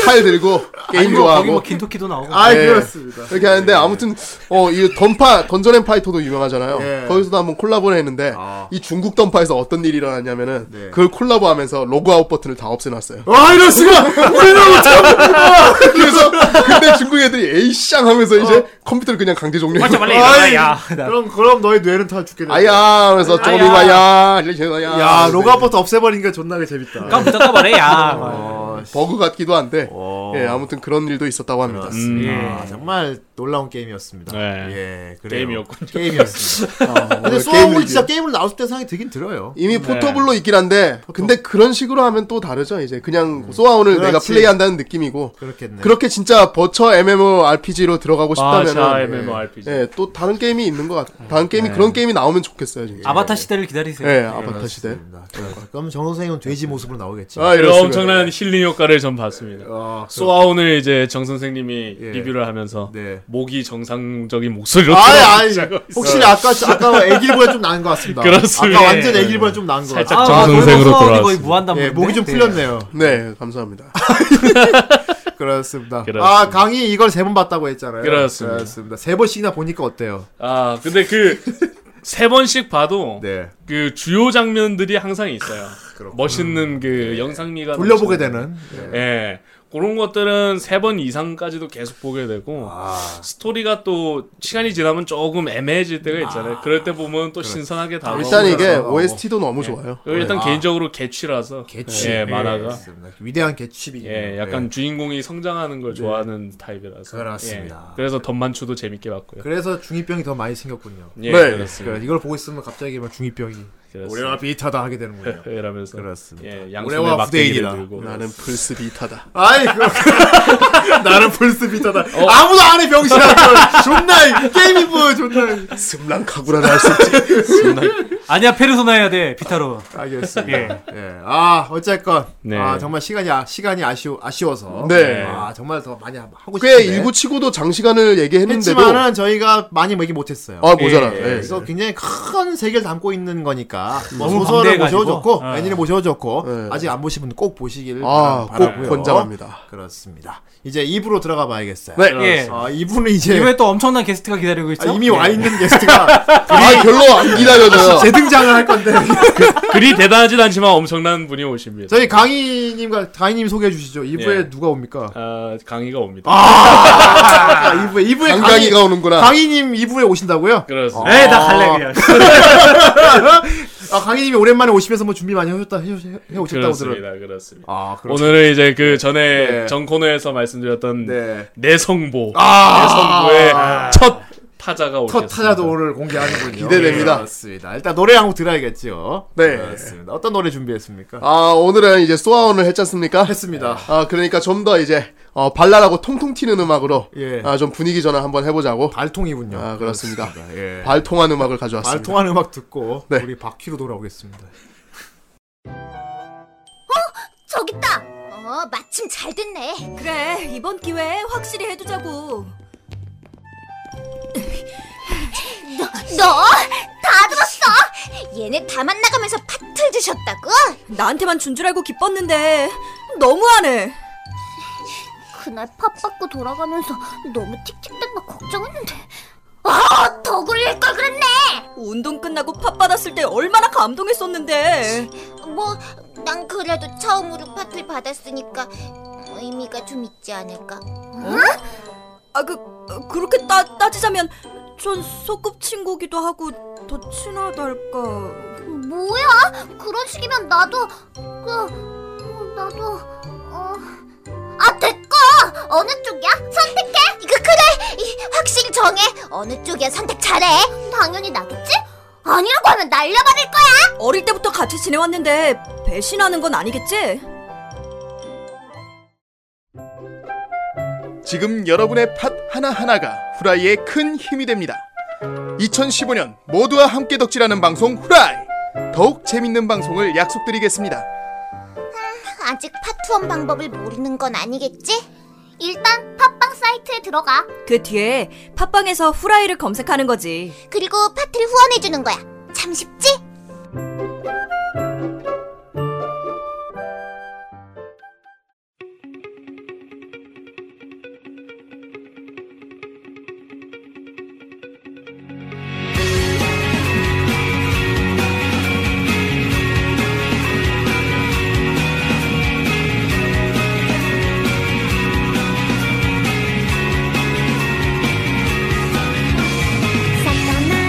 Speaker 4: 칼 들고 게임
Speaker 2: 그리고 거기
Speaker 4: 좋아하고
Speaker 2: 뭐 긴토키도 나오고.
Speaker 1: 아
Speaker 4: 예.
Speaker 1: 그렇습니다
Speaker 4: 이렇게 하는데 아무튼 어이 던파 던전 앤 파이터도 유명하잖아요.
Speaker 1: 예.
Speaker 4: 거기서도 한번 콜라보를 했는데
Speaker 1: 아.
Speaker 4: 이 중국 던파에서 어떤 일이 일어났냐면은
Speaker 1: 네.
Speaker 4: 그걸 콜라보하면서 로그아웃 버튼을 다 없애놨어요.
Speaker 1: 아 이럴 수가
Speaker 4: 그래서 근데 중국 애들이 에이쌍 하면서 이제
Speaker 1: 어.
Speaker 4: 컴퓨터를 그냥 강제 종료해.
Speaker 2: 맞아, 빨리
Speaker 1: 아이,
Speaker 2: 야.
Speaker 1: 그럼 그럼 너의 뇌는 다 죽게 돼.
Speaker 4: 아야 그래서
Speaker 2: 아야.
Speaker 4: 쪼미마야 네. 이래서
Speaker 1: 야 로가버트 없애버린 게 존나게 재밌다.
Speaker 2: 깜 붙잡아버려
Speaker 4: 어.
Speaker 2: 야.
Speaker 4: 네, 버그 같기도 한데
Speaker 1: 어.
Speaker 4: 예 아무튼 그런 일도 있었다고 합니다.
Speaker 2: 예.
Speaker 8: 음.
Speaker 1: 아, 정말 놀라운 게임이었습니다.
Speaker 8: 네.
Speaker 1: 예, 그래요.
Speaker 8: 게임이었군요.
Speaker 1: 게임이었습니다. 근데
Speaker 4: 오늘
Speaker 1: 소아몬이
Speaker 4: 게임
Speaker 1: 진짜
Speaker 4: 얘기.
Speaker 1: 게임으로 나왔을 때 생각이 들긴 들어요. 네.
Speaker 4: 이미 포터블로 있긴 한데 근데 그런 식으로 하면 또 다르죠 이제 그냥 소아온을 내가
Speaker 1: 음. 그렇지.
Speaker 4: 플레이한다는 느낌이고
Speaker 1: 그렇겠네.
Speaker 4: 그렇게 진짜 버처 MMORPG로 들어가고 싶다면
Speaker 8: 아, 자, MMORPG.
Speaker 4: 예, 또 다른 게임이 있는 것 같아요
Speaker 1: 네.
Speaker 4: 다른 게임이 그런 게임이 나오면 좋겠어요 진짜
Speaker 2: 아바타 시대를 기다리세요.
Speaker 4: 예 아바타 시대
Speaker 1: 예. 그렇습니다. 그럼 정 선생님은 돼지 모습으로 나오겠지.
Speaker 4: 아
Speaker 8: 그런
Speaker 4: 이런
Speaker 8: 엄청난 힐링 효과를 전 봤습니다.
Speaker 1: 아,
Speaker 8: 소아온을 이제 정 선생님이
Speaker 1: 예.
Speaker 8: 리뷰를 하면서
Speaker 1: 네.
Speaker 8: 목이 정상적인 목소리로
Speaker 1: 아, 아,
Speaker 8: 들어가고 있어요.
Speaker 1: 혹시 아까 아까 애기보다 좀 나은 것 같습니다.
Speaker 8: 그렇습니다.
Speaker 1: 아까 완전 애기보다 좀 나은 것 같아요.
Speaker 8: 네. 살짝
Speaker 2: 아,
Speaker 8: 정선생으로
Speaker 2: 그래서 거의
Speaker 8: 돌아왔습니다.
Speaker 2: 무한담.
Speaker 1: 예, 목이 좀 풀렸네요.
Speaker 4: 네 감사합니다
Speaker 1: 그렇습니다. 아
Speaker 8: 그렇습니다.
Speaker 1: 강의 이걸 세 번 봤다고 했잖아요.
Speaker 8: 그렇습니다.
Speaker 1: 그렇습니다. 세 번씩이나 보니까 어때요?
Speaker 8: 아 근데 그 세 번씩 봐도
Speaker 1: 네. 아,
Speaker 8: 그 주요 장면들이 항상 있어요.
Speaker 1: 그렇구나. 네.
Speaker 8: 멋있는 그 영상미가
Speaker 1: 돌려보게
Speaker 8: 넘치는.
Speaker 1: 되는. 네.
Speaker 8: 예. 그런 것들은 세 번 이상까지도 계속 보게 되고
Speaker 1: 아.
Speaker 8: 스토리가 또 시간이 지나면 조금 애매해질 때가 있잖아요. 그럴 때 보면 또 신선하게 다가오고
Speaker 4: 일단 이게
Speaker 1: 그래서-
Speaker 4: OST도 너무 좋아요
Speaker 8: 그리고 일단 개인적으로 개취라서
Speaker 1: 개취.
Speaker 8: 예, 만화가
Speaker 1: 그렇습니다. 위대한 개취비.
Speaker 8: 예, 약간 주인공이 성장하는 걸 좋아하는 타입이라서
Speaker 1: 네. 그렇습니다.
Speaker 8: 예, 그래서 덤만추도 재밌게 봤고요.
Speaker 1: 그래서 중이병이 더 많이 생겼군요.
Speaker 8: 예,
Speaker 4: 네.
Speaker 8: 그렇습니다.
Speaker 1: 그러니까 이걸 보고 있으면 갑자기 막 중이병이
Speaker 8: 그렇습니다.
Speaker 1: 우리와 비슷하다 하게 되는군요.
Speaker 8: 이러면서
Speaker 1: 그렇습니다.
Speaker 8: 예,
Speaker 1: 올해와
Speaker 8: 양손에 막대기를
Speaker 1: 부대인이다.
Speaker 8: 들고
Speaker 4: 나는 플스 비타다
Speaker 1: 아이 그 나는 벌써 비슷하다.
Speaker 4: 어,
Speaker 1: 아무도 안 해 병신아. 존나 게임이 뭐 존나.
Speaker 4: 슴랑카구라는 할수 있지
Speaker 2: 아니야 페르소나 해야 돼 비타로.
Speaker 1: 알겠습니다. 예. 아 어쨌건
Speaker 8: 네.
Speaker 1: 아 정말 시간이 아, 시간이 아쉬워 아쉬워서
Speaker 4: 네.
Speaker 1: 아 정말 더 많이 하고
Speaker 4: 꽤
Speaker 1: 싶은데
Speaker 4: 일구 치고도 장시간을 얘기했는데도
Speaker 1: 했지만은 저희가 많이 얘기 못했어요.
Speaker 4: 아 모자라
Speaker 1: 네,
Speaker 4: 예.
Speaker 1: 그래서 굉장히 큰 세계를 담고 있는 거니까 뭐
Speaker 2: 너무
Speaker 1: 소설을
Speaker 2: 방대해가지고.
Speaker 1: 모셔도 좋고
Speaker 2: 아.
Speaker 1: 애니를 모셔도 좋고
Speaker 4: 네.
Speaker 1: 아직 안 보신 분은 꼭 보시길
Speaker 4: 아,
Speaker 1: 바라- 바라고요.
Speaker 4: 꼭 권장합니다.
Speaker 1: 그렇습니다. 이제 2부로 들어가 봐야겠어요.
Speaker 4: 네.
Speaker 2: 예.
Speaker 1: 아, 2부는 이제
Speaker 2: 이번에 또 엄청난 게스트가 기다리고
Speaker 1: 아,
Speaker 2: 있죠.
Speaker 1: 이미
Speaker 2: 예.
Speaker 1: 와 있는 게스트가
Speaker 4: 아 별로 안 기다려져요
Speaker 1: 재등장을 할 건데
Speaker 8: 그리 대단하진 않지만 엄청난 분이 오십니다. 예.
Speaker 1: 저희 강희님과 강희님 소개해 주시죠.
Speaker 4: 예.
Speaker 1: 2부에 누가 옵니까?
Speaker 8: 아, 강의가 옵니다.
Speaker 1: 아, 2부에 2부에 강희,
Speaker 4: 강강이가 오는구나
Speaker 1: 강희님 2부에 오신다고요?
Speaker 8: 그렇습니다.
Speaker 2: 에이 나 네, 갈래 그냥.
Speaker 1: 아 강희님이 오랜만에 오시면서 뭐 준비 많이 해오셨다 해, 해 오셨다고 들어요.
Speaker 8: 그렇습니다. 그렇습니다.
Speaker 1: 아 그렇죠.
Speaker 8: 오늘은 이제 그 전에
Speaker 1: 네.
Speaker 8: 전 코너에서 말씀드렸던
Speaker 1: 네.
Speaker 8: 내성보 내성보의 첫 타자가
Speaker 1: 아. 첫
Speaker 8: 오셨습니다.
Speaker 1: 타자도 오늘 공개하는군요.
Speaker 4: 기대됩니다.
Speaker 1: 예, 그렇습니다. 일단 노래 한 곡 들어야겠죠.
Speaker 4: 네.
Speaker 1: 그렇습니다. 어떤 노래 준비했습니까?
Speaker 4: 아 오늘은 이제 소아원을 했지 않습니까?
Speaker 1: 했습니다.
Speaker 4: 아 그러니까 좀 더 이제 어, 발랄하고 통통 튀는 음악으로
Speaker 1: 예.
Speaker 4: 아, 좀 분위기 전환 한번 해보자고
Speaker 1: 발통이군요.
Speaker 4: 아, 그렇습니다.
Speaker 1: 예.
Speaker 4: 발통한 음악을 가져왔습니다.
Speaker 1: 발통한 음악 듣고
Speaker 4: 네.
Speaker 1: 우리 바퀴로 돌아오겠습니다.
Speaker 6: 어?
Speaker 3: 저기 있다. 어, 마침 잘 됐네.
Speaker 5: 그래 이번 기회에 확실히 해두자고
Speaker 3: 너 다 들었어? 얘네 다 만나가면서 파틀 드셨다고?
Speaker 5: 나한테만 준 줄 알고 기뻤는데 너무하네
Speaker 3: 그날 팝 받고 돌아가면서 너무 틱틱댄다 걱정했는데. 아, 더 굴릴 걸 그랬네.
Speaker 5: 운동 끝나고 팝 받았을 때 얼마나 감동했었는데
Speaker 3: 뭐 난 그래도 처음으로 파틀 받았으니까 의미가 좀 있지 않을까.
Speaker 5: 어? 아 그 그렇게 따, 따지자면 전 소꿉친구기도 하고 더 친하달까
Speaker 3: 뭐야? 그런 식이면 나도 그 나도 어. 아 됐고 어느 쪽이야? 선택해. 이거 그래 이, 확실히 정해. 어느 쪽이야 선택 잘해. 당연히 나겠지? 아니라고 하면 날려버릴 거야.
Speaker 5: 어릴 때부터 같이 지내왔는데 배신하는 건 아니겠지?
Speaker 4: 지금 여러분의 팟 하나하나가 후라이의 큰 힘이 됩니다. 2015년 모두와 함께 덕질하는 방송 후라이! 더욱 재밌는 방송을 약속드리겠습니다.
Speaker 3: 아직 파투원 방법을 모르는 건 아니겠지? 일단 팟빵 사이트에 들어가.
Speaker 15: 그 뒤에 팟빵에서 후라이를 검색하는 거지.
Speaker 3: 그리고 파트를 후원해주는 거야. 참 쉽지?「魚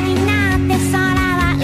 Speaker 3: になって空は海」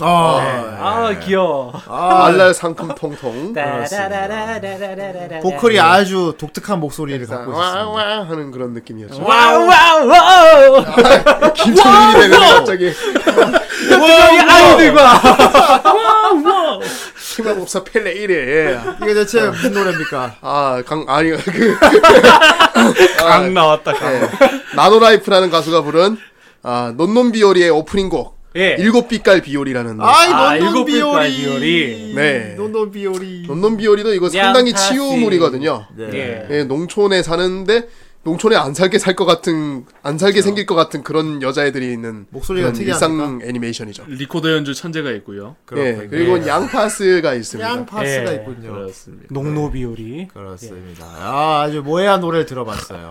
Speaker 1: 아,
Speaker 2: 아 귀여워.
Speaker 7: 알랄 상큼 통통
Speaker 1: 보컬이 아주 독특한 목소리를 갖고 있었습니다.
Speaker 7: 네. 와와 하는 그런 느낌이었죠.
Speaker 2: 와우 와우 와우.
Speaker 7: 김창민이 되는 거 갑자기
Speaker 2: 여기 아이들과
Speaker 7: 희망법사 펠레 1회
Speaker 1: 이게 대체 무슨 노래입니까?
Speaker 7: 아강 아니 그
Speaker 16: 강 나왔다. 강.
Speaker 7: 예. 나노라이프라는 가수가 부른 아 논논비오리의 오프닝곡
Speaker 2: 예.
Speaker 7: 일곱 빛깔 비오리라는 노래.
Speaker 2: 아,
Speaker 1: 아이
Speaker 2: 일곱
Speaker 1: 논논
Speaker 2: 빛깔
Speaker 1: 비오리.
Speaker 2: 비오리.
Speaker 7: 네.
Speaker 1: 논논 비오리.
Speaker 7: 논논비오리도 이거 상당히
Speaker 2: 양파씨.
Speaker 7: 치유물이거든요.
Speaker 1: 네.
Speaker 2: 예.
Speaker 7: 예, 농촌에 사는데 농촌에 안 살게 살 것 같은 안 살게 생길 것 같은 그런 여자애들이 있는
Speaker 1: 그렇죠. 목소리가
Speaker 7: 그런
Speaker 1: 특이하니까.
Speaker 7: 일상 애니메이션이죠.
Speaker 8: 리코더 연주 천재가 있고요.
Speaker 1: 네.
Speaker 7: 예, 그리고 양파스가 있습니다.
Speaker 1: 양 파스가
Speaker 2: 예.
Speaker 1: 있군요.
Speaker 8: 그렇습니다.
Speaker 2: 농노비오리.
Speaker 1: 그렇습니다. 아, 아주 모해한 노래를 들어봤어요.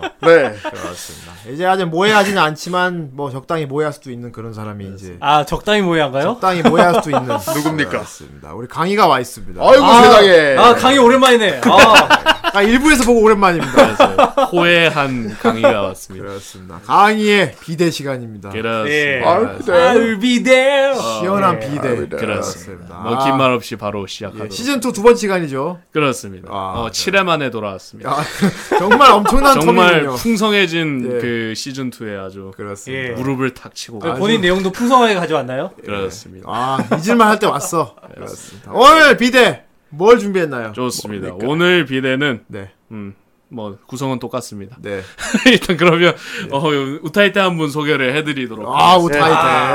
Speaker 7: 네.
Speaker 1: 그렇습니다. 이제 아직 모해하지는 않지만 뭐 적당히 모해할 수도 있는 그런 사람이 이제
Speaker 2: 아 적당히 모양가요?
Speaker 1: 적당히 모해할 수도 있는
Speaker 7: 누굽니까?
Speaker 1: 그렇습니다. 우리 강희가 와 있습니다.
Speaker 7: 아이고 세상에.
Speaker 2: 아 강의 오랜만이네. 아,
Speaker 1: 아, 일부에서 보고 오랜만입니다. 이제.
Speaker 8: 호해한 강의가 왔습니다.
Speaker 1: 그렇습니다. 강희의 비대 시간입니다. 예.
Speaker 8: 그렇습니다. 예.
Speaker 7: 아유, 네.
Speaker 2: I'll be there.
Speaker 1: 아, 시원한 비대.
Speaker 8: 그렇습니다.
Speaker 1: 아, 예,
Speaker 8: 뭐 긴 말 없이 바로
Speaker 7: 네.
Speaker 8: 시작하도록.
Speaker 1: 시즌 2 두 번 시간이죠.
Speaker 8: 그렇습니다.
Speaker 1: 아,
Speaker 8: 어, 7회 만에 돌아왔습니다.
Speaker 1: 아, 정말 엄청난
Speaker 8: 정말
Speaker 1: 텀이군요.
Speaker 8: 풍성해진
Speaker 1: 예.
Speaker 8: 그 시즌 2에 아주
Speaker 1: 그렇습니다.
Speaker 2: 예.
Speaker 8: 무릎을 탁 치고
Speaker 2: 그 본인 내용도 풍성하게 가져왔나요?
Speaker 8: 그렇습니다.
Speaker 1: 아, 잊을만 할 때 왔어.
Speaker 7: 네,
Speaker 1: 그렇습니다. 오늘 비대 뭘 준비했나요?
Speaker 8: 좋습니다.
Speaker 1: 뭡니까?
Speaker 8: 오늘 비대는
Speaker 1: 네.
Speaker 8: 음, 뭐 구성은 똑같습니다.
Speaker 1: 네.
Speaker 8: 일단 그러면 어, 우타이테 한 분 소개를 해드리도록
Speaker 1: 아,
Speaker 8: 하겠습니다.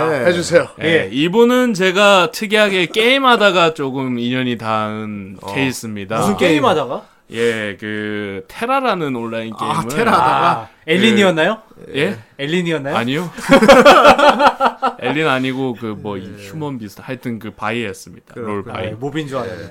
Speaker 1: 우타이테. 네.
Speaker 7: 해주세요.
Speaker 8: 예, 이분은 제가 특이하게 게임하다가 조금 인연이 닿은
Speaker 1: 어.
Speaker 8: 케이스입니다.
Speaker 2: 무슨 아, 게임하다가?
Speaker 8: 예, 그 테라라는 온라인 게임을
Speaker 1: 아, 테라다가.
Speaker 2: 아, 엘린이었나요?
Speaker 8: 예?
Speaker 2: 엘린이었나요?
Speaker 8: 아니요. 엘린 아니고 그
Speaker 1: 예.
Speaker 8: 뭐 휴먼 비슷 하여튼 그 바이였습니다. 롤
Speaker 2: 아, 예,
Speaker 8: 바이.
Speaker 2: 모빈 줄 알았네.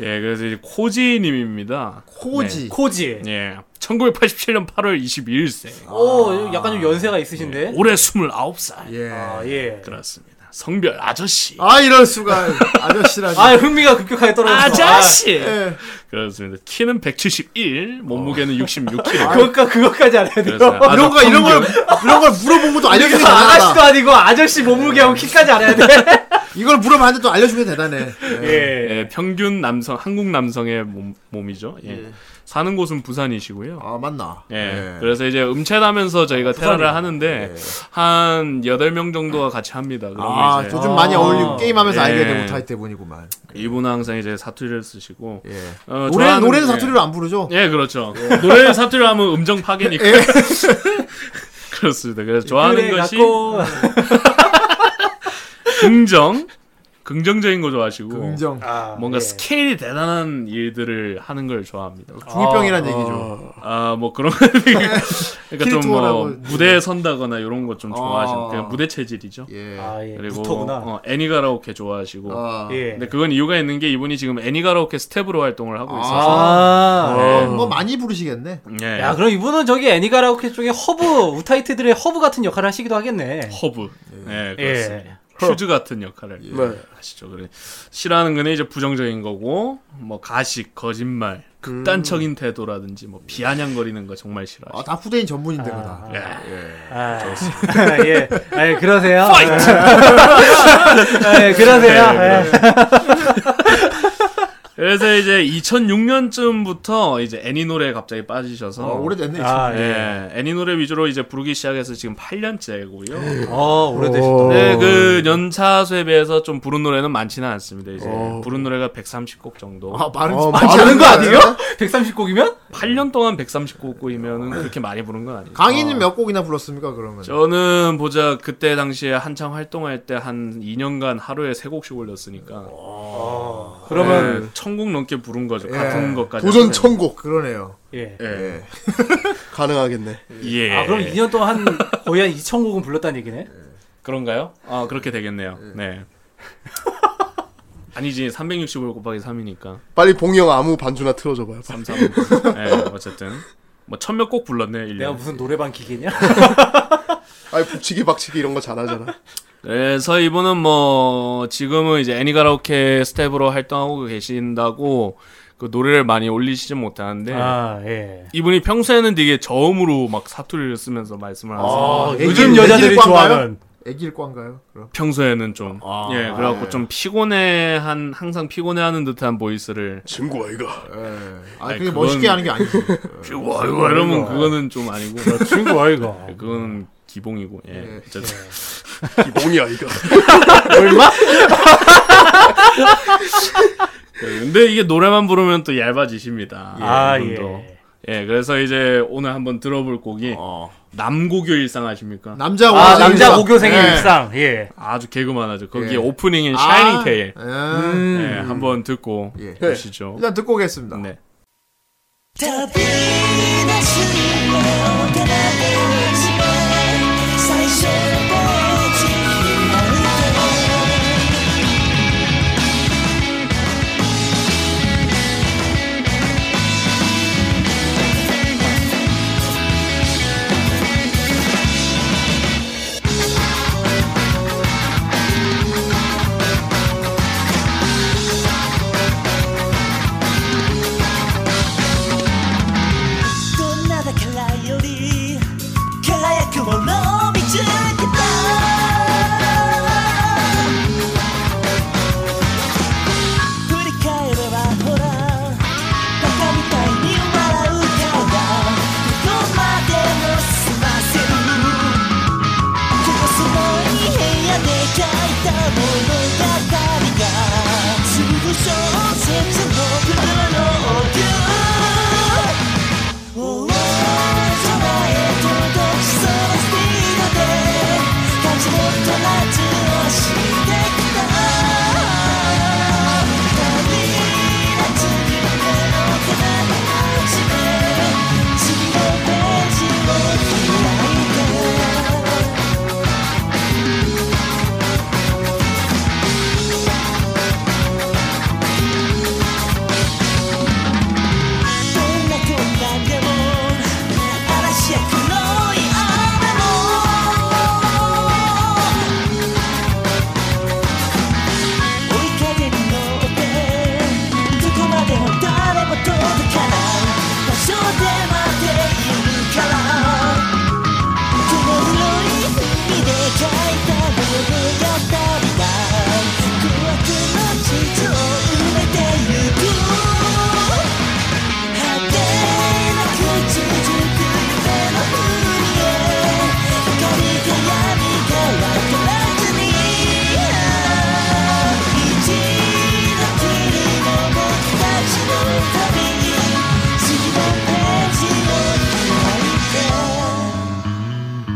Speaker 8: 예, 그래서 이제 코지 님입니다.
Speaker 1: 코지.
Speaker 2: 코지.
Speaker 8: 예. 1987년 8월 22일생.
Speaker 2: 오, 약간 좀 연세가 있으신데.
Speaker 8: 올해 29살.
Speaker 1: 예.
Speaker 2: 아, 예.
Speaker 8: 그렇습니다. 성별 아저씨.
Speaker 1: 아, 이럴 수가. 아저씨라니.
Speaker 2: 아, 흥미가 급격하게 떨어졌어.
Speaker 8: 아저씨.
Speaker 1: 예.
Speaker 8: 그렇습니다. 키는 171, 몸무게는 66kg.
Speaker 2: 아, 그것까 그것까지 안 해도.
Speaker 8: 그렇습니다. 아,
Speaker 1: 이런 거, 이런 걸,
Speaker 8: 성별.
Speaker 1: 이런 걸 물어본 것도 알려주면
Speaker 2: 여기서 아가씨도
Speaker 1: 대단하다.
Speaker 2: 아니고 아저씨 몸무게하고 키까지 알아야 돼.
Speaker 1: 이걸 물어봤는데 또 알려주면 대단해. 예.
Speaker 2: 예.
Speaker 8: 예, 평균 남성, 한국 남성의 몸, 몸이죠. 예. 사는 곳은 부산이시고요.
Speaker 1: 아, 맞나. 아,
Speaker 8: 예. 그래서 이제 음체하면서 저희가 테라를 하는데 한 8명 정도가 같이 합니다. 그러면
Speaker 1: 예. 아,
Speaker 8: 이제
Speaker 1: 요즘 많이 어울리고 게임하면서
Speaker 8: 예.
Speaker 1: 알게 된 우타이테 분이구만.
Speaker 8: 이분은 항상 이제 사투리를 쓰시고
Speaker 1: 예.
Speaker 8: 어,
Speaker 1: 노래,
Speaker 8: 좋아하는-
Speaker 1: 노래는
Speaker 8: 예.
Speaker 1: 사투리로 안 부르죠?
Speaker 8: 예, 그렇죠. 노래 사투리를 하면 음정 파괴니까.
Speaker 1: 예.
Speaker 8: 그렇습니다. 그래서 좋아하는
Speaker 2: 그래,
Speaker 8: 것이
Speaker 2: 갖고.
Speaker 8: 긍정, 긍정적인 거 좋아하시고
Speaker 1: 긍정.
Speaker 2: 아,
Speaker 8: 뭔가
Speaker 2: 예.
Speaker 8: 스케일이 대단한 일들을 하는 걸 좋아합니다.
Speaker 1: 어, 중이병이란 얘기죠.
Speaker 8: 아, 뭐 그런 그러니까 좀 뭐
Speaker 1: 키리토라고.
Speaker 8: 무대에 선다거나 이런 것 좀 좋아하시는
Speaker 1: 아.
Speaker 8: 그냥 무대 체질이죠.
Speaker 1: 예.
Speaker 2: 아, 예.
Speaker 8: 그리고
Speaker 2: 부터구나.
Speaker 8: 어, 애니가라오케 좋아하시고
Speaker 1: 아.
Speaker 2: 예.
Speaker 8: 근데 그건 이유가 있는 게 이분이 지금 애니가라오케 스텝으로 활동을 하고 있어서 네.
Speaker 2: 아.
Speaker 1: 뭐 많이 부르시겠네.
Speaker 8: 예.
Speaker 2: 야, 그럼 이분은 저기 애니가라오케 쪽에 허브, 우타이트들의 허브 같은 역할을 하시기도 하겠네.
Speaker 8: 허브 예,
Speaker 2: 예.
Speaker 8: 그렇습니다. 예. 네. 슈즈 같은 역할을 하시죠. 그래 싫어하는 거는 이제 부정적인 거고 뭐 가식, 거짓말, 극단적인 태도라든지 뭐 비아냥거리는 거 정말
Speaker 1: 아,
Speaker 8: 싫어하시고
Speaker 1: 다 후대인 전문인데, 그다. 예.
Speaker 2: 아, 예. 아, 예, 그러세요. 아, 예, 그러세요.
Speaker 8: 네,
Speaker 2: 예.
Speaker 8: 그래서 이제 2006년쯤부터 이제 애니 노래에 갑자기 빠지셔서
Speaker 1: 어, 오래됐네.
Speaker 2: 아, 예.
Speaker 8: 예, 애니 노래 위주로 이제 부르기 시작해서 지금 8년째고요.
Speaker 2: 어, 오래되셨다.
Speaker 8: 네, 그 연차수에 비해서 좀 부른 노래는 많지는 않습니다. 이제 부른 노래가 130곡 정도.
Speaker 1: 아, 말은
Speaker 7: 어,
Speaker 1: 많이
Speaker 2: 어. 많은 거
Speaker 1: 하는데.
Speaker 2: 아니에요? 130곡이면?
Speaker 8: 8년 동안 130곡이면은 그렇게 많이 부른 건 아니죠.
Speaker 1: 강희는 몇 곡이나 불렀습니까,
Speaker 7: 네.
Speaker 1: 그러면?
Speaker 8: 저는 보자 그때 당시에 한창 활동할 때 한 2년간 하루에 3곡씩 올렸으니까
Speaker 2: 그러면
Speaker 8: 네, 천곡 넘게 부른 거죠. 같은
Speaker 7: 아.
Speaker 8: 것까지.
Speaker 7: 예. 도전 천국
Speaker 1: 예. 그러네요.
Speaker 2: 예.
Speaker 8: 예.
Speaker 7: 가능하겠네.
Speaker 8: 예.
Speaker 2: 아, 그럼 2년 동안 한 예. 거의 한 2,000곡은 불렀다는
Speaker 7: 예.
Speaker 2: 얘기네.
Speaker 8: 그런가요? 아 그렇게 되겠네요. 네. 아니지 365 곱하기 3이니까
Speaker 7: 빨리 봉영 아무 반주나 틀어줘봐요.
Speaker 8: 33. 네, 어쨌든 뭐 천몇 곡 불렀네요 1년.
Speaker 2: 내가 무슨 노래방 기계냐?
Speaker 7: 아니 붙이기 박치기 이런 거 잘하잖아.
Speaker 8: 네, 그래서 이분은 뭐 지금은 이제 애니가라오케 스텝으로 활동하고 계신다고 그 노래를 많이 올리시진 못하는데
Speaker 2: 아, 예.
Speaker 8: 이분이 평소에는 되게 저음으로 막 사투리를 쓰면서 말씀을 하세요.
Speaker 2: 아, 요즘
Speaker 1: 아, 애기
Speaker 2: 여자들이
Speaker 1: 꽝가요?
Speaker 2: 좋아하는
Speaker 1: 애기일 건가요? 그럼.
Speaker 8: 평소에는 좀.
Speaker 1: 아,
Speaker 8: 예, 그래갖고
Speaker 1: 예.
Speaker 8: 좀 피곤해한, 항상 피곤해하는 듯한 보이스를.
Speaker 4: 친구 아이가
Speaker 1: 예. 아,
Speaker 8: 아니,
Speaker 1: 그게
Speaker 8: 그건-
Speaker 1: 멋있게 하는 게 아니지. 어.
Speaker 8: 피고, 아이고, 이러면 그거는 좀 아니고. 네,
Speaker 2: 친구 아이가.
Speaker 8: 그거는 기봉이고, 예.
Speaker 1: 네.
Speaker 8: 어쨌든.
Speaker 4: 기봉이 아이가
Speaker 8: 예, 근데 이게 노래만 부르면 또 얇아지십니다.
Speaker 2: 아,
Speaker 8: 이분도.
Speaker 2: 예.
Speaker 8: 예, 그래서 이제 오늘 한번 들어볼 곡이 남고교 일상 아십니까?
Speaker 1: 남자
Speaker 2: 아,
Speaker 1: 오지
Speaker 2: 남자
Speaker 1: 일상.
Speaker 2: 고교생의
Speaker 1: 예.
Speaker 2: 일상. 예.
Speaker 8: 아주 개그만 하죠. 거기에
Speaker 1: 예.
Speaker 8: 오프닝인
Speaker 1: 아,
Speaker 8: 샤이닝 테일.
Speaker 1: 예.
Speaker 8: 예, 한번 듣고
Speaker 1: 예.
Speaker 8: 보시죠.
Speaker 1: 일단 듣고 오겠습니다.
Speaker 8: 네.
Speaker 5: 旅立ちの手だけして最初のポーチにどんなだからより輝くものを見つけた振り返ればほらバカみたいに笑う顔がどこまでも済ませるここ狭い部屋で書いた物語がすぐ小説の車の奥「空へ届きそうなスピードで駆け抜けてゆく」「感じもっと夏を知ってきた」「旅立つ夢の手紙を閉め」「次のページを開いて」どんな困難でも嵐や黒い雨も追い風に乗ってどこまでも誰も届かない場所で待っているからこの黒い海で書いた物語が空白の地図を埋めてゆく果てなく続く夢の海へ光か闇からからずに一度きりの僕たちの旅に次のページを開いて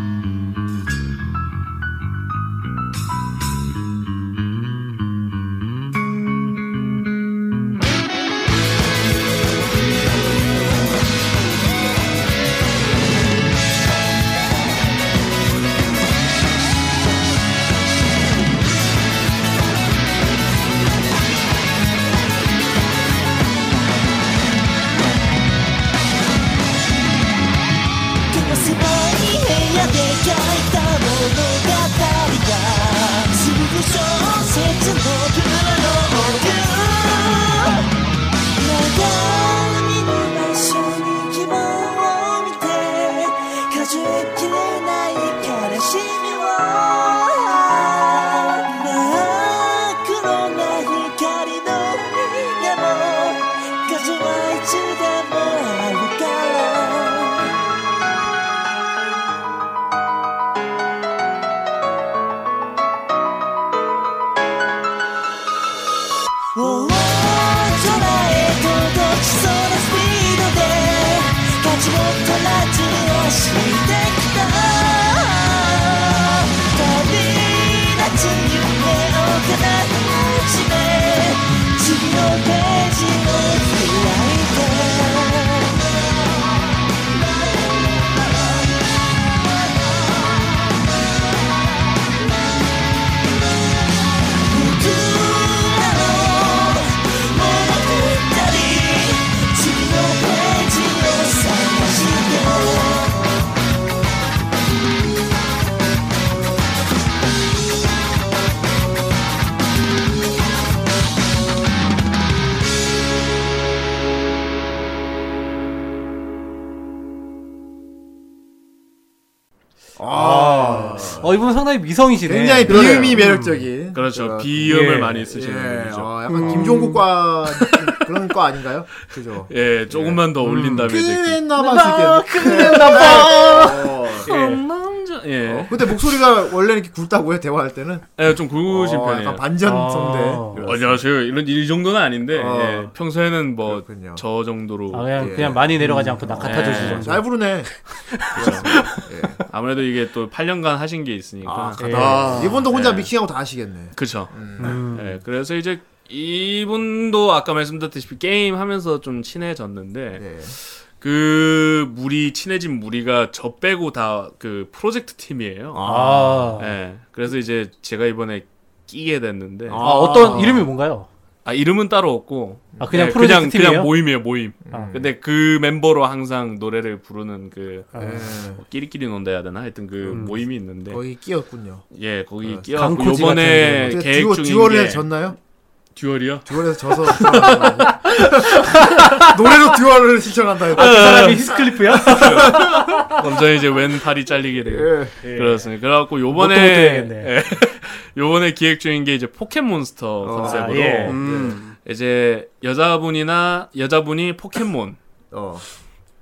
Speaker 5: この狭い部屋で書いた物語がすぐ小説の裏の奥流れる場所に希望を見て数えきれない悲しみを真っ黒な光の海でも数はいつでもあるから「空へ届きそうなスピードで」「勝ちもっと夏をしてきた」「旅立つ夢を形め」「次のページを開いて」僕らの物語次のページを開いて探して
Speaker 8: 아.
Speaker 2: 어, 이분 상당히 미성이시네.
Speaker 1: 아. 굉장히 비음이 매력적인.
Speaker 8: 그렇죠.
Speaker 1: 그런-
Speaker 8: 비음을
Speaker 2: 예.
Speaker 8: 많이
Speaker 1: 예,
Speaker 8: 쓰시는 분이죠.
Speaker 1: 어,
Speaker 2: 음.
Speaker 1: 약간 김종국과 그런 거 아닌가요? 그죠. 음.
Speaker 8: 예, 조금만 더 올린다면 이제 예.
Speaker 1: 그랬나봐
Speaker 2: 아,
Speaker 1: 쓰겠네.
Speaker 2: 어,
Speaker 1: 그랬나봐.
Speaker 8: 그- 예,
Speaker 1: 어, 예. 근데 목소리가 원래는 이렇게 굵다고요 대화할 때는.
Speaker 8: 예, 좀 굵으신
Speaker 1: 어,
Speaker 8: 편이에요.
Speaker 1: 약간
Speaker 2: 아.
Speaker 1: 반전 성대.
Speaker 8: 어, 안녕하세요. 이런 이 정도는 아닌데
Speaker 1: 어.
Speaker 8: 예, 평소에는 뭐
Speaker 1: 그렇군요. 예.
Speaker 8: 저 정도로
Speaker 2: 아, 그냥, 그냥 많이 내려가지 않고 낙하타조
Speaker 8: 예.
Speaker 2: 시죠.
Speaker 1: 잘 부르네. 예.
Speaker 8: 아무래도 이게 또 8년간 하신 게 있으니까
Speaker 1: 아, 이분도 혼자
Speaker 8: 예.
Speaker 1: 믹싱하고 다 하시겠네. 음.
Speaker 8: 그렇죠. 예, 그래서 이제 이분도 아까 말씀드렸다시피 게임 하면서 좀 친해졌는데
Speaker 1: 예.
Speaker 8: 그 무리 친해진 무리가 저 빼고 다 그 프로젝트 팀이에요.
Speaker 2: 아.
Speaker 8: 예. 그래서 이제 제가 이번에 끼게 됐는데
Speaker 2: 아, 어떤 이름이 뭔가요?
Speaker 8: 아 이름은 따로 없고
Speaker 2: 아, 그냥
Speaker 8: 예,
Speaker 2: 프로젝트
Speaker 8: 그냥,
Speaker 2: 팀이에요?
Speaker 8: 그냥 모임이에요 모임.
Speaker 2: 아.
Speaker 8: 근데 그 멤버로 항상 노래를 부르는 그
Speaker 1: 예.
Speaker 8: 뭐 끼리끼리 논다 해야 되나 하여튼 그 모임이 있는데
Speaker 1: 음. 거의 끼었군요.
Speaker 8: 예 거기
Speaker 1: 어,
Speaker 8: 끼어갖고
Speaker 2: 강코지
Speaker 8: 요번에
Speaker 1: 어떻게
Speaker 8: 계획
Speaker 1: 듀오,
Speaker 8: 중인
Speaker 1: 듀얼에
Speaker 8: 게
Speaker 1: 졌나요?
Speaker 8: 듀얼이요?
Speaker 1: 듀얼에서 져서 들어간 거 아니에요? 노래로 듀얼을 신청한다. 이거.
Speaker 2: 그 사람이 히스클리프야?
Speaker 8: 완전히 이제 왼팔이 잘리게 돼요.
Speaker 1: 예.
Speaker 8: 그렇습니다. 그래갖고
Speaker 2: 뭣도 못
Speaker 8: 요번에
Speaker 2: 해야겠네.
Speaker 8: 예. 요번에 기획 중인 게 이제 포켓몬스터 컨셉으로
Speaker 2: 예.
Speaker 7: 음.
Speaker 8: 이제 여자분이나 여자분이 포켓몬
Speaker 1: 어.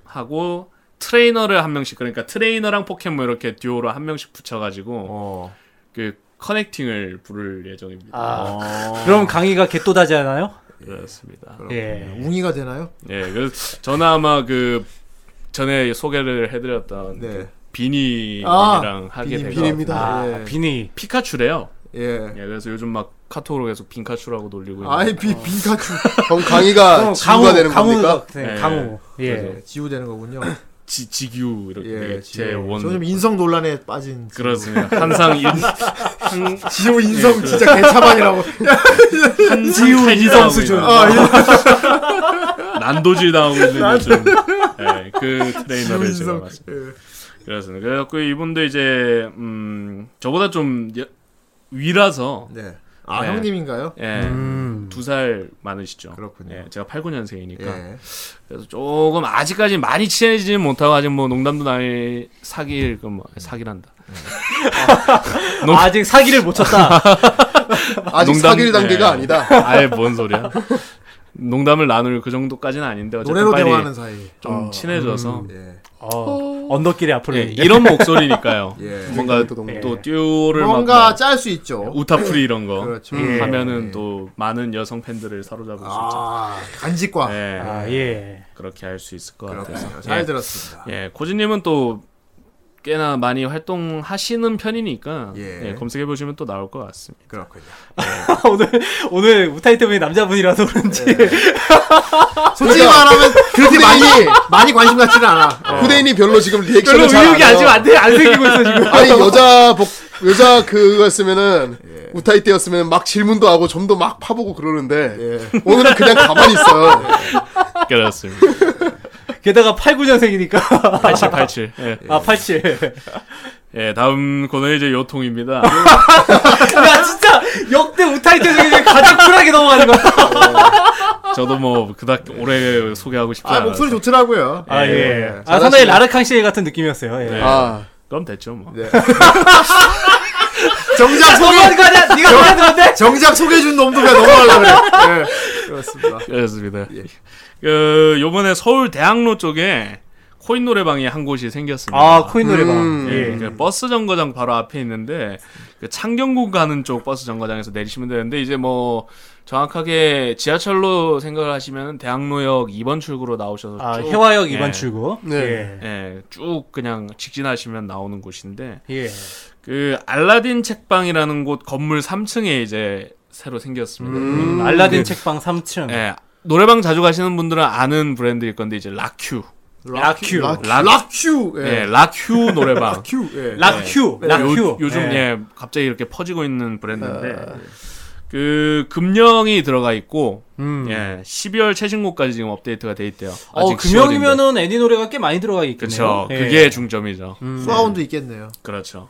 Speaker 8: 하고 트레이너를 한 명씩 그러니까 트레이너랑 포켓몬 이렇게 듀오로 한 명씩 붙여가지고
Speaker 1: 어.
Speaker 8: 그 커넥팅을 부를 예정입니다.
Speaker 2: 아, 그럼 강의가 개또다지 않아요?
Speaker 8: 그렇습니다.
Speaker 2: 예.
Speaker 1: 네, 웅이가 되나요?
Speaker 8: 예, 그래서 저는 아마 그 전에 소개를 해드렸던
Speaker 1: 네.
Speaker 8: 그 비니랑 하게
Speaker 1: 아, 비니,
Speaker 8: 되고
Speaker 1: 비니입니다.
Speaker 2: 아,
Speaker 1: 예.
Speaker 2: 비니.
Speaker 8: 피카츄래요.
Speaker 1: 예.
Speaker 8: 예, 그래서 요즘 막 카톡으로 계속 빈카츄라고 놀리고
Speaker 1: 아이 비 빈카츄
Speaker 7: 그럼 강의가
Speaker 2: 그럼
Speaker 7: 지구가 되는 겁니까?
Speaker 2: 네,
Speaker 8: 예.
Speaker 2: 강우. 예.
Speaker 8: 그래서
Speaker 1: 네, 지우 되는 거군요.
Speaker 8: 지, 지규 이렇게
Speaker 1: 예.
Speaker 8: 제
Speaker 1: 지우.
Speaker 8: 원.
Speaker 1: 저는 인성 논란에 빠진 지우.
Speaker 8: 그렇습니다. 항상 예, 그- 인, 한,
Speaker 1: 지우 인성 진짜 개차반이라고.
Speaker 8: 그
Speaker 1: 아,
Speaker 8: 한지우 인성
Speaker 1: 수준. 예.
Speaker 8: 난도질 당하고 있는 요즘 예, 그 트레이너를 제가
Speaker 1: 인성.
Speaker 8: 봤습니다. 그렇습니다. 그래갖고 이분도 이제 음 저보다 좀 여- 위라서
Speaker 1: 네. 아
Speaker 8: 예.
Speaker 1: 형님인가요?
Speaker 8: 예,
Speaker 2: 음.
Speaker 8: 두 살 많으시죠.
Speaker 1: 그렇군요.
Speaker 8: 예, 제가 89년생이니까
Speaker 1: 예.
Speaker 8: 그래서 조금 아직까지 많이 친해지지는 못하고 아직 뭐 농담도 나이 사귈 그뭐 사기란다.
Speaker 2: 아. 아직 사기를 못 쳤다.
Speaker 7: 아직
Speaker 8: 농담-
Speaker 7: 사귈 단계가
Speaker 8: 예.
Speaker 7: 아니다.
Speaker 8: 아예 뭔 소리야? 농담을 나눌 그 정도까지는 아닌데 어쨌든
Speaker 1: 노래로
Speaker 8: 빨리
Speaker 1: 대화하는 사이.
Speaker 8: 좀 친해져서
Speaker 1: 예.
Speaker 2: 어, 언덕길에 앞으로.
Speaker 8: 예,
Speaker 2: 예,
Speaker 8: 이런 목소리니까요.
Speaker 1: 예.
Speaker 8: 뭔가
Speaker 7: 또
Speaker 8: 또,
Speaker 7: 농담.
Speaker 8: 듀오를
Speaker 1: 뭔가
Speaker 8: 뭔가
Speaker 1: 짤 수 있죠.
Speaker 8: 우타프리 이런 거
Speaker 1: 그렇죠.
Speaker 2: 예.
Speaker 8: 하면은
Speaker 1: 예.
Speaker 8: 또 많은 여성 팬들을 사로잡을 수 있죠.
Speaker 1: 아 간직과.
Speaker 8: 예,
Speaker 2: 아, 예.
Speaker 8: 그렇게 할 수 있을 것
Speaker 1: 그렇군요.
Speaker 8: 같아요.
Speaker 1: 잘
Speaker 8: 예.
Speaker 1: 들었습니다.
Speaker 8: 예, 코지님은 또 꽤나 많이 활동하시는 편이니까
Speaker 1: 예.
Speaker 8: 예, 검색해 보시면 또 나올 것 같습니다.
Speaker 1: 그렇군요.
Speaker 2: 오늘, 오늘 우타이 때문에 남자분이라서 그런지. 어.
Speaker 1: 솔직히 말하면 그렇게 많이 많이 관심 갖지는 않아.
Speaker 8: 어.
Speaker 7: 후대인이 별로 지금
Speaker 2: 별로
Speaker 7: 리액션을 잘안
Speaker 2: 의욕이 아직 안, 돼, 안 생기고 있어, 지금.
Speaker 7: 아니 여자 복 여자 그거였으면은
Speaker 8: 예.
Speaker 7: 우타이 때였으면 막 질문도 하고 점도 막 파보고 그러는데
Speaker 8: 예.
Speaker 7: 오늘은 그냥 가만히 있어요.
Speaker 8: 그렇습니다.
Speaker 2: 게다가 8, 9년생이니까.
Speaker 8: 87, 87. 예.
Speaker 2: 아, 87.
Speaker 8: 예, 다음 코너 이제 요통입니다.
Speaker 2: 야, 진짜 역대 우타이 때 중에 가장 쿨하게 넘어가는 거.
Speaker 8: 저도 뭐 그닥 오래 소개하고 싶지
Speaker 1: 아
Speaker 8: 않아요.
Speaker 1: 목소리 좋더라고요.
Speaker 2: 아,
Speaker 1: 예.
Speaker 2: 예. 아, 상당히 라르캉 씨 같은 느낌이었어요. 예.
Speaker 8: 네.
Speaker 7: 아
Speaker 8: 그럼 됐죠 뭐.
Speaker 1: 네. 정작
Speaker 2: 소개
Speaker 1: 소개
Speaker 2: 거 아니야? 네가 소개하는 건데?
Speaker 1: 정작 소개해준 놈도 그냥 넘어가려고 그래. 예. 그렇습니다. 예.
Speaker 8: 그렇습니다. 그 요번에 서울 대학로 쪽에 코인 노래방이 한 곳이 생겼습니다.
Speaker 2: 아, 코인 노래방.
Speaker 1: 음.
Speaker 8: 예,
Speaker 2: 예.
Speaker 8: 그 버스 정거장 바로 앞에 있는데 그 창경궁 가는 쪽 버스 정거장에서 내리시면 되는데 이제 뭐 정확하게 지하철로 생각을 하시면 대학로역 2번 출구로 나오셔서
Speaker 2: 아,
Speaker 8: 쭉,
Speaker 2: 해화역
Speaker 8: 예.
Speaker 2: 2번 출구.
Speaker 7: 네.
Speaker 8: 예, 쭉 그냥 직진하시면 나오는 곳인데
Speaker 2: 예. 예.
Speaker 8: 그 알라딘 책방이라는 곳 건물 3층에 이제 새로 생겼습니다.
Speaker 2: 음.
Speaker 8: 음. 네.
Speaker 2: 알라딘 책방 3층.
Speaker 8: 예. 노래방 자주 가시는 분들은 아는 브랜드일 건데 이제 라큐.
Speaker 2: 라큐.
Speaker 8: 락-
Speaker 1: 락큐.
Speaker 8: 예,
Speaker 1: 예.
Speaker 8: 라큐 노래방.
Speaker 1: 큐. 예.
Speaker 2: 락큐.
Speaker 8: 요,
Speaker 2: 락큐. 아.
Speaker 8: 요즘 예. 갑자기 이렇게 퍼지고 있는 브랜드인데 그 금령이 들어가 있고 예 12월 최신곡까지 지금 업데이트가 돼 있대요.
Speaker 2: 음. 어,
Speaker 8: 아직 10월 인데.
Speaker 2: 금연이면은 애니 노래가 꽤 많이 들어가 있겠네요.
Speaker 8: 그쵸 그렇죠.
Speaker 2: 예.
Speaker 1: 음.
Speaker 8: 그게 중점이죠.
Speaker 1: 수아원도 있겠네요.
Speaker 8: 그렇죠.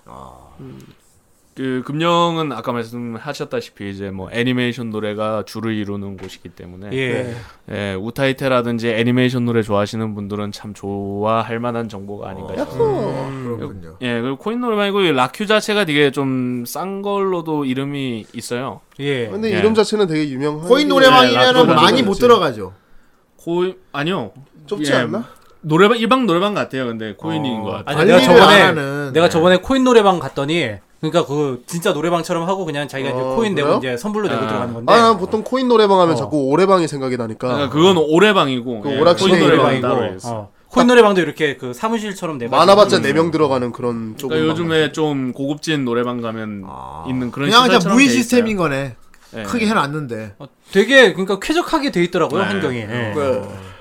Speaker 8: 그 금령은 아까 말씀하셨다시피 이제 뭐 애니메이션 노래가 주를 이루는 곳이기 때문에
Speaker 7: 네.
Speaker 2: 예.
Speaker 8: 예, 우타이테라든지 애니메이션 노래 좋아하시는 분들은 참 좋아할 만한 정보가 아닌가 싶어요.
Speaker 1: 그렇군요.
Speaker 8: 예, 그리고 코인 노래 말고 이 라큐 자체가 되게 좀 싼 걸로도 이름이 있어요.
Speaker 2: 예.
Speaker 7: 아, 근데
Speaker 8: 예.
Speaker 7: 이름 자체는 되게 유명한.
Speaker 1: 코인 노래방이면은
Speaker 8: 라디오
Speaker 1: 많이 못
Speaker 7: 그렇지.
Speaker 1: 들어가죠.
Speaker 8: 코 아니요.
Speaker 7: 좁지
Speaker 8: 예,
Speaker 7: 않나?
Speaker 8: 노래방 일방 노래방 같아요. 근데 코인인 것 같아요.
Speaker 2: 어. 아니, 내가
Speaker 1: 어. 관리를
Speaker 2: 저번에
Speaker 1: 안 하는,
Speaker 2: 내가
Speaker 1: 네.
Speaker 2: 저번에 코인 노래방 갔더니 그러니까 그 진짜 노래방처럼 하고 그냥 자기가 이제
Speaker 7: 어,
Speaker 2: 코인 내고
Speaker 7: 그래요?
Speaker 2: 이제 선불로 내고
Speaker 8: 아.
Speaker 2: 들어가는 건데.
Speaker 7: 아, 난 보통 코인 노래방 하면
Speaker 2: 어.
Speaker 7: 자꾸 오래방이 생각이 나니까.
Speaker 1: 네.
Speaker 8: 그러니까 그건 오래방이고 예,
Speaker 7: 그 오락실에
Speaker 8: 코인 노래방이
Speaker 7: 있는
Speaker 8: 따로
Speaker 2: 노래방이고.
Speaker 8: 있어.
Speaker 2: 어. 코인 노래방도 이렇게 그 사무실처럼
Speaker 8: 네
Speaker 2: 내가 음.
Speaker 7: 많아봤자 4명 들어가는 그런 쪽으로.
Speaker 8: 그러니까 요즘에 좀 고급진 노래방 가면 있는 그런
Speaker 1: 그냥 진짜
Speaker 8: 시설처럼
Speaker 1: 무인
Speaker 8: 돼 있어요.
Speaker 1: 시스템인 거네.
Speaker 8: 예,
Speaker 1: 크게 해놨는데.
Speaker 2: 어, 되게 그러니까 쾌적하게 돼 있더라고요
Speaker 8: 네.
Speaker 2: 환경이. 음. 예.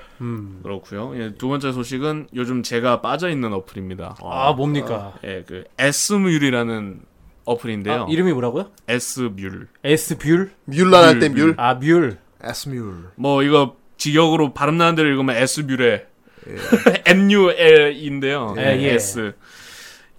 Speaker 8: 그렇고요. 예, 두 번째 소식은 요즘 제가 빠져 있는 어플입니다.
Speaker 2: 아 뭡니까?
Speaker 8: 예, 그 S뮬이라는
Speaker 2: 아,
Speaker 8: 어플인데요.
Speaker 2: 이름이 뭐라고요?
Speaker 8: S뮬.
Speaker 2: S 뷰
Speaker 7: 뮬란 할 때
Speaker 8: 뮬,
Speaker 7: 뮬.
Speaker 2: 아 뮬.
Speaker 1: 에스뮬.
Speaker 8: 뭐 이거 직역으로 발음 나는 대로 읽으면 S뮬에 MUL인데요.
Speaker 2: 예, 예.
Speaker 8: S.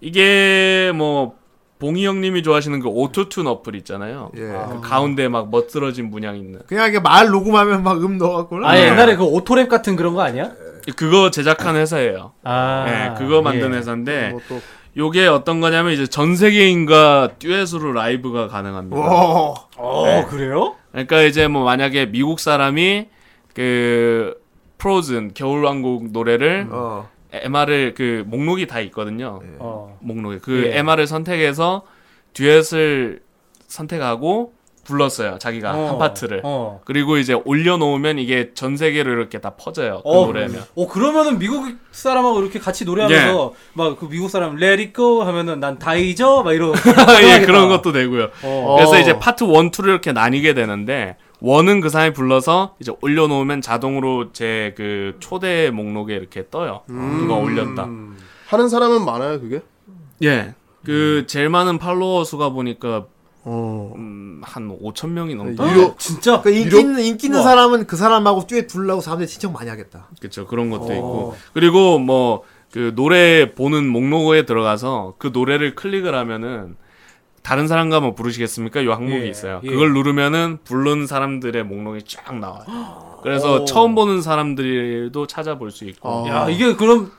Speaker 8: 이게 뭐 봉이 형님이 좋아하시는 그 오토튠 어플 있잖아요.
Speaker 1: 예.
Speaker 8: 그 가운데 막 멋들어진 문양 있는
Speaker 1: 그냥 이게 말 녹음하면 막 음 넣어갖고.
Speaker 8: 네.
Speaker 2: 아 옛날에 그 오토랩 같은 그런 거 아니야?
Speaker 8: 그거 제작한 회사예요.
Speaker 2: 아
Speaker 8: 예, 그거 만든
Speaker 2: 예.
Speaker 8: 회사인데
Speaker 7: 뭐 또.
Speaker 8: 요게 어떤 거냐면 이제 전 세계인과 듀엣으로 라이브가 가능합니다.
Speaker 1: 오.
Speaker 2: 어 그래요?
Speaker 8: 그러니까 이제 뭐 만약에 미국 사람이 그 프로즌 겨울왕국
Speaker 2: 음.
Speaker 8: 노래를
Speaker 1: 어.
Speaker 8: MR을 그 목록이 다 있거든요.
Speaker 2: 어.
Speaker 8: 목록에 그
Speaker 2: 예.
Speaker 8: MR을 선택해서 듀엣을 선택하고 불렀어요. 자기가
Speaker 2: 어.
Speaker 8: 한 파트를.
Speaker 2: 어.
Speaker 8: 그리고 이제 올려놓으면 이게 전 세계로 이렇게 다 퍼져요. 그
Speaker 2: 어,
Speaker 8: 노래면.
Speaker 2: 어 그러면은 미국 사람하고 이렇게 같이 노래하면서
Speaker 8: 네.
Speaker 2: 막 그 미국 사람 Let It Go 하면은 난 다이죠 막 이러고
Speaker 8: 예, 그런 것도 되고요.
Speaker 2: 어.
Speaker 8: 그래서 이제 파트 1, 2를 이렇게 나뉘게 되는데 원은 그 사람이 불러서 이제 올려놓으면 자동으로 제 그 초대 목록에 이렇게 떠요. 누가 올렸다.
Speaker 7: 하는 사람은 많아요, 그게?
Speaker 8: 예. 그 제일 많은 팔로워 수가 보니까
Speaker 7: 어.
Speaker 8: 음, 한 5천 명이 넘다.
Speaker 7: 유료,
Speaker 2: 진짜
Speaker 1: 예, 그 인기
Speaker 7: 유료?
Speaker 1: 있는, 인기 있는 사람은 그 사람하고 듀엣 부르려고 사람들이 신청 많이 하겠다.
Speaker 8: 그렇죠. 그런
Speaker 1: 어.
Speaker 8: 것도 있고. 그리고 뭐 그 노래 보는 목록에 들어가서 그 노래를 클릭을 하면은 다른 사람과 뭐 부르시겠습니까? 요 항목이
Speaker 2: 예,
Speaker 8: 있어요.
Speaker 2: 예.
Speaker 8: 그걸 누르면은 부른 사람들의 목록이 쫙 나와요. 그래서
Speaker 1: 어.
Speaker 8: 처음 보는 사람들도 찾아볼 수 있고
Speaker 2: 야 이게 그럼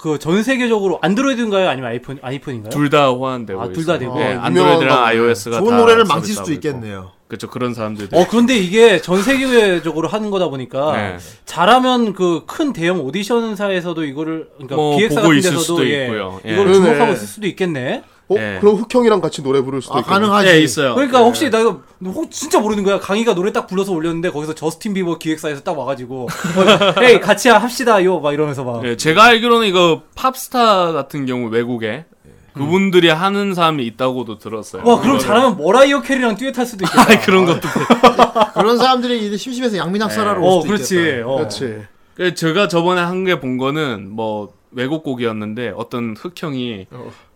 Speaker 2: 그 전 세계적으로 안드로이드인가요 아니면 아이폰 아이폰인가요?
Speaker 8: 둘 다 호환되고
Speaker 2: 아, 둘
Speaker 8: 있어요.
Speaker 2: 다 되고.
Speaker 8: 예,
Speaker 7: 어,
Speaker 8: 안드로이드랑
Speaker 7: 유명한가 보네.
Speaker 8: iOS가
Speaker 1: 좋은
Speaker 8: 다
Speaker 1: 노래를 망칠
Speaker 8: 서비스하고
Speaker 1: 수도 있겠네요.
Speaker 8: 있고. 그렇죠. 그런 사람들이
Speaker 2: 어 그런데 이게 전 세계적으로 하는 거다 보니까
Speaker 8: 네.
Speaker 2: 잘하면 그 큰 대형 오디션사에서도 이거를 그러니까
Speaker 8: 뭐,
Speaker 2: 기획사
Speaker 8: 보고
Speaker 2: 같은
Speaker 8: 있을
Speaker 2: 데서도
Speaker 8: 수도
Speaker 2: 예,
Speaker 8: 있고요. 예.
Speaker 2: 이거를
Speaker 7: 그러네.
Speaker 2: 주목하고 있을 수도 있겠네.
Speaker 7: 어?
Speaker 8: 예.
Speaker 7: 그럼 흑형이랑 같이 노래 부를 수도
Speaker 1: 아,
Speaker 7: 있고. 아,
Speaker 1: 가능하지.
Speaker 8: 예, 있어요.
Speaker 2: 그러니까 혹시 나 이거 혹 진짜 모르는 거야. 강희가 노래 딱 불러서 올렸는데 거기서 저스틴 비버 기획사에서 딱 와가지고 어, 에이 같이 합시다 요 막 이러면서
Speaker 1: 그-
Speaker 2: 막
Speaker 8: 예, 제가 알기로는 이거 팝스타 같은 경우 외국에
Speaker 1: 예.
Speaker 8: 그분들이 하는 사람이 있다고도 들었어요.
Speaker 2: 와 그럼
Speaker 8: 이거를.
Speaker 2: 잘하면 머라이어 캐리랑 듀엣할 수도 있겠다.
Speaker 8: 네. 아, 그런 것도.
Speaker 1: 그런 사람들이 이제 심심해서
Speaker 8: 네.
Speaker 1: 양민학살하러 올
Speaker 2: 어
Speaker 1: 수도 있겠다.
Speaker 2: 그렇지. 어.
Speaker 7: 그렇지.
Speaker 8: 그 제가 저번에 한 게 본 거는 뭐 외국 곡이었는데 어떤 흑형이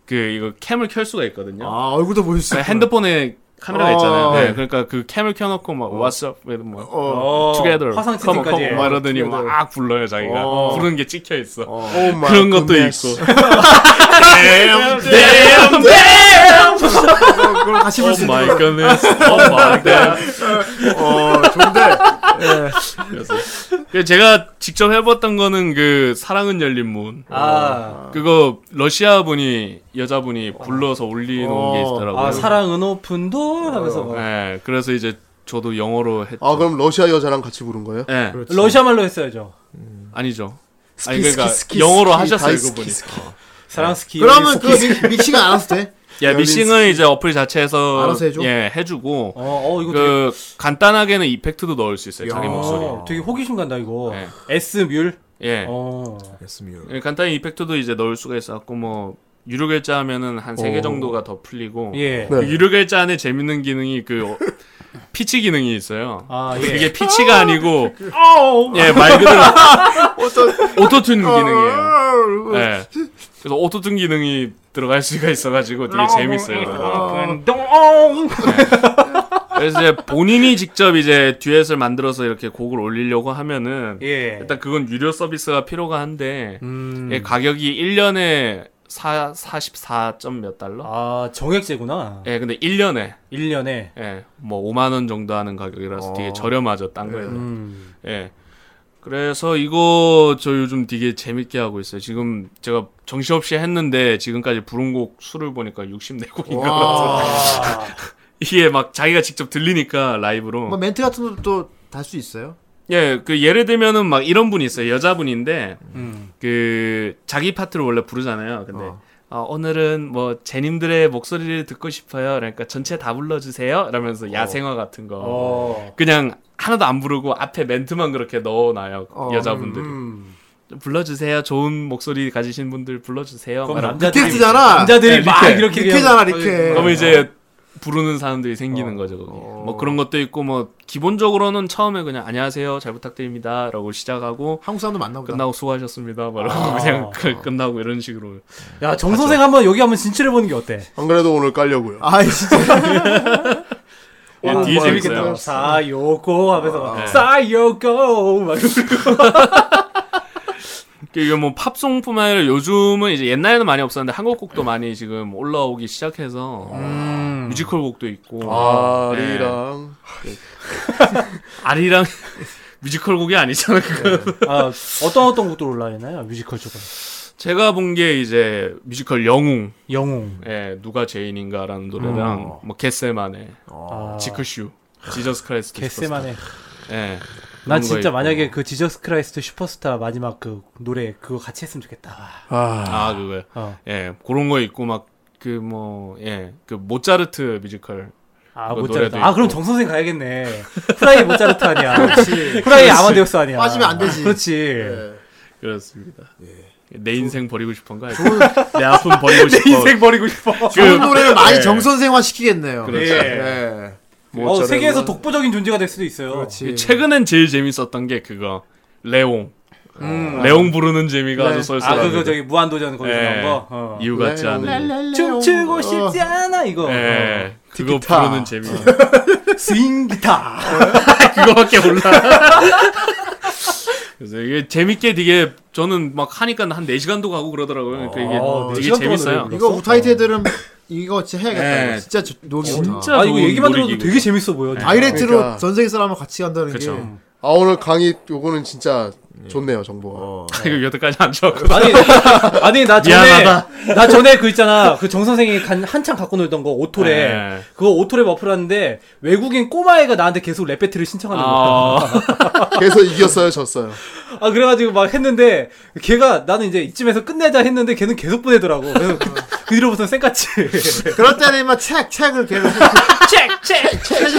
Speaker 8: 그 이거 캠을 켤 수가 있거든요.
Speaker 1: 아 얼굴도 보일 수
Speaker 8: 그러니까
Speaker 1: 있고.
Speaker 8: 핸드폰에 카메라가
Speaker 1: 어.
Speaker 8: 있잖아요. 네,
Speaker 1: 네.
Speaker 8: 그러니까 그 캠을 켜놓고 막 What's up? 이런 뭐
Speaker 2: 어,
Speaker 8: Together,
Speaker 2: 화상
Speaker 8: Come on,
Speaker 2: 채팅까지.
Speaker 8: come on 막 이러더니
Speaker 1: Together.
Speaker 8: 막 불러요 자기가
Speaker 1: 어. Oh
Speaker 8: 부르는 게 찍혀 있어.
Speaker 7: 오 마이
Speaker 8: 그런 것도
Speaker 7: goodness.
Speaker 8: 있고.
Speaker 1: 어, 그걸 같이 볼 수 네.
Speaker 8: Oh
Speaker 1: 있고.
Speaker 8: my goodness. Oh my god.
Speaker 1: 어 좋은데.
Speaker 7: 예.
Speaker 8: 그 제가 직접 해봤던 거는 그 사랑은 열린 문. 어,
Speaker 2: 아,
Speaker 8: 그거 러시아 분이 여자분이 불러서 올리는
Speaker 1: 어.
Speaker 8: 게 있더라고요.
Speaker 2: 아 사랑은 오픈 도 하면서 막.
Speaker 8: 예, 그래서 이제 저도 영어로 했죠.
Speaker 7: 아, 그럼 러시아 여자랑 같이 부른 거예요?
Speaker 8: 예,
Speaker 1: 그렇죠.
Speaker 2: 러시아 말로 했어야죠.
Speaker 8: 아니죠.
Speaker 7: 그 스키,
Speaker 8: 아니 그러니까
Speaker 7: 스키, 스키,
Speaker 8: 영어로
Speaker 7: 스키,
Speaker 8: 하셨어요
Speaker 7: 다이스키,
Speaker 8: 그분이
Speaker 7: 스키.
Speaker 2: 사랑 스키.
Speaker 1: 그러면 그 미- 미싱은 알아서 돼.
Speaker 8: 예, 미싱은 이제 어플 자체에서
Speaker 1: 알아서 해줘?
Speaker 8: 예, 해주고
Speaker 2: 어, 어 이거 되게,
Speaker 8: 그 간단하게는 이펙트도 넣을 수 있어요. 자기
Speaker 1: 야.
Speaker 8: 목소리.
Speaker 2: 어, 되게 호기심 간다 이거.
Speaker 8: 예.
Speaker 2: S 뮬.
Speaker 8: 예.
Speaker 2: 어.
Speaker 8: 예, 간단히 이펙트도 이제 넣을 수가 있어갖고 뭐 유료 결제하면은 한 세 개 정도가 더 풀리고
Speaker 2: 예.
Speaker 8: 그 유료 결제 안에 재밌는 기능이 그 어, 피치 기능이 있어요.
Speaker 2: 아 예.
Speaker 8: 이게 피치가 아니고 예 말 그대로
Speaker 1: 어,
Speaker 8: 오토튠 어. 기능이에요. 예. 그래서 오토튠 기능이 들어갈 수가 있어가지고
Speaker 2: 아,
Speaker 8: 되게
Speaker 2: 뭐,
Speaker 8: 재밌어요.
Speaker 2: 예,
Speaker 8: 그거.
Speaker 2: 동.
Speaker 8: 그래서 이제 본인이 직접 이제 듀엣을 만들어서 이렇게 곡을 올리려고 하면은
Speaker 2: 예.
Speaker 8: 일단 그건 유료 서비스가 필요가 한데
Speaker 2: 음.
Speaker 8: 예, 가격이 1년에 사, 44점 몇 달러?
Speaker 2: 아, 정액제구나.
Speaker 8: 예, 근데 1년에
Speaker 2: 1년에. 어.
Speaker 8: 예, 뭐 5만 원 정도 하는 가격이라서 되게 저렴하죠, 딴 거에.
Speaker 2: 음.
Speaker 8: 예. 그래서 이거 저 요즘 되게 재밌게 하고 있어요. 지금 제가 정신없이 했는데 지금까지 부른 곡 수를 보니까 64곡인가 봐서 이게 막 자기가 직접 들리니까 라이브로
Speaker 1: 뭐 멘트 같은 것도 또 달 수 있어요?
Speaker 8: 예, 그 예를 들면은 막 이런 분이 있어요. 여자분인데 그 자기 파트를 원래 부르잖아요. 근데
Speaker 1: 어.
Speaker 8: 어, 오늘은 뭐 제님들의 목소리를 듣고 싶어요. 그러니까 전체 다 불러주세요. 이러면서 야생화 같은 거
Speaker 2: 어.
Speaker 8: 그냥 하나도 안 부르고 앞에 멘트만 그렇게 넣어놔요. 여자분들이 불러주세요. 좋은 목소리 가지신 분들 불러주세요.
Speaker 2: 그럼
Speaker 8: 막
Speaker 2: 남자들이
Speaker 1: 릭테잖아.
Speaker 2: 남자들이
Speaker 8: 네,
Speaker 2: 막
Speaker 8: 리퀘.
Speaker 2: 이렇게 어. 그냥-
Speaker 1: 리케잖아 리케.
Speaker 8: 그러면 이제 부르는 사람들이 생기는 거죠. 거기. 뭐 그런 것도 있고 뭐 기본적으로는 처음에 그냥 안녕하세요 잘 부탁드립니다라고 시작하고
Speaker 1: 한국 사람도 만나보다.
Speaker 8: 끝나고 수고하셨습니다. 막 이러고 그냥 그- 끝나고 이런 식으로 아,
Speaker 2: 야, 정 선생 한번 여기 한번 진출해 보는 게 어때?
Speaker 7: 안 그래도 오늘 깔려고요.
Speaker 1: 아 진짜
Speaker 8: 예, 되게 재밌어요.
Speaker 2: 사요고
Speaker 8: 아,
Speaker 2: 하면서 아,
Speaker 8: 네.
Speaker 2: 막 사요고 막
Speaker 8: 이게 뭐 팝송뿐만 아니라 요즘은 이제 옛날에는 많이 없었는데 한국
Speaker 2: 네.
Speaker 8: 곡도 많이 지금 올라오기 시작해서
Speaker 2: 음.
Speaker 8: 뮤지컬 곡도 있고
Speaker 2: 아,
Speaker 8: 네.
Speaker 7: 아리랑
Speaker 8: 아리랑 뮤지컬 곡이 아니잖아 그거.
Speaker 2: 아, 어떤 어떤 곡들 올라있나요? 뮤지컬 쪽은.
Speaker 8: 제가 본 게 이제 뮤지컬 영웅,
Speaker 2: 영웅. 음.
Speaker 8: 예, 누가 죄인인가라는 노래랑 뭐 겟세만의
Speaker 2: 아,
Speaker 8: 지크슈, 지저스 크라이스트
Speaker 2: 개쎄만해.
Speaker 8: 슈퍼스타. 예.
Speaker 2: 나
Speaker 8: 그런 거
Speaker 2: 진짜
Speaker 8: 있고.
Speaker 2: 만약에 그 지저스 크라이스트 슈퍼스타 마지막 그 노래 그거 같이 했으면 좋겠다.
Speaker 8: 아 그거요.
Speaker 2: 어.
Speaker 8: 예, 그런 거 있고 막 그 뭐 예, 그 모차르트 뮤지컬.
Speaker 2: 아,
Speaker 8: 그 노래도
Speaker 2: 모짜르트. 아,
Speaker 8: 있고.
Speaker 2: 그럼 정 선생 가야겠네. 후라이 모짜르트 아니야. 후라이 아마데우스 아니야.
Speaker 1: 빠지면 안 되지. 예.
Speaker 2: 그렇지.
Speaker 8: 예, 그렇습니다. 내 인생 버리고 싶은가? 내 아픔 버리고 싶어.
Speaker 2: 인생 버리고 싶어. 그 네.
Speaker 1: 좋은 노래를 많이
Speaker 8: 예.
Speaker 1: 정선생화 시키겠네요.
Speaker 8: 그렇죠.
Speaker 1: 예.
Speaker 2: 어,
Speaker 8: 모짜르트.
Speaker 2: 세계에서 독보적인 존재가 될 수도 있어요.
Speaker 1: 그렇지.
Speaker 8: 최근엔 제일 재밌었던 게 그거 레옹. 어, 레옹 부르는 재미가 아주
Speaker 2: 음. 아,
Speaker 8: 쏠쏠하고.
Speaker 2: 그거 저기 무한도전 거기서
Speaker 8: 예.
Speaker 2: 나온 거. 어.
Speaker 8: 이유 같지 않은.
Speaker 2: 춤추고 싶지 않아 이거. 네.
Speaker 8: 예, 그거
Speaker 1: 티키타.
Speaker 8: 부르는 재미.
Speaker 2: 어. 스윙 기타.
Speaker 8: 그거밖에 몰라. 그래서 이게 재밌게 되게 저는 막 하니까 한 4시간도 가고 그러더라고요. 그러니까
Speaker 2: 어,
Speaker 8: 이게
Speaker 2: 네 시간
Speaker 8: 되게
Speaker 2: 동안
Speaker 8: 재밌어요.
Speaker 2: 노래를
Speaker 1: 이거 우타이트 애들은 이거 진짜 해야겠다.
Speaker 8: 예.
Speaker 1: 이거 진짜 저- 노래 좋다.
Speaker 8: 진짜
Speaker 2: 아 이거
Speaker 8: 좋은
Speaker 2: 얘기만 들어도
Speaker 8: 놀이기구. 네.
Speaker 2: 되게 재밌어 보여.
Speaker 1: 다이렉트로
Speaker 7: 그러니까.
Speaker 1: 전 세계 사람하고 같이 간다는
Speaker 8: 그쵸.
Speaker 1: 게 예.
Speaker 7: 아 오늘 강의 요거는 진짜 좋네요 정보가.
Speaker 1: 어.
Speaker 8: 이거 여태까지 안 좋았고.
Speaker 2: 아니 아니 나 전에
Speaker 8: 미안하다.
Speaker 2: 나 전에 그 있잖아 그 정 선생이 간- 한창 갖고 놀던 거 오토랩
Speaker 8: 네.
Speaker 2: 그거 오토랩 어플하는데 외국인 꼬마애가 나한테 계속 랩 배틀을 신청하는 거야.
Speaker 4: 아.
Speaker 8: 어,
Speaker 7: 그래서 이겼어요, 졌어요.
Speaker 2: 아 그래가지고 막 했는데 걔가 나는 이제 이쯤에서 끝내자 했는데 걔는 계속 보내더라고. 그래서 그, 그 뒤로부터 쌩같이
Speaker 1: 그럴 때는 막 책, 책을 계속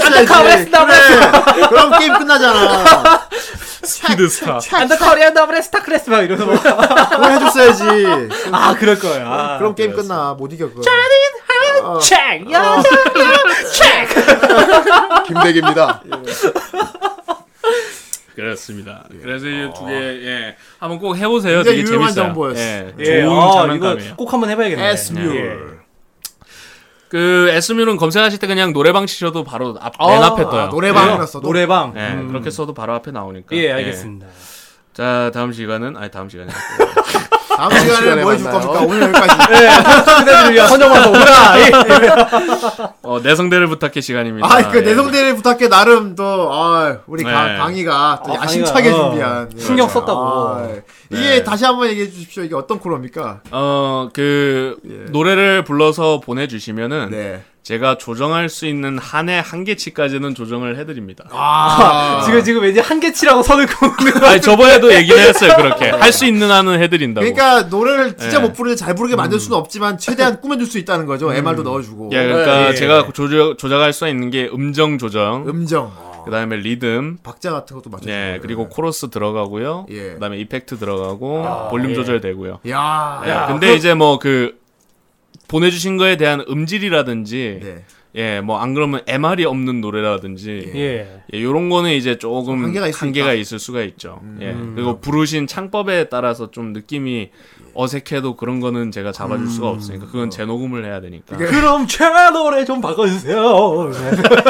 Speaker 2: 안타카와 했다
Speaker 1: 그래. 그럼 게임 끝나잖아.
Speaker 8: 스피드스타.
Speaker 2: 안다 코리안다 브레스타 크레스 막 이러면서 막.
Speaker 1: 그걸 해줬어야지.
Speaker 2: 아 그럴 거야. 아,
Speaker 1: 그럼 게임 끝나. 못 이겨, 그거. 어.
Speaker 2: 체크 야 체크.
Speaker 7: 김대기입니다.
Speaker 8: 그렇습니다. 그래서
Speaker 2: 아.
Speaker 8: 이두 개, 예. 한번 꼭 해보세요.
Speaker 1: 굉장히
Speaker 8: 되게
Speaker 1: 유용한
Speaker 8: 재밌어요.
Speaker 1: 정보였어.
Speaker 8: 예.
Speaker 2: 예,
Speaker 8: 좋은
Speaker 2: 아, 이거
Speaker 8: 장난감이에요.
Speaker 2: 꼭 한번 해봐야겠네.
Speaker 1: 에스뮬.
Speaker 8: 그, 에스뮤는 검색하실 때 그냥 노래방 치셔도 바로 앞, 맨 앞에 떠요.
Speaker 1: 아, 노래방이라서. 노래...
Speaker 2: 노래방. 음.
Speaker 8: 예, 그렇게 써도 바로 앞에 나오니까.
Speaker 2: 예, 알겠습니다.
Speaker 8: 자, 다음 시간은, 아니, 다음 시간에.
Speaker 1: 다음 시간에 뭐 해줄
Speaker 7: 만나요.
Speaker 1: 겁니까? 오늘 여기까지.
Speaker 2: 예,
Speaker 8: 네,
Speaker 2: 그대를 위한 선정화서 오라. 예.
Speaker 8: 어, 내성대를 부탁해 시간입니다.
Speaker 1: 아, 그
Speaker 8: 예.
Speaker 1: 내성대를 부탁해 나름 또 아, 우리 강,
Speaker 8: 네.
Speaker 1: 강의가 또
Speaker 2: 어,
Speaker 1: 야심차게
Speaker 2: 강의가, 어,
Speaker 1: 준비한 예.
Speaker 2: 신경 썼다고.
Speaker 8: 네.
Speaker 1: 이게 다시 한번 얘기해 주십시오. 이게 어떤 코너입니까?
Speaker 8: 어, 그, 노래를 불러서 보내주시면은,
Speaker 1: 예. 네.
Speaker 8: 제가 조정할 수 있는 한해 한 개치까지는 조정을 해드립니다.
Speaker 1: 아.
Speaker 2: 아, 지금 지금 왠지 한계치라고 선을 그는 거.
Speaker 8: 아니, 저번에도 얘기를 했어요, 그렇게. 할 수 있는 한은 해드린다고.
Speaker 1: 그러니까 노래를 진짜
Speaker 8: 네.
Speaker 1: 못 부르는데 잘 부르게 만들 수는 없지만 최대한 꾸며줄 수 있다는 거죠. MR도 넣어주고
Speaker 8: 예, 그러니까
Speaker 2: 예.
Speaker 8: 제가 조조, 조작할 수 있는 게 음정 조정,
Speaker 1: 음정,
Speaker 8: 그 다음에 리듬,
Speaker 1: 박자 같은 것도 맞춰주고.
Speaker 8: 예, 그리고 코러스 들어가고요.
Speaker 1: 예. 아,
Speaker 8: 그 다음에 이펙트 들어가고, 볼륨 조절되고요.
Speaker 1: 야,
Speaker 8: 예, 근데 이제 뭐 그, 보내주신 거에 대한 음질이라든지,
Speaker 1: 네.
Speaker 8: 예, 뭐 안 그러면 MR이 없는 노래라든지,
Speaker 2: 예.
Speaker 8: 예, 요런 거는 이제 조금
Speaker 1: 한계가 음.
Speaker 8: 한계가,
Speaker 1: 있을 수 있다.
Speaker 8: 있을 수가 있죠. 예. 그리고 부르신 창법에 따라서 좀 느낌이 어색해도 그런 거는 제가 잡아줄 수가
Speaker 1: 음.
Speaker 8: 없으니까 그건 재녹음을 해야 되니까.
Speaker 2: 그럼 제 노래 좀 바꿔주세요.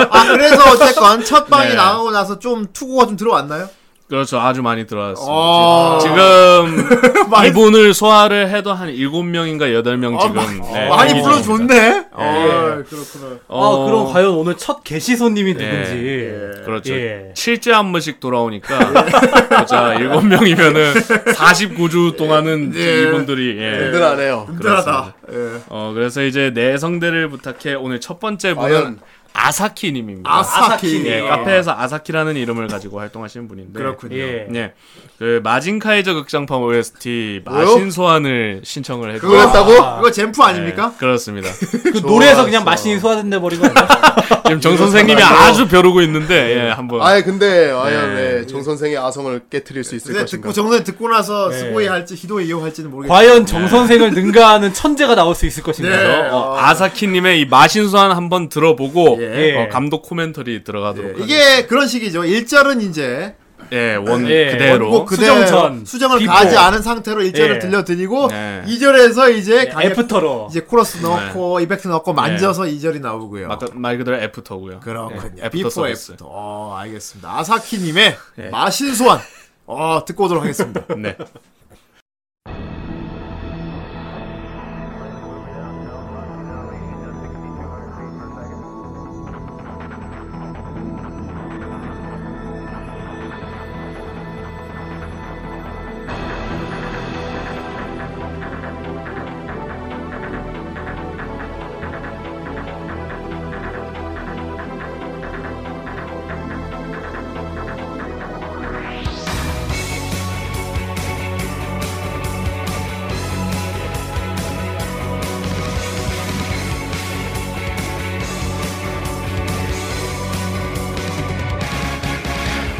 Speaker 1: 아 그래서 어쨌건 첫 방이
Speaker 8: 네.
Speaker 1: 나가고 나서 좀 투고가 좀 들어왔나요?
Speaker 8: 그렇죠. 아주 많이 들어왔습니다.
Speaker 1: 아.
Speaker 8: 지금 이분을 소화를 해도 한 7명인가 8명 지금 네,
Speaker 1: 아, 많이
Speaker 8: 대기 중입니다.
Speaker 1: 불러줬네. 어, 그렇구나.
Speaker 8: 어, 예.
Speaker 2: 아, 그럼 과연 오늘 첫 게시 손님이 누군지.
Speaker 8: 그렇죠.
Speaker 2: 예.
Speaker 8: 실제 한 번씩 돌아오니까 진짜 7명이면은 49주 동안은 이분들이 예.
Speaker 7: 든든하네요.
Speaker 1: 힘들하다. 예.
Speaker 8: 어, 그래서 이제 내성대를 부탁해 오늘 첫 번째 분은
Speaker 7: 과연
Speaker 8: 아사키 님입니다.
Speaker 1: 아사키.
Speaker 8: 예, 카페에서 아사키라는 이름을 가지고 활동하시는 분인데
Speaker 1: 그렇군요.
Speaker 2: 예.
Speaker 8: 예. 그 마징카이저 극장판 OST 마신 소환을 신청을 해
Speaker 1: 그거 했다고? 그거 젠프 아닙니까?
Speaker 8: 그렇습니다.
Speaker 2: 아. 그 노래에서 그냥 마신이 소화된다 버린 거 아니야?
Speaker 8: 지금 정 선생님이 아주 벼르고 있는데 예, 한번
Speaker 7: 아예 근데 과연
Speaker 8: 네.
Speaker 7: 네, 정 선생의 아성을 깨뜨릴 수 있을
Speaker 1: 근데
Speaker 7: 것인가?
Speaker 1: 네, 듣고 정선이 듣고 나서
Speaker 8: 네.
Speaker 1: 스고이 할지 히도이 이오 할지는 네. 모르겠어.
Speaker 2: 과연
Speaker 8: 예.
Speaker 2: 정선생을 능가하는 천재가 나올 수 있을 것인가요?
Speaker 8: 어, 아사키님의 이 마신 소환 한번 들어보고
Speaker 1: 네. 예.
Speaker 8: 어, 감독 코멘터리 들어가도록 하겠습니다.
Speaker 1: 이게 그런 식이죠. 일절은 이제 네.
Speaker 8: 예, 원
Speaker 2: 예.
Speaker 8: 그대로
Speaker 1: 원곡 그대로
Speaker 2: 수정전,
Speaker 1: 수정을
Speaker 2: 비포.
Speaker 1: 가지 않은 상태로 일절을
Speaker 2: 예.
Speaker 1: 들려드리고
Speaker 8: 예.
Speaker 1: 이절에서 이제 강의
Speaker 2: 네. 애프터로.
Speaker 1: 이제 코러스
Speaker 8: 네.
Speaker 1: 넣고 이펙트 넣고 만져서 이절이 나오고요.
Speaker 8: 마- 말 네. 그대로 애프터고요.
Speaker 1: 아, 그렇군요.
Speaker 8: 예, 애프터
Speaker 1: 비포
Speaker 8: 서비스.
Speaker 1: 애프터. 어, 알겠습니다. 아사키님의 마신 소환. 어, 듣고 오도록 하겠습니다.
Speaker 8: 네.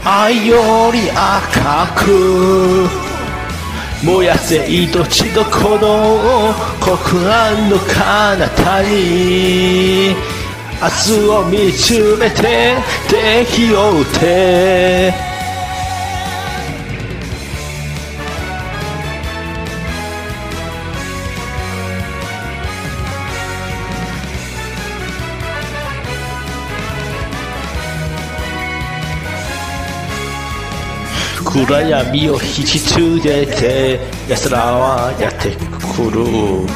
Speaker 6: あより赤く燃やせ命どこの黒暗の彼方に明日を見つめて敵を撃て暗闇を引き継いでて奴らはやってくる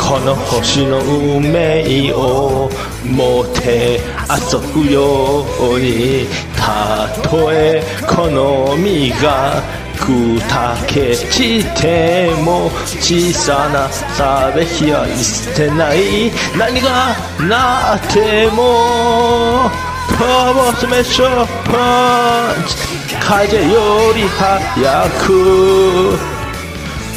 Speaker 6: この星の運命を持って遊ぶようにたとえこの身がくたけ散っても小さな差別や捨てない何がなってもパワースメッシャーパンチ風より速く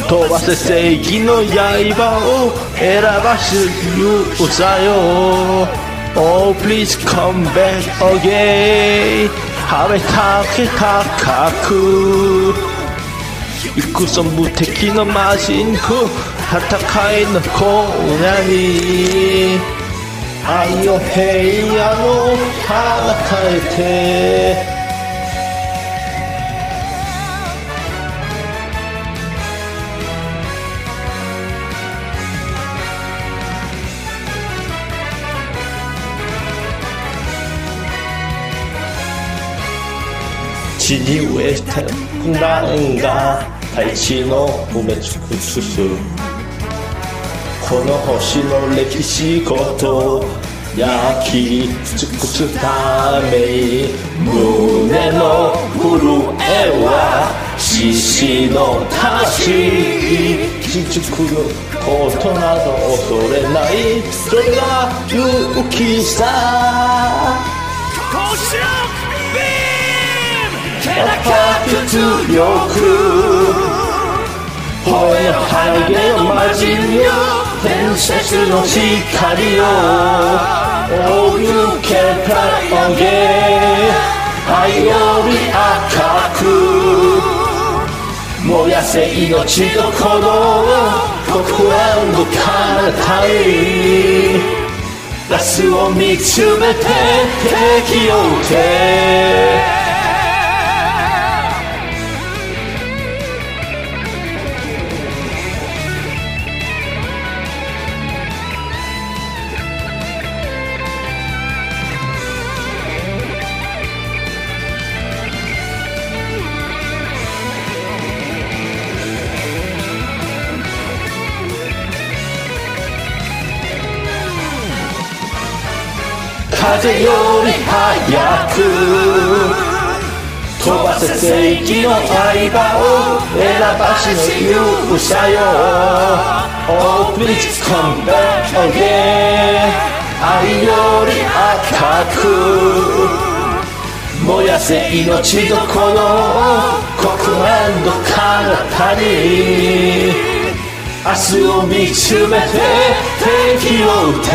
Speaker 6: 飛ばせ正義の刃を選ばす勇者よ Oh please come back again 羽ばたけ高く幾そ無敵のマシンク戦いのコーナーに愛を平野を放たえて地に植えたなんが大地の埋め尽くすこの星の歴史こと焼き尽くすために胸の震えは獅子の魂地軸のことなど恐れないそれが勇気さ 아파트 주요크 허여 하게 맞으며 댄세스로 시카리오 오유 캐타오게 아이오리 아카쿠 모야세 이노치도 코노 코쿠안도 카나타이 라스오 미츠메테 테키오테 「風より早く飛ばせ正規の相場を選ばしの勇者よ Oh please come back again 愛より赤く燃やせ命どこの黒板の彼方に明日を見つめて敵を撃て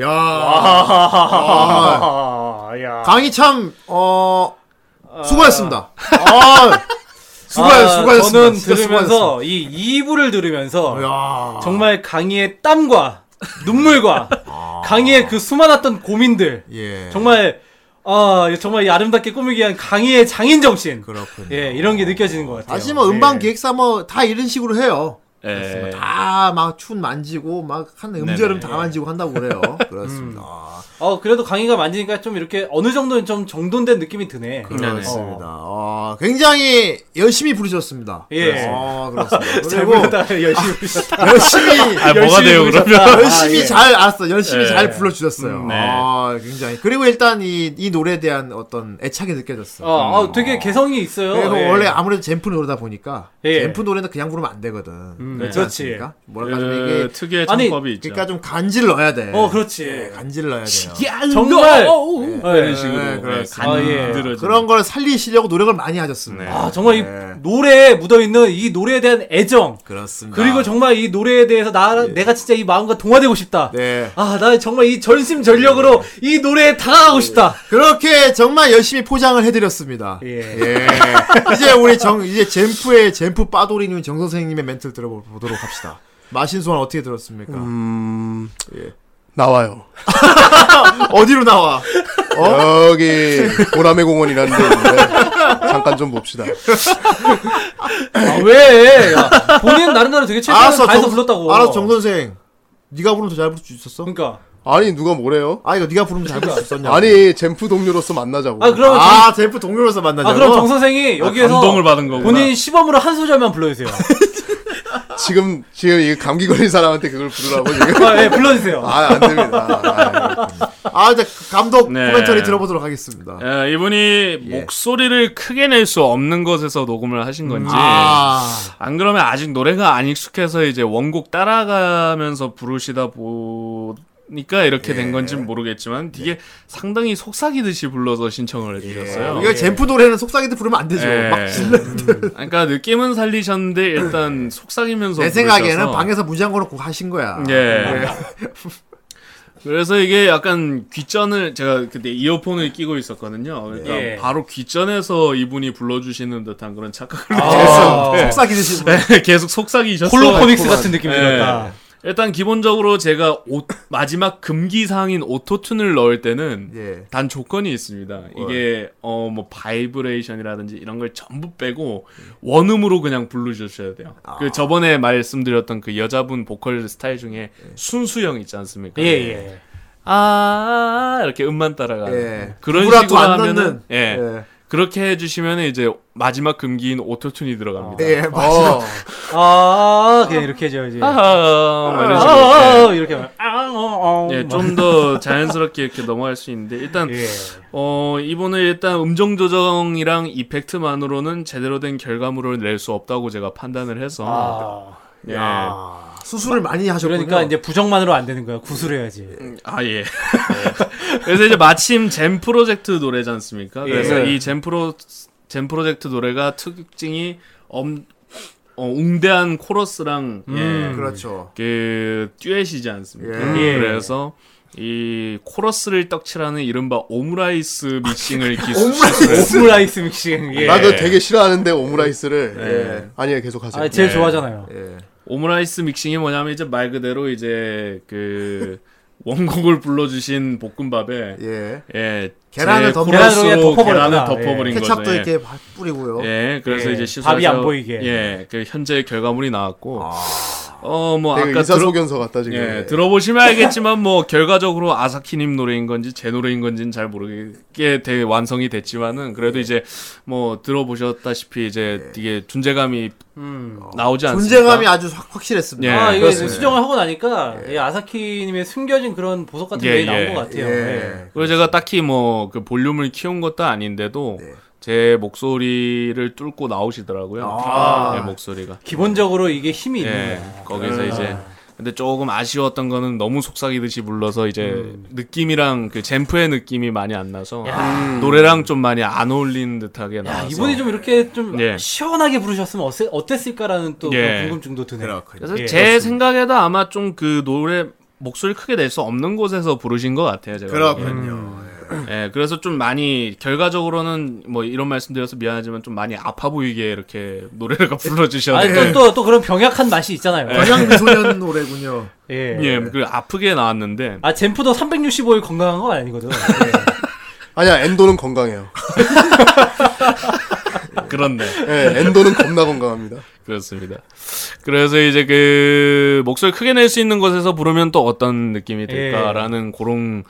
Speaker 1: 야 어, 아, 강의 참, 어, 수고하셨습니다. 아, 수고하, 수고하셨습니다.
Speaker 2: 저는
Speaker 1: 진짜
Speaker 2: 들으면서 이 2부를 들으면서
Speaker 1: 수고하셨습니다. 야,
Speaker 2: 정말 강희의 땀과 눈물과 강희의 그 수많았던 고민들
Speaker 1: 아. 예.
Speaker 2: 정말 아 정말 이 아름답게 꾸미기 위한 강희의 장인 정신
Speaker 1: 그렇군요.
Speaker 2: 예 이런 게 느껴지는 것 같아요. 예.
Speaker 1: 다시 뭐 음반 기획사 뭐 다 이런 식으로 해요.
Speaker 17: 예.
Speaker 1: 다 막 춤 만지고 막 한 음절음 다 만지고 한다고 그래요. 그렇습니다. 아,
Speaker 2: 네. 음. 어 그래도 강희가 만지니까 좀 이렇게 어느 정도는 좀 정돈된 느낌이 드네. 어.
Speaker 1: 그렇습니다. 아, 굉장히 열심히 부르셨습니다.
Speaker 2: 예.
Speaker 1: 아, 그렇습니다. 그리고 아,
Speaker 2: 잘못하다 열심히 부르셨다.
Speaker 1: 열심히
Speaker 18: 아, 뭐가 돼요, 그러면?
Speaker 2: 예.
Speaker 1: 열심히 잘 알았어. 열심히 잘 불러주셨어요.
Speaker 2: 음,
Speaker 17: 네.
Speaker 1: 아, 굉장히. 그리고 일단 이, 이 노래에 대한 어떤 애착이 느껴졌어요.
Speaker 2: 어, 어, 되게 개성이 있어요.
Speaker 1: 그리고
Speaker 2: 예.
Speaker 1: 원래 아무래도 젬프 노래다 보니까
Speaker 2: 예. 음,
Speaker 1: 젬프 노래는 그냥 부르면 안 되거든.
Speaker 8: 음.
Speaker 1: 그렇지
Speaker 2: 그렇지. 그
Speaker 1: 않습니까? 뭐랄까 좀 이게
Speaker 8: 특유의
Speaker 2: 아니,
Speaker 8: 창법이 있죠.
Speaker 1: 그러니까 좀 간지를 넣어야 돼. 예,
Speaker 2: 어 그렇지.
Speaker 1: 간지를 넣어야 돼요.
Speaker 2: 정말
Speaker 8: 이런
Speaker 2: 예.
Speaker 8: 식으로
Speaker 1: 네,
Speaker 8: 네,
Speaker 1: 그렇습니다.
Speaker 8: 간-
Speaker 2: 아, 예.
Speaker 8: 들어지는.
Speaker 1: 그런 걸 살리시려고 노력을 많이 하셨습니다.
Speaker 2: 아 정말 이
Speaker 1: 네.
Speaker 2: 노래에 묻어 있는 이 노래에 대한 애정
Speaker 1: 그렇습니다.
Speaker 2: 그리고 정말 이 노래에 대해서 나 내가 진짜 이 마음과 동화되고 싶다.
Speaker 1: 예. 네.
Speaker 2: 아, 나 정말 이 전심전력으로 이 노래에 다가가고 싶다.
Speaker 1: 그렇게 정말 열심히 포장을 해드렸습니다.
Speaker 2: 예.
Speaker 1: 예. 이제 우리 정 이제 젠프의 젠프 빠돌이님 정 선생님의 멘트를 들어보도록 합시다. 마신소환 어떻게 들었습니까? 예.
Speaker 4: 음, 나와요.
Speaker 1: 어디로 나와?
Speaker 2: 어?
Speaker 4: 여기 보라매 공원이라는 데 있는데 잠깐 좀 봅시다.
Speaker 2: 아, 왜? 야, 본인 나름대로 되게 최선을
Speaker 1: 알았어,
Speaker 2: 다해서
Speaker 1: 정-
Speaker 2: 불렀다고.
Speaker 1: 알았어 정 선생. 네가 부르면 더 잘 부를 수 있었어?
Speaker 2: 그러니까.
Speaker 4: 아니 누가 뭐래요?
Speaker 1: 아 이거 네가 부르면 더 잘 부를 수 있었냐?
Speaker 4: 아니 젠프 동료로서 만나자고.
Speaker 2: 아, 그러면 정,
Speaker 1: 아 젠프 동료로서 만나자.
Speaker 2: 아, 그럼 정 선생이 여기에서
Speaker 8: 감동을 받은 거구나.
Speaker 2: 본인 시범으로 한 소절만 불러주세요.
Speaker 4: 지금 지금 이 감기 걸린 사람한테 그걸 부르라고 지금.
Speaker 2: 아, 예, 불러주세요.
Speaker 4: 아 안 됩니다.
Speaker 1: 아 이제 감독
Speaker 8: 네.
Speaker 1: 코멘터리 들어보도록 하겠습니다.
Speaker 8: 예, 이분이 목소리를 크게 낼 수 없는 곳에서 녹음을 하신 건지
Speaker 1: 아,
Speaker 8: 안 그러면 아직 노래가 안 익숙해서 이제 원곡 따라가면서 부르시다 보니까 이렇게
Speaker 1: 예.
Speaker 8: 된 건지는 모르겠지만
Speaker 1: 네.
Speaker 8: 되게 상당히 속삭이듯이 불러서 신청을 해주셨어요.
Speaker 1: 예.
Speaker 4: 예.
Speaker 1: 이거 젠프 노래는 속삭이듯 부르면 안 되죠.
Speaker 8: 예.
Speaker 1: 막 질러.
Speaker 8: 그러니까 느낌은 살리셨는데 일단 속삭이면서
Speaker 1: 내 생각에는
Speaker 8: 부르셔서
Speaker 1: 방에서 무장고 놓고 하신 거야.
Speaker 8: 예. 그래서 이게 약간 귓전을 제가 그때 이어폰을 끼고 있었거든요. 그러니까
Speaker 2: 예.
Speaker 8: 바로 귓전에서 이분이 불러주시는 듯한 그런 착각을
Speaker 2: 아,
Speaker 1: 속삭이듯이.
Speaker 8: 했었는데 계속 속삭이셨어요.
Speaker 2: 홀로포닉스 같은 느낌이
Speaker 8: 예.
Speaker 2: 들었다.
Speaker 8: 일단 기본적으로 제가 오- 마지막 금기 사항인 오토튠을 넣을 때는
Speaker 1: 예.
Speaker 8: 단 조건이 있습니다. 이게 어 뭐 바이브레이션이라든지 이런 걸 전부 빼고 원음으로 그냥 부르셔야 돼요.
Speaker 1: 아.
Speaker 8: 그 저번에 말씀드렸던 그 여자분 보컬 스타일
Speaker 1: 예.
Speaker 8: 중에 순수형 있지 않습니까?
Speaker 2: 예, 예.
Speaker 8: 아 이렇게 음만 따라가는
Speaker 1: 예.
Speaker 8: 그런
Speaker 1: 비브라토
Speaker 8: 식으로
Speaker 1: 안
Speaker 8: 하면은
Speaker 1: 넣는.
Speaker 8: 예.
Speaker 1: 예.
Speaker 8: 그렇게 해주시면 이제 마지막 금기인 오토튠이 들어갑니다.
Speaker 1: 예, 맞아.
Speaker 2: 아, 그냥 이렇게 해줘야지.
Speaker 8: 아, 뭐 이런
Speaker 2: 아,
Speaker 8: 식으로.
Speaker 2: 아, 아, 이렇게 하면. 아, 어, 어.
Speaker 8: 예, 좀 더 자연스럽게 이렇게 넘어갈 수 있는데 일단
Speaker 2: 예.
Speaker 8: 어 이분은 일단 음정 조정이랑 이펙트만으로는 제대로 된 결과물을 낼 수 없다고 제가 판단을 해서
Speaker 2: 아,
Speaker 8: 예.
Speaker 1: 아, 수술을 많이 하셨군요.
Speaker 2: 그러니까 이제 부정만으로 안 되는 거야. 구술해야지.
Speaker 8: 아
Speaker 2: 네.
Speaker 8: 예. 그래서 이제 마침 젠 프로젝트 노래지 않습니까? 그래서
Speaker 2: 예.
Speaker 8: 이젠 프로 젠 프로젝트 노래가 특징이 엄 어, 웅대한 코러스랑 예,
Speaker 1: 그렇죠.
Speaker 8: 그 듀엣이지 않습니까?
Speaker 2: 예.
Speaker 8: 그래서 이 코러스를 떡칠하는 이른바 오므라이스 믹싱을 기술.
Speaker 2: 오므라이스 믹싱. 예.
Speaker 4: 나도 되게 싫어하는데 오므라이스를.
Speaker 8: 예.
Speaker 4: 아니에요 계속 하세요.
Speaker 2: 아, 제일 좋아하잖아요.
Speaker 8: 오므라이스 믹싱이 뭐냐면 이제 말 그대로 이제 그 원곡을 불러주신 볶음밥에 예,
Speaker 1: 예.
Speaker 8: 계란을
Speaker 1: 계란을 덮-
Speaker 8: 코러스로
Speaker 2: 계란을 그냥 덮어버렸구나.
Speaker 8: 계란을
Speaker 2: 예.
Speaker 8: 덮어버린
Speaker 1: 케첩도
Speaker 8: 거죠. 예.
Speaker 1: 이렇게 막 뿌리고요.
Speaker 8: 예, 그래서
Speaker 2: 예,
Speaker 8: 이제
Speaker 2: 밥이
Speaker 8: 시사에서
Speaker 2: 안 보이게.
Speaker 8: 예, 그 현재 결과물이 나왔고 어 뭐
Speaker 4: 되게
Speaker 8: 아까 들어,
Speaker 4: 의사소견서 같다 지금.
Speaker 8: 예, 들어보시면 알겠지만 뭐 결과적으로 아사키님 노래인 건지 제 노래인 건지는 잘 모르게 되 완성이 됐지만은
Speaker 1: 예.
Speaker 8: 그래도 이제 뭐 들어보셨다시피 이제 이게 존재감이 나오지 않습니까?
Speaker 1: 음. 존재감이 아주 확, 확실했습니다. 예.
Speaker 8: 예,
Speaker 2: 아, 이거
Speaker 8: 그렇습니다.
Speaker 2: 수정을 하고 나니까 이 아사키님의 숨겨진 그런 보석 같은
Speaker 8: 예,
Speaker 2: 게 나온
Speaker 8: 예.
Speaker 2: 것 같아요. 예.
Speaker 8: 그리고 제가 딱히 뭐 그 볼륨을 키운 것도 아닌데도 제 목소리를 뚫고 나오시더라고요. 예, 목소리가.
Speaker 2: 기본적으로 이게 힘이 있는 아.
Speaker 8: 예,
Speaker 2: 거예요.
Speaker 8: 거기서 이제 근데 조금 아쉬웠던 거는 너무 속삭이듯이 불러서 이제
Speaker 2: 음.
Speaker 8: 느낌이랑 그 잼프의 느낌이 많이 안 나서 노래랑 좀 많이 안 어울리는 듯하게 나와서
Speaker 2: 이분이 좀 이렇게 좀
Speaker 8: 예.
Speaker 2: 시원하게 부르셨으면 어땠, 어땠을까라는 또
Speaker 8: 예.
Speaker 2: 그런 궁금증도 드네요.
Speaker 8: 그래서
Speaker 2: 예,
Speaker 8: 제 생각에도 아마 좀 그 노래 목소리 크게 낼 수 없는 곳에서 부르신 것 같아요 제가 보기엔.
Speaker 1: 그렇군요.
Speaker 8: 예, 그래서 좀 많이 결과적으로는 뭐 이런 말씀드려서 미안하지만 좀 많이 아파 보이게 이렇게 노래를
Speaker 2: 아니
Speaker 8: 불러주셨는데
Speaker 2: 또 또 또 그런 병약한 맛이 있잖아요.
Speaker 1: 그냥 미소년 노래군요.
Speaker 2: 예.
Speaker 8: 예, 그 아프게 나왔는데
Speaker 2: 아 젠프도 365일 건강한 건 아니거든. 예.
Speaker 4: 아니야 엔도는 건강해요.
Speaker 8: 그런데
Speaker 4: 예, 엔도는 겁나 건강합니다.
Speaker 8: 그렇습니다. 그래서 이제 그 목소리 크게 낼 수 있는 곳에서 부르면 또 어떤
Speaker 1: 예.
Speaker 8: 느낌이 들까라는 그런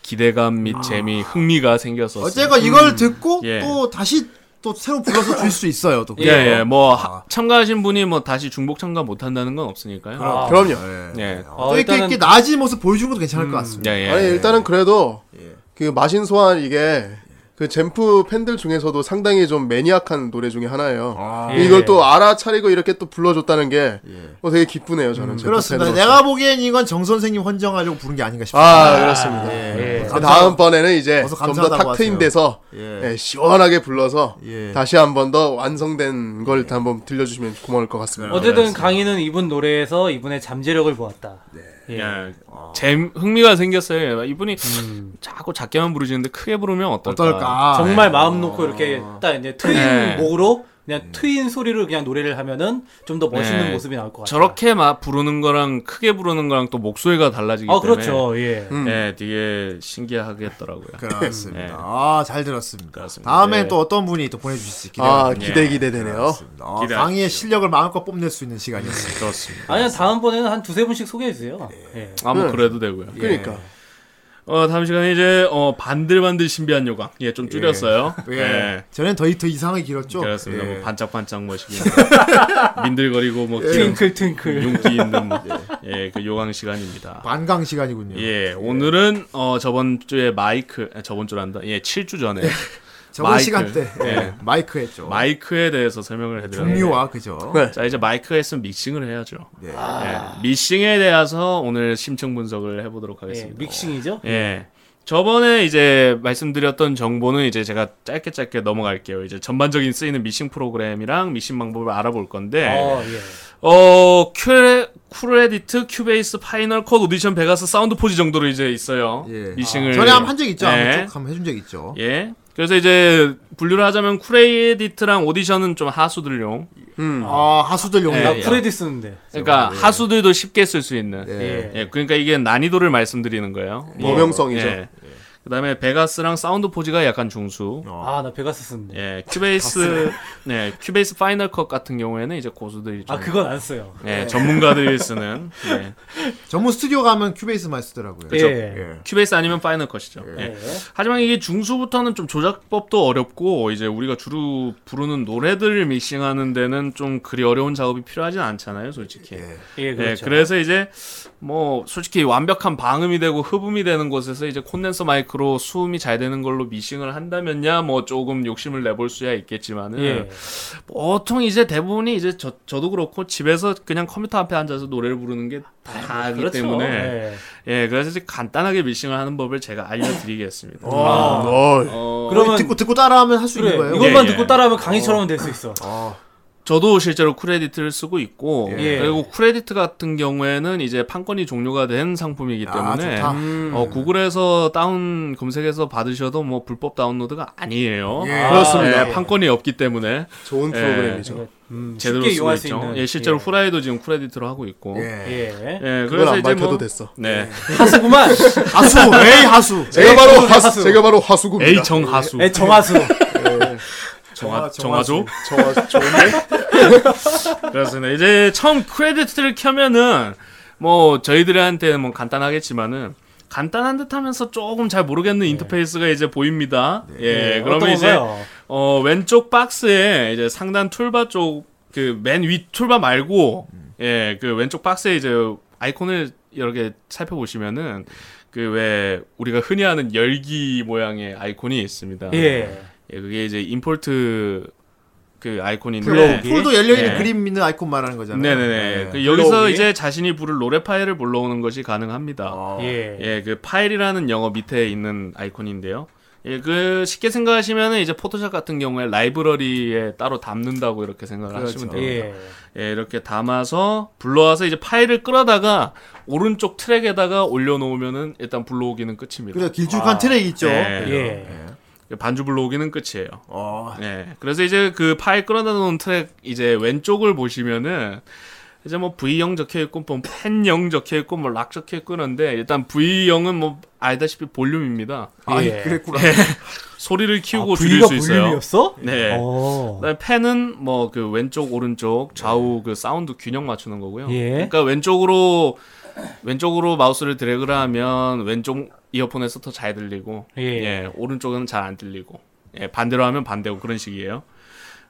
Speaker 8: 기대감 및 재미, 흥미가 생겼었어요.
Speaker 1: 아. 어쨌건 이걸
Speaker 4: 음.
Speaker 1: 듣고
Speaker 8: 예.
Speaker 1: 또 다시 또 새로 불러서 줄 수 있어요. 또
Speaker 8: 예, 예, 뭐 하- 참가하신 분이 뭐 다시 중복 참가 못 한다는 건 없으니까요.
Speaker 2: 아.
Speaker 4: 그럼요.
Speaker 8: 예.
Speaker 2: 어,
Speaker 1: 또 이렇게
Speaker 2: 일단은- 음.
Speaker 1: 이렇게 나아진 모습 보여준 것도 괜찮을 것
Speaker 8: 예,
Speaker 1: 같습니다.
Speaker 8: 예.
Speaker 4: 아니 일단은 그래도 그 마신 소환 이게 그 젠프 팬들 중에서도 상당히 좀 매니악한 노래 중에 하나요.
Speaker 8: 아, 예.
Speaker 4: 이걸 또 알아차리고 이렇게 또 불러줬다는 게 어, 되게 기쁘네요 저는. 젠프
Speaker 1: 음, 그렇습니다.
Speaker 4: 팬으로서.
Speaker 1: 내가 보기엔 이건 정 선생님 헌정하려고 부른 게 아닌가 싶습니다.
Speaker 4: 아 그렇습니다.
Speaker 1: 예.
Speaker 4: 그 다음번에는 이제
Speaker 1: 어서
Speaker 4: 좀 더
Speaker 1: 감사하다고
Speaker 4: 탁 트인
Speaker 1: 하세요.
Speaker 4: 데서
Speaker 1: 예.
Speaker 4: 예, 시원하게 불러서
Speaker 1: 예.
Speaker 4: 다시 한 번 더 완성된 걸 한번 들려주시면 고마울 것 같습니다. 예.
Speaker 2: 어쨌든 강희는 이분 노래에서 이분의 잠재력을 보았다.
Speaker 8: 예. 잼 흥미가 생겼어요. 예, 이분이 자꾸 작게만 부르시는데 크게 부르면 어떨까? 아,
Speaker 1: 어떨까?
Speaker 2: 음.
Speaker 8: 네.
Speaker 2: 정말 마음 놓고 이렇게 딱 이제 트인
Speaker 8: 예.
Speaker 2: 목으로 그냥 트인 소리로 그냥 노래를 하면은 좀 더 멋있는
Speaker 8: 예.
Speaker 2: 모습이 나올 것 같아요.
Speaker 8: 저렇게 막 부르는 거랑 크게 부르는 거랑 또 목소리가 달라지기 때문에
Speaker 2: 아 그렇죠. 예.
Speaker 8: 예, 되게 신기하겠더라고요.
Speaker 1: 그렇습니다.
Speaker 8: 예.
Speaker 1: 아, 잘 들었습니다.
Speaker 8: 그렇습니다.
Speaker 1: 다음엔
Speaker 8: 예.
Speaker 1: 또 어떤 분이 또 보내주실 수 있게
Speaker 4: 아
Speaker 1: 아,
Speaker 4: 기대 기대되네요.
Speaker 1: 기대되습니다 아,
Speaker 8: 기대하십시오.
Speaker 1: 강희의 실력을 마음껏 뽐낼 수 있는 시간이었습니다. 네.
Speaker 8: 그렇습니다.
Speaker 2: 아니면 다음번에는 한 두세 분씩 소개해 주세요. 예.
Speaker 8: 아, 뭐 그래도 되고요.
Speaker 4: 네. 그러니까
Speaker 8: 어, 다음 시간에 이제 어, 반들반들 신비한 요강. 예, 좀 줄였어요. 예.
Speaker 1: 예. 저는 더이 더 이상하게 길었죠.
Speaker 8: 그렇습니다.
Speaker 1: 예.
Speaker 8: 뭐 반짝반짝 뭐시기 민들거리고 뭐 기름
Speaker 2: 트윙클 트윙클.
Speaker 8: 용기 있는 뭐, 예, 그 요강 시간입니다.
Speaker 1: 반강 시간이군요.
Speaker 8: 예, 오늘은 어, 저번 주에 마이크 아, 저번 주란다. 예, 7주 전에
Speaker 1: 네. 저번
Speaker 8: 마이크.
Speaker 1: 시간 때
Speaker 8: 예.
Speaker 1: 예. 마이크 했죠.
Speaker 8: 마이크에 대해서 설명을 해 드렸는데
Speaker 1: 종류와 그죠.
Speaker 2: 네.
Speaker 1: 네.
Speaker 8: 자 이제 마이크가 있으면 믹싱을 해야죠. 예, 믹싱에 대해서 오늘 심층 분석을 해보도록
Speaker 2: 예.
Speaker 8: 하겠습니다.
Speaker 2: 믹싱이죠.
Speaker 8: 예. 저번에 이제 말씀드렸던 정보는 이제 제가 짧게 짧게 넘어갈게요. 이제 전반적인 쓰이는 미싱 프로그램이랑 미싱 방법을 알아볼 건데,
Speaker 2: 어, 예.
Speaker 8: 어, 큐레, 쿠레디트, 큐베이스, 파이널 컷, 오디션, 베가스, 사운드 포지 정도로 이제 있어요.
Speaker 1: 예.
Speaker 8: 미싱을.
Speaker 1: 전에 한번 한 적 있죠.
Speaker 8: 예.
Speaker 1: 한번 쭉 한번 해준 적 있죠.
Speaker 8: 예. 그래서 이제 분류를 하자면 쿠레디트랑 오디션은 좀 하수들용.
Speaker 1: 아 하수들
Speaker 8: 예,
Speaker 2: 나
Speaker 1: 용량.
Speaker 8: 예.
Speaker 2: 프레디 쓰는데.
Speaker 8: 그러니까 하수들도 쉽게 쓸 수 있는.
Speaker 2: 예.
Speaker 8: 예, 그러니까 이게 난이도를 말씀드리는 거예요. 뭐,
Speaker 4: 범용성이죠.
Speaker 8: 예. 그다음에 베가스랑 사운드 포지가 약간 중수.
Speaker 2: 아, 나 베가스 쓰는데.
Speaker 8: 예, 큐베이스, 네, 큐베이스 파이널 컷 같은 경우에는 이제 고수들이 좀,
Speaker 2: 아, 그건 안 써요.
Speaker 8: 예, 전문가들이 쓰는, 예,
Speaker 1: 전문 스튜디오 가면 큐베이스만 쓰더라고요.
Speaker 2: 그죠? 예. 네.
Speaker 1: 예.
Speaker 8: 큐베이스 아니면 파이널 컷이죠. 예. 하지만 이게 중수부터는 좀 조작법도 어렵고 이제 우리가 주로 부르는 노래들을 믹싱하는 데는 좀 그리 어려운 작업이 필요하진 않잖아요, 솔직히.
Speaker 2: 예,
Speaker 8: 예,
Speaker 2: 그렇죠.
Speaker 8: 그래서 이제 뭐 솔직히 완벽한 방음이 되고 흡음이 되는 곳에서 이제 콘덴서 마이크로 수음이 잘 되는 걸로 미싱을 한다면야 뭐 조금 욕심을 내볼 수야 있겠지만은
Speaker 2: 예.
Speaker 8: 보통 이제 대부분이 이제 저, 저도 그렇고 집에서 그냥 컴퓨터 앞에 앉아서 노래를 부르는 게 다하기
Speaker 2: 그렇죠.
Speaker 8: 때문에
Speaker 2: 예.
Speaker 8: 예 그래서 이제 간단하게 미싱을 하는 법을 제가 알려드리겠습니다.
Speaker 4: 어,
Speaker 8: 어,
Speaker 2: 그러면
Speaker 1: 듣고 듣고 따라하면 할 수
Speaker 2: 그래,
Speaker 1: 있는 거예요.
Speaker 2: 이것만
Speaker 8: 예, 예.
Speaker 2: 듣고 따라하면 강의처럼 될 수 있어.
Speaker 8: 저도 실제로 크레디트를 쓰고 있고
Speaker 2: 예.
Speaker 8: 그리고 크레디트 같은 경우에는 이제 판권이 종료가 된 상품이기
Speaker 1: 아
Speaker 8: 때문에
Speaker 1: 좋다.
Speaker 8: 어, 구글에서 다운 검색해서 받으셔도 뭐 불법 다운로드가 아니에요.
Speaker 1: 예.
Speaker 8: 예,
Speaker 1: 그렇습니다.
Speaker 8: 판권이 없기 때문에
Speaker 4: 좋은
Speaker 8: 예.
Speaker 4: 프로그램이죠.
Speaker 2: 음,
Speaker 8: 제대로
Speaker 2: 쉽게
Speaker 8: 쓰고
Speaker 2: 이용할 수
Speaker 8: 있죠.
Speaker 2: 있는.
Speaker 8: 예, 실제로 후라이도 지금 크레디트로 하고 있고.
Speaker 1: 예.
Speaker 2: 예.
Speaker 8: 예,
Speaker 4: 그건
Speaker 8: 그래서
Speaker 4: 안
Speaker 8: 이제
Speaker 4: 밝혀도
Speaker 8: 뭐
Speaker 4: 됐어.
Speaker 8: 네.
Speaker 2: 하수구만.
Speaker 1: 하수 에이 하수.
Speaker 4: 제가 바로 하수,
Speaker 2: 하수.
Speaker 4: 제가 바로 하수구입니다.
Speaker 8: A 정하수.
Speaker 2: 예, 정하수.
Speaker 8: 정화, 정화조?
Speaker 7: 정화 좋은데?
Speaker 8: 그렇습니다. 이제 처음 크레딧을 켜면은 뭐 저희들한테는 뭐 간단하겠지만은 간단한 듯하면서 조금 잘 모르겠는 인터페이스가 이제 보입니다. 예, 그러면
Speaker 2: 어떤
Speaker 8: 이제
Speaker 2: 건가요?
Speaker 8: 어 왼쪽 박스에 이제 상단 툴바 쪽 그 맨 위 툴바 말고 예 그 왼쪽 박스에 이제 아이콘을 여러 개 살펴보시면은 그 왜 우리가 흔히 하는 열기 모양의 아이콘이 있습니다.
Speaker 2: 예.
Speaker 8: 예, 그게 이제 임포트 그 아이콘인데
Speaker 2: 불러오기.
Speaker 1: 풀도 열려있는
Speaker 8: 예.
Speaker 1: 그림 있는 아이콘 말하는 거잖아요.
Speaker 8: 네네네.
Speaker 1: 예.
Speaker 8: 그 여기서
Speaker 1: 불러오기.
Speaker 8: 이제 자신이 부를 노래 파일을 불러오는 것이 가능합니다.
Speaker 1: 어.
Speaker 2: 예.
Speaker 8: 예, 그 파일이라는 영어 밑에 있는 아이콘인데요. 예, 그 쉽게 생각하시면은 이제 포토샵 같은 경우에 라이브러리에 따로 담는다고 이렇게 생각을 하시면
Speaker 1: 그렇죠.
Speaker 8: 돼요. 예.
Speaker 2: 예.
Speaker 8: 이렇게 담아서 불러와서 이제 파일을 끌어다가 오른쪽 트랙에다가 올려놓으면은 일단 불러오기는 끝입니다.
Speaker 1: 그래서 길쭉한
Speaker 2: 아.
Speaker 1: 트랙 있죠.
Speaker 8: 예.
Speaker 2: 예.
Speaker 8: 반주 불러오기는 끝이에요.
Speaker 1: 어.
Speaker 8: 네. 그래서 이제 그 파일 끌어다 놓은 트랙 이제 왼쪽을 보시면은 이제 뭐 V형 적혀 있고 뭐팬형 적혀 있고 뭐 락 적혀 있고 그런데 일단 V형은 뭐 알다시피 볼륨입니다.
Speaker 1: 아,
Speaker 2: 예.
Speaker 1: 그랬구나.
Speaker 8: 소리를 키우고
Speaker 2: 아,
Speaker 8: 줄일
Speaker 2: V가
Speaker 8: 수 있어요.
Speaker 2: 볼륨이었어?
Speaker 8: 네.
Speaker 2: 어.
Speaker 8: 그다음에 팬은 뭐 그 왼쪽 오른쪽 좌우 그 사운드 균형 맞추는 거고요.
Speaker 2: 예.
Speaker 8: 그러니까 왼쪽으로 왼쪽으로 마우스를 드래그를 하면 왼쪽 이어폰에서 더 잘 들리고
Speaker 2: 예.
Speaker 8: 예, 오른쪽은 잘 안 들리고 예, 반대로 하면 반대고 그런 식이에요.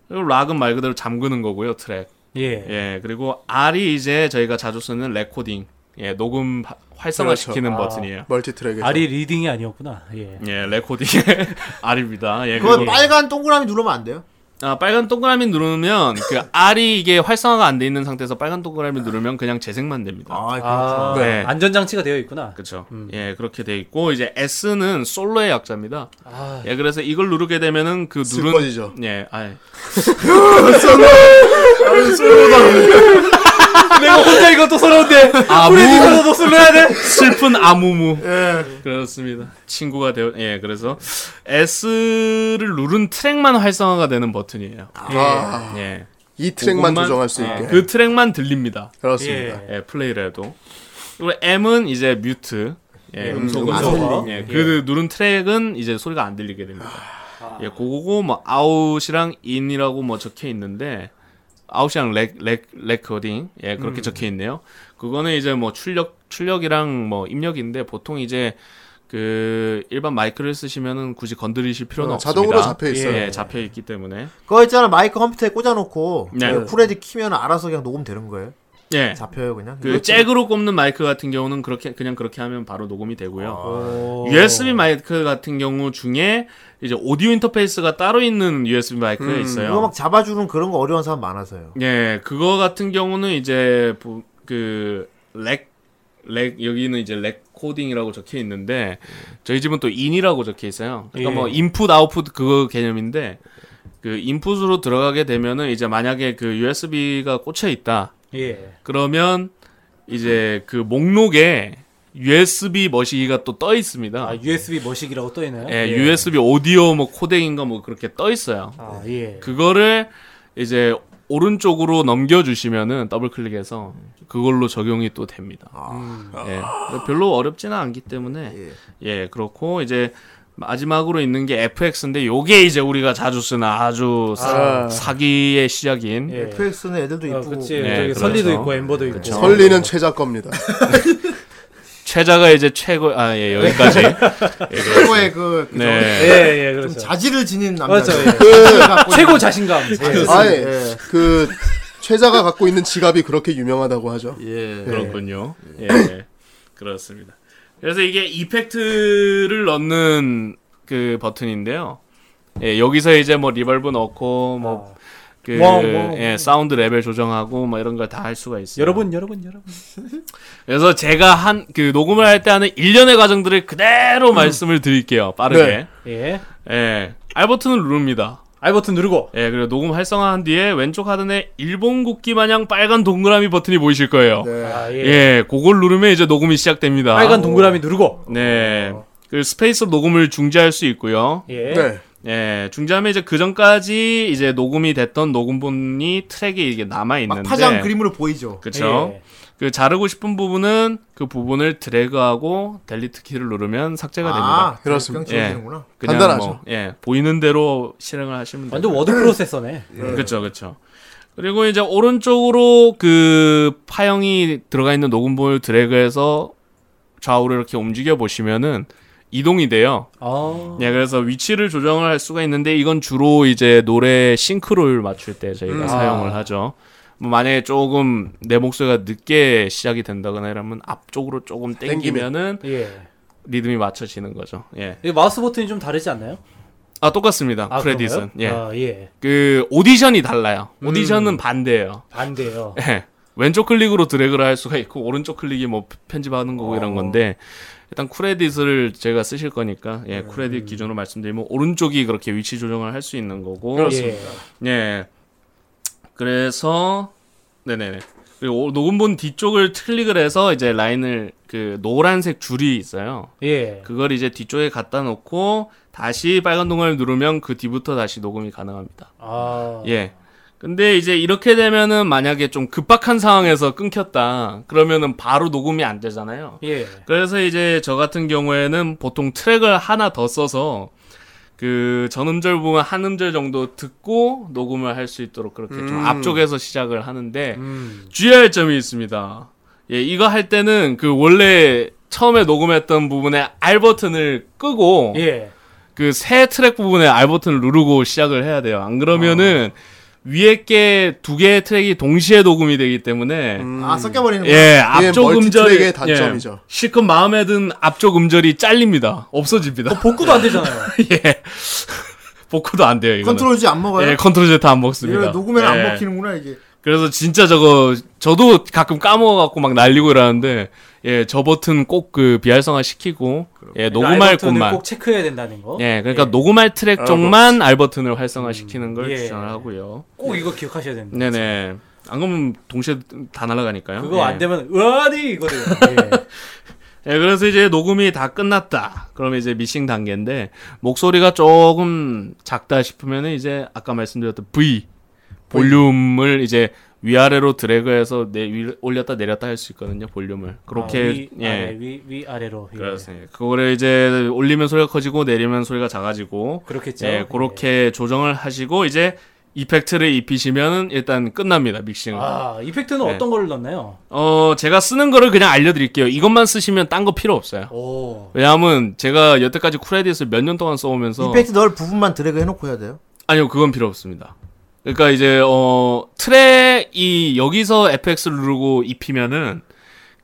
Speaker 8: 그리고 락은 말 그대로 잠그는 거고요 트랙.
Speaker 2: 예.
Speaker 8: 예 그리고 R이 이제 저희가 자주 쓰는 레코딩 예 녹음 하- 활성화시키는
Speaker 2: 그렇죠. 아.
Speaker 8: 버튼이에요.
Speaker 7: 멀티트랙에서.
Speaker 2: 아리 리딩이 아니었구나. 예.
Speaker 8: 예 레코딩 R입니다. 예
Speaker 1: 그건
Speaker 8: 그리고
Speaker 1: 빨간 동그라미 누르면 안 돼요?
Speaker 8: 아, 빨간 동그라미 누르면 그 R이 이게 활성화가 안 돼 있는 상태에서 빨간 동그라미 누르면 그냥 재생만 됩니다.
Speaker 1: 아, 그렇구나.
Speaker 2: 아,
Speaker 8: 네.
Speaker 2: 안전장치가 되어 있구나.
Speaker 8: 그렇죠. 예, 그렇게 돼 있고 이제 S는 솔로의 약자입니다.
Speaker 2: 아,
Speaker 8: 예, 그래서 이걸 누르게 되면은 그 누른
Speaker 7: 슬퍼지죠.
Speaker 8: 예, 아,
Speaker 2: 내가 혼자 이것도 서러운데 프레디터도 쓸러야 돼?
Speaker 8: 아,
Speaker 2: 예.
Speaker 8: 슬픈 아무무. 그렇습니다. 친구가 되어 예, 그래서 S를 누른 트랙만 활성화가 되는 버튼이에요.
Speaker 7: 아,
Speaker 8: 예.
Speaker 7: 이 트랙만
Speaker 8: 그것만-
Speaker 7: 조정할 수
Speaker 8: 예,
Speaker 7: 있게.
Speaker 8: 그 트랙만 들립니다.
Speaker 7: 그렇습니다.
Speaker 2: 예.
Speaker 8: 예, 플레이를 해도. 그리고 M은 이제 뮤트. 예, 음소거.
Speaker 2: 음소거.
Speaker 8: 예, 그 누른 트랙은 이제 소리가 안 들리게 됩니다.
Speaker 2: 아.
Speaker 8: 예, 그거고 뭐 아웃이랑 인이라고 뭐 적혀 있는데 아웃이랑 렉, 렉, 레코딩. 예,
Speaker 7: 음.
Speaker 8: 그렇게 적혀 있네요. 그거는 이제 뭐 출력 출력이랑 뭐 입력인데 보통 이제 그 일반 마이크를 쓰시면은 굳이 건드리실 필요는
Speaker 7: 어,
Speaker 8: 없습니다.
Speaker 7: 자동으로 잡혀 있어요.
Speaker 8: 예, 잡혀 있기 때문에.
Speaker 1: 그거 있잖아 마이크 컴퓨터에 꽂아놓고
Speaker 8: 네.
Speaker 1: 그 프레디 키면 알아서 그냥 녹음 되는 거예요.
Speaker 8: 예.
Speaker 1: 잡혀요 그냥.
Speaker 8: 그 잭으로 꼽는 마이크 같은 경우는 그렇게 그냥 그렇게 하면 바로 녹음이
Speaker 7: 아.
Speaker 8: 되고요. USB 마이크 같은 경우 중에 이제 오디오 인터페이스가 따로 있는 USB 마이크가
Speaker 7: 음,
Speaker 1: 이거
Speaker 8: 있어요.
Speaker 1: 막 음, 잡아주는 그런 거 어려운 사람 많아서요.
Speaker 8: 예, 그거 같은 경우는 이제 보- 그 렉, 렉 여기는 이제 레코딩이라고 적혀 있는데 저희 집은 또 인이라고 적혀 있어요. 그러니까
Speaker 2: 예.
Speaker 8: 뭐 인풋 아웃풋 그거 개념인데 그 인풋으로 들어가게 되면은 이제 만약에 그 USB가 꽂혀 있다.
Speaker 2: 예.
Speaker 8: 그러면 이제 그 목록에 USB 머시기가 또 떠 있습니다.
Speaker 2: 아, USB 머시기라고 떠 있나요?
Speaker 8: 예, USB 오디오 뭐 코덱인가 뭐 그렇게 떠 있어요.
Speaker 2: 아, 예.
Speaker 8: 그거를 이제 오른쪽으로 넘겨주시면은 더블 클릭해서 그걸로 적용이 또 됩니다. 예, 별로 어렵지는 않기 때문에 예. 그렇고 이제 마지막으로 있는 게 FX인데 요게 이제 우리가 자주 쓰는 아주 사, 사기의 시작인
Speaker 2: 예.
Speaker 1: FX는 애들도
Speaker 2: 어,
Speaker 1: 이쁘고.
Speaker 2: 그치.
Speaker 8: 예,
Speaker 2: 저기
Speaker 8: 그렇죠. 음.
Speaker 2: 설리도 있고 엠버도 있고.
Speaker 7: 설리는 최자 겁니다.
Speaker 8: 최자가 이제 최고 아 예 여기까지
Speaker 1: 최고의 그, 그
Speaker 8: 네.
Speaker 2: 예, 예, 그렇죠.
Speaker 1: 자질을 지닌 남자.
Speaker 2: 그렇죠. 예. 최고 자신감. 예.
Speaker 7: 아예 그 최자가 갖고 있는 지갑이 그렇게 유명하다고 하죠.
Speaker 1: 예.
Speaker 8: 그렇군요. 네. 예. 예. 그렇습니다. 그래서 이게 이펙트를 넣는 그 버튼인데요. 예, 여기서 이제 뭐 리벌브 넣고 뭐
Speaker 2: 아.
Speaker 8: 그,
Speaker 2: 와우, 와우.
Speaker 8: 예, 사운드 레벨 조정하고 뭐 이런 걸 다 할 수가 있어요.
Speaker 2: 여러분, 여러분, 여러분.
Speaker 8: 그래서 제가 한 그 녹음을 할 때 하는 일련의 과정들을 그대로
Speaker 2: 음.
Speaker 8: 말씀을 드릴게요. 빠르게.
Speaker 2: 예.
Speaker 8: 예. R 버튼을 누릅니다.
Speaker 2: R 버튼 누르고.
Speaker 8: 예, 그리고 녹음 활성화한 뒤에 왼쪽 하단에 일본 국기 마냥 빨간 동그라미 버튼이 보이실 거예요.
Speaker 2: 아, 예.
Speaker 8: 예, 그걸 누르면 이제 녹음이 시작됩니다.
Speaker 2: 빨간 동그라미 누르고.
Speaker 8: 네. 그 스페이스 녹음을 중지할 수 있고요.
Speaker 2: 예.
Speaker 7: 네.
Speaker 8: 예, 중지하면 이제 그 전까지 이제 녹음이 됐던 녹음본이 트랙에 이게 남아
Speaker 1: 막
Speaker 8: 있는데.
Speaker 1: 파장 그림으로 보이죠.
Speaker 8: 그쵸
Speaker 2: 예.
Speaker 8: 그 자르고 싶은 부분은 그 부분을 드래그하고 델리트 키를 누르면 삭제가 됩니다. 예.
Speaker 1: 아, 그렇습니다. 지워지는구나.
Speaker 8: 그냥
Speaker 7: 간단하죠.
Speaker 8: 뭐, 예, 보이는 대로 실행을 하시면 돼요.
Speaker 2: 완전 워드 프로세서네.
Speaker 1: 예.
Speaker 8: 그렇죠, 그렇죠. 그리고 이제 오른쪽으로 그 파형이 들어가 있는 녹음본을 드래그해서 좌우로 이렇게 움직여 보시면은 이동이 돼요.
Speaker 2: 아,
Speaker 8: 예, 그래서 위치를 조정을 할 수가 있는데 이건 주로 이제 노래 싱크로율 맞출 때 저희가
Speaker 2: 음.
Speaker 8: 사용을
Speaker 2: 아.
Speaker 8: 하죠. 뭐 만약에 조금 내 목소리가 늦게 시작이 된다거나 이러면 앞쪽으로 조금 땡기면은
Speaker 2: 예.
Speaker 8: 리듬이 맞춰지는 거죠. 예.
Speaker 2: 이 마우스 버튼이 좀 다르지 않나요?
Speaker 8: 아, 똑같습니다.
Speaker 2: 아,
Speaker 8: 크레딧은.
Speaker 2: 그런가요?
Speaker 8: 예.
Speaker 2: 아, 예. 음.
Speaker 8: 그 오디션이 달라요. 오디션은 반대예요.
Speaker 2: 반대요.
Speaker 8: 예. 왼쪽 클릭으로 드래그를 할 수가 있고 오른쪽 클릭이 뭐 편집하는 거고 이런 건데 일단 쿠레딧을 제가 쓰실 거니까 예, 쿠레딧 기준으로 말씀드리면 오른쪽이 그렇게 위치 조정을 할 수 있는 거고 예. 그래서 네네네. 그리고 오- 녹음본 뒤쪽을 클릭을 해서 이제 라인을 그 노란색 줄이 있어요.
Speaker 2: 예. 예.
Speaker 8: 그걸 이제 뒤쪽에 갖다 놓고 다시 빨간 동화를 누르면 그 뒤부터 다시 녹음이 가능합니다.
Speaker 2: 아.
Speaker 8: 예. 근데 이제 이렇게 되면은 만약에 좀 급박한 상황에서 끊겼다. 그러면은 바로 녹음이 안 되잖아요.
Speaker 2: 예.
Speaker 8: 그래서 이제 저 같은 경우에는 보통 트랙을 하나 더 써서 그 전음절 부분 한 음절 정도 듣고 녹음을 할 수 있도록 그렇게 좀 앞쪽에서 시작을 하는데 주의해야 할 점이 있습니다. 예, 이거 할 때는 그 원래 처음에 녹음했던 부분의 R 버튼을 끄고
Speaker 2: 예.
Speaker 8: 그 새 트랙 부분에 R 버튼을 누르고 시작을 해야 돼요. 안 그러면은 위에 게 두 개의 트랙이 동시에 녹음이 되기 때문에
Speaker 1: 아, 섞여버리는 거야.
Speaker 8: 예 앞쪽
Speaker 7: 멀티
Speaker 8: 음절이
Speaker 7: 트랙의 단점이죠.
Speaker 8: 예, 실컷 마음에 든 앞쪽 음절이 잘립니다. 없어집니다.
Speaker 2: 복구도 안 되잖아요.
Speaker 8: 예 복구도 안 돼요. 이거는.
Speaker 1: 컨트롤 G 안 먹어요.
Speaker 8: 예 컨트롤 Z 안
Speaker 1: 이거
Speaker 8: 먹습니다.
Speaker 1: 녹음에는
Speaker 8: 예.
Speaker 1: 안 먹히는구나 이게.
Speaker 8: 그래서 진짜 저거 저도 가끔 까먹어갖고 막 날리고 이러는데 예 저 버튼 꼭 그 비활성화 시키고 예 녹음할
Speaker 2: 라이브 버튼을
Speaker 8: 곳만
Speaker 2: 꼭 체크해야 된다는 거.
Speaker 8: 예, 그러니까 녹음할 트랙 쪽만 알 버튼을 활성화시키는 걸
Speaker 2: 아, 예.
Speaker 8: 추천을 하고요.
Speaker 2: 꼭 이거 기억하셔야 된다.
Speaker 8: 네네. 안 그러면 동시에 다 날아가니까요.
Speaker 2: 그거
Speaker 8: 예.
Speaker 2: 안 되면 으아니 이거를. 예.
Speaker 8: 예, 그래서 이제 녹음이 다 끝났다. 그러면 이제 미싱 단계인데 목소리가 조금 작다 싶으면은 이제 아까 말씀드렸던 V 볼륨을 이제 위아래로 드래그해서 내 위, 올렸다 내렸다 할 수 있거든요. 볼륨을 그렇게
Speaker 2: 아, 위,
Speaker 8: 예.
Speaker 2: 아래, 위, 위 아래로. 예.
Speaker 8: 그렇습니다. 그거를 이제 올리면 소리가 커지고 내리면 소리가 작아지고
Speaker 2: 그렇겠죠.
Speaker 8: 예, 그렇게 조정을 하시고 이제 이펙트를 입히시면 일단 끝납니다 믹싱을.
Speaker 2: 아, 이펙트는
Speaker 8: 네.
Speaker 2: 어떤 걸 넣나요?
Speaker 8: 어 제가 쓰는 거를 그냥 알려드릴게요. 이것만 쓰시면 딴 거 필요 없어요.
Speaker 2: 오.
Speaker 8: 왜냐하면 제가 여태까지 쿠레딧을 몇 년 동안 써오면서
Speaker 1: 이펙트 넣을 부분만 드래그 해놓고 해야 돼요.
Speaker 8: 아니요 그건 필요 없습니다. 그러니까 이제 어 트랙이 여기서 FX를 누르고 입히면은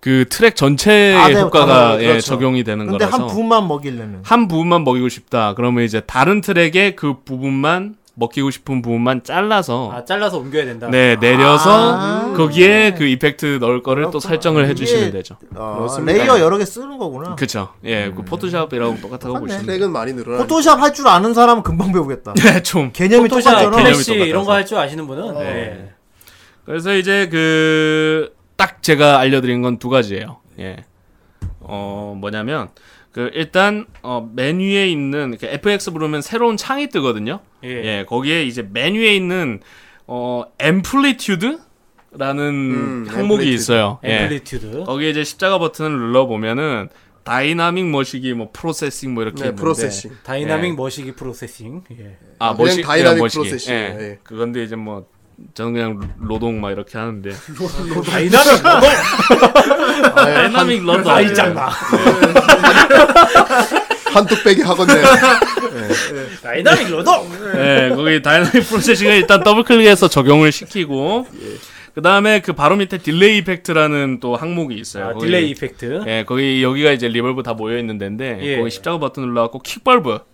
Speaker 8: 그 트랙 전체의
Speaker 1: 아, 네,
Speaker 8: 효과가
Speaker 1: 당연히
Speaker 8: 예,
Speaker 1: 그렇죠.
Speaker 8: 적용이 되는
Speaker 1: 근데
Speaker 8: 거라서
Speaker 1: 한 부분만 먹이려면.
Speaker 8: 한 부분만 먹이고 싶다. 그러면 이제 다른 트랙의 그 부분만 먹히고 싶은 부분만 잘라서
Speaker 2: 아, 잘라서 옮겨야 된다. 아.
Speaker 8: 네 내려서 거기에 그 이펙트 넣을 거를 또 설정을 해주시면
Speaker 1: 이게-
Speaker 8: 되죠.
Speaker 1: 어, 레이어 여러 개 쓰는 거구나.
Speaker 8: 그쵸? 예, 그 포토샵이랑 똑같다고
Speaker 7: 음.
Speaker 8: 보시면 돼요.
Speaker 7: 아, 네. 트랙은 많이 늘어나.
Speaker 1: 포토샵 할 줄 아는 사람은 금방 배우겠다.
Speaker 8: 그러니까. 네, 좀.
Speaker 1: 개념이
Speaker 2: 포토샵,
Speaker 1: 똑같잖아.
Speaker 8: 개념-
Speaker 2: 플래시
Speaker 8: 개념이
Speaker 2: 이런
Speaker 8: 똑같아서.
Speaker 2: 거 할 줄 아시는 분은 네.
Speaker 8: 그래서 이제 그 딱 제가 알려드린 건 두 가지예요. 예, 어 뭐냐면 그 일단 어, 맨 위에 있는 그 FX 부르면 새로운 창이 뜨거든요.
Speaker 2: 예.
Speaker 8: 예, 거기에 이제 맨 위에 있는 어 앰플리튜드라는 항목이
Speaker 7: 앰플리튜드.
Speaker 8: 있어요. 예.
Speaker 2: 앰플리튜드.
Speaker 8: 거기에 이제 십자가 버튼을 눌러 보면은 다이나믹 머시기 뭐 프로세싱 뭐 이렇게
Speaker 7: 네,
Speaker 8: 있는데
Speaker 7: 프로세싱.
Speaker 2: 다이나믹
Speaker 8: 예.
Speaker 2: 머시기 프로세싱. 예.
Speaker 8: 아,
Speaker 7: 그냥
Speaker 8: 머시
Speaker 7: 다이나믹
Speaker 8: 그냥 머시기.
Speaker 7: 프로세싱.
Speaker 8: 예.
Speaker 7: 예.
Speaker 8: 그건데 이제 뭐 저는 그냥 로동 막 이렇게 하는데
Speaker 2: 다이나믹 아, 예.
Speaker 8: 다이나믹 러더
Speaker 2: 아이 장마.
Speaker 7: 예. 한뚝배기 하건데.
Speaker 2: 예. 다이나믹 로동.
Speaker 8: 네, 거기 다이나믹 프로세싱을 일단 더블 클릭해서 적용을 시키고 그 다음에 그 바로 밑에 딜레이 이펙트라는 또 항목이 있어요.
Speaker 2: 아,
Speaker 8: 거기-
Speaker 2: 딜레이 이펙트.
Speaker 8: 예, 거기 여기가 이제 리벌브 다 모여 있는 데인데
Speaker 2: 예.
Speaker 8: 거기 십자가 버튼 눌러갖고 킥벌브 라고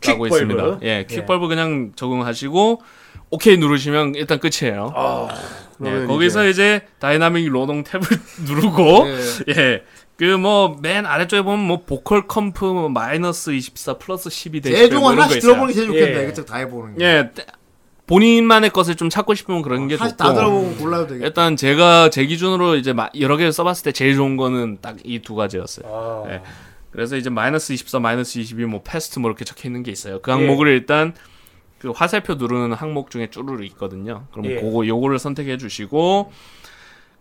Speaker 2: 킥벌브.
Speaker 8: 있습니다. 예, 킥벌브 그냥 적용하시고 오케이 누르시면 일단 끝이에요.
Speaker 1: 아,
Speaker 8: 예,
Speaker 7: 그러면
Speaker 8: 거기서 이제 다이나믹 로동 탭을 누르고 예. 그 뭐 맨 아래쪽에 보면 뭐 보컬 컴프 뭐 마이너스 24 플러스 12 대시 뭐
Speaker 1: 제일 좋은 거
Speaker 8: 이런 거
Speaker 1: 하나씩
Speaker 8: 있어요.
Speaker 1: 들어보는 게 제일
Speaker 2: 예.
Speaker 1: 좋겠네. 이것저것 다 해보는 게.
Speaker 8: 예. 때- 본인만의 것을 좀 찾고 싶으면 그런 게
Speaker 1: 사실 다
Speaker 8: 좋고
Speaker 1: 들어보고 골라도 되겠다.
Speaker 8: 일단 제가 제 기준으로 이제 마- 여러 개를 써봤을 때 제일 좋은 거는 딱 이 두 가지였어요.
Speaker 2: 아.
Speaker 8: 예. 그래서 이제 마이너스 24, 마이너스 22, 뭐 패스트 뭐 이렇게 적혀 있는 게 있어요.
Speaker 1: 예.
Speaker 8: 그 항목을 일단 그 화살표 누르는 항목 중에 쭈루루 있거든요. 그럼
Speaker 2: 예.
Speaker 8: 그거 요거를 선택해 주시고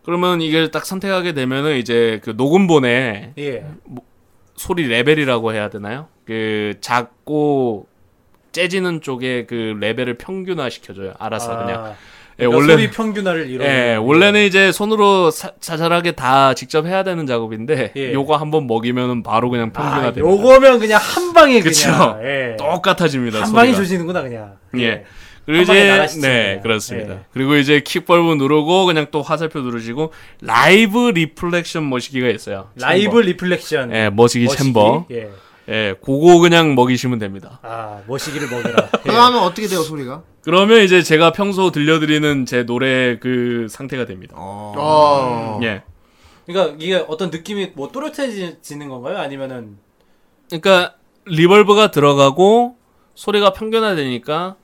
Speaker 8: 그러면 이걸 딱 선택하게 되면은 이제 그 녹음본에
Speaker 2: 예.
Speaker 8: 소리 레벨이라고 해야 되나요? 그 작고 재지는 쪽에 그 레벨을 평균화 시켜줘요. 알아서 그냥. 예,
Speaker 2: 원래
Speaker 8: 원래
Speaker 2: 그러니까 소리 평균화를 이뤄.
Speaker 8: 예, 원래는 이제 손으로 사- 자잘하게 다 직접 해야 되는 작업인데
Speaker 2: 예.
Speaker 8: 요거 한번 먹이면은 바로 그냥
Speaker 2: 아,
Speaker 8: 평균화됩니다.
Speaker 2: 요거면 그냥 한 방에
Speaker 8: 네. 그쵸.
Speaker 2: 그냥 예.
Speaker 8: 똑같아집니다.
Speaker 2: 한 방에
Speaker 8: 소리가.
Speaker 2: 조지는구나 그냥.
Speaker 8: 예. 그리고
Speaker 2: 한 방에
Speaker 8: 이제
Speaker 2: 나가시죠,
Speaker 8: 네
Speaker 2: 그냥.
Speaker 8: 그렇습니다.
Speaker 2: 예.
Speaker 8: 그리고 이제 킥벌브 누르고 그냥 또 화살표 누르시고 라이브 리플렉션 머시기가 있어요.
Speaker 2: 라이브 리플렉션.
Speaker 8: 챔버. 예 머시기
Speaker 2: 머시기.
Speaker 8: 챔버
Speaker 2: 예.
Speaker 8: 예 그거 그냥 먹이시면 됩니다.
Speaker 2: 아 머시기를 먹으라. 예.
Speaker 1: 그거 하면 어떻게 돼요 소리가?
Speaker 8: 그러면 이제 제가 평소 들려드리는 제 노래 그 상태가 됩니다.
Speaker 7: 아,
Speaker 8: 예
Speaker 2: 그러니까 이게 어떤 느낌이 뭐 또렷해지는 건가요? 아니면은
Speaker 8: 그러니까 리벌브가 들어가고 소리가 평균화되니까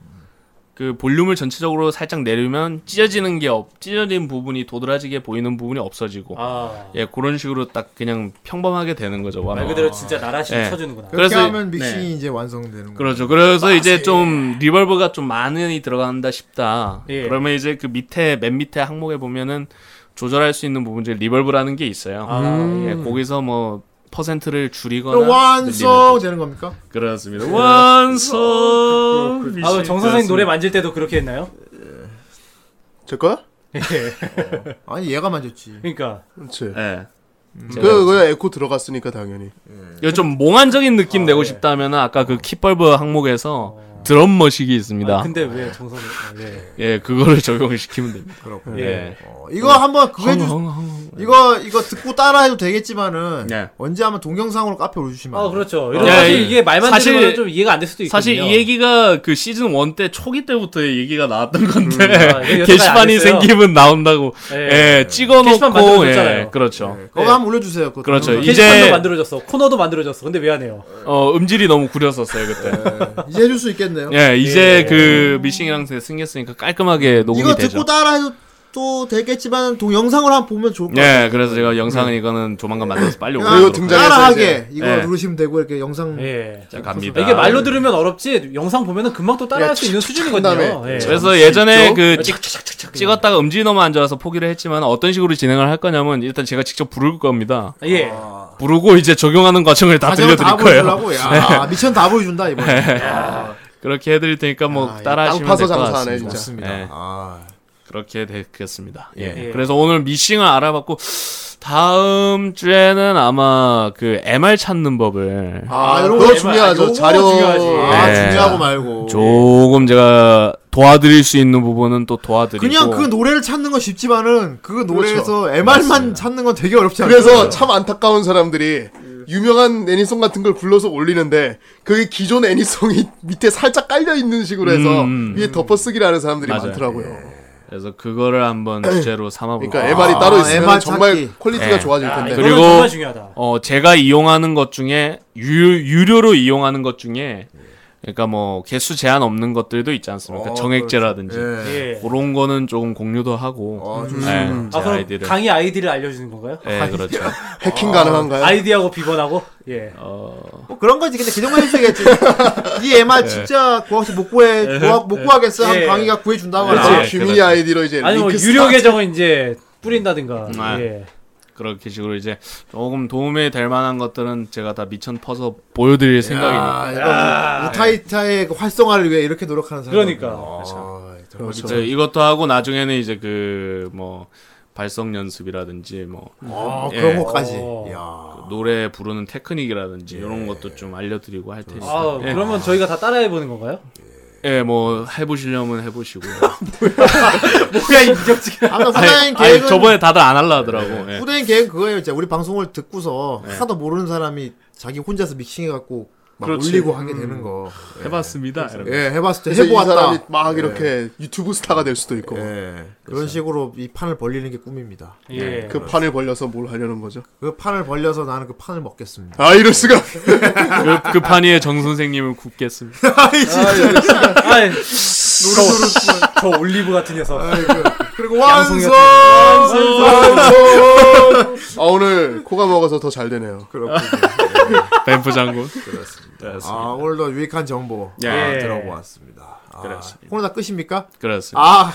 Speaker 8: 그 볼륨을 전체적으로 살짝 내리면 찢어지는 게 없, 찢어진 부분이 도드라지게 보이는 부분이 없어지고
Speaker 2: 아말
Speaker 8: 예, 그런 식으로 딱 그냥 평범하게 되는 거죠. 완화.
Speaker 2: 그대로 진짜 나라시를
Speaker 8: 예.
Speaker 2: 쳐주는구나. 아,
Speaker 1: 그렇게
Speaker 8: 그래서-
Speaker 1: 하면 믹싱이
Speaker 8: 네.
Speaker 1: 이제 완성되는 아, 거예요.
Speaker 8: 그렇죠. 그래서
Speaker 2: 네.
Speaker 8: 이제 좀 리벌브가 좀 많이 들어간다 싶다.
Speaker 2: 예.
Speaker 8: 그러면 이제 그 밑에 맨 밑에 항목에 보면은 조절할 수 있는 부분 중에 리벌브라는 게 있어요.
Speaker 2: 아,
Speaker 8: 예, 거기서 뭐 퍼센트를 줄이거나
Speaker 1: 음. 그럼 완성
Speaker 8: 늘리는
Speaker 1: 되는 겁니까? 예.
Speaker 8: 거. 그렇습니다. 완성.
Speaker 2: 아, 그럼 정 선생 님 노래 만질 때도 그렇게 했나요? 아,
Speaker 7: 제 거야?
Speaker 1: 어. 아니 얘가 만졌지.
Speaker 2: 예. 그러니까
Speaker 1: 음.
Speaker 7: 그렇지.
Speaker 8: 예.
Speaker 7: 그, 그 에코 들어갔으니까 당연히.
Speaker 1: 예.
Speaker 8: 이거 좀 몽환적인 느낌
Speaker 1: 아,
Speaker 8: 내고 싶다면 아까 그 킥벌브 항목에서 드럼 머시기 있습니다.
Speaker 2: 아, 근데 왜 정선 아, 네.
Speaker 8: 예, 그거를 적용을 시키면 됩니다.
Speaker 1: 그렇고.
Speaker 8: 예.
Speaker 1: 어, 이거 한번 그거 해주. 이거 이거 듣고 따라해도 되겠지만은
Speaker 8: 네.
Speaker 1: 언제 한번 동영상으로 카페 올려주시면. 어,
Speaker 2: 아
Speaker 1: 안 돼요?
Speaker 2: 그렇죠. 이런
Speaker 8: 예,
Speaker 2: 사실
Speaker 8: 예.
Speaker 2: 이게 말만
Speaker 8: 사실-
Speaker 2: 들으면 좀 이해가 안 될 수도 있거든요.
Speaker 8: 사실 이 얘기가 그 시즌 1 때 초기 때부터의 얘기가 나왔던 건데
Speaker 2: 아, 이게 여태까지 안
Speaker 8: 예, 게시판이
Speaker 2: 했어요.
Speaker 8: 생기면 나온다고
Speaker 2: 예.
Speaker 8: 예, 찍어놓고
Speaker 2: 게시판 만들어줬잖아요.
Speaker 8: 예, 그렇죠.
Speaker 1: 그거 한번 올려주세요. 그거.
Speaker 8: 그렇죠.
Speaker 1: 동영상.
Speaker 2: 게시판도
Speaker 8: 이제-
Speaker 2: 만들어졌어. 코너도 만들어졌어. 근데 왜 안 해요?
Speaker 8: 어, 음질이 너무 구렸었어요 그때.
Speaker 1: 이제 해줄 예, 수 있겠네요.
Speaker 8: 예, 이제 그 미싱이랑 승했으니까 깔끔하게 녹음이
Speaker 1: 이거
Speaker 8: 되죠.
Speaker 1: 듣고 따라해도 또 되겠지만 동영상을 한번 보면 좋을 것 같아요.
Speaker 8: 예, 그래서 제가 영상은 이거는 조만간 만들어서 빨리
Speaker 1: 그냥
Speaker 8: 올리도록
Speaker 7: 등장-
Speaker 1: 음. 따라하게 이거
Speaker 8: 예.
Speaker 1: 누르시면 되고 이렇게 영상
Speaker 2: 예.
Speaker 8: 자, 갑니다.
Speaker 2: 이게 말로 들으면 어렵지 영상 보면은 금방 또
Speaker 1: 예,
Speaker 2: 따라할 수 있는 수준이거든요.
Speaker 7: 다음에
Speaker 2: 예.
Speaker 8: 그래서 예전에
Speaker 1: 아,
Speaker 8: 그 찍, 찍었다가 음질이 너무 안 좋아서 포기를 했지만 어떤 식으로 진행을 할 거냐면 일단 제가 직접 부를 겁니다. 아.
Speaker 2: 예.
Speaker 8: 부르고 이제 적용하는 과정을 다
Speaker 1: 과정을
Speaker 8: 들려드릴
Speaker 1: 다
Speaker 8: 거예요. 네.
Speaker 1: 보여주려고 야 미션 다 보여준다 이번에
Speaker 8: 그렇게 해드릴 테니까 뭐
Speaker 1: 아, 이거
Speaker 7: 땅
Speaker 8: 따라하시면
Speaker 7: 파서
Speaker 8: 될 것
Speaker 7: 장사하네,
Speaker 8: 같습니다.
Speaker 7: 진짜.
Speaker 1: 좋습니다.
Speaker 8: 예,
Speaker 1: 아,
Speaker 8: 그렇게 되겠습니다. 예.
Speaker 2: 예.
Speaker 8: 그래서 오늘 미싱을 알아봤고 다음 주에는 아마 그 MR 찾는 법을
Speaker 1: 아, 이런
Speaker 7: 그거
Speaker 1: 거
Speaker 7: 중요하죠.
Speaker 1: 요거
Speaker 7: 자료.
Speaker 1: 중요하지. 아,
Speaker 8: 예.
Speaker 1: 중요하고 말고.
Speaker 8: 조금 제가 도와드릴 수 있는 부분은 또 도와드리고
Speaker 1: 그냥 그 노래를 찾는 건 쉽지만은 그 노래에서
Speaker 4: 그렇죠.
Speaker 1: MR만 찾는 건 되게 어렵지 않아요?
Speaker 7: 그렇죠. 그래서 참 안타까운 사람들이 유명한 애니송 같은 걸 불러서 올리는데 그게 기존 애니송이 밑에 살짝 깔려 있는 식으로 해서
Speaker 8: 음.
Speaker 7: 위에 덮어쓰기를 하는 사람들이
Speaker 8: 맞아요.
Speaker 7: 많더라고요.
Speaker 8: 그래서 그거를 한번 주제로 삼아볼까.
Speaker 7: 그러니까 MR이 따로 있으면
Speaker 1: MR
Speaker 7: 정말
Speaker 1: 찾기.
Speaker 7: 퀄리티가
Speaker 8: 예.
Speaker 7: 좋아질
Speaker 2: 아,
Speaker 7: 텐데.
Speaker 2: 이거는
Speaker 8: 그리고-
Speaker 2: 정말 중요하다.
Speaker 8: 어, 제가 이용하는 것 중에 유, 유료로 이용하는 것 중에 그러니까 뭐 개수 제한 없는 것들도 있지 않습니까?
Speaker 1: 어,
Speaker 8: 정액제라든지
Speaker 1: 그렇죠. 예.
Speaker 2: 예.
Speaker 8: 그런 거는 조금 공유도 하고
Speaker 1: 아,
Speaker 8: 예,
Speaker 1: 좋습니다.
Speaker 8: 제
Speaker 2: 아 그럼
Speaker 8: 아이디를
Speaker 2: 강의 아이디를 알려주는 건가요? 어,
Speaker 8: 예, 그렇죠.
Speaker 7: 해킹 가능한가요?
Speaker 2: 아이디하고 비번하고 예.
Speaker 8: 어.
Speaker 1: 뭐 그런 거지. 근데 그 정도는 해주겠지. 이
Speaker 8: 예.
Speaker 1: MR 진짜 구하시 못 구해, 구하, 못 구하겠어. 한
Speaker 2: 예.
Speaker 1: 강의가 구해준다고
Speaker 7: 그렇지.
Speaker 1: 하나.
Speaker 8: 예.
Speaker 7: 규민이
Speaker 8: 그렇죠.
Speaker 7: 아이디로 이제
Speaker 2: 아니 뭐
Speaker 7: 링크
Speaker 2: 유료
Speaker 7: 스타-
Speaker 2: 계정은 이제 뿌린다든가.
Speaker 1: 음,
Speaker 8: 아.
Speaker 2: 예.
Speaker 8: 그렇게 식으로 이제 조금 도움이 될 만한 것들은 제가 다 미천 퍼서 보여드릴 생각입니다.
Speaker 1: 아,
Speaker 7: 뭐
Speaker 1: 이거 우타이타의 그 활성화를 위해 이렇게 노력하는 사람.
Speaker 2: 그러니까.
Speaker 1: 아, 정말
Speaker 8: 이제 이것도 하고 나중에는 이제 그 뭐 발성 연습이라든지 뭐
Speaker 1: 아, 그런
Speaker 8: 예. 그
Speaker 1: 것까지.
Speaker 2: 어.
Speaker 1: 야.
Speaker 8: 노래 부르는 테크닉이라든지
Speaker 1: 예.
Speaker 8: 이런 것도 좀 알려드리고 할 테니까.
Speaker 2: 아
Speaker 8: 예.
Speaker 2: 그러면 저희가 다 따라해 보는 건가요?
Speaker 8: 예, 뭐 해보시려면 해보시고.
Speaker 1: 뭐야 이 무적지게. 아까 후대인
Speaker 8: 아니, 아니,
Speaker 1: 계획은 네.
Speaker 8: 저번에 다들 안 할라 하더라고. 예.
Speaker 1: 후대인 계획 그거예요. 이제 우리 방송을 듣고서 하나도 모르는 사람이 자기 혼자서 믹싱해 갖고 막
Speaker 8: 그렇지. 음.
Speaker 1: 올리고 하게 되는 거.
Speaker 8: 해봤습니다. 예. 이러면.
Speaker 1: 예, 해봤을 때
Speaker 7: 그래서 이 사람이
Speaker 1: 해보았다.
Speaker 7: 막 이렇게 유튜브 스타가 될 수도 있고
Speaker 1: 예, 그런 식으로 이 판을 벌리는 게 꿈입니다. 그렇죠.
Speaker 2: 예.
Speaker 7: 그 판을 벌려서 뭘 하려는 거죠?
Speaker 1: 그 판을 벌려서 나는 그 판을 먹겠습니다.
Speaker 7: 아 이럴 수가
Speaker 8: 그, 그 판이에 정 선생님을 굽겠습니다.
Speaker 4: 아,
Speaker 2: 아이, 노릇노릇 저 올리브 같은 녀석.
Speaker 1: 그리고
Speaker 2: 양손이
Speaker 1: 완성.
Speaker 7: 아 오늘 코가 먹어서 더 잘 되네요. 예.
Speaker 1: 그렇군요.
Speaker 8: 뱀프 장군.
Speaker 1: 아, 오늘도 유익한 정보
Speaker 8: 예. 그렇죠.
Speaker 1: 아, 들어보았습니다. 아,
Speaker 8: 그렇습니다.
Speaker 1: 코로나 끝입니까?
Speaker 8: 그렇습니다.
Speaker 1: 아,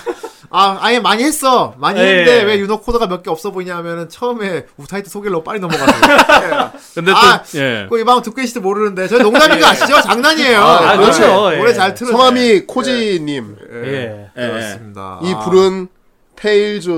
Speaker 1: 아, 아예 많이 했어. 많이
Speaker 2: 예.
Speaker 1: 했는데 왜 유노 코드가 몇 개 없어 보이냐 하면은 처음에 우타이트 소개를 너무 빨리
Speaker 4: 예.
Speaker 1: 넘어갔어요.
Speaker 19: 근데 또
Speaker 1: 아,
Speaker 19: 예.
Speaker 1: 이 방송 듣고 계실지 모르는데 저 농담인 거 아시죠? 장난이에요.
Speaker 2: 예. 아, 그렇죠. 예.
Speaker 1: 노래 잘 틀은.
Speaker 4: 성함이 코지님.
Speaker 2: 예.
Speaker 1: 그렇습니다.
Speaker 4: 이
Speaker 1: 아,
Speaker 4: 불은 테일즈.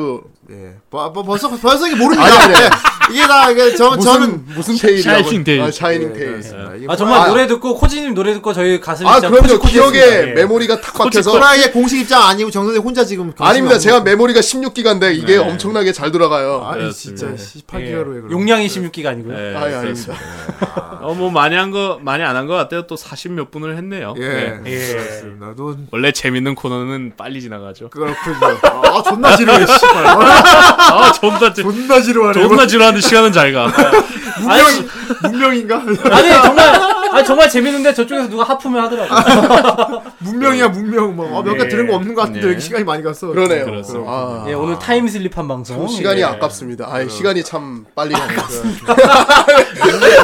Speaker 1: 예. 뭐, 뭐, 벌써 벌써 이게 모릅니다. 예.
Speaker 4: 아니, 아니, 아니.
Speaker 1: 이게 다 이게 저
Speaker 4: 무슨,
Speaker 1: 저는
Speaker 4: 무슨 테일이라고.
Speaker 19: 샤이닝 테일.
Speaker 4: 아, 샤이닝
Speaker 1: 예,
Speaker 4: 테일.
Speaker 1: 그렇습니다. 이게
Speaker 2: 아 정말
Speaker 4: 아,
Speaker 2: 노래 듣고 코지님 노래 듣고 저희 가슴이
Speaker 4: 아,
Speaker 2: 진짜
Speaker 4: 그럼요.
Speaker 2: 코지코지했습니다.
Speaker 4: 기억에
Speaker 2: 예.
Speaker 4: 메모리가 탁 박혀서.
Speaker 1: 소라의 공식 입장 아니고 정선생 혼자 지금 경심이
Speaker 4: 아닙니다.
Speaker 1: 없는
Speaker 4: 제가 메모리가 16기가인데 이게 엄청나게 잘 돌아가요.
Speaker 1: 거. 아니 진짜 18기가로 해 그럼.
Speaker 2: 용량이 16기가 아니고요.
Speaker 1: 네,
Speaker 8: 예,
Speaker 4: 아니,
Speaker 8: 그렇습니다.
Speaker 4: 아닙니다.
Speaker 8: 어, 뭐 많이 한 거, 많이 안 한 거 같아요. 또 40 몇 분을 했네요.
Speaker 1: 예.
Speaker 8: 예.
Speaker 1: 예. 그렇습니다. 넌
Speaker 8: 원래 재밌는 코너는 빨리 지나가죠.
Speaker 1: 그렇군요. 아 존나 지루해. 씨발.
Speaker 8: 아, 존나, 지-
Speaker 1: 존나 지루하네.
Speaker 8: 존나 지루한데 시간은 잘 가.
Speaker 1: 문명 문명인가?
Speaker 2: 아니 정말 아 정말 재밌는데 저쪽에서 누가 하품을 하더라고.
Speaker 1: 문명이야 문명. 뭐, 아, 어, 막몇 개
Speaker 8: 예.
Speaker 1: 들은 거 없는 것 같은데
Speaker 8: 예.
Speaker 1: 왜 이렇게 시간이 많이 갔어.
Speaker 4: 네. 그러네요.
Speaker 8: 그렇습니다.
Speaker 4: 아,
Speaker 2: 예, 오늘 타임 슬립한 방송.
Speaker 4: 시간이
Speaker 2: 예.
Speaker 4: 아깝습니다. 아, 시간이 참 빨리 가네요.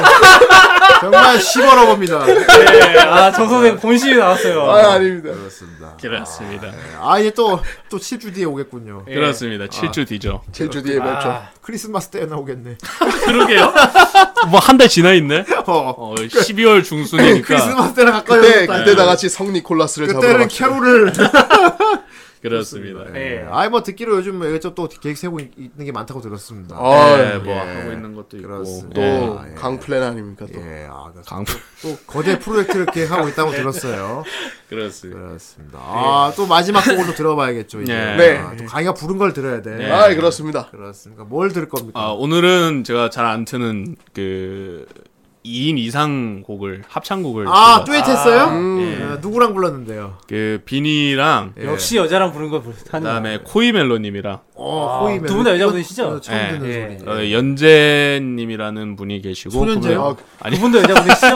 Speaker 1: 정말 시벌어 봅니다.
Speaker 2: 예, 아, 정 선생 본심이 나왔어요.
Speaker 4: 아, 아닙니다.
Speaker 1: 그렇습니다.
Speaker 8: 그렇습니다.
Speaker 1: 아 이제 또또 7주 뒤에 오겠군요.
Speaker 8: 예.
Speaker 1: 아,
Speaker 8: 그렇습니다. 7주 뒤죠.
Speaker 4: 제주 뒤에 몇 점.
Speaker 1: 크리스마스 때 나오겠네.
Speaker 8: 그러게요.
Speaker 19: 뭐 한 달 지나 있네.
Speaker 1: 어.
Speaker 8: 어, 12월 중순이니까.
Speaker 1: 크리스마스 때랑 가까이
Speaker 4: 그때,
Speaker 1: 오겠다.
Speaker 4: 그때 다 같이 성 니콜라스를 잡으러
Speaker 1: 그때는
Speaker 4: 갑시다.
Speaker 1: 캐롤을
Speaker 8: 그렇습니다. 예.
Speaker 2: 예.
Speaker 1: 아이 뭐 듣기로 요즘 이것저것 또 계획 세고 있- 있는 게 많다고 들었습니다.
Speaker 4: 아,
Speaker 8: 뭐
Speaker 1: 예.
Speaker 8: 하고 있는 것도 있고.
Speaker 1: 그렇습니다.
Speaker 4: 또
Speaker 8: 예.
Speaker 1: 예.
Speaker 4: 강플랜 아닙니까 또.
Speaker 1: 예, 아, 강풍 또 거대 프로젝트를 이렇게 하고
Speaker 4: 네.
Speaker 1: 있다고 들었어요.
Speaker 8: 그렇습니다.
Speaker 1: 그렇습니다. 아, 또 마지막 곡으로 들어봐야겠죠. 이제.
Speaker 8: 예.
Speaker 4: 네.
Speaker 1: 아, 또 강이가 부른 걸 들어야 돼.
Speaker 8: 예.
Speaker 4: 아, 그렇습니다.
Speaker 1: 그렇습니까? 뭘 들을 겁니까?
Speaker 8: 아, 오늘은 제가 잘 안 트는 그 2인 이상 곡을 합창곡을
Speaker 1: 아,
Speaker 8: 제가-
Speaker 1: 듀엣했어요?
Speaker 2: 음.
Speaker 8: 예.
Speaker 1: 아, 누구랑 불렀는데요?
Speaker 8: 그 비니랑
Speaker 1: 예.
Speaker 2: 역시 여자랑 부르는 걸 하는
Speaker 8: 그다음에 코이멜로 님이랑
Speaker 1: 어, 호이
Speaker 2: 아, 두분다 여자분이시죠?
Speaker 1: 처음
Speaker 8: 예.
Speaker 1: 듣는
Speaker 2: 예.
Speaker 1: 소리.
Speaker 8: 어, 연재 님이라는 분이 계시고
Speaker 1: 소년제요?
Speaker 8: 본명-
Speaker 4: 아,
Speaker 8: 아니
Speaker 2: 분도 여자분이시죠?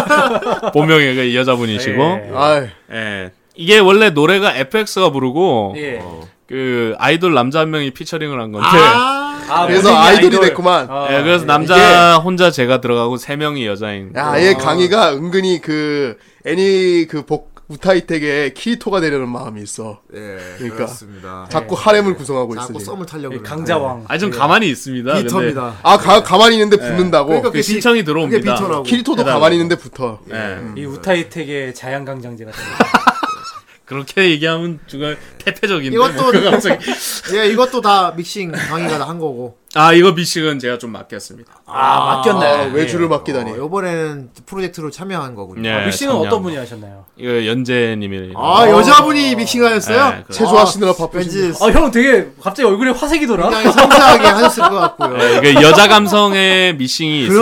Speaker 8: 본명이 그 여자분이시고
Speaker 2: 예.
Speaker 4: 아이,
Speaker 8: 예. 이게 원래 노래가 FX가 부르고
Speaker 2: 예.
Speaker 8: 그 아이돌 남자 한 명이 피처링을 한 건데
Speaker 1: 아,
Speaker 2: 아,
Speaker 4: 그래서
Speaker 2: 본인이
Speaker 4: 아이돌이
Speaker 2: 아이돌.
Speaker 4: 됐구만.
Speaker 2: 아,
Speaker 8: 예, 그래서 남자 혼자 제가 들어가고 세 명이 여자인
Speaker 4: 야, 아예 강희가 은근히 그 애니 그 복 우타이텍의 키리토가 되려는 마음이 있어.
Speaker 1: 예.
Speaker 4: 그러니까.
Speaker 1: 그렇습니다. 예.
Speaker 4: 자꾸 하렘을 구성하고
Speaker 1: 자꾸
Speaker 4: 있으니.
Speaker 1: 썸을 타려고.
Speaker 2: 예,
Speaker 1: 그러네.
Speaker 2: 강자왕.
Speaker 8: 아니 좀 가만히 있습니다. 근데
Speaker 1: 비터입니다. 예.
Speaker 4: 아, 가, 가만히 있는데 붙는다고.
Speaker 1: 그러니까
Speaker 8: 그 신청이 들어옵니다.
Speaker 1: 그게 비터라고. 네.
Speaker 4: 키리토도
Speaker 8: 대단하다.
Speaker 4: 가만히 있는데 붙어. 음.
Speaker 8: 예.
Speaker 2: 이 우타이텍의 자양강장제 같은 거.
Speaker 8: 그렇게 얘기하면 중간 패패적인데.
Speaker 1: 이것도-
Speaker 8: 뭔가 갑자기.
Speaker 1: 예, 이것도 다 믹싱 강의가 다 한 거고.
Speaker 8: 아 이거 미식은 제가 좀 맡겼습니다.
Speaker 2: 아, 맡겼나요?
Speaker 4: 아, 외주를 맡기다니.
Speaker 1: 어, 이번에는 프로젝트로 참여한 거군요.
Speaker 8: 예,
Speaker 2: 아, 믹싱은
Speaker 8: 참여한
Speaker 2: 어떤
Speaker 8: 거.
Speaker 2: 분이 하셨나요?
Speaker 8: 이거 연재님이.
Speaker 1: 아, 여자분이 믹싱을 하셨어요?
Speaker 8: 예, 그-
Speaker 4: 체조하시느라 바쁘신
Speaker 1: 왠지
Speaker 2: 아, 형 되게 갑자기 얼굴에 화색이 돌아.
Speaker 1: 굉장히 섬세하게 하셨을 것 같고요.
Speaker 8: 예, 이게 여자 감성의 미싱이 있으니까.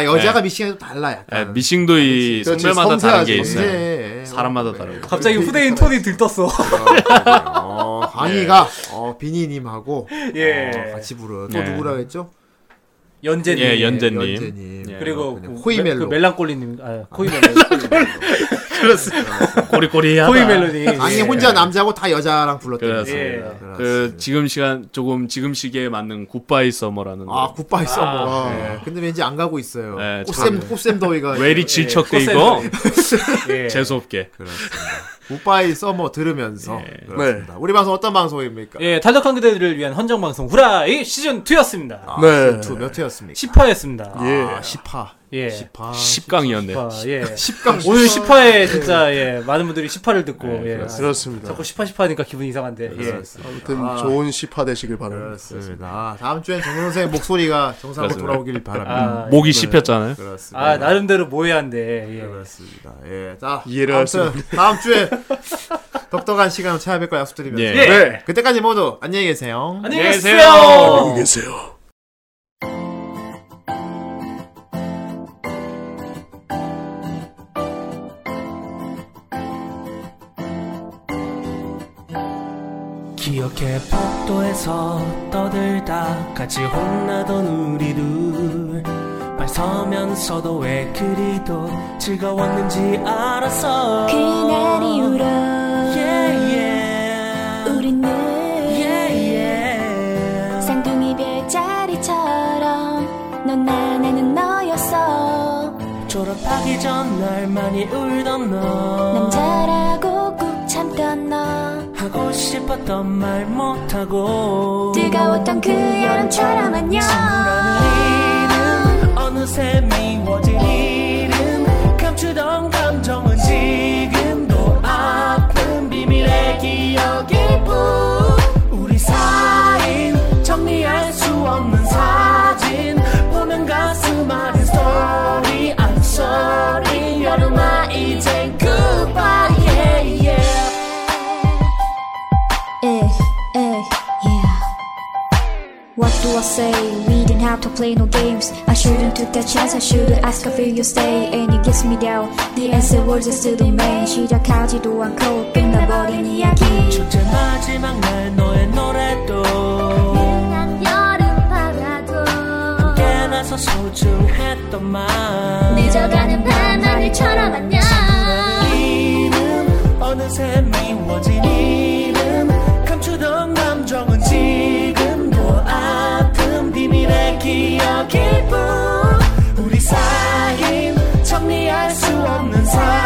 Speaker 1: 그러니까 여자가 미싱이 좀 달라
Speaker 8: 예, 예,
Speaker 1: 약간.
Speaker 8: 미싱도 이
Speaker 4: 그렇지,
Speaker 8: 성별마다 다른 게
Speaker 4: 섬세하지.
Speaker 8: 있어요.
Speaker 1: 예, 예.
Speaker 8: 사람마다 다르고.
Speaker 2: 갑자기 후대인 톤이 들떴어.
Speaker 4: 네.
Speaker 1: 어, 강희가 어, 비니님하고
Speaker 2: 예.
Speaker 1: 어, 같이 부른 또
Speaker 8: 예.
Speaker 1: 누구라 했죠?
Speaker 2: 연재님.
Speaker 8: 예, 연재님.
Speaker 1: 연재님.
Speaker 8: 예.
Speaker 2: 그리고
Speaker 4: 네.
Speaker 1: 그렇군요.
Speaker 2: 그
Speaker 1: 호이멜로.
Speaker 2: 멜- 그 멜랑꼴리님. 아, 코이멜로.
Speaker 8: 네, 꼬리꼬리하다.
Speaker 2: 코이멜로님.
Speaker 1: 아,
Speaker 2: 예.
Speaker 1: 강희 혼자 남자고 다 여자랑 불렀대요.
Speaker 8: 네. 그렇습니다.
Speaker 1: 예.
Speaker 8: 그
Speaker 1: 그렇습니다.
Speaker 8: 지금 시간 조금 지금 시기에 맞는 굿바이 서머라는
Speaker 1: 아 굿바이 서머.
Speaker 4: 아.
Speaker 1: 예. 근데 왠지 안 가고 있어요.
Speaker 8: 예,
Speaker 1: 꽃샘 꽃샘 더위가 예.
Speaker 8: 왜 이리 질척대 이거
Speaker 2: 예.
Speaker 8: 재수 없게
Speaker 1: 굿바이 서머 들으면서
Speaker 8: 예.
Speaker 2: 네.
Speaker 1: 그렇습니다.
Speaker 8: 네.
Speaker 1: 우리 방송 어떤 방송입니까?
Speaker 2: 예, 탈덕한 그대들을 위한 헌정 방송 후라이 시즌 2였습니다.
Speaker 1: 아,
Speaker 4: 네.
Speaker 1: 시즌 2몇 회였습니까?
Speaker 2: 10화였습니다.
Speaker 1: 아, 10화.
Speaker 2: 예.
Speaker 1: 10화.
Speaker 8: 10강이었네.
Speaker 2: 10화, 예.
Speaker 1: 10강. 네,
Speaker 2: 오늘 10화에 진짜 예, 많은 분들이 10화를 듣고 예. 아,
Speaker 4: 그렇습니다.
Speaker 2: 자꾸 10화 10화 하니까 기분이 이상한데. 예.
Speaker 4: 아무튼 좋은 시파 되시길 바랍니다.
Speaker 1: 그렇습니다. 다음 주엔 정선 선생의 목소리가 정상으로
Speaker 8: 그렇습니다.
Speaker 1: 돌아오길 바랍니다.
Speaker 2: 아,
Speaker 8: 목이 씹혔잖아요.
Speaker 1: 그렇습니다.
Speaker 2: 아, 나름대로 모해한데. 예.
Speaker 1: 그렇습니다. 예. 자,
Speaker 4: 이해를 할수
Speaker 1: 아무튼 다음 주에 덕덕한 시간을 찾아뵐거 약속드리면서 네.
Speaker 8: 예.
Speaker 2: 예.
Speaker 4: 네.
Speaker 1: 그때까지 모두 안녕히 계세요.
Speaker 2: 안녕히
Speaker 8: 안녕히
Speaker 2: 계세요.
Speaker 8: 계세요.
Speaker 4: 안녕히 계세요.
Speaker 5: 기억해 복도에서 떠들다 같이 혼나던 우리 둘발 서면서도 왜 그리도 즐거웠는지 알았어
Speaker 20: 그날 이후로
Speaker 5: 예예
Speaker 20: 우리는
Speaker 5: 예예
Speaker 20: 쌍둥이 별자리처럼 넌 나, 나는 너였어
Speaker 5: 졸업하기 전 날 많이 울던 너
Speaker 20: 남자라고 꾹 참던 너
Speaker 5: 한 하고 싶었던 말 못하고
Speaker 3: 뜨거웠던 그 여름처럼 안녕
Speaker 5: 일은 어느새 미워진 일은 감추던 감정은 지금도 아픈 비밀의 기억일 뿐 우리 사이는 정리할 수 없는 사진 보면 가슴 아린 스토리 I'm sorry 여름아 이젠 goodbye yeah, yeah.
Speaker 3: Eh, eh, yeah. What do I say? We didn't have to play no games. I shouldn't took that chance. I should've asked her if you stay, and it gets me down. The answer was just to the man. 시작하지도 않고 끝나버린 이야기.
Speaker 5: 축제 마지막 날 너의 노래도
Speaker 3: 여름 바라도
Speaker 5: 깨나서 소중했던 말
Speaker 3: 늦어가는 밤하늘처럼 안녕.
Speaker 5: 이름 어느새 미워진 이름 감추던 감정은 지금도 아픈 비밀의 기억일 뿐 우리 사이 정리할 수 없는 사이 Oh, oh. Oh, 그